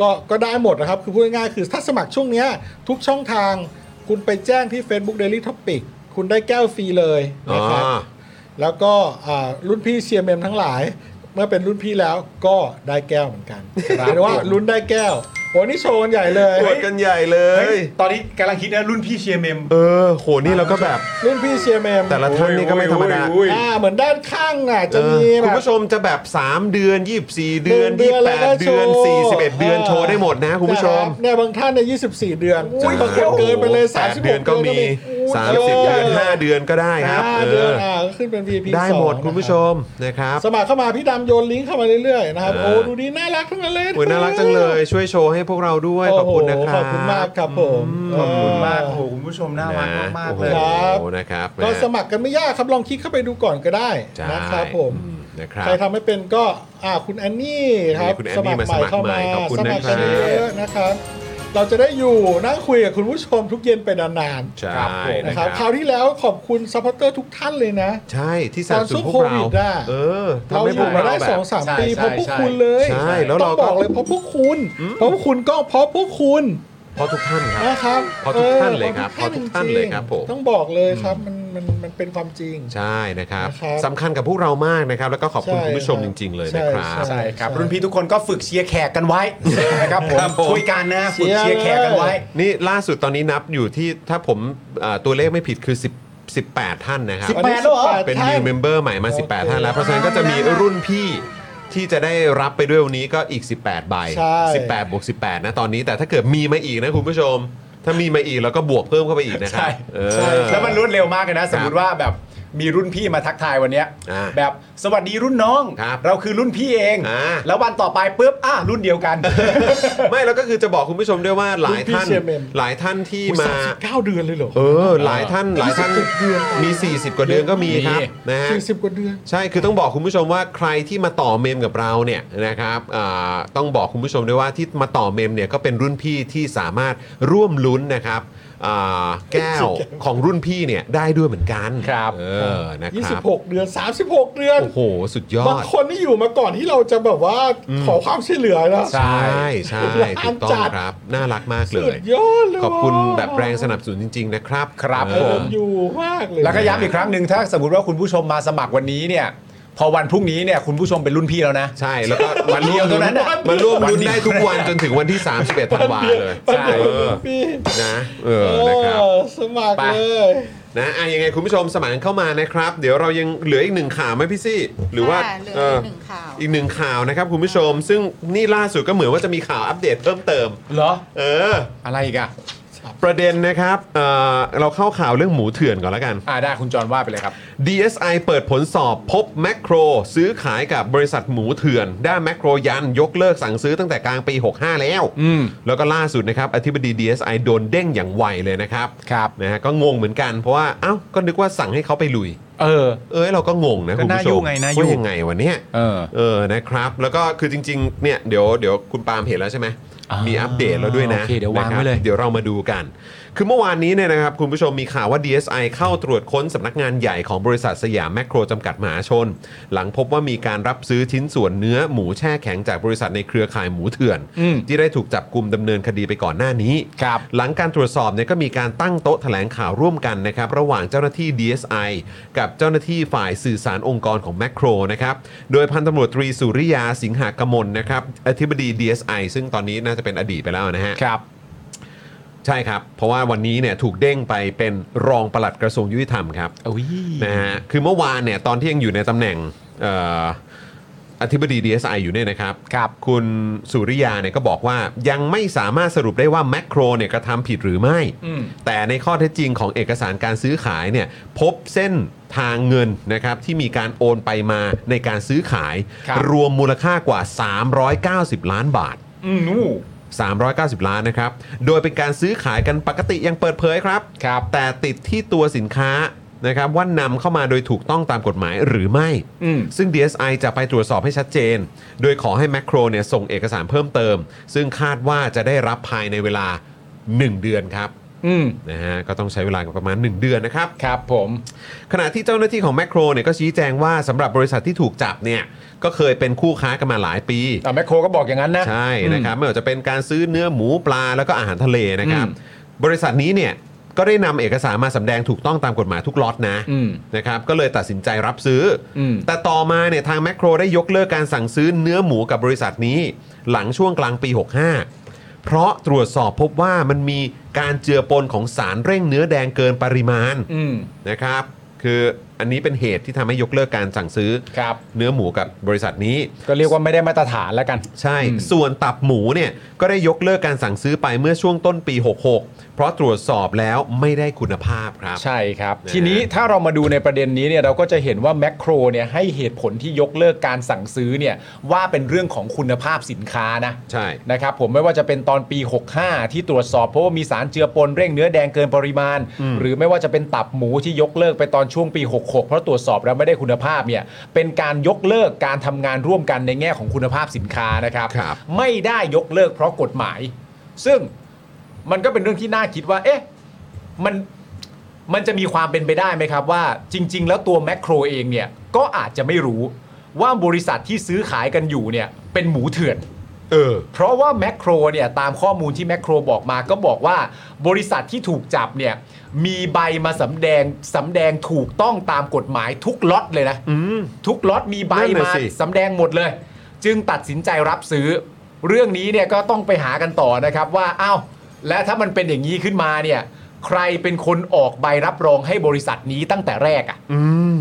E: ก็ก็ได้หมดนะครับ คือพูดง่ายๆคือถ้าสมัครช่วงเนี้ยทุกช่องทางคุณไปแจ้งที่ Facebook Daily Topic คุณได้แก้วฟรีเลยนะครับ
B: อ่า
E: แล้วก็อ่ารุ่นพี่เชียร์เมมทั้งหลาย เมื่อเป็นรุ่นพี่แล้วก็ได้แก้วเหมือนกันหมายถึงว่ารุ่นได้แก้วโหนี่โชว์กันใหญ่เลย
B: อวดกันใหญ่เล
C: เฮ้
B: ย
C: ยตอนนี้กำลังคิดนะรุ่นพี่เชียร์เมม
B: เออ โห นี่เราก็แบบ
E: รุ่นพี่เชียร์เมม
B: แต่ละท่านนี่ก็ไม่ธรรมดา
E: อ่าเหมือนด้านข้างอ่ะจะ
B: เออ
E: มีแบ
B: คุณ
E: บ
B: ผู้ชมจะแบบ 3 เดือน 24 เดือน
E: หนึ่งเดือนแล้วก็
B: 28 เดือน
E: โชว์
B: 41 เดือน
E: อ่า
B: โชว์ได้หมดนะ คุณผู้ชม
E: เนี่ยบางท่านเนี่ย24 เดือน
B: อุ้ย
E: บางคนเกินไปเลย
B: แปด
E: 36
B: เดือนก็มี 30 เดือน 5 เดือนก็ได้ครับ
E: ห้า
B: เอ
E: เดือน
B: อ
E: อ่าก็ขึ้นเป็น VIP
B: ได้หมด
E: สอง
B: คุณผู้ชมนะครับ
E: สมัครเข้ามาพี่ดำโยนลิงก์เข้ามาเรื่อยๆนะครับ
B: เออ
E: โอ้ดูดีน่ารักทั้งนั้นเลย
B: โอ้ยน่ารักจังเลย ช่วยโชว์ให้พวกเราด้วย ขอบคุณนะครับ
E: โโหขอบคุณมากครับผม
C: ขอบคุณมาก
E: เอ
C: โอ้
E: อ
C: โห คุณผู้ชมน่ารัก
B: นะ
C: มาก
B: โอ้โห
C: ๆเลย
E: ครับ
B: นะครับ
E: ก็
B: นะ
E: สมัครกันไม่ยากครับลองคลิกเข้าไปดูก่อนก็ได้
B: ใช่
E: นะครับผม
B: อืนะครับ
E: ใครทำไม่เป็นก็อ่าคุณแอนนี่ครับ
B: นี่คุณแอนนี่มาสมัครใหม่ขอบคุณ
E: ส
B: นะ
E: มัครกัน
B: ครับ
E: เยอะๆนะครับ เราจะได้อยู่นั่งคุยกับคุณผู้ชมทุกเย็นไปนาน
B: ใช่
E: ๆ
B: นะ
E: นะ
B: ค
E: ค
B: รั
E: รั
B: บบ
E: คราวที่แล้วขอบคุณซัพพอร์เตอร์ทุกท่านเลยนะ
B: ใช่ที่สนับสนุนพวกเรา
E: ตอนช่วงโควิดอะ
B: เออทำ
E: เรา
B: ให้
E: อ
B: พว
E: ยู่
B: ก
E: มา
B: เรา
E: ได้
B: แบ
E: สอบ งสาม
C: ใช่
E: ปี
C: ใช่
E: เพราะพวก
C: ใช่
E: คุณเลย
B: ใช่แล้ว
E: ต้
B: เรา
E: อง
B: ก็
E: บอกเลยเพราะพวกคุณเพราะพวกคุณก็เพราะพวกคุณ
B: เพราะทุกท่านครับ
E: นะครับ
B: เพราะทุกท่านเลยครับ
E: ออ
B: เพราะทุกท่านเลยครับ
E: จง
B: ผม
E: ๆต้องบอกเลยครับมันมันมันเป็นความจริง
B: ใช่นะครับ
E: นะครับ
B: สำคัญกับพวกเรามากนะครับ แล้วก็ขอบคุณ
E: ใช่
B: คุณผู้ชม
E: ครั
B: จ
E: บ
B: ริง ๆ เลย
E: ใช่
B: นะครับ
E: ใช่
C: ใช่ครับ รุ่นพี่ทุกคนก็ฝึกเชียร์แขกกันไว้ นะครับผม
B: ครับผม
C: ช่วยกันนะ ฝึกเชียร์แขกกันไว้
B: นี่ล่าสุดตอนนี้นับอยู่ที่ถ้าผมเอ่อตัวเลขไม่ผิดคือ 10 18 ท่านนะครับ
C: สิบ แปดแล้วเหรอ
E: วันนี้
B: เป็น
E: ท่า
B: new member ใหม่มา
E: โอเค
B: 18 ท่านแล้ว เพราะฉะนั้นก็จะมีรุ่นพี่ที่จะได้รับไปด้วยวันนี้ก็อีก 18 ใบ
E: ใช่
B: 18บวก18 นะตอนนี้ แต่ถ้าเกิดมีมาอีกนะคุณผู้ชม ถ้ามีมาอีกแล้วก็บวกเพิ่มเข้าไปอีกนะครับ
C: ใช่
B: เออ
C: แล้วมันรวดเร็วมากเลยนะ สมมติว่าแบบ มีรุ่นพี่มาทักทายวันเนี้ย
B: อ่า
C: แบบสวัสดีรุ่นน้อง
B: ครับ
C: เราคือรุ่นพี่เอง
B: อ่า
C: แล้ววันต่อไปปุ๊บอ่ะรุ่นเดียว กัน
B: ไม่แล้วก็คือจะบอกคุณผู้ชมด้วยว่าหลายท่าน
E: รุ่นพี่ CMM
B: หลายท่านที่มา
E: 39 เดือนเลยเหรอ
B: เออ หลายท่านหลายท่านมี 40 กว่าเดือนก็มีครับ
C: มี
B: นะฮะ
E: 40 กว่าเดือน
B: ใช่ คือต้องบอกคุณผู้ชมว่าใครที่มาต่อเมมกับเราเนี่ยนะครับอ่าต้องบอกคุณผู้ชมด้วยว่าที่มาต่อเมมเนี่ยก็เป็นรุ่นพี่ที่สามารถร่วมลุ้นนะครับอ่าแก้วของรุ่นพี่เนี่ยได้ด้วยเหมือนกัน
C: ครับ
B: เออนะครับ
E: 26 เดือน 36 เดือน
B: โอ้โห สุดยอบ
E: าง
B: ด
E: คนนี่อยู่มาก่อนที่เราจะแบบว่าขอความช่วยเหลือนะ
B: ใช่ใช่ถู
E: ร้านจัด
B: กต้องครับ น่ารักมากเล
E: สุ
B: ย
E: ดยอดเลย
B: ขอบคุณ
E: ว่ะ
B: แบบแรงสนับสนุนจริง ๆ นะครับ
C: ครับ
B: เออ
C: ผม
E: อยู่มากเลย
C: แล้วก็ย้ำอีกครั้งหนึ่งถ้าสมมติว่าคุณผู้ชมมาสมัครวันนี้เนี่ย พอวันพรุ่งนี้เนี่ยคุณผู้ชมเป็นรุ่นพี่แล้วนะ
B: ใช่ แล้วก็มันร่วม
C: เดียวเท่า
B: ลุ้น
C: นั้นน่ะ
B: มันร่วมลุ้นได้ทุกวันจนถึงวันที่ 31ธันวาเลย
E: ไปเจอ
B: เออ
E: พี่
B: นะเอ
E: เอ
B: อนะครับ
E: อสมัคร
B: ไป
E: เลย
B: นะอ่ะยังไงคุณผู้ชมสมัครเข้ามานะครับ เดี๋ยวเรายังเหลืออีกหนึ่งข่าวไหมพี่ซี่ หรือว่า
J: ค่ะเหลือ
B: เออ
J: หนึ่งข่าว
B: อีกหนึ่งข่าวนะครับคุณผู้ชม ซึ่งนี่ล่าสุดก็เหมือนว่าจะมีข่าวอัปเดตเพิ่มเติม
C: เหรอ
B: เออ
C: อะไรอีกอะ
B: ประเด็นนะครับเอ่อเราเข้าข่าวเรื่องหมูเถื่อนก่อนแล้วกัน
C: อ่าได้คุณจรว่าไปเลยครับ
B: DSI เปิดผลสอบพบแมคโคร ซื้อขายกับบริษัทหมูเถื่อน ด้านแมคโครยันยกเลิกสั่งซื้อตั้งแต่กลางปี 65 แล้ว แล้วก็ล่าสุดนะครับ อธิบดี DSI โดนเด้งอย่างไวเลยนะครับ
C: ครับ
B: นะฮะก็งงเหมือนกันเพราะว่า เอ้า ก็นึกว่าสั่งให้เขาไปลุย
C: เออ
B: เอ้ยเราก็งงนะ
C: ก็
B: คุณ
C: น่า
B: ผู้ช
C: ยุ่
B: ม
C: งไงน่ายุ่ง
B: ว่ายังไงวันเนี้ย
C: เออ
B: เออนะครับ แล้วก็คือจริงๆเนี่ยเดี๋ยวเดี๋ยวคุณปาล์มเห็นแล้วใช่ไหม
C: อ่า
B: มี
C: มี
B: อัปเดตแล้วด้วยนะ
C: โอเคเดี๋ยววางไว้เลย
B: นะครับเดี๋ยวเรามาดูกัน คือเมื่อวานนี้เนี่ยนะครับคุณผู้ชมมีข่าวว่า DSI เข้าตรวจค้นสำนักงานใหญ่ของบริษัทสยามแมคโครจำกัดมหาชน หลังพบว่ามีการรับซื้อชิ้นส่วนเนื้อหมูแช่แข็งจากบริษัทในเครือข่ายหมูเถื่อน
C: อืม
B: ที่ได้ถูกจับกลุ่มดำเนินคดีไปก่อนหน้านี้
C: ครับ
B: หลังการตรวจสอบเนี่ยก็มีการตั้งโต๊ะแถลงข่าวร่วมกันนะครับ ระหว่างเจ้าหน้าที่ DSI กับเจ้าหน้าที่ฝ่ายสื่อสารองค์กรของแมคโครนะครับ โดยพันตำรวจตรีสุริยาสิงหากมลนะครับอธิบดี DSI ซึ่งตอนนี้น่าจะเป็นอดีตไปแล้วนะฮะ
C: ครับ
B: ใช่ครับ เพราะว่าวันนี้เนี่ยถูกเด้งไปเป็นรองปลัดกระทรวงยุติธรรมครับ
C: โอ้ย
B: นะฮะ คือเมื่อวานเนี่ยตอนที่ยังอยู่ในตำแหน่งเอ่ออธิบดี DSI อยู่เนี่ยนะครับ
C: ครับ
B: คุณสุริยาเนี่ยก็บอกว่ายังไม่สามารถสรุปได้ว่าแมคโครเนี่ยกระทำผิดหรือไม่
C: อืม
B: แต่ในข้อเท็จจริงของเอกสารการซื้อขายเนี่ยพบเส้นทางเงินนะครับที่มีการโอนไปมาในการซื้อขาย
C: ครับ
B: รวมมูลค่ากว่า 390 ล้านบาท
C: อืมนู่
B: 390 ล้านนะครับ โดยเป็นการซื้อขายกันปกติอยังเปิดเผยครับ
C: ครับ
B: แต่ติดที่ตัวสินค้านะครับว่านำเข้ามาโดยถูกต้องตามกฎหมายหรือไม่
C: อืม
B: ซึ่ง DSI จะไปตรวจสอบให้ชัดเจน โดยขอให้แมคโครเนี่ยส่งเอกสารเพิ่มเติม ซึ่งคาดว่าจะได้รับภายในเวลา 1 เดือนครับ
C: อืม
B: นะฮะก็ต้องใช้เวลาประมาณ 1 เดือนนะครับ
C: ครับผม
B: ขณะที่เจ้าหน้าที่ของแมคโครเนี่ยก็ชี้แจงว่าสำหรับบริษัทที่ถูกจับเนี่ยก็เคยเป็นคู่ค้ากันมาหลายปี
C: แต่แมคโครก็บอกอย่างนั้นนะ
B: ใช่นะครับไม่ว่าจะเป็นการซื้อเนื้อหมูปลาแล้วก็อาหารทะเลนะครับ
C: อืม
B: บริษัทนี้เนี่ยก็ได้นำเอกสารมาสำแดงถูกต้องตามกฎหมายทุกล็อตนะ
C: อืม
B: นะครับก็เลยตัดสินใจรับซื้ออ
C: ม
B: แต่ต่อมาเนี่ยทางแมคโครได้ยกเลิกการสั่งซื้อเนื้อหมูกับบริษัทนี้ หลังช่วงกลางปี 65 เพราะตรวจสอบพบว่ามันมีการเจือปนของสารเร่งเนื้อแดงเกินปริมาณ
C: อืม
B: นะครับคืออันนี้เป็นเหตุที่ทำให้ยกเลิกการสั่งซื้อ
C: ครับ
B: เนื้อหมูกับบริษัทนี้
C: ก็เรียกว่าไม่ได้มาตรฐานแล้วกัน
B: ใช่
C: อืม
B: ส่วนตับหมูเนี่ยก็ได้ยกเลิกการสั่งซื้อไปเมื่อช่วงต้นปี 66 เพราะตรวจสอบแล้วไม่ได้คุณภาพครับ
C: ใช่ครับ
B: นะฮะ
C: ทีนี้ถ้าเรามาดูในประเด็นนี้เนี่ยเราก็จะเห็นว่าแมคโครเนี่ยให้เหตุผลที่ยกเลิกการสั่งซื้อเนี่ยว่าเป็นเรื่องของคุณภาพสินค้านะ
B: ใช่
C: นะครับผมไม่ว่าจะเป็นตอนปี 65 ที่ตรวจสอบเพราะว่ามีสารเจือปนเร่งเนื้อแดงเกินปริมาณ หรือไม่ว่าจะเป็นตับหมูที่ยกเลิกไปตอนช่วงปี 66 เพราะตรวจสอบแล้วไม่ได้คุณภาพเนี่ยเป็นการยกเลิกการทำงานร่วมกันในแง่ของคุณภาพสินค้านะครับ
B: ครับ
C: ไม่ได้ยกเลิกเพราะกฎหมาย ซึ่งมันก็เป็นเรื่องที่น่าคิดว่า เอ๊ะมันมันจะมีความเป็นไปได้ไหมครับว่า จริง ๆ แล้วตัวแมคโครเองเนี่ยก็อาจจะไม่รู้ว่าบริษัทที่ซื้อขายกันอยู่เนี่ยเป็นหมูเถื่อน
B: เออ
C: เพราะว่าแมคโครเนี่ยตามข้อมูลที่แมคโครบอกมาก็บอกว่า บริษัทที่ถูกจับเนี่ยมีใบมาสำแดงสำแดงถูกต้องตามกฎหมายทุกล็อตเลยนะทุกล็อตมีใบ
B: นั่น
C: มา
B: น่ะสิ
C: สำแดงหมดเลย จึงตัดสินใจรับซื้อ เรื่องนี้เนี่ยก็ต้องไปหากันต่อนะครับว่าอ้าวและถ้ามันเป็นอย่างนี้ขึ้นมาเนี่ยใครเป็นคนออกใบรับรองให้บริษัทนี้ตั้งแต่แรกอ่ะ
B: อืม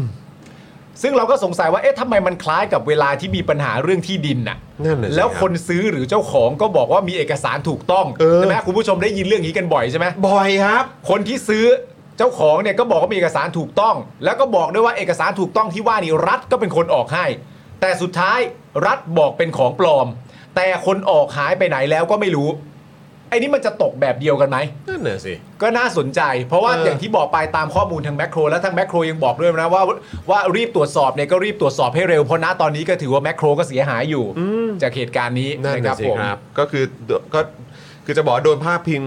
C: ซึ่งเราก็สงสัยว่าเอ๊ะทำไมมันคล้ายกับเวลาที่มีปัญหาเรื่องที่ดินน่ะ
B: นั่นน่ะสิ
C: แล้วคนซื้อหรือเจ้าของก็บอกว่ามีเอกสารถูกต้อง
B: เออ
C: ใช่ไหมคุณผู้ชมได้ยินเรื่องนี้กันบ่อยใช่ไหม
B: บ่อยครับ
C: คนที่ซื้อ เจ้าของเนี่ยก็บอกว่ามีเอกสารถูกต้อง แล้วก็บอกด้วยว่าเอกสารถูกต้องที่ว่านี่รัฐก็เป็นคนออกให้ แต่สุดท้ายรัฐบอกเป็นของปลอม แต่คนออกหายไปไหนแล้วก็ไม่รู้ ไอ้นี่มันจะตกแบบเดียวกันไหม
B: นั่นน่ะสิ
C: ก็น่าสนใจ เพราะว่า
B: เออ
C: อ
B: อ
C: ย่างที่บอกไปตามข้อมูลทางแมคโคร และทางแมคโครยังบอกด้วยนะว่าว่ารีบตรวจสอบเนี่ยก็รีบตรวจสอบให้เร็วเพราะณตอนนี้ก็ถือว่าแมคโครก็เสียหายอยู่ จากเหตุการณ์นี้
B: นั่นน่ะ
C: นะครับ
B: สิ
C: ผม
B: ครับ ก็คือก็คือจะบอกว่าโดนภาพพิง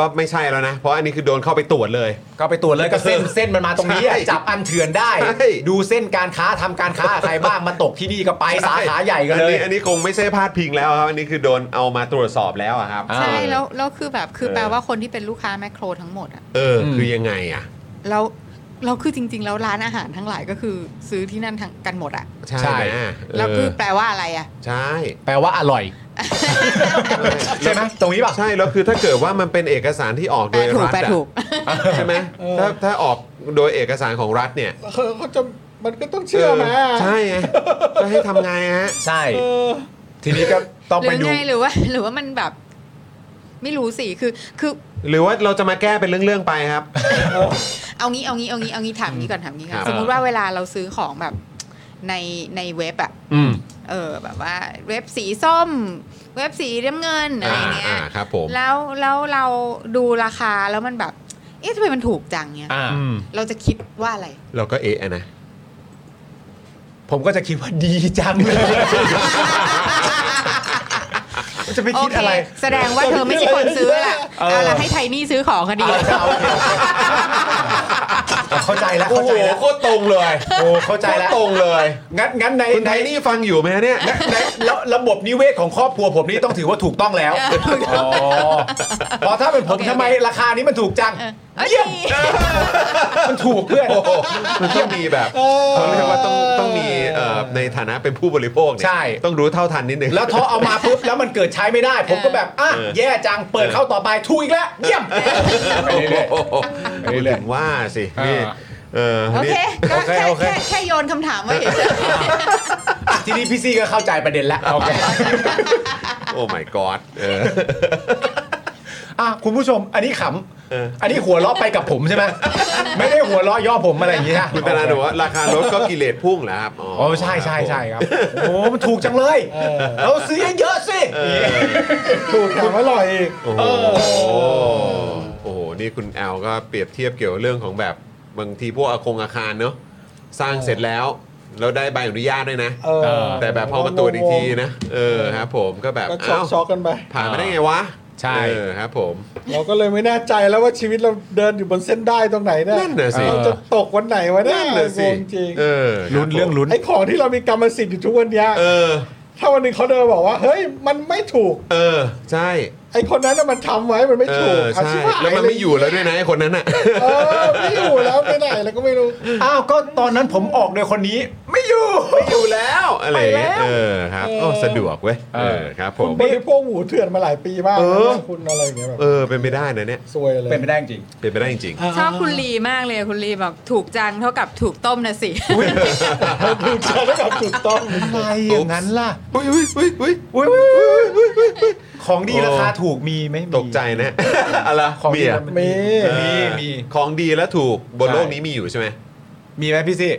B: ก็ไม่ใช่แล้วนะ เพราะอันนี้คือโดนเข้าไปตรวจเลย
C: ก็ไปตรวจเลยก็เส้นเส้นมันมาตรงนี้อะ
B: ใช่
C: จับอันเถื่อนได้
B: ใช่
C: ดูเส้นการค้าทำการค้ากับใครบ้างมาตกที่นี่ก็ไปสาขาใหญ่กันเล
B: อั
C: ย
B: นนี้อันนี้คงไม่ใช่พาดพิงแล้วครับ อันนี้คือโดนเอามาตรวจสอบแล้วอะครับ
J: ใช่แล้วแล้วคือแบบคือ
B: เออ
J: แปลว่าคนที่เป็นลูกค้าแมคโครทั้งหมดอะ
B: เอออ
C: ม
B: คือยังไงอ่ะ
J: แล้วเราคือจริง ๆ แล้วร้านอาหารทั้งหลายก็คือซื้อที่นั่นทั้งกันหมดอะ
B: ใช่
C: ใช่
B: ไหม
J: แล้วคือ
B: เออ
J: แปลว่าอะไรอะ
B: ใช่
C: แปลว่าอร่อย ใช่ไหมตรงนี้ป่ะ
B: ใช่แล้วคือถ้าเกิดว่ามันเป็นเอกสารที่ออกโด
J: แปล
B: ย
J: ถูก
B: รัฐ
J: แปล
B: อะ
J: ถูก
B: ใช่ไหม
E: เออ
B: ถ้าถ้าออกโดยเอกสารของรัฐเนี่ย
E: เออเขาจะมันก็ต้องเชื่อไหมา
B: เออใช่ไงจะให้ทำไงฮะ
C: ใช่
E: เออ
C: ทีนี้ก็ต้อง
J: ห
C: ไป
J: รือ
C: ดู
J: ไงหรือว่า หรือว่ามันแบบ ไม่รู้สิคือคือ
B: หรือว่าเราจะมาแก้เป็นเรื่องๆไปครับ
J: เอางี้เอางี้เอางี้เอางี้ถามงี้ก่อนถามงี้ก่อ
B: ครับ
J: นสมมติว่าเวลาเราซื้อของแบบในในเว็บอะ
B: อืม
J: เออแบบว่าเว็บสีส้ม เว็บสีน้ำเงินอะไร
B: อ่า
J: เงี้
B: อ่าย ครับผม
J: แล้วแล้วเราดูราคาแล้วมันแบบ เอ๊ะทำไมมันถูกจังเนี้ย
C: อ่า
B: อืม
J: เราจะคิดว่าอะไร
B: เราก็เอะอะนะ
C: ผมก็จะคิดว่าดีจังเลย จะไป
J: โอ
C: คิด
J: เค
C: อะไร
J: แสดงว่าเธอไม่ใช่คนซื้อละ
C: เออ
J: เอาละให้ไทนี่ซื้อของคดี
C: เอาโอเคเข้าใจแล้ว
B: โอ้โห
C: เข้าใจแล้ว
B: โคตรตรงเลย
C: โอ้เข้าใจแล้ว
B: โคตรตรงเลย
C: งั้นงั้นใน
B: คุณไท
C: ใน
B: ยนี่ฟังอยู่ไหมฮะเนี่ย
C: ในแล้วระบบนิเวศของครอบครัวผมนี่ต้องถือว่าถูกต้องแล้วอ๋อเพอถ้าเป็นผมทำไมราคานี้มันถูกจัง
J: เอ้ย
C: เยี่ยม มันถูกเพื่อน
B: โอ้โหมันต้องมีแบบเขาเรียกว่าต้องต้องมีเอ่อในฐานะเป็นผู้บริโภคเนี่ย
C: ใช่
B: ต้องรู้เท่าทันนิดนึง
C: แล้วทอเอามาปุ๊บแล้วมันเกิดใช้ไม่ได้ ผมก็แบบอ่ะ
B: เออ
C: แย่จังเปิดเข้าต่อไปถูกอีกแล้วเยี่ยมไป
B: โอ้
C: เรื่อย
B: โห
C: ไปเรื่อย
B: ถึงว่าสินี่
C: อ่า
B: เออ
J: โอ
B: นี่
J: เคก็
C: โอเค
J: แค่
C: โอเค
J: แค่แค่โยนคำถามไว้เฉย
C: ๆอ่ะทีนี้พี่ซีก็เข้าใจประเด็นแล้วโอเค
B: โอ้ my god เออ
C: อ่ะคุณผู้ชม อันนี้ข
B: เออ
C: ำอันนี้หัวเราะไปกับผมใช่ไหมไม่ได้หัวเราะย่อผมอะไรอย่างเงี้ย
B: คุณตาลาหนูว่าราคารถก็กิเลสพุ่งเหรอครับ
C: โอ้ใช่ใช่ใช่ครับโอ้มันถูกจังเลยเราซื้อเยอะๆสิ
E: ถูกถามอร่อยอีก
B: โอ้โหโอ้โหนี่คุณแอลก็เปรียบเทียบเกี่ยวเรื่องของแบบบางทีพวกอาคงอาคารเนอะสร้างเสร็จแล้วแล้วได้ใบอนุญาตด้วยนะ
E: เออ
B: แต่แบบพอมาตรวจอีกทีนะ เออครับผมก็แบบ
E: ก็
B: เอ้า
E: ช็อกๆกันไป
B: ผ่านมาได้ไงวะ ใช่เออครับผม
E: เราก็เลยไม่แน่ใจแล้วว่าชีวิตเราเดินอยู่บนเส้นได้ตรงไหนเนี่ย
B: นั่นน่ะสิ
E: เราจะตกวันไหนวะเนี่ย
B: นั่นน่ะสิ
E: งงจริง
B: เออ
C: ลุ้นเรื่องลุ้น
E: ไอ้ของที่เรามีกรรมสิทธิ์อยู่ทุกวันเนี้ย
B: เออ
E: ถ้าวันหนึงเขาเดินมาบอกว่า เฮ้ยมันไม่ถูก
B: เออ ใช่
E: ไอ้คนนั้นน่ะมันทำไว้มันไม่
B: เอ
E: ถูก
B: อ
E: เอา
B: ใช่
E: ชิบหาย
B: แล้วมันไม่อยู่แล้วด้วยนะไอ้คนนั้นอ่ะ
E: เออไม่อยู่แล้วไปไหนแล้วก็ไม่รู้
C: อ้าวก็ตอนนั้นผมออกโดยคนนี้ ไม่อยู่
B: ไม่อยู่แล้วอะไรอย่างเงี้ยเออครับโอ้สะดวกเว้ยเอ
C: เอ
B: อ
C: อ
B: ครับผ
E: คุณ
B: ม
E: บริโภคหมูเถื่อนมาหลายปีมาก
B: เออ
E: นะคุณอะไรอย่างเงี้ยแบบ
B: เออเป็นไปได้นะเนี่ย
E: ซวยเลย
C: เป็นไปได้จริง
B: เป็นไปได้จริง
J: ๆชอบคุณลีมากเลยคุณลีแบบถูกจังเท่ากับถูกต้มนะสิ
E: ถูกต้องแล้วกับถูกต้อง
C: อะไรอย่างนั้นล่ะ
B: ๆอุ้ยอุ้ยอุ้ยอุ้ย
C: อุ๊ยอุ๊ยอุ๊ยอุ๊ยอุ๊ยอุ๊ยของดีราคาถูกมีไหมมี
B: ตกใจนะอะไร
C: ของดี
B: เบียร์
C: มัน
E: มี
C: มีมี
B: ของดีและถูกบน
C: ใช่
B: โลกนี้มีอยู่ใช่ไหม
C: มีไหมพี่ซี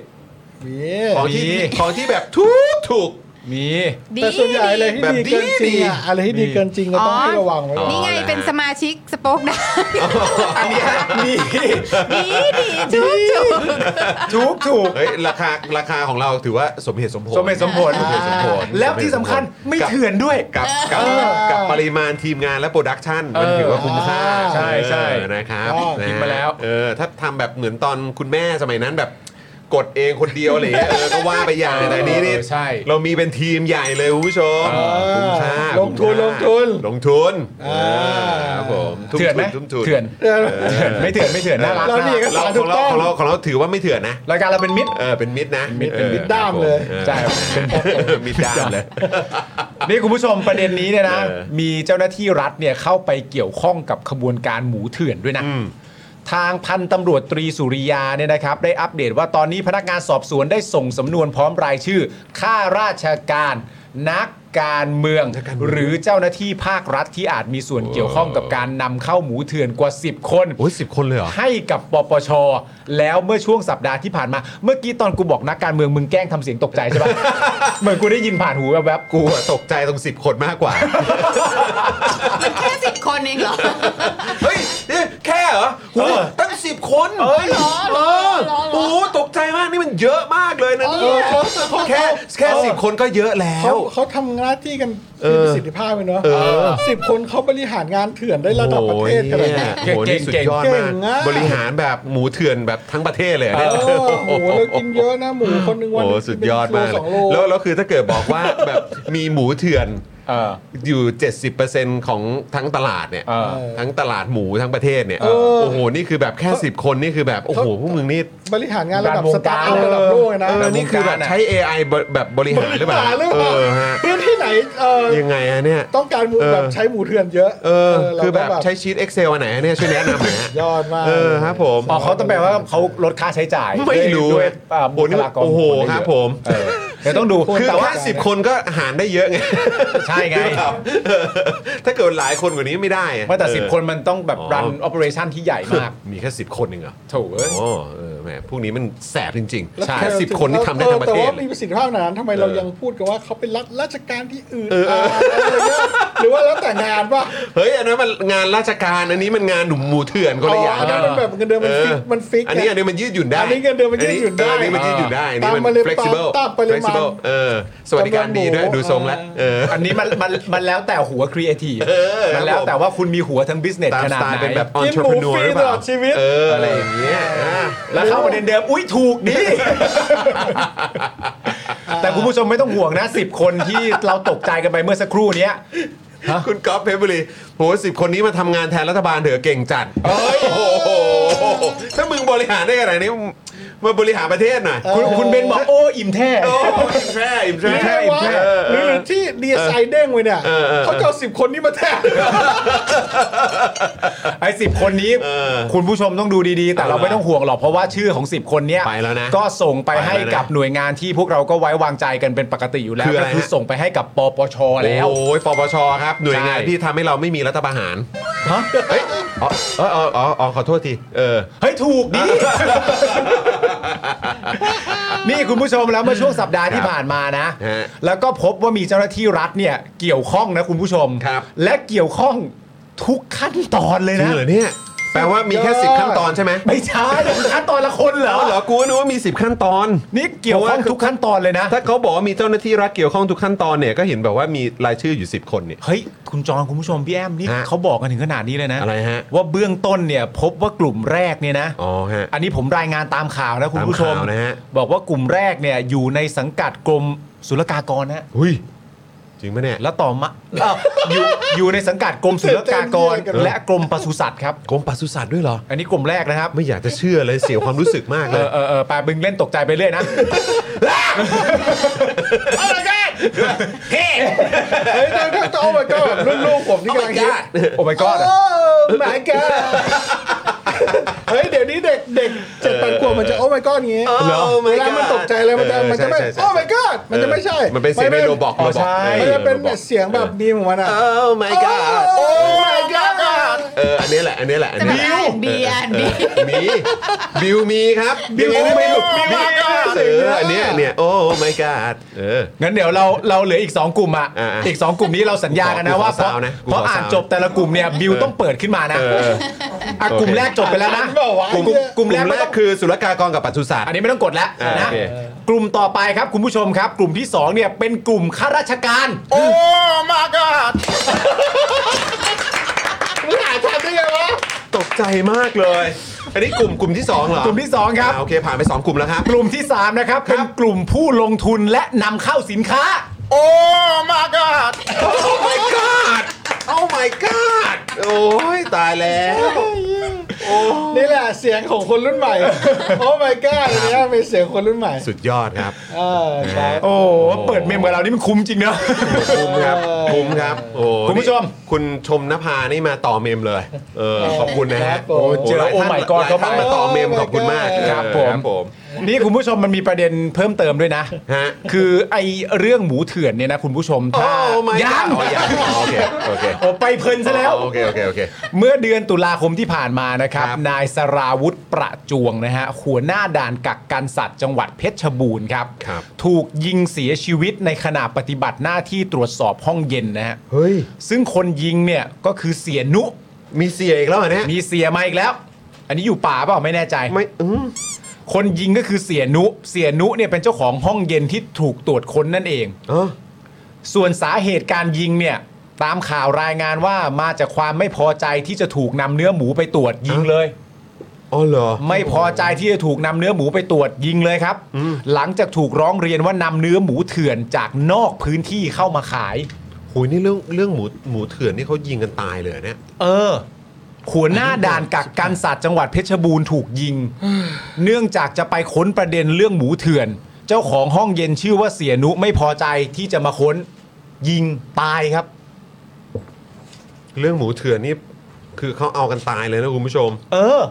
E: มี
B: ของที่
C: มี
B: ของที่แบบถูกถูก
C: มี
J: ดี
E: แต่ส่วนใหญ่อะไรที่
B: แบบ
E: ดี
B: ดี
E: เกินจริงอะ
B: ดี
E: อะไรที่ดีเกินจริงก็ต้องให้ระวังไว้ก่อน
J: นี่ไง
B: อ๋อนะฮะ
J: เป็นสมาชิกสป็อกดา
C: อันเนี้ยมี
J: ดีดีจุ๊บจุ๊บ
C: ถูกถูก
B: เฮ้ยราคาราคาของเราถือว่าสมเหตุสมผล
C: สมเหตุสมผล
B: สมเหตุสมผล
C: แล้วที่สำคัญไม่เถื่อนด้วย
B: กับกับ
E: เออ
B: กับปริมาณทีมงานและโปรดักชันมัน
C: เออ
B: ถือว่าคุ้มค่า
C: ใช่ใช่
B: เออนะครับ
C: อ๋อ
B: นะฮะ
C: คิดมาแล้ว
B: เออถ้าทำแบบเหมือนตอนคุณแม่สมัยนั้นแบบกดเองคนเดียวอะไรอย่างเงี้ยเออก็ว่าไปอย่างแต่นี่นี่
C: ใช่
B: เรามีเป็นทีมใหญ่เลยคุณผู้ชม
C: เออ
B: คุ้มค่า
E: ลงทุน
B: คุ้มค่า
E: ลงทุน
B: ลงทุน
E: เออ
B: ครับผมทุ่ม
C: เถื่อนไหม
B: ทุนทุ่มทุน
C: เถื่อน
E: เออ
C: เถื่อนไม่เถื่อนไม่เถื่อนน่ารัก
E: เรานี่ก็
B: เราของเราของเราของเราถือว่าไม่เถื่อนนะ
C: รายการเราเป็นมิตร
B: เออเป็นมิดนะ
C: มิตรเป็นมิตร
B: ออ
E: ด้ามเลย
B: ค
C: ใช่
B: รับผมเออมิดด้ามเลย
C: นี่คุณผู้ชมประเด็นนี้เนี่ยนะ
B: เออ
C: มีเจ้าหน้าที่รัฐเนี่ยเข้าไปเกี่ยวข้องกับขบวนการหมูเถื่อนด้วยนะ
B: อืม
C: ทางพันตำรวจตรีสุริยาเนี่ยนะครับ ได้อัปเดตว่าตอนนี้พนักงานสอบสวนได้ส่งสำนวนพร้อมรายชื่อข้าราชการ นัก การเมือง หรือเจ้าหน้าที่ภาครัฐที่อาจมีส่วนเกี่ยวข้องกับการนำเข้าหมูเถื่อนกว่า 10 คน
A: โอ้ยสิบคนเลยเหรอ
C: ให้กับปปช แล้วเมื่อช่วงสัปดาห์ที่ผ่านมา เมื่อกี้ตอนกูบอกนักการเมืองมึงแกล้งทำเสียงตกใจใช่ปะ เหมือนกูได้ยินผ่านหูแวบๆ
A: กูอะตกใจตรงสิบคนมากกว่า
J: มันแค่สิบคนเองเหรอ
B: เฮ้ยนี่แค่เหรอหูยตั้งสิบคนเอ้ย
J: เหรอเหร
B: เอ
J: อ
B: อ
J: เหรอเหร
B: โอ้
J: อ
B: โหตกใจมากนี่มันเยอะมากเลยนะ
J: เออ
B: เนี่ยแค่แค่สิบคนก็เยอะแล้ว
E: เขาเขาทำหน้าที่กันมีประสิทธิภาพเลยเนาะสิบคนเขาบริหารงานเถื่อนได้ระดับประเทศขนาดนี้
B: โอ้โหนี่สุดยอด
E: เก่
B: มาก
E: งอะ
B: บริหารแบบหมูเถื่อนแบบทั้งประเทศเลยอะเนี่ย
E: เออหมูเรากินเยอะนะหมูคนหนึ่งวัน
B: โอ้
E: ห
B: โห
E: นึ่ง
B: สุดยอดมาก
E: กินเป็น
B: เล
E: โลสอย งโล
B: แล้วแล้วคือถ้าเกิดบอกว่า แบบมีหมูเถื่อน
C: เออ
B: อยู่ 70%ของทั้งตลาดเนี่ย
C: เออ
B: ทั้งตลาดหมูทั้งประเทศเนี่ย
E: เออ
B: โอ้โหนี่คือแบบแค่ 10 คนนี่คือแบบโอ้โหพวกมึงนี่
E: บริหารงานระดับ
C: การวง
E: สตาร์ทอัพ
C: การ
E: ระดับโลกเลยนะ
B: เออนี่คือแบบใช้ AI บแบบบริหารหรือเปล่า
E: หาเรื่อง
B: เออฮะ
E: พื้นที่ไหนเออ
B: ยังไงฮะเนี่ย
E: ต้องการหมู
B: เออ
E: แบบใช้หมูเถื่อนเยอะ
B: เออ
E: เรา
B: คือแบ
E: ก็
B: บใช้ชีต Excel อันไหนฮะเนี่ยช่วยแนะนำหน่อยฮะ
E: ยอดมาก
B: เออครับผม
C: อ๋อเขาต้องแปลว่าเขาลดค่าใช้จ่าย
B: ไม่รู้
C: ด้
B: อะ
C: วยด้วยเอ่อบุ
B: โอ้
C: ค
B: นี่
C: ลากร
B: โอ้โห
C: นได้เย
B: ค
C: อะ
B: รับผม
C: เออเดี๋ยวต้องดู
B: คือ
C: แต่ว่า
B: แค่สิบคนก็หารได้เยอะไง
C: ใช่ไง
B: เออถ้าเกิดหลายคนกว่านี้ไม่ได้อะ
C: ไม่แต่
B: เออ
C: สิบคนมันต้องแบบ
B: อ๋อ
C: รันโอเปอเรชันที่ใหญ่มาก
B: มีแค่สิบคนเองเหรอ
C: โถูกเอ้ย
B: โอ้เออแหมพวกนี้มันแสบจริง
E: แล้ว
B: ๆแค่สิบคนที่ทำได้
E: ออ
B: ทั้งประเท
E: แต่
B: ศ
E: ว่ามีประสิทธิภาพขนาดนั้นทำไมเรายังพูดกันว่าเขาเป็นรัฐราชการที่อื่น
B: เออเออ
E: อะไรเงี้ยหรือว่าแล้วแต่งานป่ะ
B: เฮ้ยอันนั้นมันงานราชการอันนี้มันงานหนุ่มหมูเถื่อนคนละอย่าง
E: อันนั้นมันแบบเงินเดือนมันฟิกมันฟิก
B: อันนี้
E: ไง
B: อันนี้มันยืดหยุ่นได้
E: อันนี้เงินเดือนมันยืดหยุ่นได้
B: อันนี้มันยืดหยุ่นได้อันนี้มัน
E: ตามมาเลย
B: flexible
E: ตามปริมาณ
B: flexible เออสวัสดิการดีด้วยดูทรงแล้วเออ
C: อันนี้มันมันมันแล้วแต่หัวครีเอทีฟ
B: อครับ
C: มันแล้วแต่ว่าคุณมีหัวทั้งบิสเนส
B: ตาม
C: ข
B: ส
C: นาด
B: ไต
C: ไห
B: ล์
C: น
B: เป็นแบบ
E: กินหมู
B: entrepreneur
E: ฟรี
B: หรือเป
E: ตล
B: ล่า
E: อดชีวิต
B: เอออะไรอย่างเงี้ยอ่ะ
C: แล้วเข้าประเด็นเดิมอุ้ยถูก ดี แต่คุณผู้ชมไม่ต้องห่วงนะ 10 คนที่เราตกใจกันไปเมื่อสักครู่เนี้ย
B: คุณก๊อฟเพชรบุรีโหสิบคนนี้มาทำงานแทนรัฐบาลเถอะเก่งจัดโอ้โหถ้ามึงบริหารได้ขนาดนี้มาบริหารประเทศหน่อย
C: คุณคุณเบนบอกโอ้อิ่มแท้
B: โอ้อิมแพร่อิมแพร่
E: ใช่
B: อิม
E: วะ
B: แพร่
E: ห
B: เอ
E: รือ
B: อ
E: ที่ดีไซน์เด้งไว้เนี่ย
B: เออเออ
E: เขาจะเอาสิบคนนี้มาแทน
C: ไอ้สิคนนี้
B: เออ
C: คุณผู้ชมต้องดูดีๆ แต่เรา
B: เอาล่ะ
C: ไม่ต้องห่วงหรอกเพราะว่าชื่อของ 10 คนเนี้ย
B: ไปแล้วนะ
C: ก็ส่งไปให้
B: ไปแล้วนะ
C: กับหน่วยงานที่พวกเราก็ไว้วางใจกันเป็นปกติอยู่แล้ว
B: คืออะไร
C: ก็คือ
B: ฮะ
C: ส่งไปให้กับปปชแล้ว
B: โอ้ยปปชครับ หน่วยงาน
C: ใช่
B: ที่ทำให้เราไม่มีรัฐประหาร
C: ฮะ
B: เอ้ยอ๋อเออเอออ๋ออ๋อขอโทษทีเออ
C: เฮ้ยถูก ดิ นี่คุณผู้ชมแล้วเมื่อช่วงสัปดาห์ที่ผ่านมานะ
B: ฮะ
C: แล้วก็พบว่ามีเจ้าหน้าที่รัฐเนี่ยเกี่ยวข้องนะคุณผู้ชม
B: ครับ
C: และเกี่ยวข้องทุกขั้นตอนเล
B: จ
C: ย
B: ริง
C: นะ
B: เหรอเนี่ย แปลว่ามีแค่สิบขั้นตอนใช่ไหม
C: ไม่ใช่ขั้นตอนละคนเหรอ
B: เอาเหรอกูก็นึกว่ามีสิบขั้นตอน
C: นี่เกี่ยวข้องทุกขั้นตอนเลยนะ
B: ถ้าเขาบอกว่ามีเจ้าหน้าที่รัฐเกี่ยวข้องทุกขั้นตอนเนี่ยก็เห็นแบบว่ามีรายชื่ออยู่ 10 คนเนี่ย
C: เฮ้ย คุณจองคุณผู้ชมพี่แอมนี่
B: ฮะ
C: เขาบอกกันถึงขนาดนี้เลยนะ
B: อะไรฮะ
C: ว่าเบื้องต้นเนี่ยพบว่ากลุ่มแรกเนี่ยนะ
B: อ๋อฮะ
C: อันนี้ผมรายงานตามข่าวนะคุณ
B: ตาม
C: ผู้ชม
B: ข่าวนะฮะ
C: บอกว่ากลุ่มแรกเนี่ยอยู่ในสังกัดกรมศุลกากรนะ
B: หุ้ยจริงไหมเนี่ย
C: แล้วต่อมา เอ้าอยู่อยู่ในสังกัดกรมศุลกากร และกรมปศุสัตว์ครับ
B: กรมปศุสัตว์ด้วยเหรอ
C: อันนี้กลุ่มแรกนะครับ
B: ไม่อยากจะเชื่อเลยเสียความรู้สึกมาก
C: เอ
B: เลย
C: อเออเออปาบึงเล่นตกใจไปเรื่อย นะ
E: เฮ้ยนั่นก็จะเอาไปก็แบบรุ่นลูกผมที่กำลังฮิต
C: โอ้ my god อะ
E: โอ้หมายแก เฮ้ยเดี๋ยวนี้เด็กเด็กเจ็ดแปดขวบมันจะโอ้ my god อย่างงี้
B: เหรอ Oh my
E: เวลามันตกใจอะไรมันจะ
B: เออ
E: มันจะไม่
B: ใช่ใช่ใช่
E: โอ้ my god มันจะไม่ใช่
B: มันเป็นเสียงในโรบอก
C: อ๋อ
B: โรบอก
C: ใช่
B: อ
E: มัน
B: อ
E: จะเป็น
B: โรบอก
E: เสียงแบบมีมของมันอ่ะ
B: เออ Oh my god
E: โอ้ my god
B: เอออันนี้แหละอันนี้แหละอัน
J: จะ
B: นี้
J: มา
B: แหละ
J: อ่านบีอ่านบี
B: มีบิวมีครับบิวมีบิวมีเอออันเนี้ยเนี่ยโอ้ my god เออ
C: งั้นเดี๋ยวเราเราเหลืออีก 2 กลุ่มอ่ะ
B: อ่า
C: อีก 2 กลุ่มนี้เราสัญญากันนะ
B: กูขอ
C: ว่าเพราะ
B: ซาวนะ
C: เพราะ
B: กูขอซาวนะ
C: อ่านจบแต่ละกลุ่มเนี่ยบิวต้องเปิดขึ้นมานะ
B: เออ
C: อ่ะกลุ่มแรกจบไปแล้วนะ
E: อ่านเปล่าวะ
C: กลุ่มกลุ่มก
B: ก
C: ลุ่
B: ลุ่ม
C: มแรก
B: แร
C: ไม่ต้
B: ก
C: อง
B: คือศุลกากรกับปศุสัตว์
C: อันนี้ไม่ต้องกดแล้ว
B: อ่า
C: นะ
B: โอเค
C: กลุ่มต่อไปครับคุณผู้ชมครับ กลุ่มที่ 2เนี่ยเป็นกลุ่มข้าราชการ
E: โอ้ my god
B: มึงหาทำได้ไงวะตกใจมากเลย อันนี้กลุ่มกลุ่มที่สองเหรอก
C: ลุ่มที่สองครับ
B: อ่าโอเคผ่านไปสองกลุ่มแล้วครับ
C: กลุ่มที่สามนะครับเป็นกลุ่มผู้ลงทุนและนำเข้าสินค้า
B: โอ้ my god โอ้ my god โอ้ my god โอ้ยตายแล้ว
E: นี่แหละเสียงของคนรุ่นใหม่ โอ้ my god อันเนี้ยเป็นเสียงคนรุ่นใหม่
B: สุดยอดครับ
E: เออครับ
C: โอ้โหเปิดเมมกับเรานี่มันคุ้มจริงเนอะ
B: คุ้มครับคุ้มครับ โอ้
C: คุณผู้ชม
B: นี่คุณชมนภานี่มาต่อเมมเลย เออ ขอบคุณนะ
E: ครั
B: ฮะ
E: บผม
C: เจอ
B: หลาย
C: โอ้
B: ท่าน
C: my god
B: หลย
C: เข้า
B: ท่
C: ไป
B: นมาต่อเมมขอบคุณมาก
E: ครับ
B: เออ
C: ผม
B: ผม
C: นี่คุณผู้ชมมันมีประเด็นเพิ่มเติมด้วยนะ
B: ฮะ
C: คือไอเรื่องหมูเถื่อนเนี่ยนะคุณผู้ชม
B: โอ้
C: ถ้า
B: my
C: ยั
B: god
C: ง
B: อ๋อยังอ๋อโอเคโอเค
C: โอ้ไปเพลินซะแล้ว
B: อ๋อโอเคโอเคโอเค
C: เมื่อเดือนตุลาคมที่ผ่านมานะครับ
B: ครับ
C: นายสราวุธประจวงนะฮะหัวหน้าด่านกักกันสัตว์จังหวัดเพชรบูรณ์ครับ
B: ครับ
C: ถูกยิงเสียชีวิตในขณะปฏิบัติหน้าที่ตรวจสอบห้องเย็นนะฮะ
B: เฮ้ย
C: ซึ่งคนยิงเนี่ยก็คือเสียนุ
B: มีเสียอีกแล้วเหรอเนี่ย
C: มีเสียมาอีกแล้ว อันนี้อยู่ป่าเปล่าไม่แน่ใจ
B: ไม่อืม
C: คนยิงก็คือเสียนุ เสียนุเนี่ยเป็นเจ้าของห้องเย็นที่ถูกตรวจค้นนั่นเอง
B: เออ
C: ส่วนสาเหตุการยิงเนี่ยตามข่าวรายงานว่ามาจากความไม่พอใจที่จะถูกนำเนื้อหมูไปตรวจยิงเลย
B: อ๋อเหรอ
C: ไม่พอใจที่จะถูกนำเนื้อหมูไปตรวจยิงเลยครับ หลังจากถูกร้องเรียนว่านำเนื้อหมูเถื่อนจากนอกพื้นที่เข้ามาขาย
B: โหยนี่เรื่องเรื่องหมูหมูเถื่อนนี่เขายิงกันตายเลยเหรอเนี่ย
C: เออหัวหน้าด่านกักกันสัตว์จังหวัดเพชรบูรณ์ถูกยิง เนื่องจากจะไปค้นประเด็นเรื่องหมูเถื่อน เจ้าของห้องเย็นชื่อว่าเสียนุไม่พอใจที่จะมาค้นยิงตายครับ
B: เรื่องหมูเถื่อนนี่คือเขาเอากันตายเลยนะคุณผู้ชม
C: เออ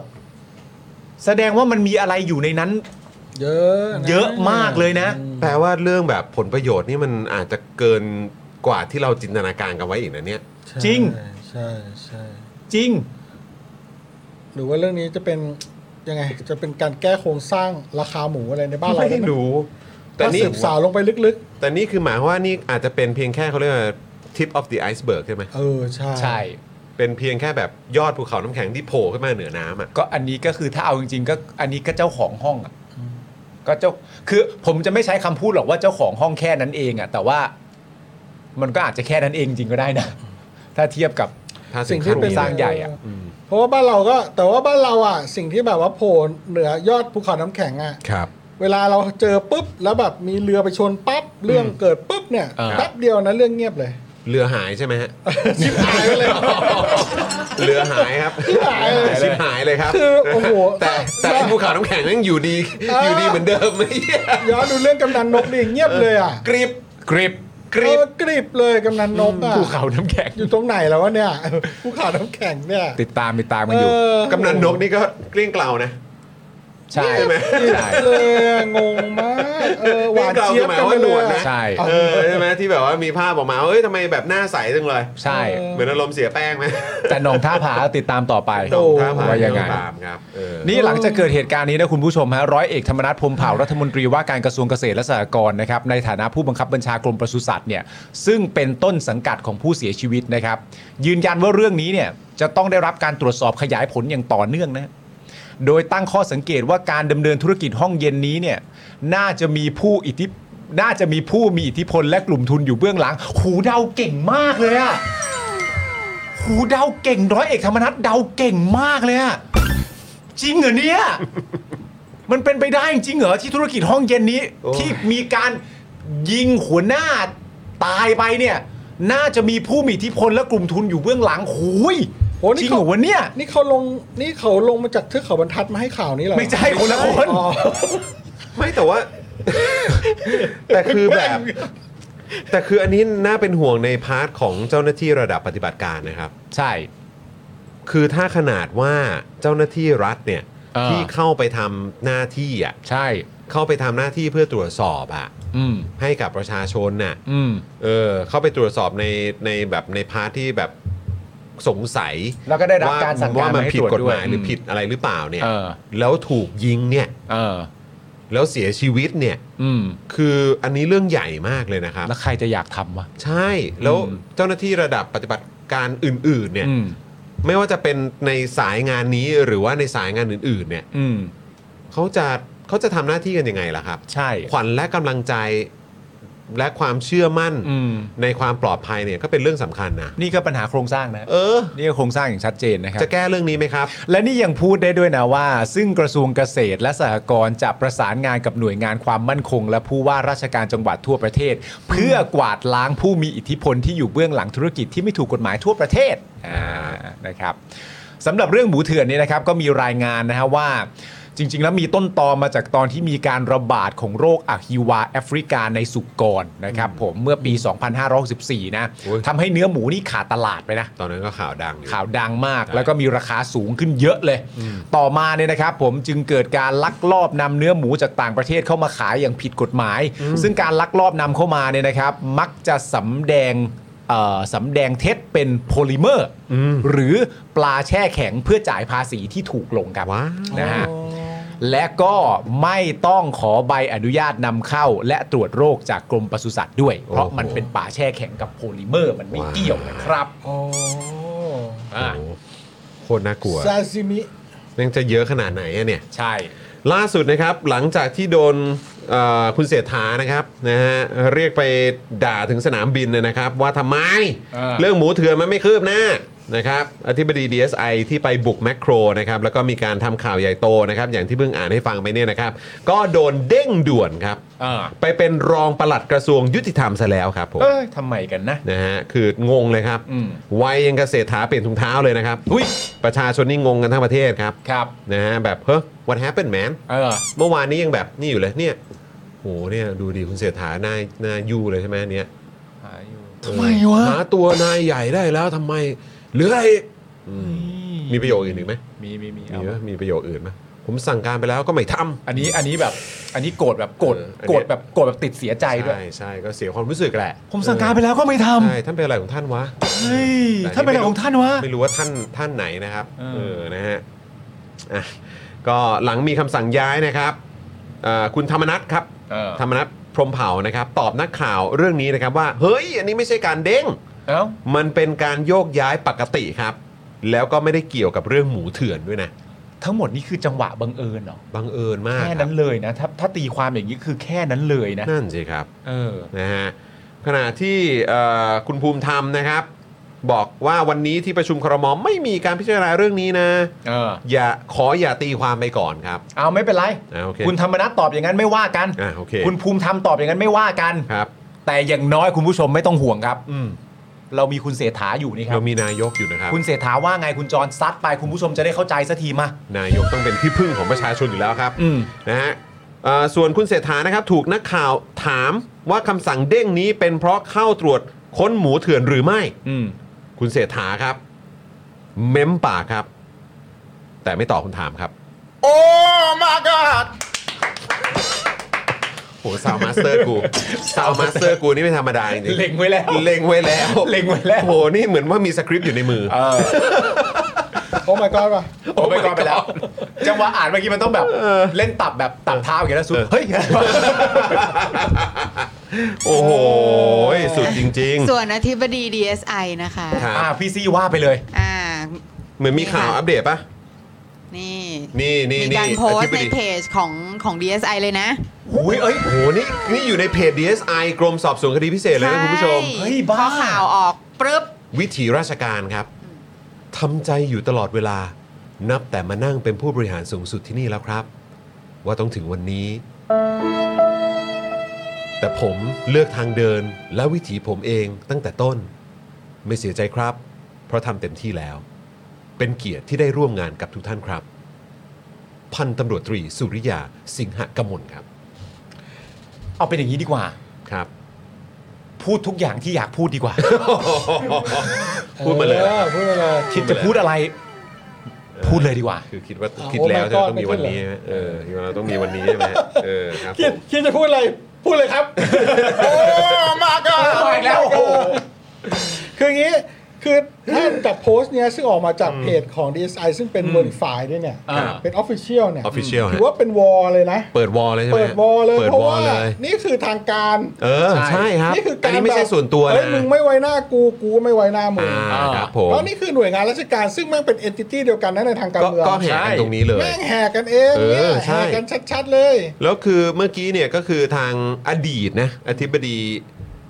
C: แสดงว่ามันมีอะไรอยู่ในนั้น
E: เยอะน
C: เยอะมากเลยนะ
B: แปลว่าเรื่องแบบผลประโยชน์นี่มันอาจจะเกินกว่าที่เราจินตนาการกันไว้อีกนะเนี่ย
E: ใช่
C: จริง
E: ใช่ใช่
C: จริง
E: หรือว่าเรื่องนี้จะเป็นยังไง จะเป็นการแก้โครงสร้างราคาหมูอะไรในบ้านเรา
B: ไม่รู้ แต่
E: แต่
B: นี่
E: สืบสาวลงไปลึก
B: แต่นี่คือหมายความว่านี่อาจจะเป็นเพียงแค่เขาเรียกว่า tip of the iceberg ใช่ไหม
E: ๆ เออใช่
C: ใช่
B: เป็นเพียงแค่แบบยอดภูเขาน้ำแข็งที่โผล่ขึ้นมาเหนือน้ำอ่ะ
C: ก็อันนี้ก็คือถ้าเอาจริงๆก็อันนี้ก็เจ้าของห้องอะก็เจ้าคือผมจะไม่ใช้คำพูดหรอกว่าเจ้าของห้องแค่นั้นเองอะแต่ว่ามันก็อาจจะแค่นั้นเองจริงก็ได้นะ ถ้าเทียบกับ
B: ถ้า
E: สิ่
B: สิ่
E: ง
B: ง
E: ที่
B: ที่
E: เป็
B: เป็น น
C: สร้างใหญ่อะ
E: เพราะว่าบ้านเราก็แต่ว่าบ้านเราอ่ะสิ่งที่แบบว่าโผล่เหนือยอดภูเขาน้ำแข็งอ่ะ
B: ครับ
E: เวลาเราเจอปุ๊บแล้วแบบมีเรือไปชนปั๊บเรื่องเกิดปุ๊บเนี่ย
C: อ่า
E: แป๊บเดียวนะเรื่องเงียบเลย
B: เรือหายใช่ไหมฮะ
E: ชิบหายไปเลย
B: เรือหายครับ
E: ชิบหายเลย
B: ชิบหายเลยครับ
E: คือโอ้โห
B: แต่แต่ไอ้ภูเขาน้ำแข็งยังอยู่ดี
E: เออ
B: อ
E: อ
B: ยู่ดีเหมือนเดิมไม่
E: ย้อนดูเรื่องกำนันนกดิเงียบเลยอ่ะ
B: กริบ
C: กริบ
B: กริบ
E: เออกรีบเลยกำนันนกอ่ะ
C: ภูเขาน้ำแข็ง
E: อยู่ตรงไหนแล้ววะเนี่ย ภูเขาน้ำแข็งเนี่ย
C: ติดตามติดตามกันอยู่
E: เ
B: กำนันนกนี่ก็เกลี้ยงเกล่านะ
C: ใช่
B: ใช่ไหม
C: ใช่
E: เลยอะงงมากเออหวานเจี๊ยบกันไปเลยอะ
C: ใช่
B: เออใช่ไหมที่แบบว่ามีภาพออกมาเอ้ยทำไมแบบหน้าใสจังเลย
C: ใช่
E: เออ
B: เหมือนอารมณ์เสียแป้งไหม
C: แต่หนองท่าผาติดตามต่อไป
E: โอ้
B: ถ้าผ่าน
C: ว่ายังไง
B: ตามครับเออ
C: นี่หลังจากเกิดเหตุการณ์นี้นะคุณผู้ชมฮะร้อยเอกธรรมนัฐพรหมเผ่ารัฐมนตรีว่าการกระทรวงเกษตรและสหกรณ์นะครับในฐานะผู้บังคับบัญชากรมปศุสัตว์เนี่ยซึ่งเป็นต้นสังกัดของผู้เสียชีวิตนะครับ ยืนยันว่าเรื่องนี้เนี่ยจะต้องได้รับการตรวจสอบขยายผลอย่างต่อเนื่องนะ โดยตั้งข้อสังเกตว่าการดำเนินธุรกิจห้องเย็นนี้เนี่ยน่าจะมีผู้อิทธิน่าจะมีผู้มีอิทธิพลและกลุ่มทุนอยู่เบื้องหลัง หูเดาเก่งมากเลยอะหูเดาเก่งร้อยเอกธรรมนัฐเดาเก่งมากเลยอะจริงเหรอเนี่ย มันเป็นไปได้จริงเหรอที่ธุรกิจห้องเย็นนี้
B: โอ้
C: ที่มีการยิงหัวหน้าตายไปเนี่ย น่าจะมีผู้มีอิทธิพลและกลุ่มทุนอยู่เบื้องหลังหูย
E: โหนี่
C: จริง
E: เขา
C: เหรอวะเนี่ย
E: นี่เขาลงนี่เขาลงมาจากเทือกเขาบรรทัดมาให้ข่าวนี้เหรอ
C: ไม่ใช่คนละคน
E: อ๋อ
B: ไม่แต่ว่า แต่คือแบบ แต่คืออันนี้น่าเป็นห่วงในพาร์ทของเจ้าหน้าที่ระดับปฏิบัติการนะครับ
C: ใช่
B: คือถ้าขนาดว่าเจ้าหน้าที่รัฐเนี่ย
C: เออ
B: ที่เข้าไปทำหน้าที่อ่ะ
C: ใช่
B: เข้าไปทำหน้าที่เพื่อตรวจสอบอ่ะ
C: อืม
B: ให้กับประชาชนน่ะ
C: อืม
B: เออเข้าไปตรวจสอบในในแบบในพาร์ทที่แบบสงสัย
C: แล้วก็ได้รับการสั่งการ
B: ว่ามัน
C: มาให้
B: ผิด
C: ตรวจ
B: กฎหมาย
C: ด้วย
B: หรืออ
C: ม
B: ผิดอะไรหรือเปล่าเนี่ย
C: เออ
B: แล้วถูกยิงเนี่ย
C: เออ
B: แล้วเสียชีวิตเนี่ย
C: อืม
B: คืออันนี้เรื่องใหญ่มากเลยนะครับ
C: แล้วใครจะอยากทำวะ
B: ใช่แล้ว
C: อืม
B: เจ้าหน้าที่ระดับปฏิบัติการอื่น ๆ เนี่ย
C: อืม
B: ไม่ว่าจะเป็นในสายงานนี้หรือว่าในสายงานอื่น ๆ เนี่ย
C: อืม
B: เขาจะเขาจะทำหน้าที่กันยังไงล่ะครับ
C: ใช่
B: ขวัญและกำลังใจและความเชื่อมั่น
C: อืม
B: ในความปลอดภัยเนี่ยก็เป็นเรื่องสำคัญนะ
C: นี่ก็ปัญหาโครงสร้างนะ
B: เออ
C: นี่ก็โครงสร้างอย่างชัดเจนนะครับ
B: จะแก้เรื่องนี้ไหมครับ
C: และนี่ยังพูดได้ด้วยนะว่า ซึ่งกระทรวงเกษตรและสหกรณ์จะประสานงานกับหน่วยงานความมั่นคง และผู้ว่าราชการจังหวัดทั่วประเทศ เพื่อกวาดล้างผู้มีอิทธิพลที่อยู่เบื้องหลังธุรกิจที่ไม่ถูกกฎหมายทั่วประเทศอ่านะครับสำหรับเรื่องหมูเถื่อนเนี่ยนะครับก็มีรายงานนะฮะว่า จริง ๆ แล้วมีต้นตอมาจากตอนที่มีการระบาดของโรคอะฮิวาแอฟริกาในสุกรนะครับผมเมื่อปี 2564 นะ
B: โอ้ย
C: ทำให้เนื้อหมูนี่ขาดตลาดไปนะ
B: ตอนนั้นก็ข่าวดังอยู่
C: ข่าวดังมาก
B: ใช่
C: แล้วก็มีราคาสูงขึ้นเยอะเลย ต่อมาเนี่ยนะครับผมจึงเกิดการลักลอบนำเนื้อหมูจากต่างประเทศเข้ามาขายอย่างผิดกฎหมาย ซึ่งการลักลอบนำเข้ามาเนี่ยนะครับ มักจะสำแดงเอ่อสำแดงเท็จเป็นโพลิเมอร์ หรือปลาแช่แข็งเพื่อจ่ายภาษีที่ถูกลงครับ
B: ว้าว
C: นะฮะและก็ไม่ต้องขอใบอนุญาตนำเข้า และตรวจโรคจากกรมปศุสัตว์ด้วย เพราะมันเป็นปลาแช่แข็งกับโพลิเมอร์ มันไม่เกี่ยวนะครับ
E: อ๋อ
C: อ่า
B: โอ้โหโคตรน่ากลัว
E: ซาซิมิ
B: แม่งจะเยอะขนาดไหนอะเนี่ย
C: ใช่
B: ล่าสุดนะครับหลังจากที่โดนเอ่อคุณเสถานะครับนะฮะเรียกไปด่าถึงสนามบินเนี่ยนะครับ ว่าทำไม
C: อ่า
B: เรื่องหมูเถื่อนมันไม่คืบหน้านะครับอธิบดี DSI ที่ไปบุกแมคโครนะครับแล้วก็มีการทำข่าวใหญ่โตนะครับอย่างที่เพิ่งอ่านให้ฟังไปเนี่ยนะครับ ก็โดนเด้งด่วนครับ
C: อ่า
B: ไปเป็นรองปลัดกระทรวงยุติธรรมซะแล้วครับผม
C: เอ้ยทำไมกันนะ
B: นะฮะคืองงเลยครับ
C: อืม
B: วัยยังเกบเศรษฐาเปลี่ยนถุงเท้าเลยนะครับ
C: อุ้ย
B: ประชาชนนี่งงกันทั้งประเทศครับ
C: ครับ
B: นะฮะแบบเฮ้ what happened man
C: เออ
B: เมื่อวานนี้ยังแบบนี่อยู่เลยเนี่ยโหเนี่ยดูดีคุณเศรษฐาหน้าหน้ายู่เลยใช่ไหมอันเนี่ยทำไมวะหาตัวนายใหญ่ได้แล้วทำไมเหลืออะไรอีกอืมมีประโยคอื่นอีกไหม
C: มีมีมี
B: มี
C: เอา
B: ไหมมีประโยคอื่นไหมผมสั่งการไปแล้วก็ไม่ทำ
C: อันนี้อันนี้แบบ อันนี้โกรธแบบโกรธ
B: เอออันเนี้ย
C: โกรธแบบโกรธแบบติดเสียใจด้วย
B: ใช่ใช่ก็เสียความรู้สึกแหละ
C: ผมสั่งการไปแล้วก็ไม่ท
B: ใช่ท่านเป็นอะไรของท่านวะ
C: ำเฮ้ย
B: แต่
C: ถ้าเป็นอะไรของท่านวะ
B: ไม่รู้ว่าท่านท่านไหนนะครับ
C: เออ
B: เออนะฮะอ่ะก็หลังมีคำสั่งย้ายนะครับอ่าคุณธรรมนัทครับ
C: เออ
B: ธรรมนัฐพรหมเผ่านะครับ ตอบนักข่าวเรื่องนี้นะครับว่า เฮ้ย อันนี้ไม่ใช่การเด้ง
C: เอ้า
B: มันเป็นการโยกย้ายปกติครับ แล้วก็ไม่ได้เกี่ยวกับเรื่องหมูเถื่อนด้วยนะ
C: ทั้งหมดนี่คือจังหวะบังเอิญเหรอ
B: บังเอิญมากครั
C: แค่นั้
B: บ
C: นเลยนะ ถ้าถ้าตีความอย่างนี้คือแค่นั้นเลยนะ
B: นั่นสิครับ
C: เออ
B: นะฮะขณะที่เอ่อคุณภูมิธรรมนะครับ บอกว่าวันนี้ที่ประชุมครมไม่มีการพิจารณาเรื่องนี้นะ
C: เออ
B: อย่าขออย่าตีความไปก่อนครับ
C: เอาไม่เป็นไร
B: อ่ะโอเค
C: คุณธรรมนัสตอบอย่างนั้นไม่ว่ากัน
B: อ่ะโอเค
C: คุณภูมิธรรมตอบอย่างนั้นไม่ว่ากัน
B: ครับ
C: แต่อย่างน้อยคุณผู้ชมไม่ต้องห่วงครับ
B: อืม
C: เรามีคุณเศรษฐาอยู่นี่ครั
B: เรา
C: บ
B: มีนายกอยู่นะครับ
C: คุณเศรษฐาว่าไงคุณจรซัดไปคุณผู้ชมจะได้เข้าใจสักทีมา
B: นายกต้องเป็นที่พึ่งของประชาชนอยู่แล้วครับ
C: อืม
B: นะฮะเอ่อส่วนคุณเศรษฐานะครับ ถูกนักข่าวถามว่าคำสั่งเด้งนี้เป็นเพราะเข้าตรวจค้นหมูเถื่อนหรือไม่
C: อืม
B: คุณเศรษฐาครับ เม้มปากครับ แต่ไม่ตอบคำถามครับ
C: โอ้ my god
B: โหซาวมาสเตอร์กูซาวมาสเตอร์กูนี่ไม่ธรรมดาจริงๆ
C: เล็งไว้แล้ว
B: เล็งไว้แล้ว
C: เล็งไว้แล้ว
B: โหนี่เหมือนว่ามีสคริปต์อยู่ในมือ
C: เออ
E: โอ้ my god ว่ะ
C: โอ้ไปก่อนไปแล้ว จังหวะอ่านเมื่อกี้มันต้องแบบ เล่นตับแบบตับเท้าอย่างนี้ยแล้วสุด เฮ้ย
B: โอ้โหสุดจริง
J: ส่วนอธิบดี DSI นะคะ
B: ๆ ครับ
C: อ่าพี่ซี่ว่าไปเลย
J: อ่า
B: เหมือนมีข่าวอัปเดตปะ
J: นี่
B: นี่นี่
J: มี
B: นี่
J: การโพส
B: อธิ
J: ต์
B: บ
J: ใน
B: ดี
J: เพจของของ DSI เลยนะ
C: อุ้ยเอ้ย
B: โอ้โหนี่นี่อยู่ในเพจ DSI กรมสอบสวนคดีพิเศษเลยนะคุณผู้ชม
J: ใ
C: เฮ้ยบ้า
J: พอข่าวออกปุ๊บ
B: วิถีราชการครับทำใจอยู่ตลอดเวลา นับแต่มานั่งเป็นผู้บริหารสูงสุดที่นี่แล้วครับ ว่าต้องถึงวันนี้ แต่ผมเลือกทางเดินและวิถีผมเองตั้งแต่ต้น ไม่เสียใจครับ เพราะทำเต็มที่แล้ว เป็นเกียรติที่ได้ร่วมงานกับทุกท่านครับ พันตำรวจตรีสุริยาสิงหกมลครับ
C: เอาเป็นอย่างนี้ดีกว่า
B: ครับ
C: พูดทุกอย่างที่อยากพูดดีกว่า
B: พูดมาเลย
E: ออพูดมาเลย
C: คิดจะพูดอะไร พูดเลยดีกว่า
B: คือคิดว่าคิดแล้วจะต้องมีวันนี้ไหมเออคิดว่าเราต้องมีวันนี้ ใช่ไหมเออครับผ
E: คิด
B: ม
E: คิดจะพูดอะไร พูดเลยครับ
C: มาก็มาอีกแล้วโอ้โห
E: คืออย่างนี้ คือถ้าจากโพสต์เนี้ยซึ่งออกมาจากเพจของ DSI ซึ่งเป็นบนฝ่ายด้วยเนี่ย
C: อ่า
E: เป็น Official เนี่ย
B: Official ฮะ
E: ถือว่าเป็นวอลเลยนะ
B: เปิดวอลเลยใช่ไหม
E: เปิดวอลเลย
B: เปิด
E: เพราะ
B: วอ
E: ว่า
B: ลเลย
E: นี่คือทางการ
B: เออ ใช่ครับ
E: นี่คือ
B: อั
E: การ
B: นนี้ไม่ใช่
E: แบบ
B: ส่วนตัว
E: เฮ้
B: นะ
E: ยมึงไม่ไว้หน้ากูกูก็ไม่ไว้หน้ามึง
B: อ่าครับผม
E: เพราะนี่คือหน่วยงานราชการซึ่งแม่งเป็นเอนติตี้เดียวกันนะในทางการ
B: ก็
E: เมือง
B: ก็แห่กันตรงนี้เลย
E: แม่งแห่กันเอง
B: เอ
E: เนี่ย
B: อใช่
E: แห่กันชัดๆเลย
B: แล้วคือเมื่อกี้เนี่ยก็คือทางอดีตนะอธิบดี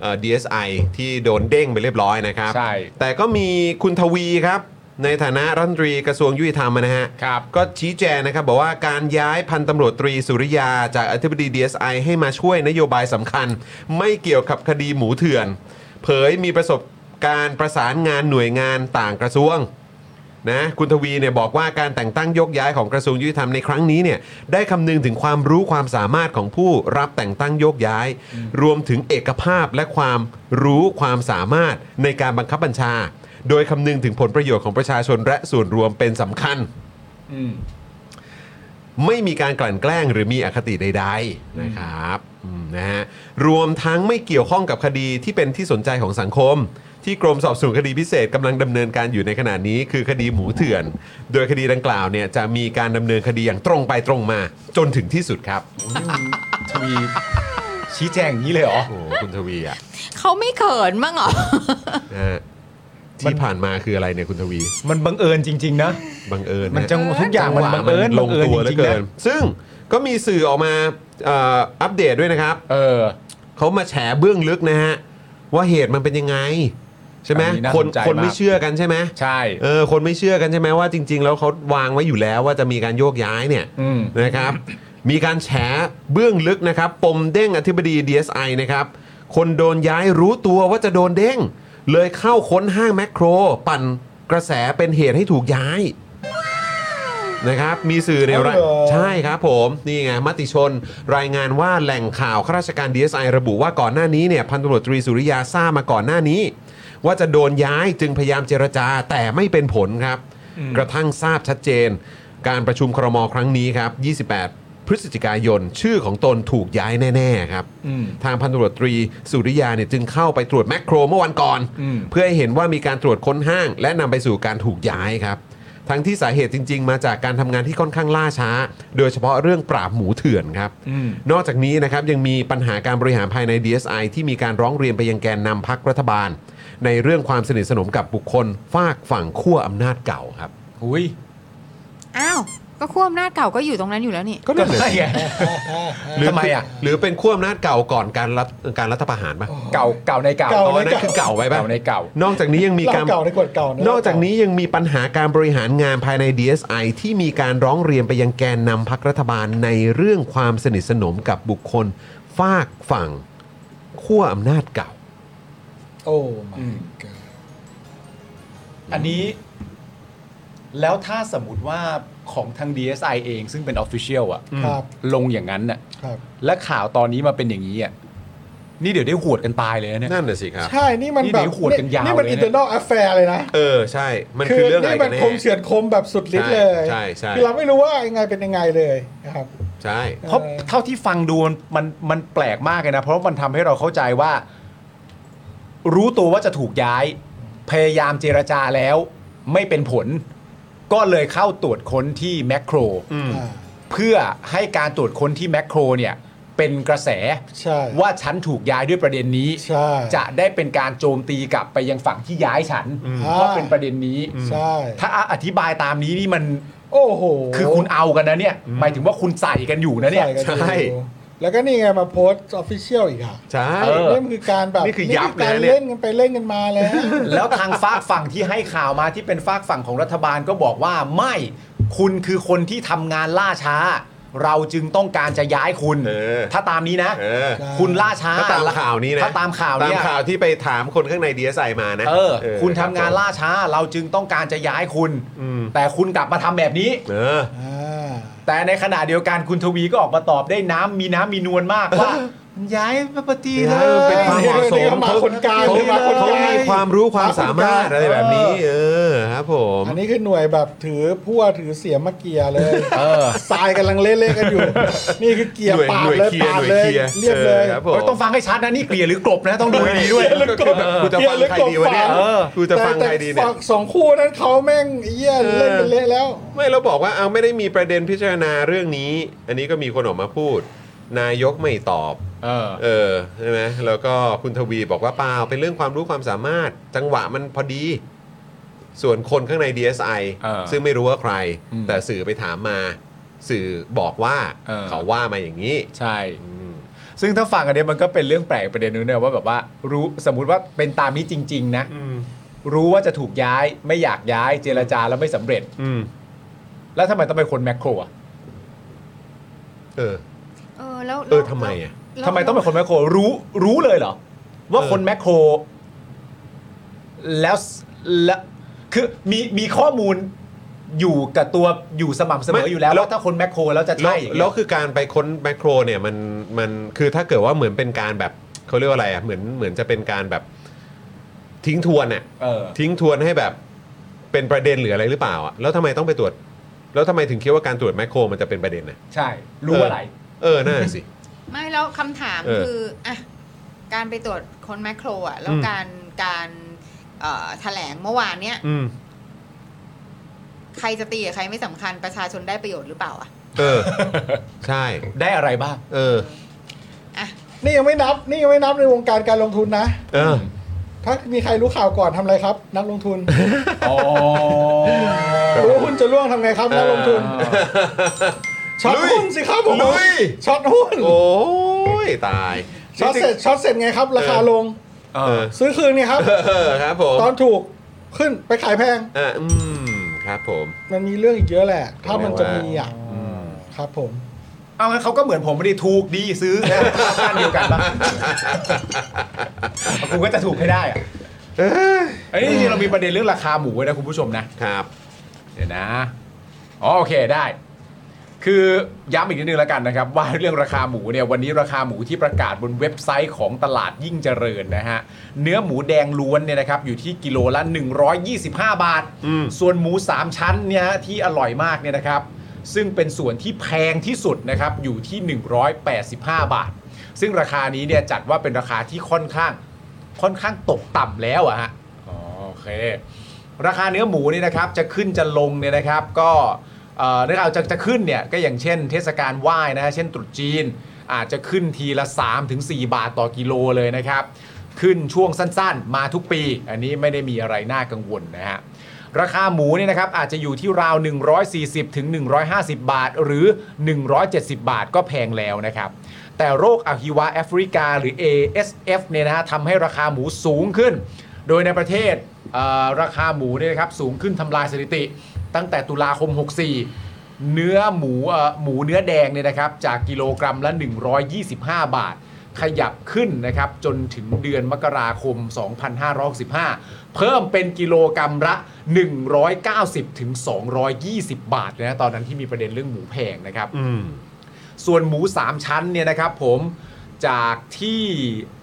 B: เอ่อ DSI ที่โดนเด้งไปเรียบร้อยนะครับ
C: ใช่
B: แต่ก็มีคุณทวีครับ ในฐานะรัฐมนตรีกระทรวงยุติธรรมนะฮะ
C: ครับ
B: ก็ชี้แจงนะครับ บอกว่าการย้ายพันตำรวจตรีสุริยา จากอธิบดี DSI ให้มาช่วยนโยบายสำคัญ ไม่เกี่ยวกับคดีหมูเถื่อน เผยมีประสบการณ์ประสานงานหน่วยงานต่างกระทรวง นะคุณทวีเนี่ยบอกว่าการแต่งตั้งโยกย้ายของกระทรวงยุติธรรมในครั้งนี้เนี่ยได้คำนึงถึงความรู้ความสามารถของผู้รับแต่งตั้งโยกย้าย รวมถึงเอกภาพและความรู้ความสามารถในการบังคับบัญชา โดยคำนึงถึงผลประโยชน์ของประชาชนและส่วนรวมเป็นสำคัญ ไม่มีการกลั่นแกล้งหรือมีอคติใดๆนะครับอืมนะฮะรวมทั้งไม่เกี่ยวข้องกับคดีที่เป็นที่สนใจของสังคม ที่กรมสอบสวนคดีพิเศษกำลังดำเนินการอยู่ในขณะนี้คือคดีหมูเถื่อน โดยคดีดังกล่าวเนี่ยจะมีการดำเนินคดีอย่างตรงไปตรงมา จนถึงที่สุดครับ
C: ทวีชี้แจงอย่างนี้เลยเหรอ
B: โอ้โหคุณทวีอ่ะ
J: เขาไม่เขินบ้างเหรอ
B: นะฮะที่ผ่านมาคืออะไรเนี่ยคุณทวี
C: มันบังเอิญจริง ๆ นะ
B: บังเอิญนะ
C: มันจังหวะทุกอย่างมันบังเอิญ
B: ล
C: บั
B: ง
C: งเอิญ
B: ตัวเหลื
C: จ
B: อ
C: ริ
B: ง
C: ๆ
B: เกิ
C: นะ
B: น ซึ่งก็มีสื่อออกมาเอ่ออัปเดตด้วยนะครับ
C: เออ
B: เขามาแฉเบื้องลึกนะฮะ ว่าเหตุมันเป็นยังไง ใช่ไหม
C: อันนี้น่า
B: คน
C: สนใจ
B: คนไม่
C: มาก
B: เชื่อกันใช่ไหม
C: ใช่
B: เออคนไม่เชื่อกันใช่ไหมว่าจริง ๆ แล้วเขาวางไว้อยู่แล้วว่าจะมีการโยกย้ายเนี่ย
C: อืม
B: นะครับ มีการแฉเบื้องลึกนะครับ ปมเด้งอธิบดี DSI นะครับ คนโดนย้ายรู้ตัวว่าจะโดนเด้ง เลยเข้าค้นห้างแมคโคร ปั่นกระแสเป็นเหตุให้ถูกย้ายนะครับ มีสื่อในราย
E: เอาเหรอ
B: ใช่ ใช่ครับผมนี่ไงมติชนรายงานว่าแหล่งข่าวข้าราชการ DSI ระบุว่าก่อนหน้านี้เนี่ยพันตำรวจตรีสุริยาทราบมาก่อนหน้านี้ ว่าจะโดนย้ายจึงพยายามเจรจาแต่ไม่เป็นผลครับ กระทั่งทราบชัดเจน การประชุมครมครั้งนี้ครับ 28 พฤศจิกายน ชื่อของตนถูกย้ายแน่ ๆ ครับ
C: อืม
B: ทางพันตำรวจตรีสุริยาเนี่ยจึงเข้าไปตรวจแมคโครเมื่อวันก่อน
C: อืม
B: เพื่อให้เห็นว่ามีการตรวจค้นห้าง และนำไปสู่การถูกย้ายครับ ทั้งที่สาเหตุจริง ๆ มาจากการทำงานที่ค่อนข้างล่าช้า โดยเฉพาะเรื่องปราบหมูเถื่อนครับ
C: อืม
B: นอกจากนี้นะครับยังมีปัญหาการบริหารภายใน DSI ที่มีการร้องเรียนไปยังแกนนำพักรัฐบาล ในเรื่องความสนิทสนมกับบุคคลฝากฝั่งขั้วอำนาจเก่าครับ
C: หุย
J: อ้าว ก็ควบอำนาจเก่าก็อยู่ตรงนั้นอยู่แล้วนี่
C: ก็ได้ไง
B: หรือ
C: ทำไมอ่ะ
B: หรือเป็นขั้วอำนาจเก่าก่อนการรัฐการรัฐประหารปะ
C: เก่าเก่าในเก่า
E: เก่า
B: ตอนนั้นคือเก่าไว้ปะ
C: เก่าในเก่า
B: นอกจากนี้ยังมี
E: เรา
B: การ
E: เก่าในกวดเก่านะ
B: นอกจากนี้ยังมีปัญหาการบริหารงานภายใน DSI ที่มีการร้องเรียนไปยังแกนนำพักรัฐบาลในเรื่องความสนิทสนมกับบุคคลฝากฝั่งขั้วอำนาจเก่า
E: โอ้
C: อื
E: my
C: ม
E: god
C: อันนี้ แล้วถ้าสมมติว่าของทาง DSI เองซึ่งเป็น Official อะ
E: ครับ
C: ลงอย่างนั้นน่ะ
E: ครับ
C: และข่าวตอนนี้มาเป็นอย่างนี้อ่ะ นี่เดี๋ยวได้หวดกันตายเลยนะเนี่ย
B: นั่นน่ะสิครับ
E: ใช่นี่มัน
C: นี่
E: แบบ
C: เดี๋ยวขวดกันยาว
E: นี่มัน
C: เลยนะ
E: อินเตอร์นอลแฟร์เลยนะ
B: เออ ใช่ มันคือเรื่องอะไร
E: นี่
B: กั
E: มัน น
B: แน่
E: คมเฉือนคมแบบสุดฤทธิ์เลย
B: ใช่ใช่
E: คือเราไม่รู้ว่ายังไงเป็นยังไงเลยนะครับ
B: ใช่
C: เพราะ
E: เออ
C: เท่าที่ฟังดูมันมันมันแปลกมากเลยนะ เพราะมันทำให้เราเข้าใจว่า รู้ตัวว่าจะถูกย้าย พยายามเจรจาแล้ว ไม่เป็นผล ก็เลยเข้าตรวจค้นที่แมคโคร
E: อ่า
C: เพื่อให้การตรวจค้นที่แมคโครเนี่ย เป็นกระแส
E: ใช่
C: ว่าฉันถูกย้ายด้วยประเด็นนี้
E: ใช่
C: จะได้เป็นการโจมตีกลับไปยังฝั่งที่ย้ายฉันเพราะเป็นประเด็นนี้
E: ใช่
C: ถ้าอธิบายตามนี้นี่มัน
E: โอ้โห
C: คือคุณเอากันนะเนี่ยหมายถึงว่าคุณใส่กันอยู่นะเนี่ย
E: ใช่กันอยู่
B: ใช่
E: แล้วก็นี่ไงมาโพสต์ออฟฟิเชียลอีกค่ะ
B: ใช่
C: เออ
E: นี่มันคือการแบบ
B: นี่คือยับ
E: การ
B: เลยนะเนี่ย
E: เล่นกันไปเล่นกันมาแล้ว
C: แล้วทางฝากฝั่งที่ให้ข่าวมาที่เป็นฝากฝั่งของรัฐบาลก็บอกว่าไม่คุณคือคนที่ทำงานล่าช้า เราจึงต้องการจะย้ายคุณ
B: เออ
C: ถ้าตามนี้นะ
B: เออ
C: คุณล่าช้า
B: ถ้าตามข่าวนี้นะ
C: ถ้าตามข่าวเนี่ย
B: ตามข่าวที่ไปถามคนข้างใน DSI มานะ
C: เออ คุณทำงาน
B: ครับผม
C: ล่าช้า เราจึงต้องการจะย้ายคุณ
B: อืม
C: แต่คุณกลับมาทำแบบนี้
B: เออ
E: อ่า
C: แต่ในขณะเดียวกันคุณทวีก็ออกมาตอบได้น้ำมีน้ำมีนวลมากว่า ย้ายมาปฏิเล
B: ย้ายมันเป็
C: ย
B: นความ เหมะสม
E: นี่ก็มาคนกลาง
B: เขา
E: นี่มาคน
B: เขา
E: กลาง
B: มีความรู้ความสามารถอะไรแบบนี้ เออครับผม
E: อันนี้คือหน่วยแบบถือพั่วถือเสียมมาเกียร์เลย
C: เออ
E: ทรายกำลังเล่นๆกันอยู่ นี่คือเกียร์
B: หน่วย
E: ปาด
B: หน่วย
E: เลย
B: เคลียร์
E: ปาด
B: หน่วย
E: เลย
B: เคลียร์
E: เรียบเลย
B: ออครับผม
C: เฮ้ยต้องฟังให้ชัดนะนี่เกลียหรือกลบนะต้องดูให้ดีด้วย
B: ก็คือแบบกูจะฟังใครดีวะเนี่ย
C: เออ
B: กูจะฟังใครดีเนี่ย
E: แต่แต่สองคู่นั้นเขาแม่งไอ้เยี่ย
B: เออ
E: เล่นกันเละแล้ว
B: ไม่เราบอกว่าเอาไม่ได้มีประเด็นพิจารณาเรื่องนี้ อันนี้ก็มีคนออกมาพูด นายกไม่ตอบ
C: เออ
B: เออใช่ไหมแล้วก็คุณทวีบอกว่าเปล่าเป็นเรื่องความรู้ความสามารถ จังหวะมันพอดี ส่วนคนข้างใน DSI
C: เออ
B: ซึ่งไม่รู้ว่าใคร
C: อืม
B: แต่สื่อไปถามมา สื่อบอกว่า
C: เออ
B: เขาว่ามาอย่างนี้
C: ใช่
B: อืม
C: ซึ่งถ้าฟังอันเนี้ยมันก็เป็นเรื่องแปลกประเด็นนึงเนี่ยว่าแบบว่ารู้สมมุติว่าเป็นตามนี้จริง ๆ นะรู้ว่าจะถูกย้ายไม่อยากย้ายเจรจาแล้วไม่สำเร็จ
B: อืม
C: แล้วทำไมต้องไปคนแมคโครอ่ะ
B: เออ
J: เออแล้ว
B: เออทำไมอะ
J: แล้ว
C: ทำไมต้องไปคนแมคโครรู้รู้เลยเหรอ ว่าคนแมคโคร แล้วแล้ว ค คือมีมีข้อมูลอยู่กับตัวอยู่สม่ำเสม
B: ไม่
C: ออยู่แล้ว
B: แล้ว
C: ว่าถ้าคนแมคโครแล้วจะ
B: แล้ว
C: ใช่อย่าง
B: แล้ว
C: เงี้
B: ย คือการไปค้นแมคโครเนี่ยมันมันคือถ้าเกิดว่าเหมือนเป็นการแบบเขาเรียกว่าอะไรอ่ะเหมือนเหมือนจะเป็นการแบบทิ้งทวนเนี่ย
C: เออ
B: ทิ้งทวนให้แบบเป็นประเด็นหรืออะไรหรือเปล่าอ่ะแล้วทำไมต้องไปตรวจ แล้วทำไมถึงคิดว่าการตรวจแมคโครมันจะเป็นประเด็นนะ
C: ใช่ รู้อะไร
B: เออน่าสิ
J: ไม่แล้วคำถาม
B: เออ
J: คืออ่ะการไปตรวจคนแมคโครอ่ะแล้วการการเอ่อแถลงเมื่อวานเนี้ย
B: อืม
J: ใครจะตีกับใครไม่สำคัญประชาชนได้ประโยชน์หรือเปล่าอ่ะ
B: เออ ใช่
C: ได้อะไรบ้าง
B: เออ
J: อ่ะ
E: นี่ยังไม่นับ นี่ยังไม่นับในวงการการลงทุนนะ
B: เออ
E: ถ้ามีใครรู้ข่าวก่อนทำอะไรครับ นักลงทุน
C: อ๋อ
E: รู้ว่าหุ้นจะร่วงทำไงครับนักลงทุน ช็อต
B: ลุย
E: หุ้นสิครับผม
B: ลุย
E: ช็อตหุ้น
B: โอ้ยตาย
E: ช็อตเสร็จช็อตเสร็จไงครับ ราคาลง
C: เออ
E: ซื้อคืนไงครับ
B: เออครับผม
E: ตอนถูกขึ้นไปขายแพง
B: เอออืมครับผม
E: มันมีเรื่องอีกเยอะแหละ ถ้ามันจะมีอ่ะครับผม
C: เอางั้นเขาก็เหมือนผมไม่ได้ถูกดีซื้อนะบ้านเดียวกันปะกูก็จะถูกให้ได้อะเอ้ยจริงๆเรามีประเด็นเรื่องราคาหมูไว้นะคุณผู้ชมนะ
B: ครับ
C: เดี๋ยวนะ อ๋อโอเคได้ คือย้ำอีกนิดนึงแล้วกันนะครับ ว่าเรื่องราคาหมูเนี่ยวันนี้ราคาหมูที่ประกาศบนเว็บไซต์ของตลาดยิ่งเจริญนะฮะ เนื้อหมูแดงล้วนเนี่ยนะครับอยู่ที่กิโลละ 125 บาท ส่วนหมู 3 ชั้นเนี่ยฮะที่อร่อยมากเนี่ยนะครับ ซึ่งเป็นส่วนที่แพงที่สุดนะครับอยู่ที่ 185 บาท ซึ่งราคานี้เนี่ยจัดว่าเป็นราคาที่ค่อนข้าง ค่อนข้างตกต่ำแล้วอะฮะอ๋อโอเค ราคาเนื้อหมูนี่นะครับจะขึ้นจะลงเนี่ยนะครับ ก็เอ่อเรื่องเอาจะจะขึ้นเนี่ยก็อย่างเช่น เทศกาลไหว้นะฮะเช่นตรุษจีน อาจจะขึ้นทีละ 3-4 บาทต่อกิโลเลยนะครับ ขึ้นช่วงสั้นๆ มาทุกปี อันนี้ไม่ได้มีอะไรน่ากังวลนะฮะราคาหมูเนี่ยนะครับอาจจะอยู่ที่ราว 140ถึง150 บาท หรือ 170 บาทก็แพงแล้วนะครับ แต่โรคอะฮิวาแอฟริกาหรือ ASF เนี่ยนะฮะทำให้ราคาหมูสูงขึ้น โดยในประเทศเอ่อราคาหมูเนี่ยนะครับสูงขึ้นทำลายสถิติ ตั้งแต่ตุลาคม 64 เนื้อหมูเอ่อหมูเนื้อแดงเนี่ยนะครับจากกิโลกรัมละ 125 บาท ขยับขึ้นนะครับจนถึงเดือนมกราคม 2565 เพิ่มเป็นกิโลกรรัมละ 190ถึง220 บาทนะตอนนั้นที่มีประเด็นเรื่องหมูแพงนะครับ
B: อืม
C: ส่วนหมู 3 ชั้นเนี่ยนะครับผมจากที่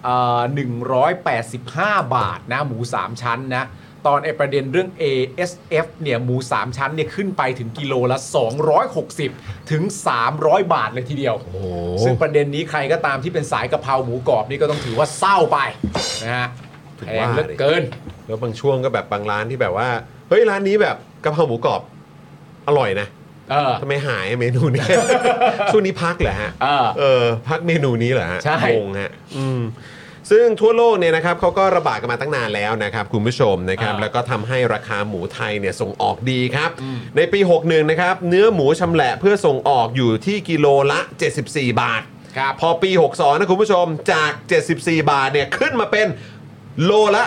C: เอ่อ185 บาทนะหมู 3 ชั้นนะตอนไอประเด็นเรื่อง ASF เนี่ยหมู 3 ชั้นเนี่ยขึ้นไปถึงกิโลละ 260 ถึง 300 บาทเลยทีเดียว ซึ่งประเด็นนี้ใครก็ตามที่เป็นสายกะเพราหมูกรอบนี่ก็ต้องถือว่าเศร้าไปนะฮะ
B: ถูก
C: แพ
B: ว่า
C: งเหลือเกิน
B: แล้วบางช่วงก็แบบบางร้านที่แบบว่า เฮ้ยร้านนี้แบบกะเพราหมูกรอบ อร่อยนะ
C: เออ
B: ทำไมหายเมนู นี้ ช่วงนี้พักเหรอฮะ
C: เออ
B: เออ พักเมนูนี้เหรอฮะ
C: ใช่
B: งงฮะอืมซึ่งทั่วโลกเนี่ยนะครับเขาก็ระบาดกันมาตั้งนานแล้วนะครับคุณผู้ชมนะครับ
C: อ่า
B: แล้วก็ทำให้ราคาหมูไทยเนี่ยส่งออกดีครับ ในปี 61 นะครับ เนื้อหมูชำแหละเพื่อส่งออกอยู่ที่กิโลละ 74 บาท
C: ครับ
B: พอปี 62 นะคุณผู้ชมจาก 74 บาทเนี่ยขึ้นมาเป็นโลละ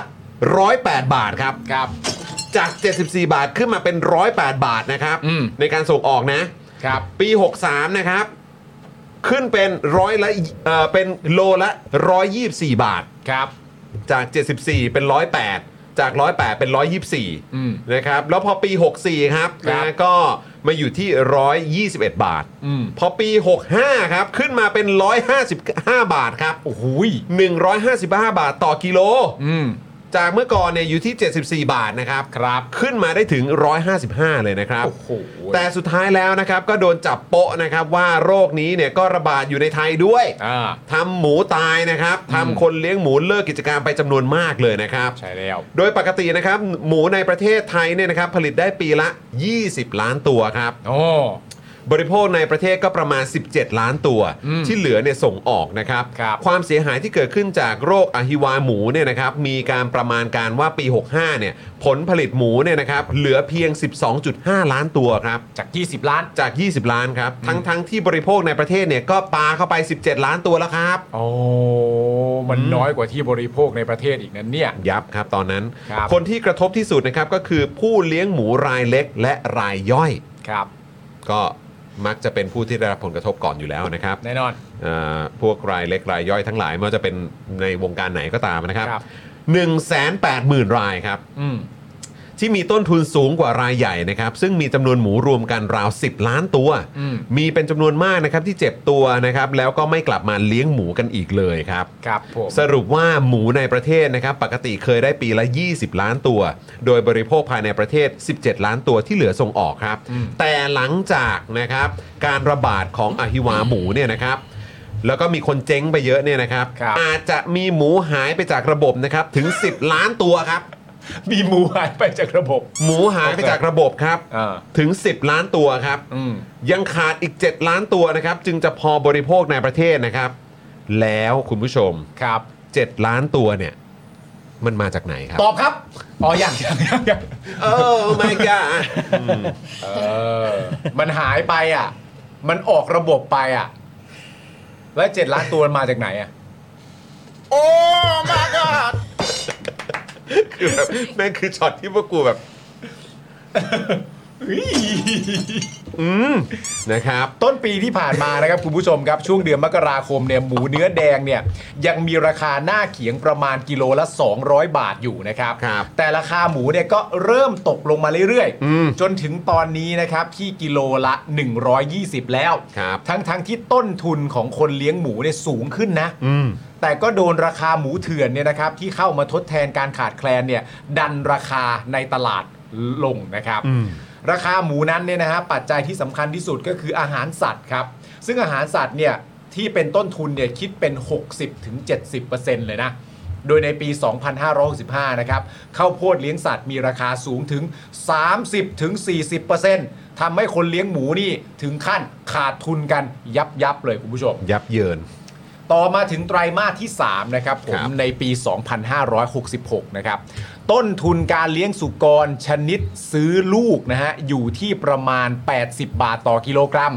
B: 108 บาทครับ
C: ครับ
B: จาก 74 บาทขึ้นมาเป็น 108 บาทนะครับ
C: อืม
B: ในการส่งออกนะ
C: ครับ
B: ปี 63 นะครับ ขึ้นเป็นร้อยละเอ่อเป็นโลละ 124 บาท
C: ครับ
B: จาก 74 เป็น 108 จาก 108 เป็น
C: อืม
B: 124 นะครับ แล้วพอปี 64 ครับ
C: ครับ
B: นะก็มาอยู่ที่ 121 บาท
C: อืม
B: พอปี 65 ครับ ขึ้นมาเป็น 155 บาทครับ
C: โอ้โห
B: 155 บาทต่อกิโล
C: อืม
B: จากเมื่อก่อนเนี่ยอยู่ที่ 74 บาทนะครับ ครับ ขึ้นมาได้ถึง 155 เลยนะครับ
C: โอ้โห
B: แต่สุดท้ายแล้วนะครับก็โดนจับโปะนะครับว่าโรคนี้เนี่ยก็ระบาดอยู่ในไทยด้วย
C: อ่า
B: ทำหมูตายนะครับ ทำคนเลี้ยงหมูเลิกกิจการไปจำนวนมากเลยนะครับ
C: ใช่แล้ว
B: โดยปกตินะครับ หมูในประเทศไทยเนี่ยนะครับผลิตได้ปีละ 20 ล้านตัวครับ
C: โอ้
B: บริโภคในประเทศก็ประมาณ 17 ล้านตัว
C: อืม
B: ที่เหลือเนี่ยส่งออกนะครับ
C: ครับ
B: ความเสียหายที่เกิดขึ้นจากโรคอหิวาหมูเนี่ยนะครับ มีการประมาณการว่าปี 65 เนี่ย ผลผลิตหมูเนี่ยนะครับ เหลือเพียง 12.5 ล้านตัวครับ
C: จาก 20 ล้าน
B: จาก 20 ล้านครับ ทั้งทั้งที่บริโภคในประเทศเนี่ยก็ปาเข้าไป 17 ล้านตัวแล้วครับ
C: โอ้ มันน้อยกว่าที่บริโภคในประเทศอีกนั้นเนี่ย
B: ยับครับตอนนั้น
C: ครับ
B: คนที่กระทบที่สุดนะครับก็คือผู้เลี้ยงหมูรายเล็กและรายย่อย
C: ครับ
B: ก็มักจะเป็นผู้ที่ได้รับผลกระทบก่อนอยู่แล้วนะครับ
C: แน่นอน
B: เอ่อพวกรายเล็กรายย่อยทั้งหลายไม่ว่าจะเป็นในวงการไหนก็ตามนะครับ
C: ครับ
B: 1 8 0 0 0 0 รายครับ
C: อืม
B: ที่มีต้นทุนสูงกว่ารายใหญ่นะครับซึ่งมีจำนวนหมูรวมกันราว 10 ล้านตัว
C: อืม
B: มีเป็นจำนวนมากนะครับที่เจ็บตัวนะครับแล้วก็ไม่กลับมาเลี้ยงหมูกันอีกเลยครับ
C: ครับผม
B: สรุปว่าหมูในประเทศนะครับปกติเคยได้ปีละ 20 ล้านตัว โดยบริโภคภายในประเทศ 17 ล้านตัวที่เหลือส่งออกครับ แต่หลังจากนะครับการระบาดของอหิวาหมูเนี่ยนะครับ แล้วก็มีคนเจ๊งไปเยอะเนี่ยนะครับ
C: ครับ
B: อาจจะมีหมูหายไปจากระบบนะครับถึง 10 ล้านตัวครับ
C: มีหมูหายไปจากระบบ
B: หมูหายไปจากระบบครับ
C: อ่า
B: ถึง 10 ล้านตัวครับ
C: อืม
B: ยังขาดอีก 7 ล้านตัวนะครับ จึงจะพอบริโภคในประเทศนะครับ แล้วคุณผู้ชม
C: ครับ
B: 7 ล้านตัวเนี่ย มันมาจากไหนครับ
C: ตอบครับ อ๋ออย่างอย่างอย่างอย่าง
B: โอ้ my god
C: เออ มันหายไปอ่ะ มันออกระบบไปอ่ะ แล้วเจ็ดล้านตัวมันมาจากไหนอ่ะ โอ้ my god
B: คือแบบนั่นคือช็อตที่พวกกู แบบ อืม นะครับ
C: ต้นปีที่ผ่านมานะครับ คุณผู้ชมครับ ช่วงเดือนมกราคมเนี่ยหมูเนื้อแดงเนี่ยยังมีราคาหน้าเขียงประมาณกิโลละ 200 บาทอยู่นะครับ
B: ครับ
C: แต่ราคาหมูเนี่ยก็เริ่มตกลงมาเรื่อยๆ จนถึงตอนนี้นะครับ ที่กิโลละ 120 แล้ว
B: ครับ
C: ทั้งๆที่ต้นทุนของคนเลี้ยงหมูเนี่ยสูงขึ้นนะ
B: อืม
C: แต่ก็โดนราคาหมูเถื่อนเนี่ยนะครับ ที่เข้ามาทดแทนการขาดแคลนเนี่ยดันราคาในตลาดลงนะครับ ราคาหมูนั้นเนี่ยนะฮะปัจจัยที่สำคัญที่สุดก็คืออาหารสัตว์ครับ ซึ่งอาหารสัตว์เนี่ยที่เป็นต้นทุนเนี่ยคิดเป็น 60-70%เลยนะ โดยในปี 2565 นะครับข้าวโพดเลี้ยงสัตว์มีราคาสูงถึง 30-40%ทำให้คนเลี้ยงหมูนี่ถึงขั้นขาดทุนกันยับยับๆเลยคุณผู้ชม
B: ยับเยิน
C: ต่อมาถึงไตรมาสที่ 3 นะครับผ
B: ค
C: ม
B: รับ
C: ในปี 2566 นะครับ ต้นทุนการเลี้ยงสุกรชนิดซื้อลูกนะฮะ อยู่ที่ประมาณ 80 บาทต่อกิโลกรัม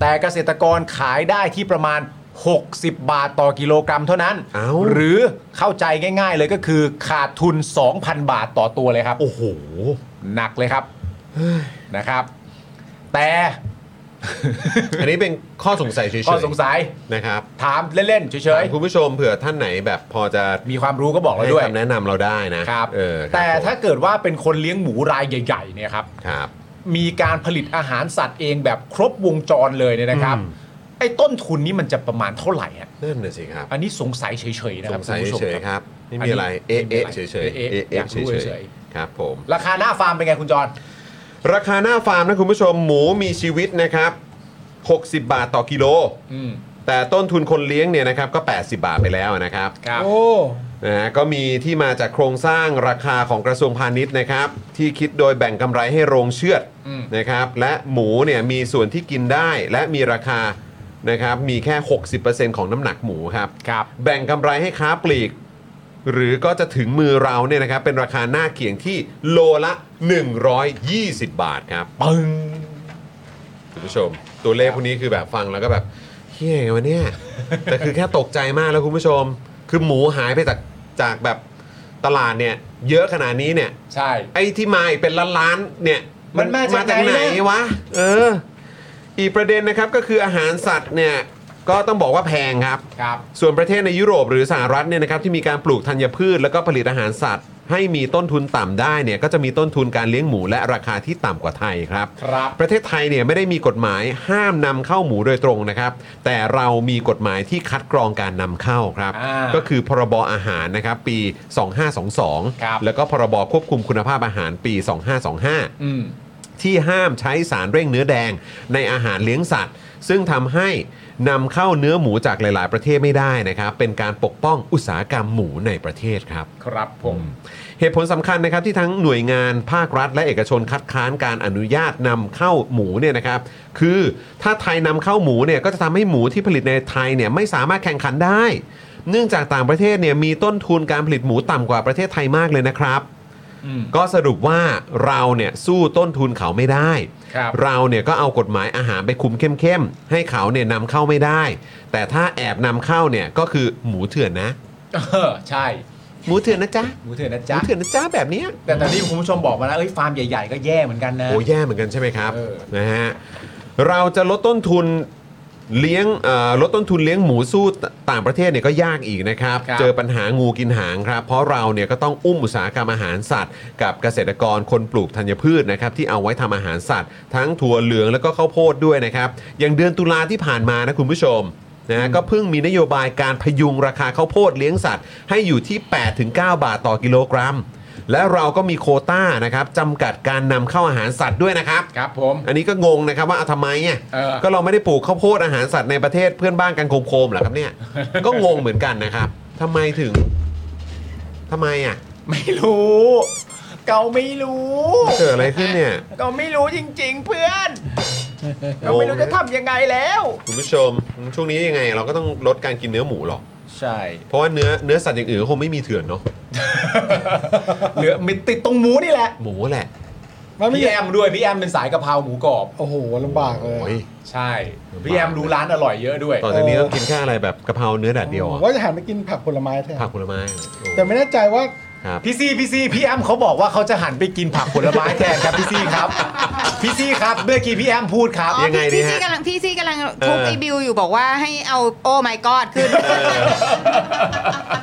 C: แต่เกษตรกรขายได้ที่ประมาณ 60 บาทต่อกิโลกรัมเท่านั้น
B: เอ้า
C: หรือเข้าใจง่ายๆเลยก็คือขาดทุน 2,000 บาทต่อตัวเลยครับ
B: โอ้โห
C: หนักเลยครับนะครับ แต่
B: อันนี้เป็นข้อสงสัยเฉย
C: ข้อสงสัย
B: ๆนะครับ
C: ถามเล่นๆเฉย
B: ถามคุณผู้ชมเผื่อท่านไหนแบบพอจะ
C: ๆ มีความรู้ก็บอกเรา
B: ให้
C: ด้วย
B: คำแนะนำเราได้นะครับ เออครับ
C: แต่
B: ผม
C: ถ้าเกิดว่าเป็นคนเลี้ยงหมูรายใหญ่ๆเนี่ยครับ
B: ครับ
C: มีการผลิตอาหารสัตว์เองแบบครบวงจรเลยเนี่ยนะครับ ไอ้ต้นทุนนี้มันจะประมาณเท่าไหร่อะ
B: นั่นน่ะสิครับ
C: อันนี้สงสัยเฉยๆนะ
B: ส
C: ครับ
B: งสัย
C: ณผู้ชม
B: เฉยๆครับ ไม่มี
C: นนี้
B: อะไร เอ๊ะ
C: ไม่มี
B: เอ๊ะ
C: ไร
B: เฉยๆเอ๊ะ
C: เอ๊ะ
B: เอ๊ะ
C: เอ๊ะเฉ
B: เฉ
C: ย
B: ยๆครับผม
C: ๆราคาหน้าฟาร์มเป็นไงคุณจอน
B: ราคาหน้าฟาร์มนะคุณผู้ชมหมูมีชีวิตนะครับ 60 บาทต่อกิโล
C: อืม
B: แต่ต้นทุนคนเลี้ยงเนี่ยนะครับก็ 80 บาทไปแล้วนะครับ
C: ครับ
E: โอ้
B: นะฮะก็มีที่มาจากโครงสร้างราคาของกระทรวงพาณิชย์นะครับ ที่คิดโดยแบ่งกำไรให้โรงเชือด
C: อืม
B: นะครับและหมูเนี่ยมีส่วนที่กินได้และมีราคานะครับมีแค่ 60%ของน้ำหนักหมูครับ
C: ครับ
B: แบ่งกำไรให้ค้าปลีก หรือก็จะถึงมือเราเนี่ยนะครับ เป็นราคาหน้าเขียงที่โลละ 120 บาทครับปึ้งคุณผู้ชม ตัวเลขพวกนี้คือแบบฟังแล้วก็แบบเฮ้ยไงวะ เนี่ย แต่คือแค่ตกใจมากแล้วคุณผู้ชม คือหมูหายไปจากจากแบบตลาดเนี่ย เยอะขนาดนี้เนี่ย
C: ใช่
B: ไอ้ที่มาอีกเป็นล้านล้านๆเนี่ย
C: มันมาจากไหน
B: ไหน
C: นะ
B: วะ เออ อีกประเด็นนะครับก็คืออาหารสัตว์เนี่ย ก็ต้องบอกว่าแพงครับ
C: ครับ
B: ส่วนประเทศในยุโรปหรือสหรัฐเนี่ยนะครับที่มีการปลูกธัญพืช แล้วก็ผลิตอาหารสัตว์ ให้มีต้นทุนต่ำได้เนี่ยก็จะมีต้นทุนการเลี้ยงหมูและราคาที่ต่ำกว่าไทยครับ
C: ครับ
B: ประเทศไทยเนี่ยไม่ได้มีกฎหมายห้ามนำเข้าหมูโดยตรงนะครับ แต่เรามีกฎหมายที่คัดกรองการนำเข้าครับ
C: อ่า
B: ก็คือพรบอาหารนะครับปี 2522
C: ครับ
B: แล้วก็พรบควบคุมคุณภาพอาหารปี 2525
C: อืม
B: ที่ห้ามใช้สารเร่งเนื้อแดงในอาหารเลี้ยงสัตว์ ซึ่งทำให้นำเข้าเนื้อหมูจากหลาย ๆ ประเทศไม่ได้นะครับ เป็นการปกป้องอุตสาหกรรมหมูในประเทศครับ
C: ครับผม
B: เหตุผลสำคัญนะครับที่ทั้งหน่วยงานภาครัฐ และเอกชนคัดค้านการอนุญาตนำเข้าหมูเนี่ยนะครับ คือถ้าไทยนำเข้าหมูเนี่ยก็จะทำให้หมูที่ผลิตในไทยเนี่ยไม่สามารถแข่งขันได้ เนื่องจากต่างประเทศเนี่ยมีต้นทุนการผลิตหมูต่ำกว่าประเทศไทยมากเลยนะครับ
C: อืม
B: ก็สรุปว่าเราเนี่ยสู้ต้นทุนเขาไม่ได้
C: ครับ
B: เราเนี่ยก็เอากฎหมายอาหารไปคุมเข้มๆ ให้เขาเนี่ยนำเข้าไม่ได้ แต่ถ้าแอบนำเข้าเนี่ยก็คือหมูเถื่อนนะ
C: เออใช่
B: หมูเถื่อนนะจ๊ะ
C: หมูเถื่อนนะ
B: หมู
C: จ๊ะ
B: เถื่อนนะจ๊ะแบบเนี้ย
C: แต่ตอนนี้คุณผู้ชมบอกมาแล้วเอ้ยฟาร์มใหญ่ๆก็แย่เหมือนกันนะ
B: โอ้แย่เหมือนกันใช่ไหมครับ
C: เออ
B: นะฮะเราจะลดต้นทุน เลี้ยงเอ่อลดต้นทุนเลี้ยงหมูสู้ต่างประเทศเนี่ยก็ยากอีกนะครับ
C: ครับ
B: เจอปัญหางูกินหางครับ เพราะเราเนี่ยก็ต้องอุ้มอุตสาหกรรมอาหารสัตว์ กับเกษตรกรคนปลูกธัญพืชนะครับที่เอาไว้ทำอาหารสัตว์ ทั้งถั่วเหลืองแล้วก็ข้าวโพดด้วยนะครับอย่างเดือนตุลาที่ผ่านมานะคุณผู้ชมนะก็เพิ่งมีนโยบายการพยุงราคาข้าวโพดเลี้ยงสัตว์ ให้อยู่ที่ 8-9 บาทต่อกิโลกรัม และเราก็มีโควต้านะครับจำกัดการนำเข้าอาหารสัตว์ด้วยนะครับ
C: ครับผม
B: อันนี้ก็งงนะครับว่าเอาทำไมเนี่ย
C: เออ
B: ก็เราไม่ได้ปลูกข้าวโพดอาหารสัตว์ในประเทศเพื่อนบ้านกันโคมๆเหรอครับเนี่ย ก็งงเหมือนกันนะครับทำไมถึงทำไมอ่ะ
C: ไม่รู้ เกาไม่รู้
B: เกิดอะไรขึ้นเนี่ย
C: ก็ไม่รู้จริง ๆ เพื่อน เราไม่รู้จะทำยังไงแล้ว
B: คุณผู้ชม ช่วงนี้ยังไง เราก็ต้องลดการกินเนื้อหมูหรอก
C: ใช่
B: เพราะว่าเนื้อเนื้อสัตว์อย่างอื่นก็คงไม่มีเถื่อนเนาะ
C: เหลือมันติดตรงหมูนี่แหละ
B: หมูแหละ
E: มันไม่
C: พี่แอมด้วย พี่แอมเป็นสายกะเพราหมูกรอบ
E: โอ้โหลำบากเลย
B: โอ้ย
C: ใช่ พี่แอมรู้ร้านอร่อยเยอะด้วย
B: ต่อจากนี้ต้องกินแค่อะไรแบบกะเพราเนื้อแดดเดียวอะ
E: ว่าจะหันไปกินผักผลไม้แทน
B: ผักผลไม้
E: แต่ไม่แน่ใจว่า
B: ครับ
C: พี่ซีพี่ซีพี่แอมเขาบอกว่าเขาจะหันไปกินผักผลไม้แทนครับพี่ซีครับพี่ซีครับเมื่อกี้พี่แอมพูดครับ
J: อ๋อพี่พี่ซี่กำลังพี่ซี่กำลังทุบไอบิวอยู่บอกว่าให้เอาโอ้ my god ขึ้น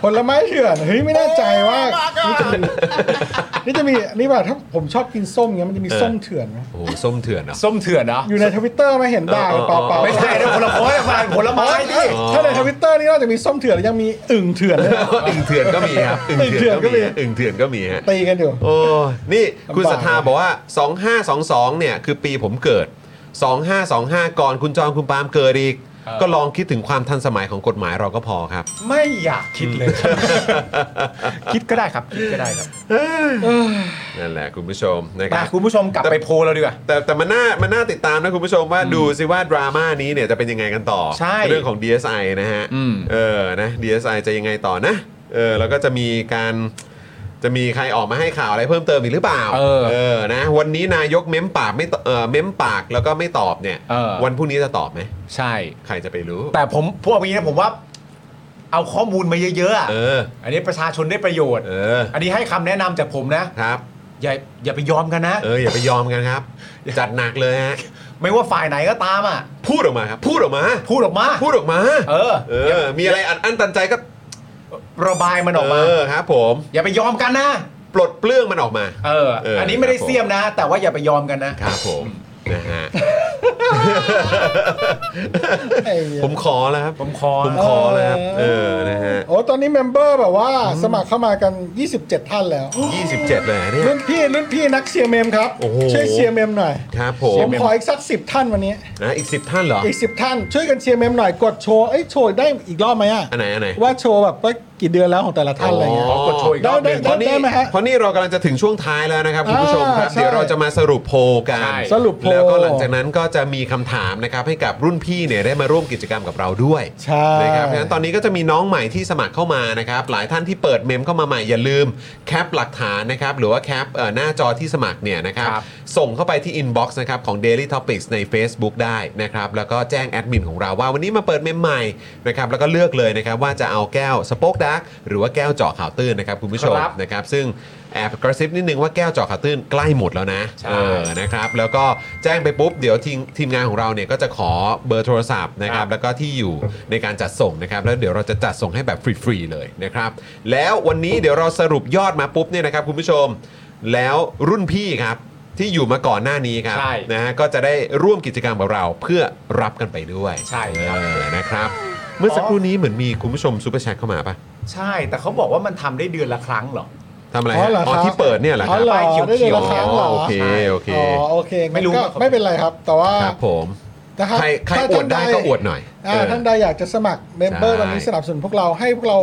E: ผลไม้เถื่อนเฮ้ยไม่แน่ใจ ว่านี่จะมีนี่แบบถ้าผมชอบกินส้มเงี้ยมันจะมีส้มเถื่อนไหม
B: โอ้โหส้มเถื่อนเหรอ่ะ
C: ส้มเถื่อนเหรอ
E: อยู่ในทวิตเตอร์มาเห็นด่ากันเปล่าๆ
C: ไม่ใช่นะผลไม้มาผลไม้ดิ
E: ถ้าในทวิตเตอร์นี่นอกจากมีส้มเถื่อนแล้วยังมีอึ่งเถื่อนด้วยนะ
B: อึ่งเถื่อนก็มีครับอึ่งเถื่อนก็มีฮะอึ่งเถื่อนก็มีฮะ
E: ตีกันอยู่
B: โอ้ นี่คุณ
E: ลำบาก
B: ศรัทธาบอกว่า 2522 เนี่ย คือปีผมเกิด 2525 ก่อนคุณจอมคุณปาล์มเกิดอีก
C: เออ
B: ก็ลองคิดถึงความทันสมัยของกฎหมายเราก็พอครับ
C: ไม่อยากคิดเลยครับคิดก็ได้ครับคิดก็ได้ครับ
B: นั่นแหละคุณผู้ชมนะค
C: มา
B: รับ
C: คุณผู้ชมกลับไปโพลเราดีกว่า
B: แต่แต่มันน่ามันน่าติดตามนะคุณผู้ชมว่าดูสิว่าดราม่านี้เนี่ยจะเป็นยังไงกันต่อ
C: ใช่
B: เรื่องของ DSI นะฮะ
C: อืม
B: เออนะ DSI จะยังไงต่อนะเออแล้วก็จะมีการจะมีใครออกมาให้ข่าวอะไรเพิ่มเติมอีกหรือเปล่า
C: เออ
B: นะวันนี้นายกเม้มปากไม่ตเออเม้มปากแล้วก็ไม่ตอบเนี่ย
C: เออ
B: วันพรุ่งนี้จะตอบไหม
C: ใช่
B: ใครจะไปรู้
C: แต่ผมพวกนี้นะผมว่า เอาข้อมูลมาเยอะๆอะ
B: เออ
C: อันนี้ประชาชนได้ประโยชน์
B: เออ
C: อันนี้ให้คำแนะนำจากผมนะ
B: ครับ
C: อย่าอย่าไปยอมกันนะ
B: เอออย่าไปยอมกันครับ จัดหนักเลยฮะ
C: ไม่ว่าฝ่ายไหนก็ตามอ่ะ
B: พูดออกมาครับ พูดออกมา
C: พูดออกมา
B: พูดออกมา
C: เออ
B: เออ มีอะไรอัดอั้นตันใจก็
C: ระบายมันออกมา
B: เออครับผม
C: อย่าไปยอมกันนะ
B: ปลดเปลื้องมันออกมา
C: เออ
B: เอออั
C: อันนี้ไม่ได้เสียมนะ แต่ว่าอย่าไปยอมกันนะ
B: ครับผมนะฮะ
E: ไอ้เหี้ย
B: ผมขอแล้วครับ
C: ผมขอ
B: ผมขอแล้วครับ เออนะฮะ
E: โอ้ตอนนี้เมมเบอร์แบบว่าสมัครเข้ามากัน 27 ท่านแล้ว
B: 27 เลยเหรอเนี่ย
E: รุ่นพี่รุ่นพี่นักเชียร์เมมครับ
B: โอ้โห
E: ช่วยเชียร์เมมหน่อย
B: ครับผ
E: ผม มขออีกสัก 10 ท่านวันนี้
B: นะอีก 10 ท่านเหรอ
E: อีก 10 ท่าน ช่วยกันเชียร์เมมหน่อยกดโชว์เอ้ยโชว์ได้อีกรอบไหมอ่ะ
B: อันไหนอันไหน
E: ว่าโชว์แบบว่ากี่เดือนแล้วของแต่ละท่านอะไรเงี้ย
C: กดโชย
E: ได้ได้
B: เพราะ
E: ได้
B: นี่
E: ได้ไหมฮะ
B: เพราะนี่เรากำลังจะถึงช่วงท้ายแล้วนะครับคุณผู้ชมครับ
E: อ่าใช่
B: เดี๋ยวเราจะมาสรุปโพลกัน
C: ใช่
E: สรุปโพล
B: แล้วก็หลังจากนั้นก็จะมีคำถามนะครับให้กับรุ่นพี่เนี่ยได้มาร่วมกิจกรรมกับเราด้วย
E: ใช่
B: นะครับเพราะฉะนั้นตอนนี้ก็จะมีน้องใหม่ที่สมัครเข้ามานะครับ หลายท่านที่เปิดเมมเข้ามาใหม่อย่าลืมแคปหลักฐานนะครับ หรือว่าแคปเอ่อหน้าจอที่สมัครเนี่ยนะครับ
C: ครับ
B: ส่งเข้าไปที่ inbox นะครับของ daily topics ใน Facebook ได้นะครับ แล้วก็แจ้งแอดมินของเราว่าวันนี้มาเปิดเมมใหม่นะครับ แล้วก็เลือกเลยนะครับ ว่าจะเอาแก้วสป็อกดาร์กหรือว่าแก้วเจาะข่าวตื้นนะครับ คุณผู้ชม
C: ครับ
B: นะครับ ซึ่งแอบกระซิบนิดนึงว่าแก้วเจาะข่าวตื้นใกล้หมดแล้วนะ
C: ใช่
B: เออนะครับ แล้วก็แจ้งไปปุ๊บเดี๋ยวทีมทีมงานของเราเนี่ยก็จะขอเบอร์โทรศัพท์นะครับ แล้วก็ที่อยู่ในการจัดส่งนะครับ แล้วเดี๋ยวเราจะจัดส่งให้แบบฟรีๆเลยนะครับ แล้ววันนี้เดี๋ยวเราสรุปยอดมาปุ๊บเนี่ยนะครับคุณผู้ชม แล้วรุ่นพี่ครับที่อยู่มาก่อนหน้านี้ครับ
C: ใช่
B: นะฮะก็จะได้ร่วมกิจกรรมกับเราเพื่อรับกันไปด้วย
C: ใช่ครับ
B: เออนะครับ เมื่อสักครู่นี้เหมือนมีคุณผู้ชมซูเปอร์แชทเข้ามาปะ
C: ใช่ แต่เขาบอกว่ามันทำได้เดือนละครั้งเหรอ
B: ทำอะไร
E: อ๋อ
B: ฮะ
E: เหรอ
B: อ๋อ
E: ครับ
B: ที่เปิดเนี่ยเหรอค
E: อ๋อ
B: รับ
E: เหรอ
C: ป้ายเขียวๆ
E: ได้เดือนละครั้งเหรอ
B: โอเคโอเค
E: อ๋อโอเคงั้น
C: ไม่รู้
E: ก็ไม่เป็นไรครับ แต่ว่า
B: ครับผม
E: นะครับ
B: ใครใคร
E: ถ้า
B: อวดได้
E: ท่านใด
B: ก็อวดหน่อย
E: อ่า
B: เออ
E: ท่านใดอยากจะสมัครเมมเบอร์
B: ใช่
E: วันนี้สนับสนุนพวกเราให้พวกเรา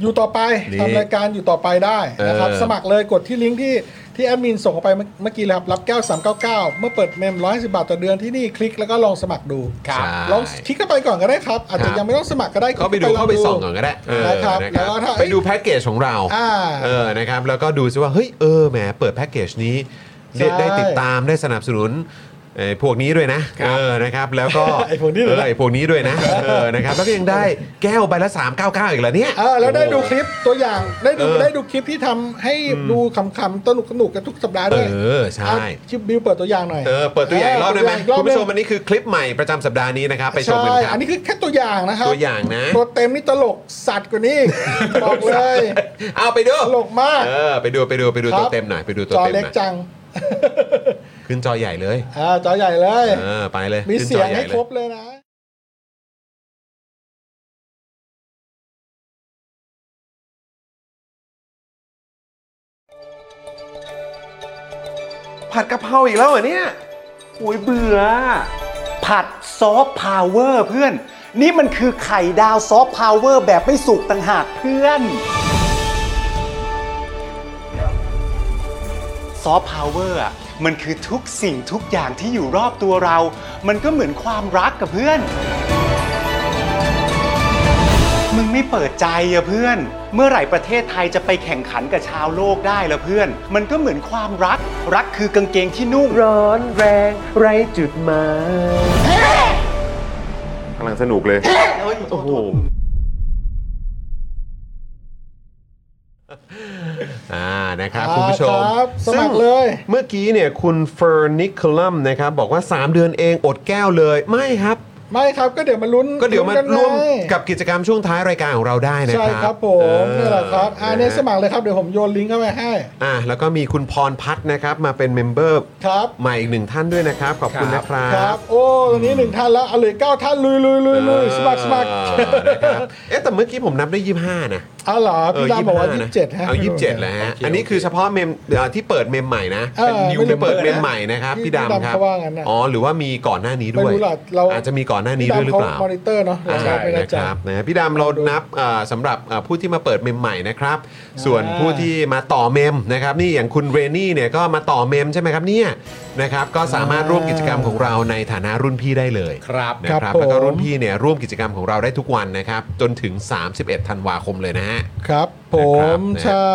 E: อยู่ต่อไป
B: นี่
E: ทำรายการอยู่ต่อไปได้นะครับ
B: เออ
E: สมัครเลยกดที่ลิงก์ที่ที่แอดมินส่งเข้าไปเมื่อเมื่อกี้เลยครับ รับแก้ว 399 เมื่อเปิดเมม110บาทต่อเดือนที่นี่คลิกแล้วก็ลองสมัครดู
B: ใช่
E: ลองคลิกเข้าไปก่อนก็ได้ครับ อาจ
B: ค
E: จะ
B: รับ
E: ยังไม่ต้องสมัครก็ได้คลิ
B: เข้าไปดู
E: ล
B: เข้าไปส่องก่อนก็ได้เออ
E: นะครับ
B: นะค
E: แล้ว
B: รับ
E: ก็ถ้า
B: ไปดู
E: เอ้ย
B: แพ็กเกจของเรา
E: อ่า
B: เออ นะครับ แล้วก็ดูซิว่า เฮ้ย เออ แหม เปิดแพ็กเกจนี้ ได้
E: ใช่
B: ได้ติดตาม ได้สนับสนุน ไอ้พวกนี้ด้วยนะเออนะครับแล้วก็
E: ไอ้พวกนี้
B: เอ
E: เหรอ
B: อไอ้พวกนี้ด้วยนะเออนะครับแล้วก็ยังได้แก้วใบละ 399 อีกเหรอเนี่ย
E: เออแล้วได้ดู
B: โอ้
E: ค
B: โห
E: ลิปตัวอย่างได้ดู
B: เออ
E: ได้ดูคลิปที่ทำให้ดูขำๆสนุกสนุกกันทุกสัปดาห์
B: เอ
E: ด้วย
B: อใช่
E: อ่ะคลิปบิวเปิดตัวอย่างหน่อย
B: เออเปิดตัวอย่างอีกรอบได้ไหม
E: เปิดตัวอย่างอีกรอบ
B: คุณผู้ชมอันนี้คือคลิปใหม่ประจำสัปดาห์นี้นะครับ ไปชมกัน
E: ใช่
B: ครับ
E: อันนี้คือแค่ตัวอย่างนะครับ
B: ตัวอย่างนะ
E: ตัวเต็มนี่ตลกสัตว์กว่า นี้ บอกเลย
B: เอาไปดู
E: ตลกมาก
B: เออไปดูไปดูไปดู
E: ครับ
B: ตัวเต็มหน่อยไปดูตัว
E: จอ
B: เต็มห
E: เล็ก
B: น่อย
E: จัง
B: ขึ้นจอใหญ่เลย
E: อ่าจอใหญ่เลย
B: เออไปเลย
E: มี
B: ขึ้น
E: เสี
B: จ
E: ย
B: อง ใหญ่
E: ให้
B: เล
E: ค
B: ย
E: รบเลยนะ
G: ผัดกะเพราอีกแล้วเหรอเนี่ยโอ้ยเบื่อ ผัดซอฟต์พาวเวอร์เพื่อน นี่มันคือไข่ดาวซอฟต์พาวเวอร์แบบไม่สุกต่างหากเพื่อน ซอฟต์พาวเวอร์อะมันคือทุกสิ่งทุกอย่างที่อยู่รอบตัวเรา มันก็เหมือนความรักกับเพื่อน มึงไม่เปิดใจอะเพื่อน เมื่อไหร่ประเทศไทยจะไปแข่งขันกับชาวโลกได้ละเพื่อน มันก็เหมือนความรัก รักคือกางเกงที่นุ่ง
H: ร้อนแรงไรจุดหมาย
I: กำลังสนุกเลย โอ้โห
B: อ่านะครับ
E: อ่า
B: คุณผู้ชม
E: ครับสมัคร
B: ซึ่ง
E: เลย
B: เมื่อกี้เนี่ยคุณเฟอร์นิคลัมนะครับบอกว่า 3 เดือนเองอดแก้วเลยไม่ครับ
E: ไม่ครับก็เดี๋ยวมาลุ้น
B: ก็เดี๋ยวมา
E: ลุ้น
B: ร่วม
E: ไง
B: กับกิจกรรมช่วงท้ายรายการของเราได้นะ
E: ใช่
B: ครับ
E: ครับผม
B: เออ
E: นี่แหละครับอ่าเนี่ย
B: ะฮะ
E: สมัครเลยครับเดี๋ยวผมโยนลิงก์เข้าไปให้
B: อ่าแล้วก็มีคุณพรพัฒน์นะครับมาเป็นเมมเบอร์
E: ครับ
B: ใหม่อีกหนึ่งท่านด้วยนะครับ ขอบคุณนะครับ
E: ครับ โอ้ตอนนี้หนึ่งท่านแล้วเอาเหลยเก้าท่านลุยลุยลุยลุยสมัครสมัคร
B: เออนะครับเอ๊ะแต่เมื่อกี้ผมนับได้ 25 นะ
E: เอาเหรอ
B: เออ
E: พี่ดามบอกว่า
B: 25
E: ยี่สิบเจ็ดฮะ
B: เอา27แหล้วฮะ อันนี้คือเฉพาะเมมเอ่อที่เปิดเมมใหม่นะ
E: เออ
B: เป็น new
E: ไม่รู้
B: ที่เปิดเมมใหม่นะครับ
E: ที่
B: พี่ดำครับ
E: พี่ดำเขาว่างั้นน่ะ
B: อ๋อหรือว่ามีก่อนหน้านี้ด้วย
E: ไม่รู้ล่ะเรา
B: อาจจะมีก่อนหน้านี้ด้วยหรือเปล่า
E: พี่ดำมอนิเตอร์เนาะเรา
B: ใช่
E: ไม่แน่
B: นะ
E: ใจ
B: ครับนะพี่ดำเรานับเอ่อสำหรับเอ่อผู้ที่มาเปิดเมมใหม่นะครับ ส่วนผู้ที่มาต่อเมมนะครับนี่อย่างคุณเรนนี่เนี่ยก็มาต่อเมมใช่ไหมครับเนี่ยนะครับก็สามารถร่วมกิจกรรมของเราในฐานะรุ่นพี่ได้เลย
C: ครับ
B: นะค
E: ครั
B: รับบ
E: ผม
B: แล้วก็รุ่นพี่เนี่ยร่วมกิจกรรมของเราได้ทุกวันนะครับ จนถึง 31 ธันวาคมเลยนะฮะ
E: ครับ ผ
B: นะครับ
E: ม
B: นะ
E: ใช่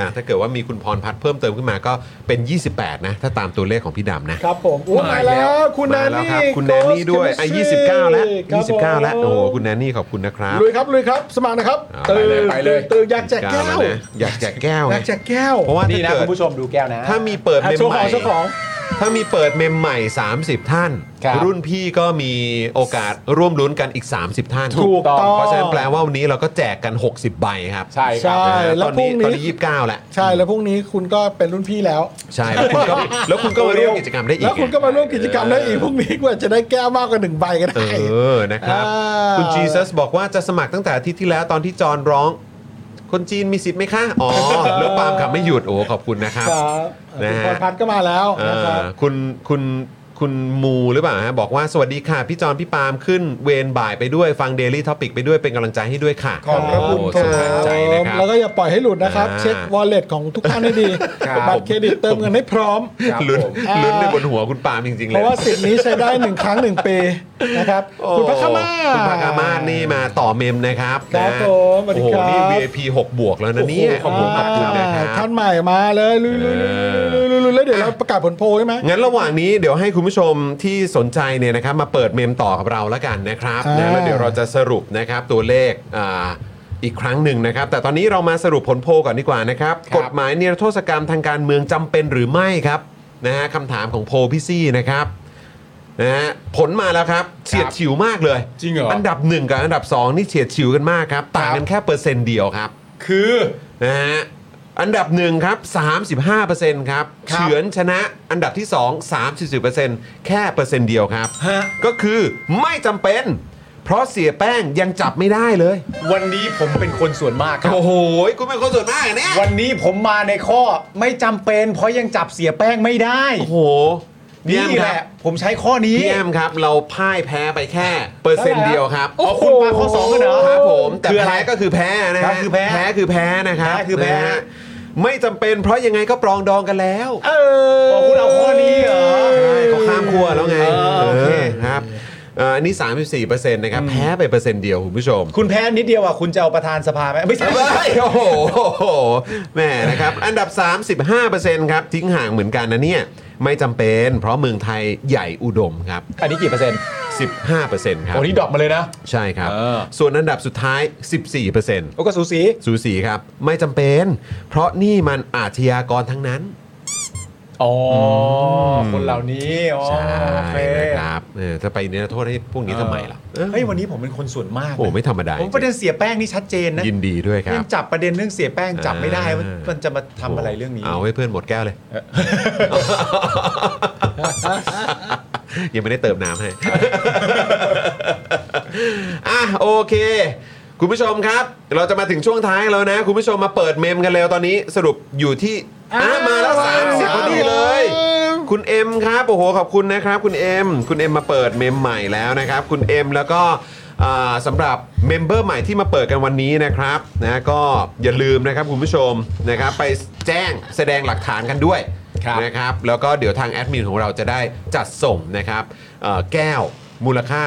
B: อ่ะถ้าเกิดว่ามีคุณพรพัฒน์เพิ่มเติมขึ้นมาก็เป็น 28 นะ ถ้าตามตัวเลขของพี่ดำนะ
E: ครับผมโอ้มาแล้ว คุณแน
B: มาแล้ว
E: นี่
B: ครับคุณแนนนี่ด้วยอ่ะ29 แล้ว 29 แล้ว โอ้โห คุณแนนนี่ขอบคุณนะครับ
E: ลุยครับลุยครับสมัครนะครับ
B: เอา
E: ตื่
B: ไปเลย
E: น
C: ไปเลย
E: ตื่นอยากแจกแก้ว
B: 29นะอยากแจกแก้ว
E: อ
B: ไง
E: ยากแจกแก้ว
B: เพราะว่า
C: นี่
B: ถ้า
C: นะ
B: เกิด
C: คุณผู้ชมดูแก้วนะ
B: ถ้ามีเปิด
E: อ่ะ
B: เมม
E: โชว์
B: ให
E: ขอ
B: ม่
E: งโชว์ของ
B: ถ้ามีเปิดเมมใหม่ 30 ท่าน
C: ครับ
B: รุ่นพี่ก็มีโอกาสร่วมลุ้นกันอีก 30 ท่าน
C: ถูกต้อง
B: เพราะฉะนั้นแปลว่าวันนี้เราก็แจกกัน 60 ใบครับ
C: ใช่ค
E: ใช่
C: รับ
B: นะฮะ
E: แล้
B: ต
E: ว
B: อน
E: พรุ่
B: นี้
E: ง
B: ต
E: นี้
B: อนนี้ยี่สิบเก้าแหละ
E: ใช่แล้วพรุ่งนี้คุณก็เป็นรุ่นพี่แล้ว
B: ใช่ แล้วคุณ ก็แล้วคุณก็มาร่วมกิจกรรมได้อีก
E: แล้วคุณก็มาร่วมกิจกรรมได้อีกพรุ่งนี้กว่าจะได้แก้วมากกว่าหนึ่งใบก็
B: เอ
E: ได้
B: อนะครับ
E: อ่า
B: คุณจีซัสบอกว่าจะสมัครตั้งแต่อาทิตย์ที่แล้วตอนที่จอนร้อง คนจีนมีสิทธิ์ไหมคะ อ๋ อ แล้วปาล์มขับไม่หยุดโอ้ขอบคุณนะครับ
E: ครับ
B: นะฮะ
E: คุณพรพัฒน์ก็มาแล้ว
B: เอ
E: นะครับ
B: อคุณคุณคุณมูหรือเปล่าฮะบอกว่าสวัสดีค่ะ พี่จอนพี่ปาล์มขึ้นเวรบ่ายไปด้วยฟัง Daily Topic ไปด้วยเป็นกำลังใจให้ด้วยค่ะ
C: ขอบพระคุณ
B: โอ้
C: ครับ
B: ส่งกำลังใจนะครับ
E: แล้วก็อย่าปล่อยให้หลุดนะครับ
B: อ่า
E: เช็ควอลเล็ตของทุกท่านให้ดี
C: ครับ
E: บัตรเครดิตเติมเงินให้พร้อม
C: ครับ
B: ลุ้น
C: ผม
B: ลุ้นในบนหัวคุณปาล์มจริงๆ
E: เพ
B: เลย
E: ราะว่าสิทธิ์นี้ใช้ได้หนึ่งครั้งหนึ่งปีนะครับ คุณพระขมา
B: คุณพักามาศนี่มาต่อเมมนะครับ
E: ครับ
B: นะ
E: ผมสวัสดี
B: โอ้โห
E: ครับ
B: นี่ VIP 6 บวกแล้วนะเนี่ยขอบคุณขอบคุณนะค
E: อ่า
B: รับ
E: ท่านใหม่มาเลยลุย
B: เอ
E: ลุย
B: อ
E: ลุยลุยลุยแล้วเดี๋ยวเราประกาศผลโพลใช่ไหม
B: งั้นระหว่างนี้เดี๋ยวให้คุณผู้ชมที่สนใจเนี่ยนะครับมาเปิดเมมต่อกับเราแล้วกันนะครับ
E: อ่าน
B: นะแล้วเดี๋ยวเราจะสรุปนะครับตัวเลขอ่าอีกครั้งหนึ่งนะครับ แต่ตอนนี้เรามาสรุปผลโพลก่อนดีกว่านะครับ
C: ครับ
B: กฎหมายนิรโทษกรรมทางการเมืองจำเป็นหรือไม่ครับนะฮะคำถามของโพลพี่ซี่นะครับนะฮะผลมาแล้วครับเฉียดฉิวมากเลย
C: จริงเหรอ
B: อันดับหนึ่งกับอันดับสองนี่เฉียดฉิวกันมากครับ ต่างกันแค่เปอร์เซ็นต์เดียวครับ
C: คือ
B: นะฮะอันดับหนึ่งครับ 35%ครับ
C: ครั
B: เฉื
C: บ
B: อนชนะอันดับที่ 2 34%แค่เปอร์เซ็นต์เดียวครับ
C: ฮะ
B: ก็คือไม่จำเป็น เพราะเสียแป้งยังจับไม่ได้เลย
C: วันนี้ผมเป็นคนส่วนมากครับ
B: โอ้โหคุณเป็นคนส่วนมากอะเนี่ย
C: วันนี้ผมมาในข้อไม่จำเป็น เพราะยังจับเสียแป้งไม่ได้
B: โอ้โหพี่แอม
C: นี่แห
B: ครับ
C: ละ ผมใช้ข้อนี้
B: พี่แอมครับ เราพ่ายแพ้ไปแค่เปอร์เซ็นต์เดียวครับ
C: โอ้โหคุณปาข้อสองกันเหรอ
B: ครับผมแต่
C: คืออะไร
B: แพ้ก็คือแพ้นะ
C: แพ้
B: ฮะ
C: คือแพ้
B: แพ้คือแพ้นะครับ
C: แพ้คือแพ้
B: นะฮะไม่จำเป็นเพราะยังไงก็ปรองดองกันแล้ว
C: เออคุณเอาข้อนี้เหรอ
B: ใช่เขาข้ามขั้วแล้วไง
C: เออโอเค
B: เออครับเอ่ออันนี้ 34%นะครับ แพ้ไปเปอร์เซ็นต์เดียว คุณผู้ชม
C: คุณแพ้นิดเดียวอ่ะคุณจะเอาประธานสภาไหมไม่ใช่
B: เฮ้ยโอ้โหแหม่นะครับ อันดับ 35%ครับ ทิ้งห่างเหมือนกันนะเนี่ย ไม่จำเป็น เพราะเมืองไทยใหญ่อุดมครับ
C: อันนี้กี่เปอร์เซ็นต์
B: 15%ครับ
C: โอ้นี่ดรอปมาเลยนะ
B: ใช่ครับ
C: เออ
B: ส่วนอันดับสุดท้าย 14%
C: โอ้ก็สูสี
B: สูสีครับ ไม่จำเป็น เพราะนี่มันอาชญากรทั้งนั้น
C: อ๋ออ
B: ม
C: คนเหล่านี้อ๋อ
B: ใช่
C: โอเค
B: นะครับเออถ้าไปเนื้อโทษให้พวกนี้ทำไมล่ะเออ
C: เฮ้ยวันนี้ผมเป็นคนส่วนมาก
B: โอ้ไม่ธรรมดา
C: ผมประเด็นเสียแป้งนี่ชัดเจนนะ
B: ยินดีด้วยครั
C: ยั
B: บ
C: งจับประเด็นเรื่องเสียแป้งจับไม่ได้ว่า
B: อ่ามั
C: มันจะมาทำอะไรเรื่องนี้
B: เอาให้เพื่อนหมดแก้วเลย ยังไม่ได้เติมน้ำให้ อ่ะโอเค คุณผู้ชมครับ เราจะมาถึงช่วงท้ายแล้วนะ คุณผู้ชมมาเปิดเมมกันเร็วตอนนี้ สรุปอยู่ที่อ่ะมาแล้วสามสิบพอดีเลย คุณเอ็มครับโอ้โหขอบคุณนะครับ คุณเอ็มคุณเอ็มมาเปิดเมมใหม่แล้วนะครับ คุณเอ็มแล้วก็อ่าสำหรับเมมเบอร์ใหม่ที่มาเปิดกันวันนี้นะครับนะก็อย่าลืมนะครับคุณผู้ชมนะครับ ไปแจ้งแสดงหลักฐานกันด้วย
C: ครับ
B: นะครับ แล้วก็เดี๋ยวทางแอดมินของเราจะได้จัดส่งนะครับเอ่อแก้วมูลค่า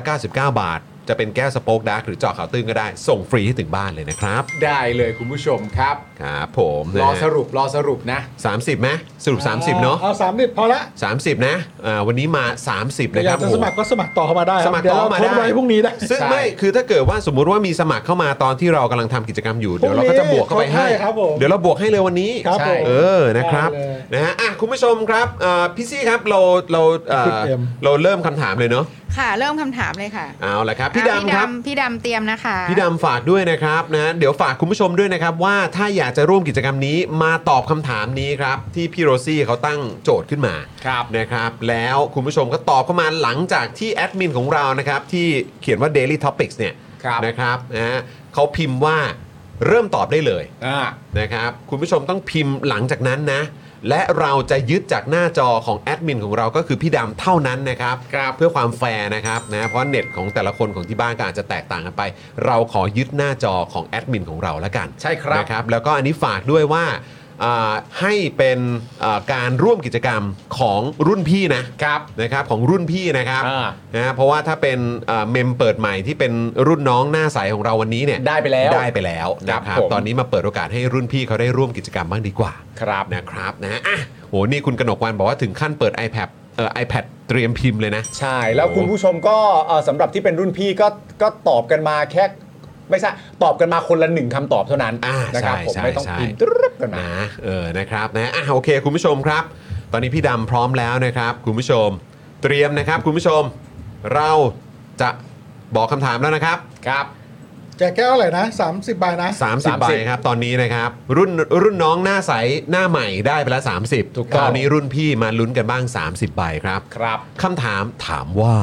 B: 399 บาท จะเป็นแก้วสโป๊กดาร์กหรือเจาะข่าวตื้นก็ได้ส่งฟรีให้ถึงบ้านเลยนะครับ
C: ได้เลยคุณผู้ชมครับ
B: ครับผมนะ
C: รอสรุปรอสรุปนะ
B: สามสิบไหมสรุป 30 เนาะ
E: เอาสามสิบพอละ
B: 30 นะอ่าวันนี้มา 30 นะ
E: อ
B: ค
E: ยา
B: รั
E: ก
B: บ
E: จะสมัครก็สมัครต่อเข้ามาได้
B: ผมส
E: ครับ
B: มัคร
E: เดี๋
B: ต่อมา
E: ยวเรา
B: ได้
E: ทดไว้พรุ่งนี้ได้
B: ซึ่ง
C: ใช่
B: ไม่ คือถ้าเกิดว่าสมมุติว่ามีสมัครเข้ามาตอนที่เรากำลังทำกิจกรรมอยู่ เดี๋ยวเราก็จะบวกเข้าไปให้
E: พรุ่งนี้ครับผม
B: เดี๋ยวเราบวกให้เลยวันนี้
E: ครับ
C: ใช่
E: ผม
B: เออ นะครับ
E: ได้เลย
B: นะฮะอ่ะคุณผู้ชมครับเอ่อพี่ซี่ครับ เรา เราเอ่อ
E: คุณเอ็ม
B: เราเริ่มคำถามเลยเนาะ
J: ค่ะ เริ่มคำถามเลยค่ะ
B: เอาละครับ พี่
J: อ่ะ
B: ดำครับ
J: พี่ดำเตรียมนะคะ
B: พี่ดำฝากด้วยนะครับนะเดี๋ยวฝากคุณผู้ชมด้วยนะครับ ว่าถ้าอยากจะร่วมกิจกรรมนี้มาตอบคำถามนี้ครับ ที่พี่โรซี่เขาตั้งโจทย์ขึ้นมา
C: ครับ
B: นะครับแล้วคุณผู้ชมก็ตอบเข้ามาหลังจากที่แอดมินของเรานะครับที่เขียนว่า Daily Topics เนี่ย
C: ครับ
B: นะครับนะฮะเขาพิมพ์ว่าเริ่มตอบได้เลย
C: อ่า
B: นะครับคุณผู้ชมต้องพิมพ์หลังจากนั้นนะ และเราจะยึดจากหน้าจอของแอดมินของเราก็คือพี่ดำเท่านั้นนะครับ
C: ครับ
B: เพื่อความแฟร์นะครับนะเพราะเน็ตของแต่ละคนของที่บ้านก็อาจจะแตกต่างกันไป เราขอยึดหน้าจอของแอดมินของเราละกัน
C: ใช่ครับ
B: นะครับ แล้วก็อันนี้ฝากด้วยว่าอ่าให้เป็นอ่าการร่วมกิจกรรมของรุ่นพี่นะ
C: ครับ
B: นะครับของรุ่นพี่นะครับ
C: อ่า
B: นะฮะเพราะว่าถ้าเป็นเอ่อเมมเปิดใหม่ที่เป็นรุ่นน้องหน้าใสของเราวันนี้เนี่ย
C: ได้ไปแล้ว
B: ได้ไปแล้วนะค
C: ครั
B: รับบ
C: ผม
B: ตอนนี้มาเปิดโอกาสให้รุ่นพี่เขาได้ร่วมกิจกรรมบ้างดีกว่า
C: ครับ
B: นะครับนะอ่ะโหนี่คุณกนกวันบอกว่าถึงขั้นเปิด iPad เอ่อ iPad เตรียมพิมพ์เลยนะ
C: ใช่ แล้ว
B: โอ้
C: คุณผู้ชมก็เอ่อสำหรับที่เป็นรุ่นพี่ก็ก็ตอบกันมาแค่ไม่ใช่ตอบกันมาคนละหนึ่งคำตอบเท่านั้น
B: อ่า
C: นะครั
B: ใช่
C: ผม
B: ใช่
C: ไม่ต้อง
B: ใช่
C: พิมพ์ตรึ๊บกันมา
B: นะเออนะครับนะอ่ะโอเค คุณผู้ชมครับ ตอนนี้พี่ดำพร้อมแล้วนะครับคุณผู้ชม เตรียมนะครับคุณผู้ชม เราจะบอกคำถามแล้วนะครับ
C: ครับ
E: แจกแก้วอะไรนะสามสิบใบนะ
B: 30
C: 30
B: ใบครับ ตอนนี้นะครับ รุ่นรุ่นน้องหน้าใสหน้าใหม่ได้ไปแล้ว30
C: ถูกต้อง
B: คราวนี้รุ่นพี่มาลุ้นกันบ้าง 30 ใบครับ
C: ครับ
B: คำถามถามว่า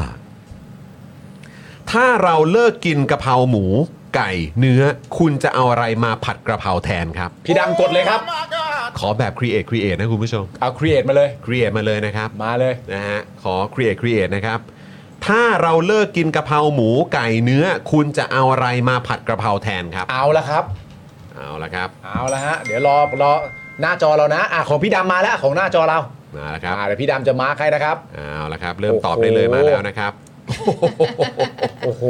B: ถ้าเราเลิกกินกะเพราหมูไก่เนื้อคุณจะเอาอะไรมาผัดกระเพราแทนครับ
C: พี่ดำกดเลยครับ
B: ขอแบบครีเอทครีเอทนะคุณผู้ชม
C: เอาครีเอทมาเลย
B: ครีเอทมาเลยนะครับ
C: มาเลย
B: นะฮะขอครีเอทครีเอทนะครับ ถ้าเราเลิกกินกะเพราหมูไก่เนื้อ คุณจะเอาอะไรมาผัดกระเพราแทนครับ
C: เอาละครับ
B: เอาละครับ
C: เอาละฮะ เดี๋ยวรอรอหน้าจอเรานะอ่ะของพี่ดำมาแล้วของหน้าจอเรา
B: มาละครับ
C: อ่าเดี๋ยวพี่ดำจะมาร์คให้นะครับ
B: เอาละครับ เริ่ม
C: โอ้โห
B: ตอบได้เลยมาแล้วนะครับ
C: โอ้โห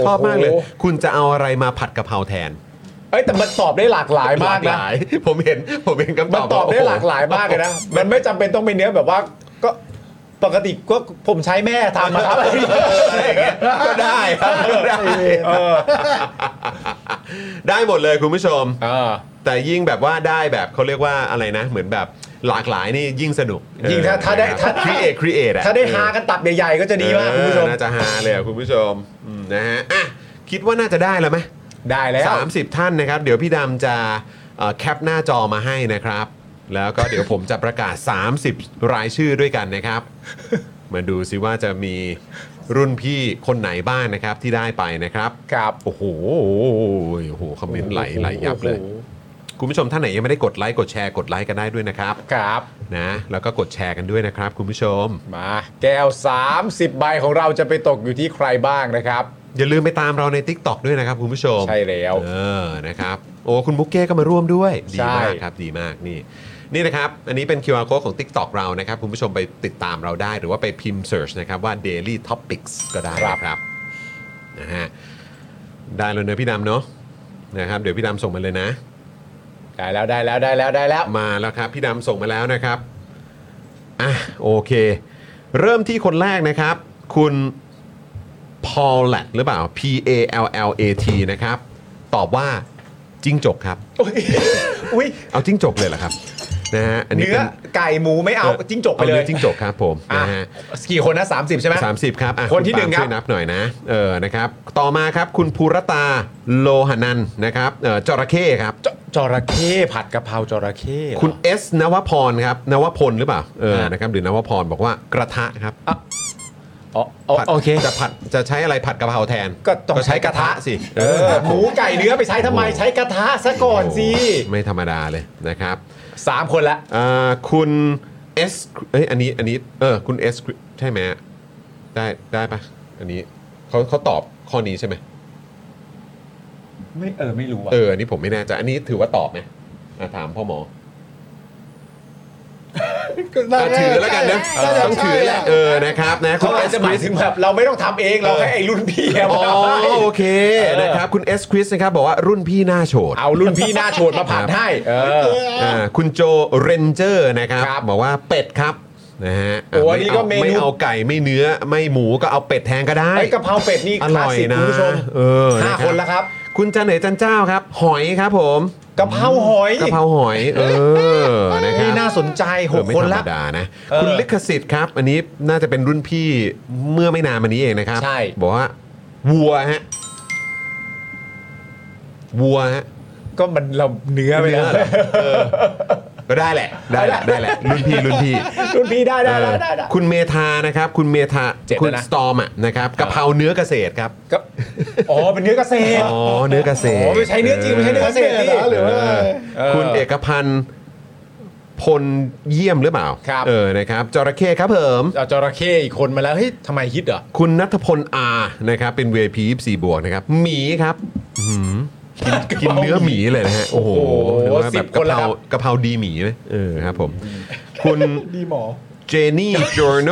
B: ชอบมากเลย
C: โโห
B: คุณจะเอาอะไรมาผัดกะเพราแทน
C: เอ้ยแต่มันตอบได้หลากหลายมาก
B: หลห
C: นะ
B: ลยผมเห็นผมเห็นคำต
C: มัน
B: อบ
C: ตอบได้
B: โโ
C: หลากหลายมากเลยนะ มันไม่จำเป็นต้องเป็นเนื้อแบบว่าก็ปกติก็ผมใช้แม่ทำมาครับ
B: อะไรอย่างเงี้ยก็ได้ครับก็ได้
C: เออ
B: ได้หมดเลยคุณผู้ชม
C: เออ
B: แต่ยิ่งแบบว่าได้แบบเขาเรียกว่าอะไรนะ เหมือนแบบหลากหลายนี่ยิ่งสนุก
C: ยิ่งถ้าถ้าได้ถ้า
B: ครีเอทครีเอทอะ
C: ถ้าได้
B: เออ
C: หากันตับใหญ่ๆ ก็จะดีมากคุณผู้ชม
B: เออน่าจะหาเลยอ่ะคุณผู้ชมอืมนะฮะอ่ะคิดว่าน่าจะได้แล้วไหม
C: ได้แล้ว
B: สามสิบท่านนะครับ เดี๋ยวพี่ดำจะเอ่อแคปหน้าจอมาให้นะครับ แล้วก็เดี๋ยวผมจะประกาศ 30 รายชื่อด้วยกันนะครับ มาดูซิว่าจะมีรุ่นพี่คนไหนบ้างนะครับที่ได้ไปนะครับ
C: ครับ
B: โอ้โหโอ้โหคอมเมนต์ไหลไหลยับเลย คุณผู้ชมท่านไหนยังไม่ได้กดไลค์กดแชร์กดไลค์กันได้ด้วยนะครับ
C: ครับ
B: นะแล้วก็กดแชร์กันด้วยนะครับคุณผู้ชม
C: มา แก้ว 30 ใบของเราจะไปตกอยู่ที่ใครบ้างนะครับ
B: อย่าลืมไปตามเราใน Tik t o อกด้วยนะครับคุณผู้ชม
C: ใช่แล้ว
B: เออนะครับโอ้คุณมุกเก้ก็มาร่วมด้วย ดี
C: ใช่
B: มากครับดีมากนี่นี่นะครับ อันนี้เป็น QR code ของ TikTok เรานะครับ คุณผู้ชมไปติดตามเราได้ หรือว่าไปพิมพ์ search นะครับว่า daily topics ก็ได้นะครับนะฮะได้แล้วเนอะพี่ดำเนอะนะครับเดี๋ยวพี่ดำส่งมาเลยนะ
C: ได้แล้วได้แล้วได้แล้วได้แล้ว
B: มาแล้วครับ พี่ดำส่งมาแล้วนะครับ โอเค เริ่มที่คนแรกนะครับ คุณพอลแลตหรือเปล่า P A L L A T นะครับ ตอบว่าจิ้งจกครับ
C: อุ้ย
B: เอาจิ้งจกเลยเหรอครับนะฮะอันนี้
C: เนื้อ
B: เป็น
C: ไก่หมูไม่เอาจิ้งจกไปเล
B: อาย นื้อจิ้งจกครับผม
C: อ่ะ
B: นะฮะ
C: กี่คนนะ30 ใช่ไหม
B: สามสิบครับอ่ะ
C: คนที่
B: ณปาล์ม
C: หนึ่งครั
B: ช่วยนั
C: บ
B: บหน่อยนะเออนะครับ ต่อมาครับคุณภูรตาโลหนันนะครับเออจระเข้ครับ
C: จจระเข้ผัดกะเพราจระเข้เหรอ
B: คุณเอสนวพรครับนวพลหรือเปล่าเออ
C: ฮะ
B: นะครับหรือนวพรบอกว่ากระทะครับ
C: อ๋ออ๋อ
B: ผัด
C: โอเค
B: จะผัดจะใช้อะไรผัดกะเพราแทน
C: ก็ต้องใช้กระทะ
B: สิ
C: เออ
B: ครับ
C: หมูไก่เนื้อไปใช้ทำไมใช้กระทะซะก่อนสิ
B: ไม่ธรรมดาเลยนะครับ
C: สามคนละ
B: อ่าคุณเอสเอ้ยอันนี้อันนี้เออคุณเอสใช่ไหมฮะได้ได้ปะอันนี้เขาเขาตอบข้อนี้ใช่ไหม
C: ไม่เออไม่รู้อ่ะ
B: เออ อันนี้ผมไม่แน่ใจ อันนี้ถือว่าตอบไหมอ่ะถามพ่อหมอ
E: ก็น่า
B: อ่ะถือแล้วกันนะ
J: ใช่ใช่
B: ต้องถือแหละเออ นะครับ นะ
C: เขาอาจจะหมายถึงแบบเราไม่ต้องทำเองเราให้ไอ้รุ่นพี่เอา
B: อ๋อ
C: มาทำให้
B: โอเค นะครับ คุณเอสคริสนะครับ บอกว่ารุ่นพี่หน้าโฉด
C: เอารุ่นพี่หน้าโฉดมาผัดให้เออ
B: อ่า คุณโจเรนเจอร์นะครับ
C: ครับ
B: บอกว่าเป็ดครับ นะฮะ
C: โอ้
B: ะ
C: อันนี้ก็
B: ไา
C: เมนู
B: ไม่เอาไก่ ไม่เนื้อ ไม่หมู ก็เอาเป็ดแทนก็ได้
C: ไอ้กะเพราเป็ดนี่
B: อ
C: คลาส
B: ร่อย
C: สิก
B: นะ
C: คุณผู้ชม
B: เออ
C: ห้า
B: รับ
C: คนแล้วครับ
B: คุณจันเหนจันเจ้าครับ หอยครับผม
C: กะเพราหอย
B: กะเพราหอย เออ นะครับ
C: นี่น่าสนใจหก
B: เออไม่
C: คน
B: ธรร
C: ละ
B: มดานะ
C: เออ
B: คุณลิขสิทธิ์ครับ อันนี้น่าจะเป็นรุ่นพี่เมื่อไม่นานมานี้เองนะครับ
C: ใช่
B: บอกว่า วัวฮะ วัวฮะ
C: ก็มันเราเนื้อไปแล้ว
B: เนื้อเหรอเออก็ได้แหละ ได้แหละได้แหละ รุ่นพี่รุ่นพี่
C: รุ่นพี่ได้ได้
B: เอ
C: ได้
B: อ
C: ได้ได้
B: คุณเมธานะครับ คุณเมธา
C: เจ็ด
B: คุณ
C: แล้วนะ
B: สตอมอ่ะนะครับกะเพราเนื้อเกษตรครับ
C: ก็อ๋อเป็นเนื้อเกษตร
B: อ๋อ เนื้อเกษตร
C: อ๋อไม่ใช่เนื้อจริงไม่ใช่เนื้อเกษตรดิ
B: หรือว่าคุณเอกพันธ์พลเยี่ยมหรือเปล่า
C: ครับ
B: เออ นะครับ จระเข้ครับเพิ่ม
C: เอาจระเข้อีกคนมาแล้วเฮ้ยทำไมฮิตเหรอ
B: คุณนัทพลอานะครับ เป็น VIP 24บวกนะครับ หมีครับอื้อหือกิ นกินเนื้อหมีเลยนะฮะ โอ้โห
C: โอ้โห
B: หรือว่า
C: สิ
B: แบบ บ
C: ค
B: กะ
C: น
B: เพ
C: ละ
B: รา
C: ครับ
B: กะเพราดีหมีไหมเออครับ ผม คุณ
E: ดีหมอ
B: เจนี่จอร์ โน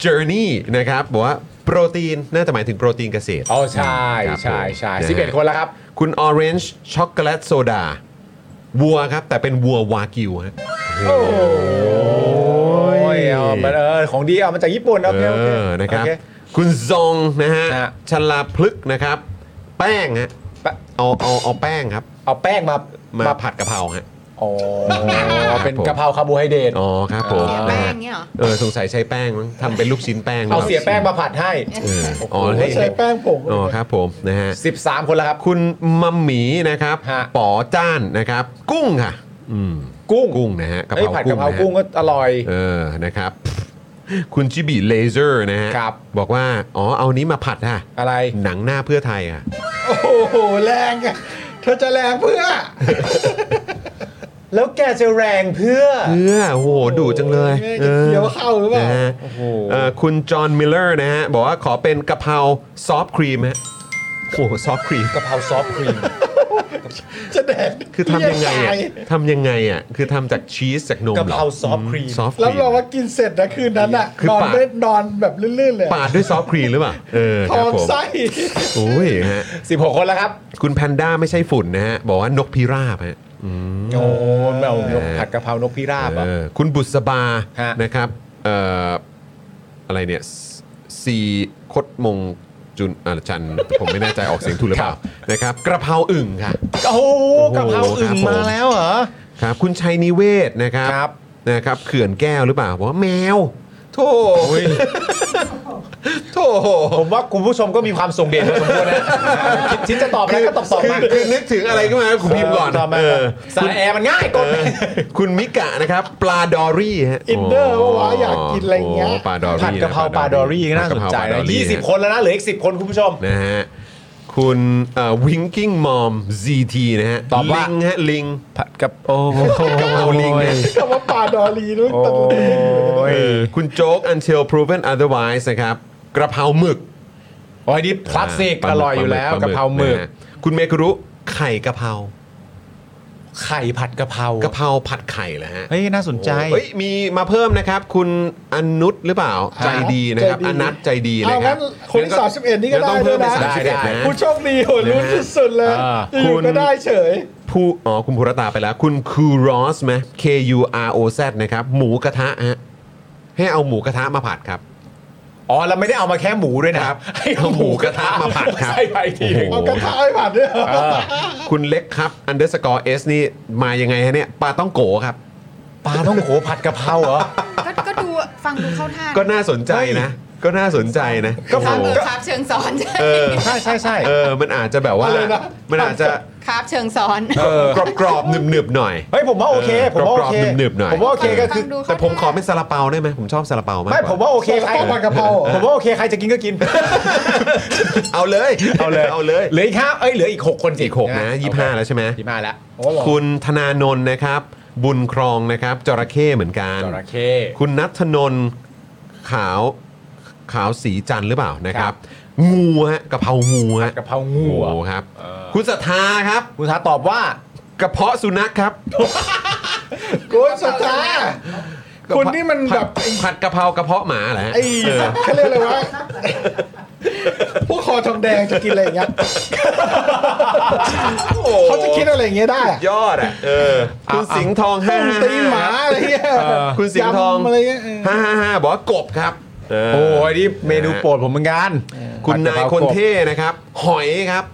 B: เจอร์นี่นะครับบอกว่าโปรตีน น่าจะหมายถึงโปรตีนเกษตร
C: อ๋อใช่
B: ครับ
C: ใช่
B: ผม
C: ใช่
B: นะฮะ
C: สิบเอ็ดคนแล้วครับ
B: คุณ Orange ช็อกโกแลตโซดาวัวครับ แต่เป็นวัววากิวฮะ
C: โอ้ยเอามาเออของดีเอามาจากญี่ปุ่นโอเค
B: เอ
C: โอเค
B: อ นะครับ
C: โอเ
B: คุณซองนะฮะ
C: ฮะ
B: ชลาพลึกษ์นะครับ แป้งฮะ
C: แปะ
B: เอาเอาเอาแป้งครับ
C: เอาแป้งมา
B: มา
C: มา
B: ผัดกะเพราฮะ
C: อ๋อเป็น
B: ผม
C: กะเพราคาร์โบไฮเดรต
B: อ๋อครับผม
J: เสียแป้งเงี้ยเหรอ
B: เออสงสัยใช้แป้งมั้งทำเป็นลูกชิ้นแป้ง
C: เอา
B: หรือปล่
C: เสียแป้งมาผัดให้
B: เอออ๋อให้
E: ใช้แป้งผง
B: อ๋อครับผมนะฮะ
C: 13 คนแล้วครับ
B: คุณมัมหมีนะครับ
C: ฮะ
B: ป๋อจ้านนะครับ กุ้งค่ะ อืม
C: กุ้ง
B: กุ้งนะฮะกะเพ
C: เอ้ย
B: รา
C: ผัด
B: กุ้
C: กะ
B: ง
C: เพรา
B: นะฮะ
C: กุ้งก็อร่อย
B: เออ นะครับ คุณชิบิเลเซอร์นะฮะ
C: ครับ
B: บอกว่า อ๋อ เอานี้มาผัดฮะ
C: อะไร
B: หนังหน้าเพื่อไทยอ่ะ
E: โอ้โหแรงอะเธอจะแรงเพื่อ
C: แล้วแกจะแรงเพื่อ
B: เพื่อโอ้โห ดุจังเลย
E: แม่จะเคี้ยวเข้าหรือเปล่า
B: นะฮะ
C: โอ้โห
B: เอ่อคุณจอห์นมิลเลอร์นะฮะ บอกว่าขอเป็นกะเพราซอฟต์ครีมฮะ โอ้โห ซอฟต์ครีม
C: กะเพราซอฟต์ครีม
E: จะแดก
B: คือทำยังไงอ่ะ
E: เหี้ตา
B: ทำยังไงอ่ะ คือทำจากชีสจากนม
C: กะ
B: หร
C: เพ
B: อ
C: ราซอฟต์ครีม
B: ซอฟต์ค
E: แล้
B: รี
E: ว
B: ม
E: เราว่ากินเสร็จนะคืนนั้นอะ
B: คือน
E: อน
B: ปาก
E: ได้นอนแบบลื่นๆเลย
B: ปาดด้วยซอฟต์ครีมหรือเปล่า เออ
E: ท
B: ครับ
E: อง
B: ผม
E: ไส้
B: โอ้ยฮะ
C: 16 คนแล้วครับ
B: คุณแพนด้าไม่ใช่ฝุ่นนะฮะ บอกว่านกพิราบฮะ
C: โอ้เรานกผัดกะเพรานกพิราบอ่ะ
B: เออคุณบุษบา
C: ฮะ
B: นะครับเอ่ออะไรเนี่ยซีคดมงจุนอ่าจันทร์ ผมไม่แน่ใจออกเสียงถูกหรือเปล่า นะครับ กระเพราอึ่งค่ะ
C: โอ้โหกะเพรา
B: โอ้โห
C: อึ่
B: ครั
C: ง
B: บผม
C: มาแล้วเหรอ
B: ครับ คุณชัยนิเวศน์นะครับ
C: ครับ
B: นะครับ เขื่อนแก้วหรือเปล่าบอกว่าแมว โถ่โถ่
C: ผมว่าคุณผู้ชมก็มีความทรงเดชพอสมควรนะคิดคิดจะตอบอะไรก็ตอบตอบ
B: คือ
C: มา
B: คือนึกถึงอะไรขึ้นมาคุณพิมพ์ก่อน
C: ตอบมา
B: เออ
C: สายแอร์มันง่ายกด
B: เออคุณมิกะนะครับ ปลาดอรี่ฮะ
E: อินเดอร์วะอยากกินอะไรเงี้ย
B: โปลาดอรี่
C: ผัดกะเพราปลาดอรี่ก็น่าสนใจ
B: ผัดกเพราปลา
C: นะ
B: ดอรี่
C: 20 คนแล้วนะเหลืออีก 10 คนคุณผู้ชม
B: นะฮะคุณวิงกิ้งมอม ZT นะฮะ
C: ตอบว่า
B: ลิงฮะลิง
C: ผัดกับโอ้โห
B: ลิงเนี่ย
E: คำว่าปาดอรีนู้นตะลุย
B: เออคุณโจ๊ก until proven otherwise นะครับ กระเพราหมึก
C: โอ้ยนี่คลาสสิก
B: ป
C: อ
B: ลาหมึ
C: ร่อยอยู่แล้ว
B: ป
C: กะเพราหมึก
B: นะฮะคุณเมกุรุไข่กะเพรา
C: ไข่ผัดกะเพราก
B: ะเพราผัดไข่เหรอฮะ
C: เฮ้ยน่าสนใจ
B: เฮ้ยมีมาเพิ่มนะครับ คุณอนุชหรือเปล่า ใจดีนะครับ อนัทใจดีนะ
E: เอา
B: ครั
E: งั้
B: บ
E: นคนที่สามสิบเอ็ดนี่ก็
B: งั้นต้อง
E: ได้ด้
B: เพิ่
E: ว
B: ม
E: ย
B: เป็น
E: นะ
B: สามสิบเอ็ดนะ
E: ผู้โชคดีโหลุ้นสุดๆเลย
C: อ่า
E: อยู่
B: คุณ
E: ก็ได้เฉย
B: พ ผู้อ๋อคุณภูรตาไปแล้ว คุณคูรอสไหม K U R O Z นะครับ หมูกระทะฮะให้เอาหมูกระทะมาผัดครับ
C: อ๋อเราไม่ได้เอามาแค่หมูด้วยนะครับ ให้เอาหมูกระทะ
B: เอาหมูกระทะมาผัดครับ
C: ใส่ไปอีกทีหนึ่ง
E: เอากระทะไอ้ผัดเนี่ย
C: เออ
B: คุณเล็กครับ underscore S นี่มายังไงฮะเนี่ยปลาต้องโกครับ
C: ปลาต้องโขผัดกะเพราเหรอ
J: ก็ก็ดูฟังดูเข้าท่า
B: ก็น่าสนใจนะ ก็น่าสนใจนะ
C: ก็
J: ค
C: ฟั
J: รับ
C: ง
J: เออครับเชิงซ้อนใช่
B: เออ
C: ใช่ใช่ใช่
B: เออ มันอาจจะแบบว่า มันอาจจะ
J: ครับเชิงซ้อน
B: เออกรอบๆหนึบๆหน่อย
C: เฮ้ยผมว่าโอเค ผมว่าโอเค
B: กรอบๆหนึบๆหน่อย
C: ผมว่าโอเคก็คือ
J: ฟังดูเข้า
B: แต่ผม
J: ท่า
B: ขอเป็นซาลาเปาได้ไหมผมชอบซาลาเปามาก
C: ไม่
B: กว่า
C: ผมว่าโอเคใคร
E: ต้องผัดกะเพราเหรอ
C: ผมว่าโอเคใครจะกินก็กิน
B: เอาเลยเอาเลยเอาเลย
C: เหลืออีกห้าเอ้ยเหลืออีกหกคนสิ
B: อีกหกนะยี่สิบห้าแล้วใช่ไหม
C: ยี่ห้าแล้ว
E: อ๋อเหรอ
B: คุณธนานนท์นะครับ บุญครองนะครับจระเข้เหมือนกัน
C: จระเข้
B: คุณนัทนนท์ขาวขาวสีจันทร์หรือเปล่านะครับ งูฮะกะเพรางูฮะ
C: กะเพรางู
B: งู
C: อะ
B: ครับ คุณศรัทธาครับ
C: คุณท้าตอบว่าก
B: ระเพาะสุนัขครับ
E: โกยสตาร์ คุณนี่มันแบบ
B: ผัดผัดกะเพรากระเพาะหมาแหละ
E: ไอ้เขาเรียกอะไรวะพวกคอทองแดงจะกินอะไรอย่างเงี้ยเขาจะคิดอะไรอย่างเงี้ยได้อะ
B: ยอดอ่ะเออคุณสิงห์ทอง
E: ต้
B: ห้าม
E: ตีนหมาอะไรเงี้ย
B: คุณสิงห์ทอง
E: ยำอะไรเงี้ยเออ
B: ห้าห้าห้าบอกว่ากบครับเ
C: โอ้ยนี่เมนูโปรดผมเหมือนกัน
B: คุณนาย
C: ผัดกะเพร
B: คนเท่นะครับ หอยครับ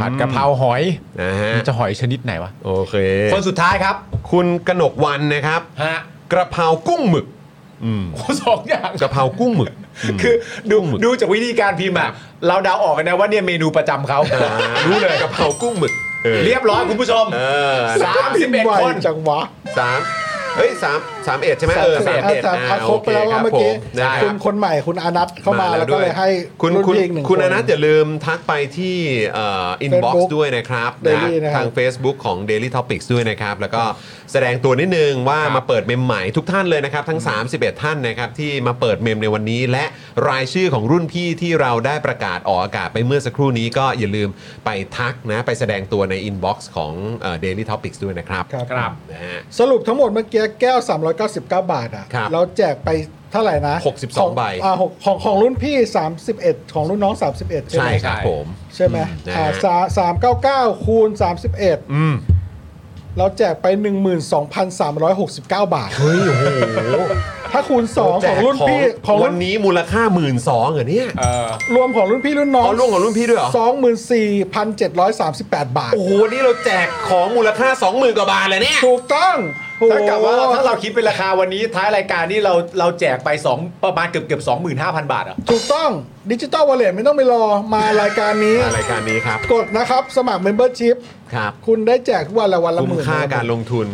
C: ผัดกะเพราหอย
B: นะฮะ
C: มันจะหอยชนิดไหนวะ
B: โอเค
C: คนสุดท้ายครับ
B: คุณกนกวันนะครับ
C: ฮะ
B: กระเพรากุ้งหมึกอืม
C: สองอย่าง
B: กระเพรากุ้งหมึกม
C: คือดู
B: หมึก
C: ดูจากวิธีการพิมพ์อะเราเดาออกกันนะว่าเนี่ยเมนูประจำเขา
B: อ่ารู้เลยกระเพรากุ้งหมึกออ
C: เรียบร้อยคุณผู้ชม
B: เออ
C: สามสิบเอ็ด
E: ไว
C: คน
E: จังวะ
B: สามเฮ้ยสามสามเอ็ดใช่ไหมเออสามเอ็ด
E: สาม
B: อ่า
E: อ่ะครบไปแล้วว่าเมื่อกี้
B: โคครับผม
E: คุณคนใหม่คุณอานัทเข้ามาแล้วก็เลยให้
B: คุณ
E: รุ่น
B: คุณ
E: พี่อีกหนึ่ง
B: คุณ
E: ค
B: อนัทอย่าลืมทักไปที่เอ่อินบ็อก
E: Facebook
B: ซ์ด้วยนะครับนะ
E: Daily นะครับ
B: ทาง Facebook ของ Daily Topics ด้วยนะครับ แล้วก็แสดงตัวนิดนึงว่ามาเปิดเมมใหม่ทุกท่านเลยนะครับ ทั้ง 31 ท่านนะครับที่มาเปิดเมมในวันนี้ และรายชื่อของรุ่นพี่ที่เราได้ประกาศออกอากาศไปเมื่อสักครู่นี้ก็อย่าลืมไปทักนะไปแสดงตัวใน Inbox ของเอ่อ Daily Topics ด้วยนะครับ
E: ครับ
B: นะฮะ
E: สรุปทั้งหมดเมื่อกี้แก้ว 399 บาทอ่ะ
B: ครับ
E: เราแจกไปเท่าไหร่นะ
B: 62
E: ของ
B: ใบ
E: อ่าหกของของรุ่นพี่ 31 ของรุ่นน้อง 31
B: ใช่
E: ใช่ไหม
B: ครับผม
E: ใช่ไหม
B: อืมนะฮะ
E: อ่าสาสามเก้าเก้าคูณ 31
B: อืม
E: เราแจกไป 12,369 บาท เฮ้ย โอ้โห ถ้าคูณ 2 ของรุ่นพี่ ของ
B: วั
E: รุ่
B: น
E: น
B: นี้มูลค่าหมื่นสองเหรอเนี่ย
E: รวมของรุ่นพี่รุ่นน้อง
B: เอาล่วงของรุ่นพี่ด้วยเหรอ
E: 24,738 บาท
B: โอ้โห นี่เราแจกของมูลค่า 20,000 กว่าบาทเลยเนี่ย
E: ถูกต้อง
C: ถ้ากลับว่าเรา
E: โอ้โห
C: ถ้าเราคิดเป็นราคาวันนี้ท้ายรายการนี่เราเราแจกไปสองประมาณเกือบเกือบสองหมื่นห้าพันบาทเหรอ่ะ
E: ถูกต้องดิจิตอลวอลเล็ตไม่ต้องไปรอมารายการนี้
B: รายการนี้ครับ
E: กดนะครับ สมัครเมมเบอร์ชิพ
B: ครับ
E: คุณได้แจกทุกวันละวันละ
B: คุ้ม
E: หมื่น
B: ค่าการลงทุน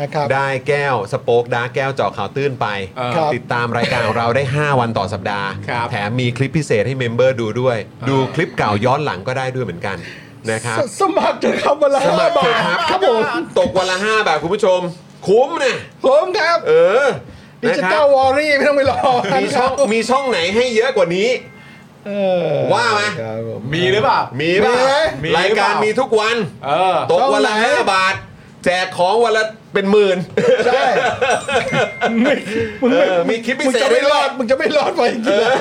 E: นะครับ
B: ได้แก้ว สโป๊กดาร์กแก้วเจาะข่าวตื้นไป
E: ครับ
B: ติดตามรายการของเราได้ 5 วันต่อสัปดาห์
C: ครับ
B: แถมมีคลิปพิเศษให้เมมเบอร์ดูด้วย ดูคลิปเก่าย้อนหลังก็ได้ด้วยเหมือนกันนะครับ
E: สสมัครเถอะครับวันละ
B: สมัคร
E: ห้า
B: เถอะ
E: บาท
B: ครับ
E: ครับผม
B: ตกวันละ5บาทคุณผู้ชม คุ้มนะ
E: ผมครับ
B: เออ
E: ดิ
B: นะ
E: จิ
B: ค
E: ต
B: รั
E: อล
B: บ
E: วอรี่ไม่ต้องไปรอ
B: มีช่องมีช่องไหนให้เยอะกว่านี้
E: เออ
B: ว่ามา
E: ครับผม
C: มีหรือเปล่า
B: มีป่ะ
E: มีไหม
B: รายการมีทุกวัน
C: เออ
B: ตกวันละ
E: เท่าไหร่
B: ห้าบาท แจกของวันละเป็นหมื่น
E: ใช่มึง
B: เออ
E: ไม่
B: มีคลิปพิ
E: มึง
B: เศษ
E: จะ
B: ด้ว
E: ไม่
B: ย
E: รอดมึงจะไม่รอดไปอีกทีเลย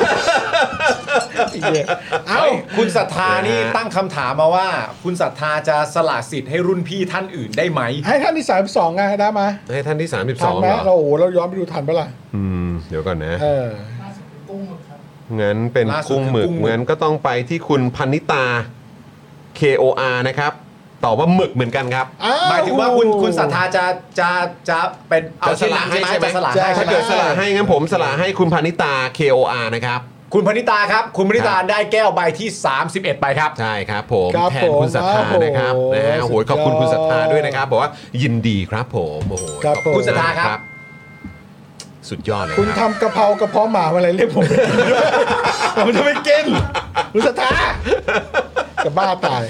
E: ไอ้เหี้ยเอา
C: เอ้าคุณศรัทธานี่
B: นะฮะ
C: ตั้งคำถามมาว่า คุณศรัทธาจะสละสิทธิ์ให้รุ่นพี่ท่านอื่นได้ไหม
E: ให้ท่านที่สามสองไงได้ไหม
B: ให้ท่านที่
E: ทัน
B: 32
E: ไหม
B: เหร
E: เรา
B: อ
E: โอ้โหเราย้อนไปดูทันปะล่ะ
B: อืม เดี๋ยวก่อนนะ
E: เออ
B: งั้นเป็น
C: ล่าสุด
B: กุ้งหมึก
C: คือกุ้งหมึก
B: งั้นก็ต้องไปที่คุณพันนิตา KOR นะครับ ตอบว่าหมึกเหมือนกันครับ
C: หมายถึงว่าคุณคุณศรัทธาจะจะจะเป็นเอา
B: จะสละให้
C: ที่หลัง
B: ใช่ไหม
C: จะสละ
E: ใช่
C: ให้
B: ถ้า
C: ใช่ไหม
B: เกิดสละให้งั้นผมสละให้คุณพันนิตา KOR นะครับ
C: คุณพนิตาครับ คุณพนิตา
B: ครับ
C: ได้แก้วใบที่ 31 ไปครับ
B: ใช่ครับผม
E: ครับ
B: แทนคุณศรัทธา
E: ผม
B: นะครับ
E: โอ้โห
B: นะฮะโอ้โหขอบคุณ
E: สุดยอด
B: คุณศรัทธาด้วยนะครับ บอกว่ายินดีครับผมโอ้โห
E: ครับ
B: ขอบคุ
E: ผ
B: ณ
E: ม
B: ศรัทธาค
C: ครั
B: รับ
C: บ
B: สุดยอดเลย
E: คุณ
B: ครับ
E: ทำกะเพรากระเพาะหมาอะไรเรียกผมไปกินด้วยผมจะไม่กินรู้สตาจะบ้าตาย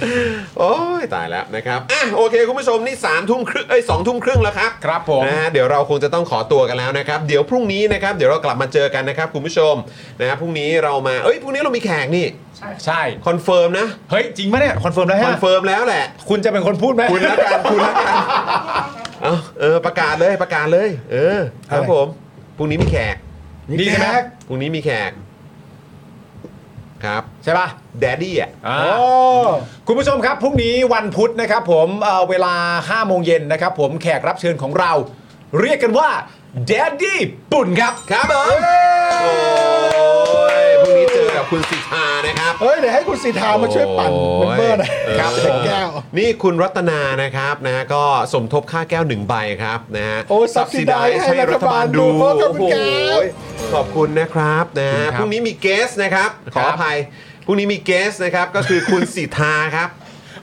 B: โอ้ยตายแล้วนะครับอ่ะโอเคคุณผู้ชมนี่3ามทุ่มครึ่งเอ้ยสองทุ่มครึ่งแล้วครับ
C: ครับผม
B: นะฮะเดี๋ยวเราคงจะต้องขอตัวกันแล้วนะครับ เดี๋ยวพรุ่งนี้นะครับเดี๋ยวเรากลับมาเจอกันนะครับคุณผู้ชมนะฮะพรุ่งนี้เรามาเอ้ยพรุ่งนี้เรามีแขกนี่
C: ใช่
B: คอนเฟิร์มนะ
C: เฮ้ย จริงไหมเนี่ยคอนเฟิร์มแล้ว
B: ค
C: ฮะ
B: อนเฟิร์มแล้วแหละ
C: คุณจะเป็นคนพูดไหม
B: คุณละกันคุณละกันเอาเออประกาศเลยประกาศเลย เออครับ
E: อะไร
B: ผมพรุ่งนี้มีแขก
C: ดีใช่ไหม
B: พรุ่งนี้มีแขก ครับ
C: ใช่ป่ะ
B: แดดดี้อ่ะ
C: โอ้คุณผู้ชมครับพรุ่งนี้วันพุธนะครับผมเอ่อเวลา5โมงเย็นนะครับผมแขกรับเชิญของเรา เรียกกันว่า Daddy ปุ่นครับ
B: ครับผม โอ้ยพรุ่งนี้เจอกับคุณสิทธานะครับ
K: เฮ้ยเดี๋ยวให้คุณสีทามาช่วยปั่น
B: โอ้
K: เม
B: ย
K: มเบอร์หน่อย
B: เออ
K: ครับเป็นแก้ว
B: นี่คุณรัตนานะครับนะฮะก็สมทบค่าแก้วหนึ่งใบครับนะฮะ
K: โอ้ subsidize ให้รัฐบาลดู
B: subsidize ให้รัฐ
K: ข
B: บาล
K: อบคุณครับ
B: โอ้โหขอบคุณนะครับนะฮะพรุ่งนี้มีเกสนะครับ ขออภัยพรุ่งนี้มีเกสนะครับ ก็คือคุณสิทธาครับ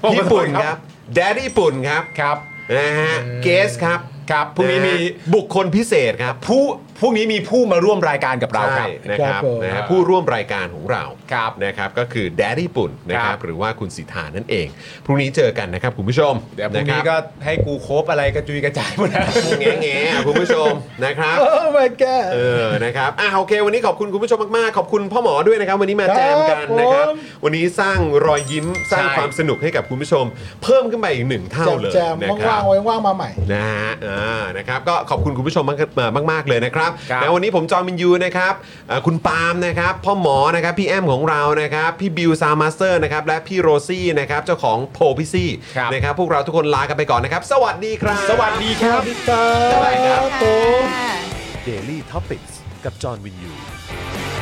C: โอ้ขอ
B: ญี่
C: โทษครับ
B: ปุ่นครับแดดดี้ปุ่นครับ
C: ครับ
B: นะฮะเกสครับ
C: ครับพรุ่งนี้มี
B: ะฮะบุคคลพิเศษครับ
C: ผู้พรุ่งนี้มีผู้มาร่วมรายการกับเราครับ
B: ใช่นะครับ
K: ครับผม
B: นะฮะผู้ร่วมรายการของเรา
C: ครับ
B: นะครับก็คือแดดดี้ปุ่นนะค
C: ครั
B: รับบ หรือว่าคุณสิทธานั่นเองพรุ่งนี้เจอกันนะครับคุณผู้ชม
C: เดี๋ยวพรุ่งนี้ก็ให้กูโคบอะไรกระจุยกระจายหมดนะ
B: แง่แง่ๆอ่ะคุณผู้ชมนะครับ
K: โอ้ my god
B: เออ นะครับ อ่ะโอเค วันนี้ขอบคุณคุณผู้ชมมาก ๆ ขอบคุณพ่อหมอด้วยนะครับ วันนี้มาแจมกันนะครับ
K: ครับผม
B: วันนี้สร้างรอยยิ้ม สร้าง
C: ใช่
B: ความสนุกให้กับคุณผู้ชม เพิ่มขึ้นไปอีกหนึ่งเท่าเลย
K: แจม
B: นะ
K: ๆ
B: ครั
K: ว่า
B: บ
K: งๆไว้ว่างมาใหม่
B: นะฮะอ่านะครับก็ขอบคุณคุณผู้ชมมากมากมากๆเลยนะครับ
C: ครับ
B: แล้ววันนี้ผมจอมินยูนะครับเอ่อคุณปาล์มนะครับพ่อหมอนะครับพี่แอมของเรานะครับพี่บิวซาวมาสเตอร์นะครับและพี่โรซี่นะครับเจ้าของโพลพี่ซี่
C: ครับ
B: นะครับพวกเราทุกคนลากันไปก่อนนะครับ สวัสดีครับ
C: สวัสดีครับ
B: สวัสดีครับ
J: ค่ะ
A: Daily Topics กับจอห์นวินยู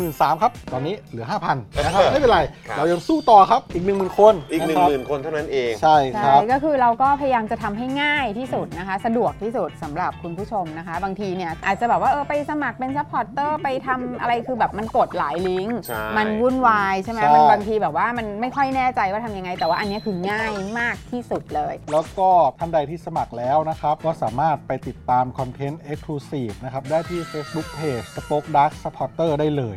E: มื่นสามครับ ตอนนี้เหลือ 5,000 นะครับ ไม่เป็นไร
B: ครับ
E: เรายังสู้ต่อครับอีก 10,000 คน
B: อีก 1
E: ะครับ
B: 0,000 คนเท่านั้นเอง
E: ใช่ค
F: ใช่
E: รับ
F: ก็คือเราก็พยายามจะทำให้ง่ายที่สุดนะคะ สะดวกที่สุดสำหรับคุณผู้ชมนะคะ บางทีเนี่ยอาจจะแบบว่าเออไปสมัครเป็นซัพพอร์ตเตอร์ไปทำอะไรคือแบบมันกดหลายลิงก์
B: ใช่
F: มันวุ่นวายใช่ไหม
E: ใช่
F: มันบางทีแบบว่ามันไม่ค่อยแน่ใจว่าทำยังไง แต่ว่าอันเนี้ยคือง่ายมากที่สุดเลย
E: แล้วก็ท่านใดที่สมัครแล้วนะครับ ก็สามารถไปติดตามคอนเทนต์ Exclusive นะครับ ได้ที่ Facebook Page Spoke Dark Supporter ได้เลย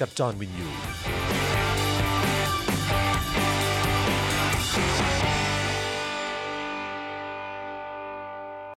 A: กับจอห์นวินยู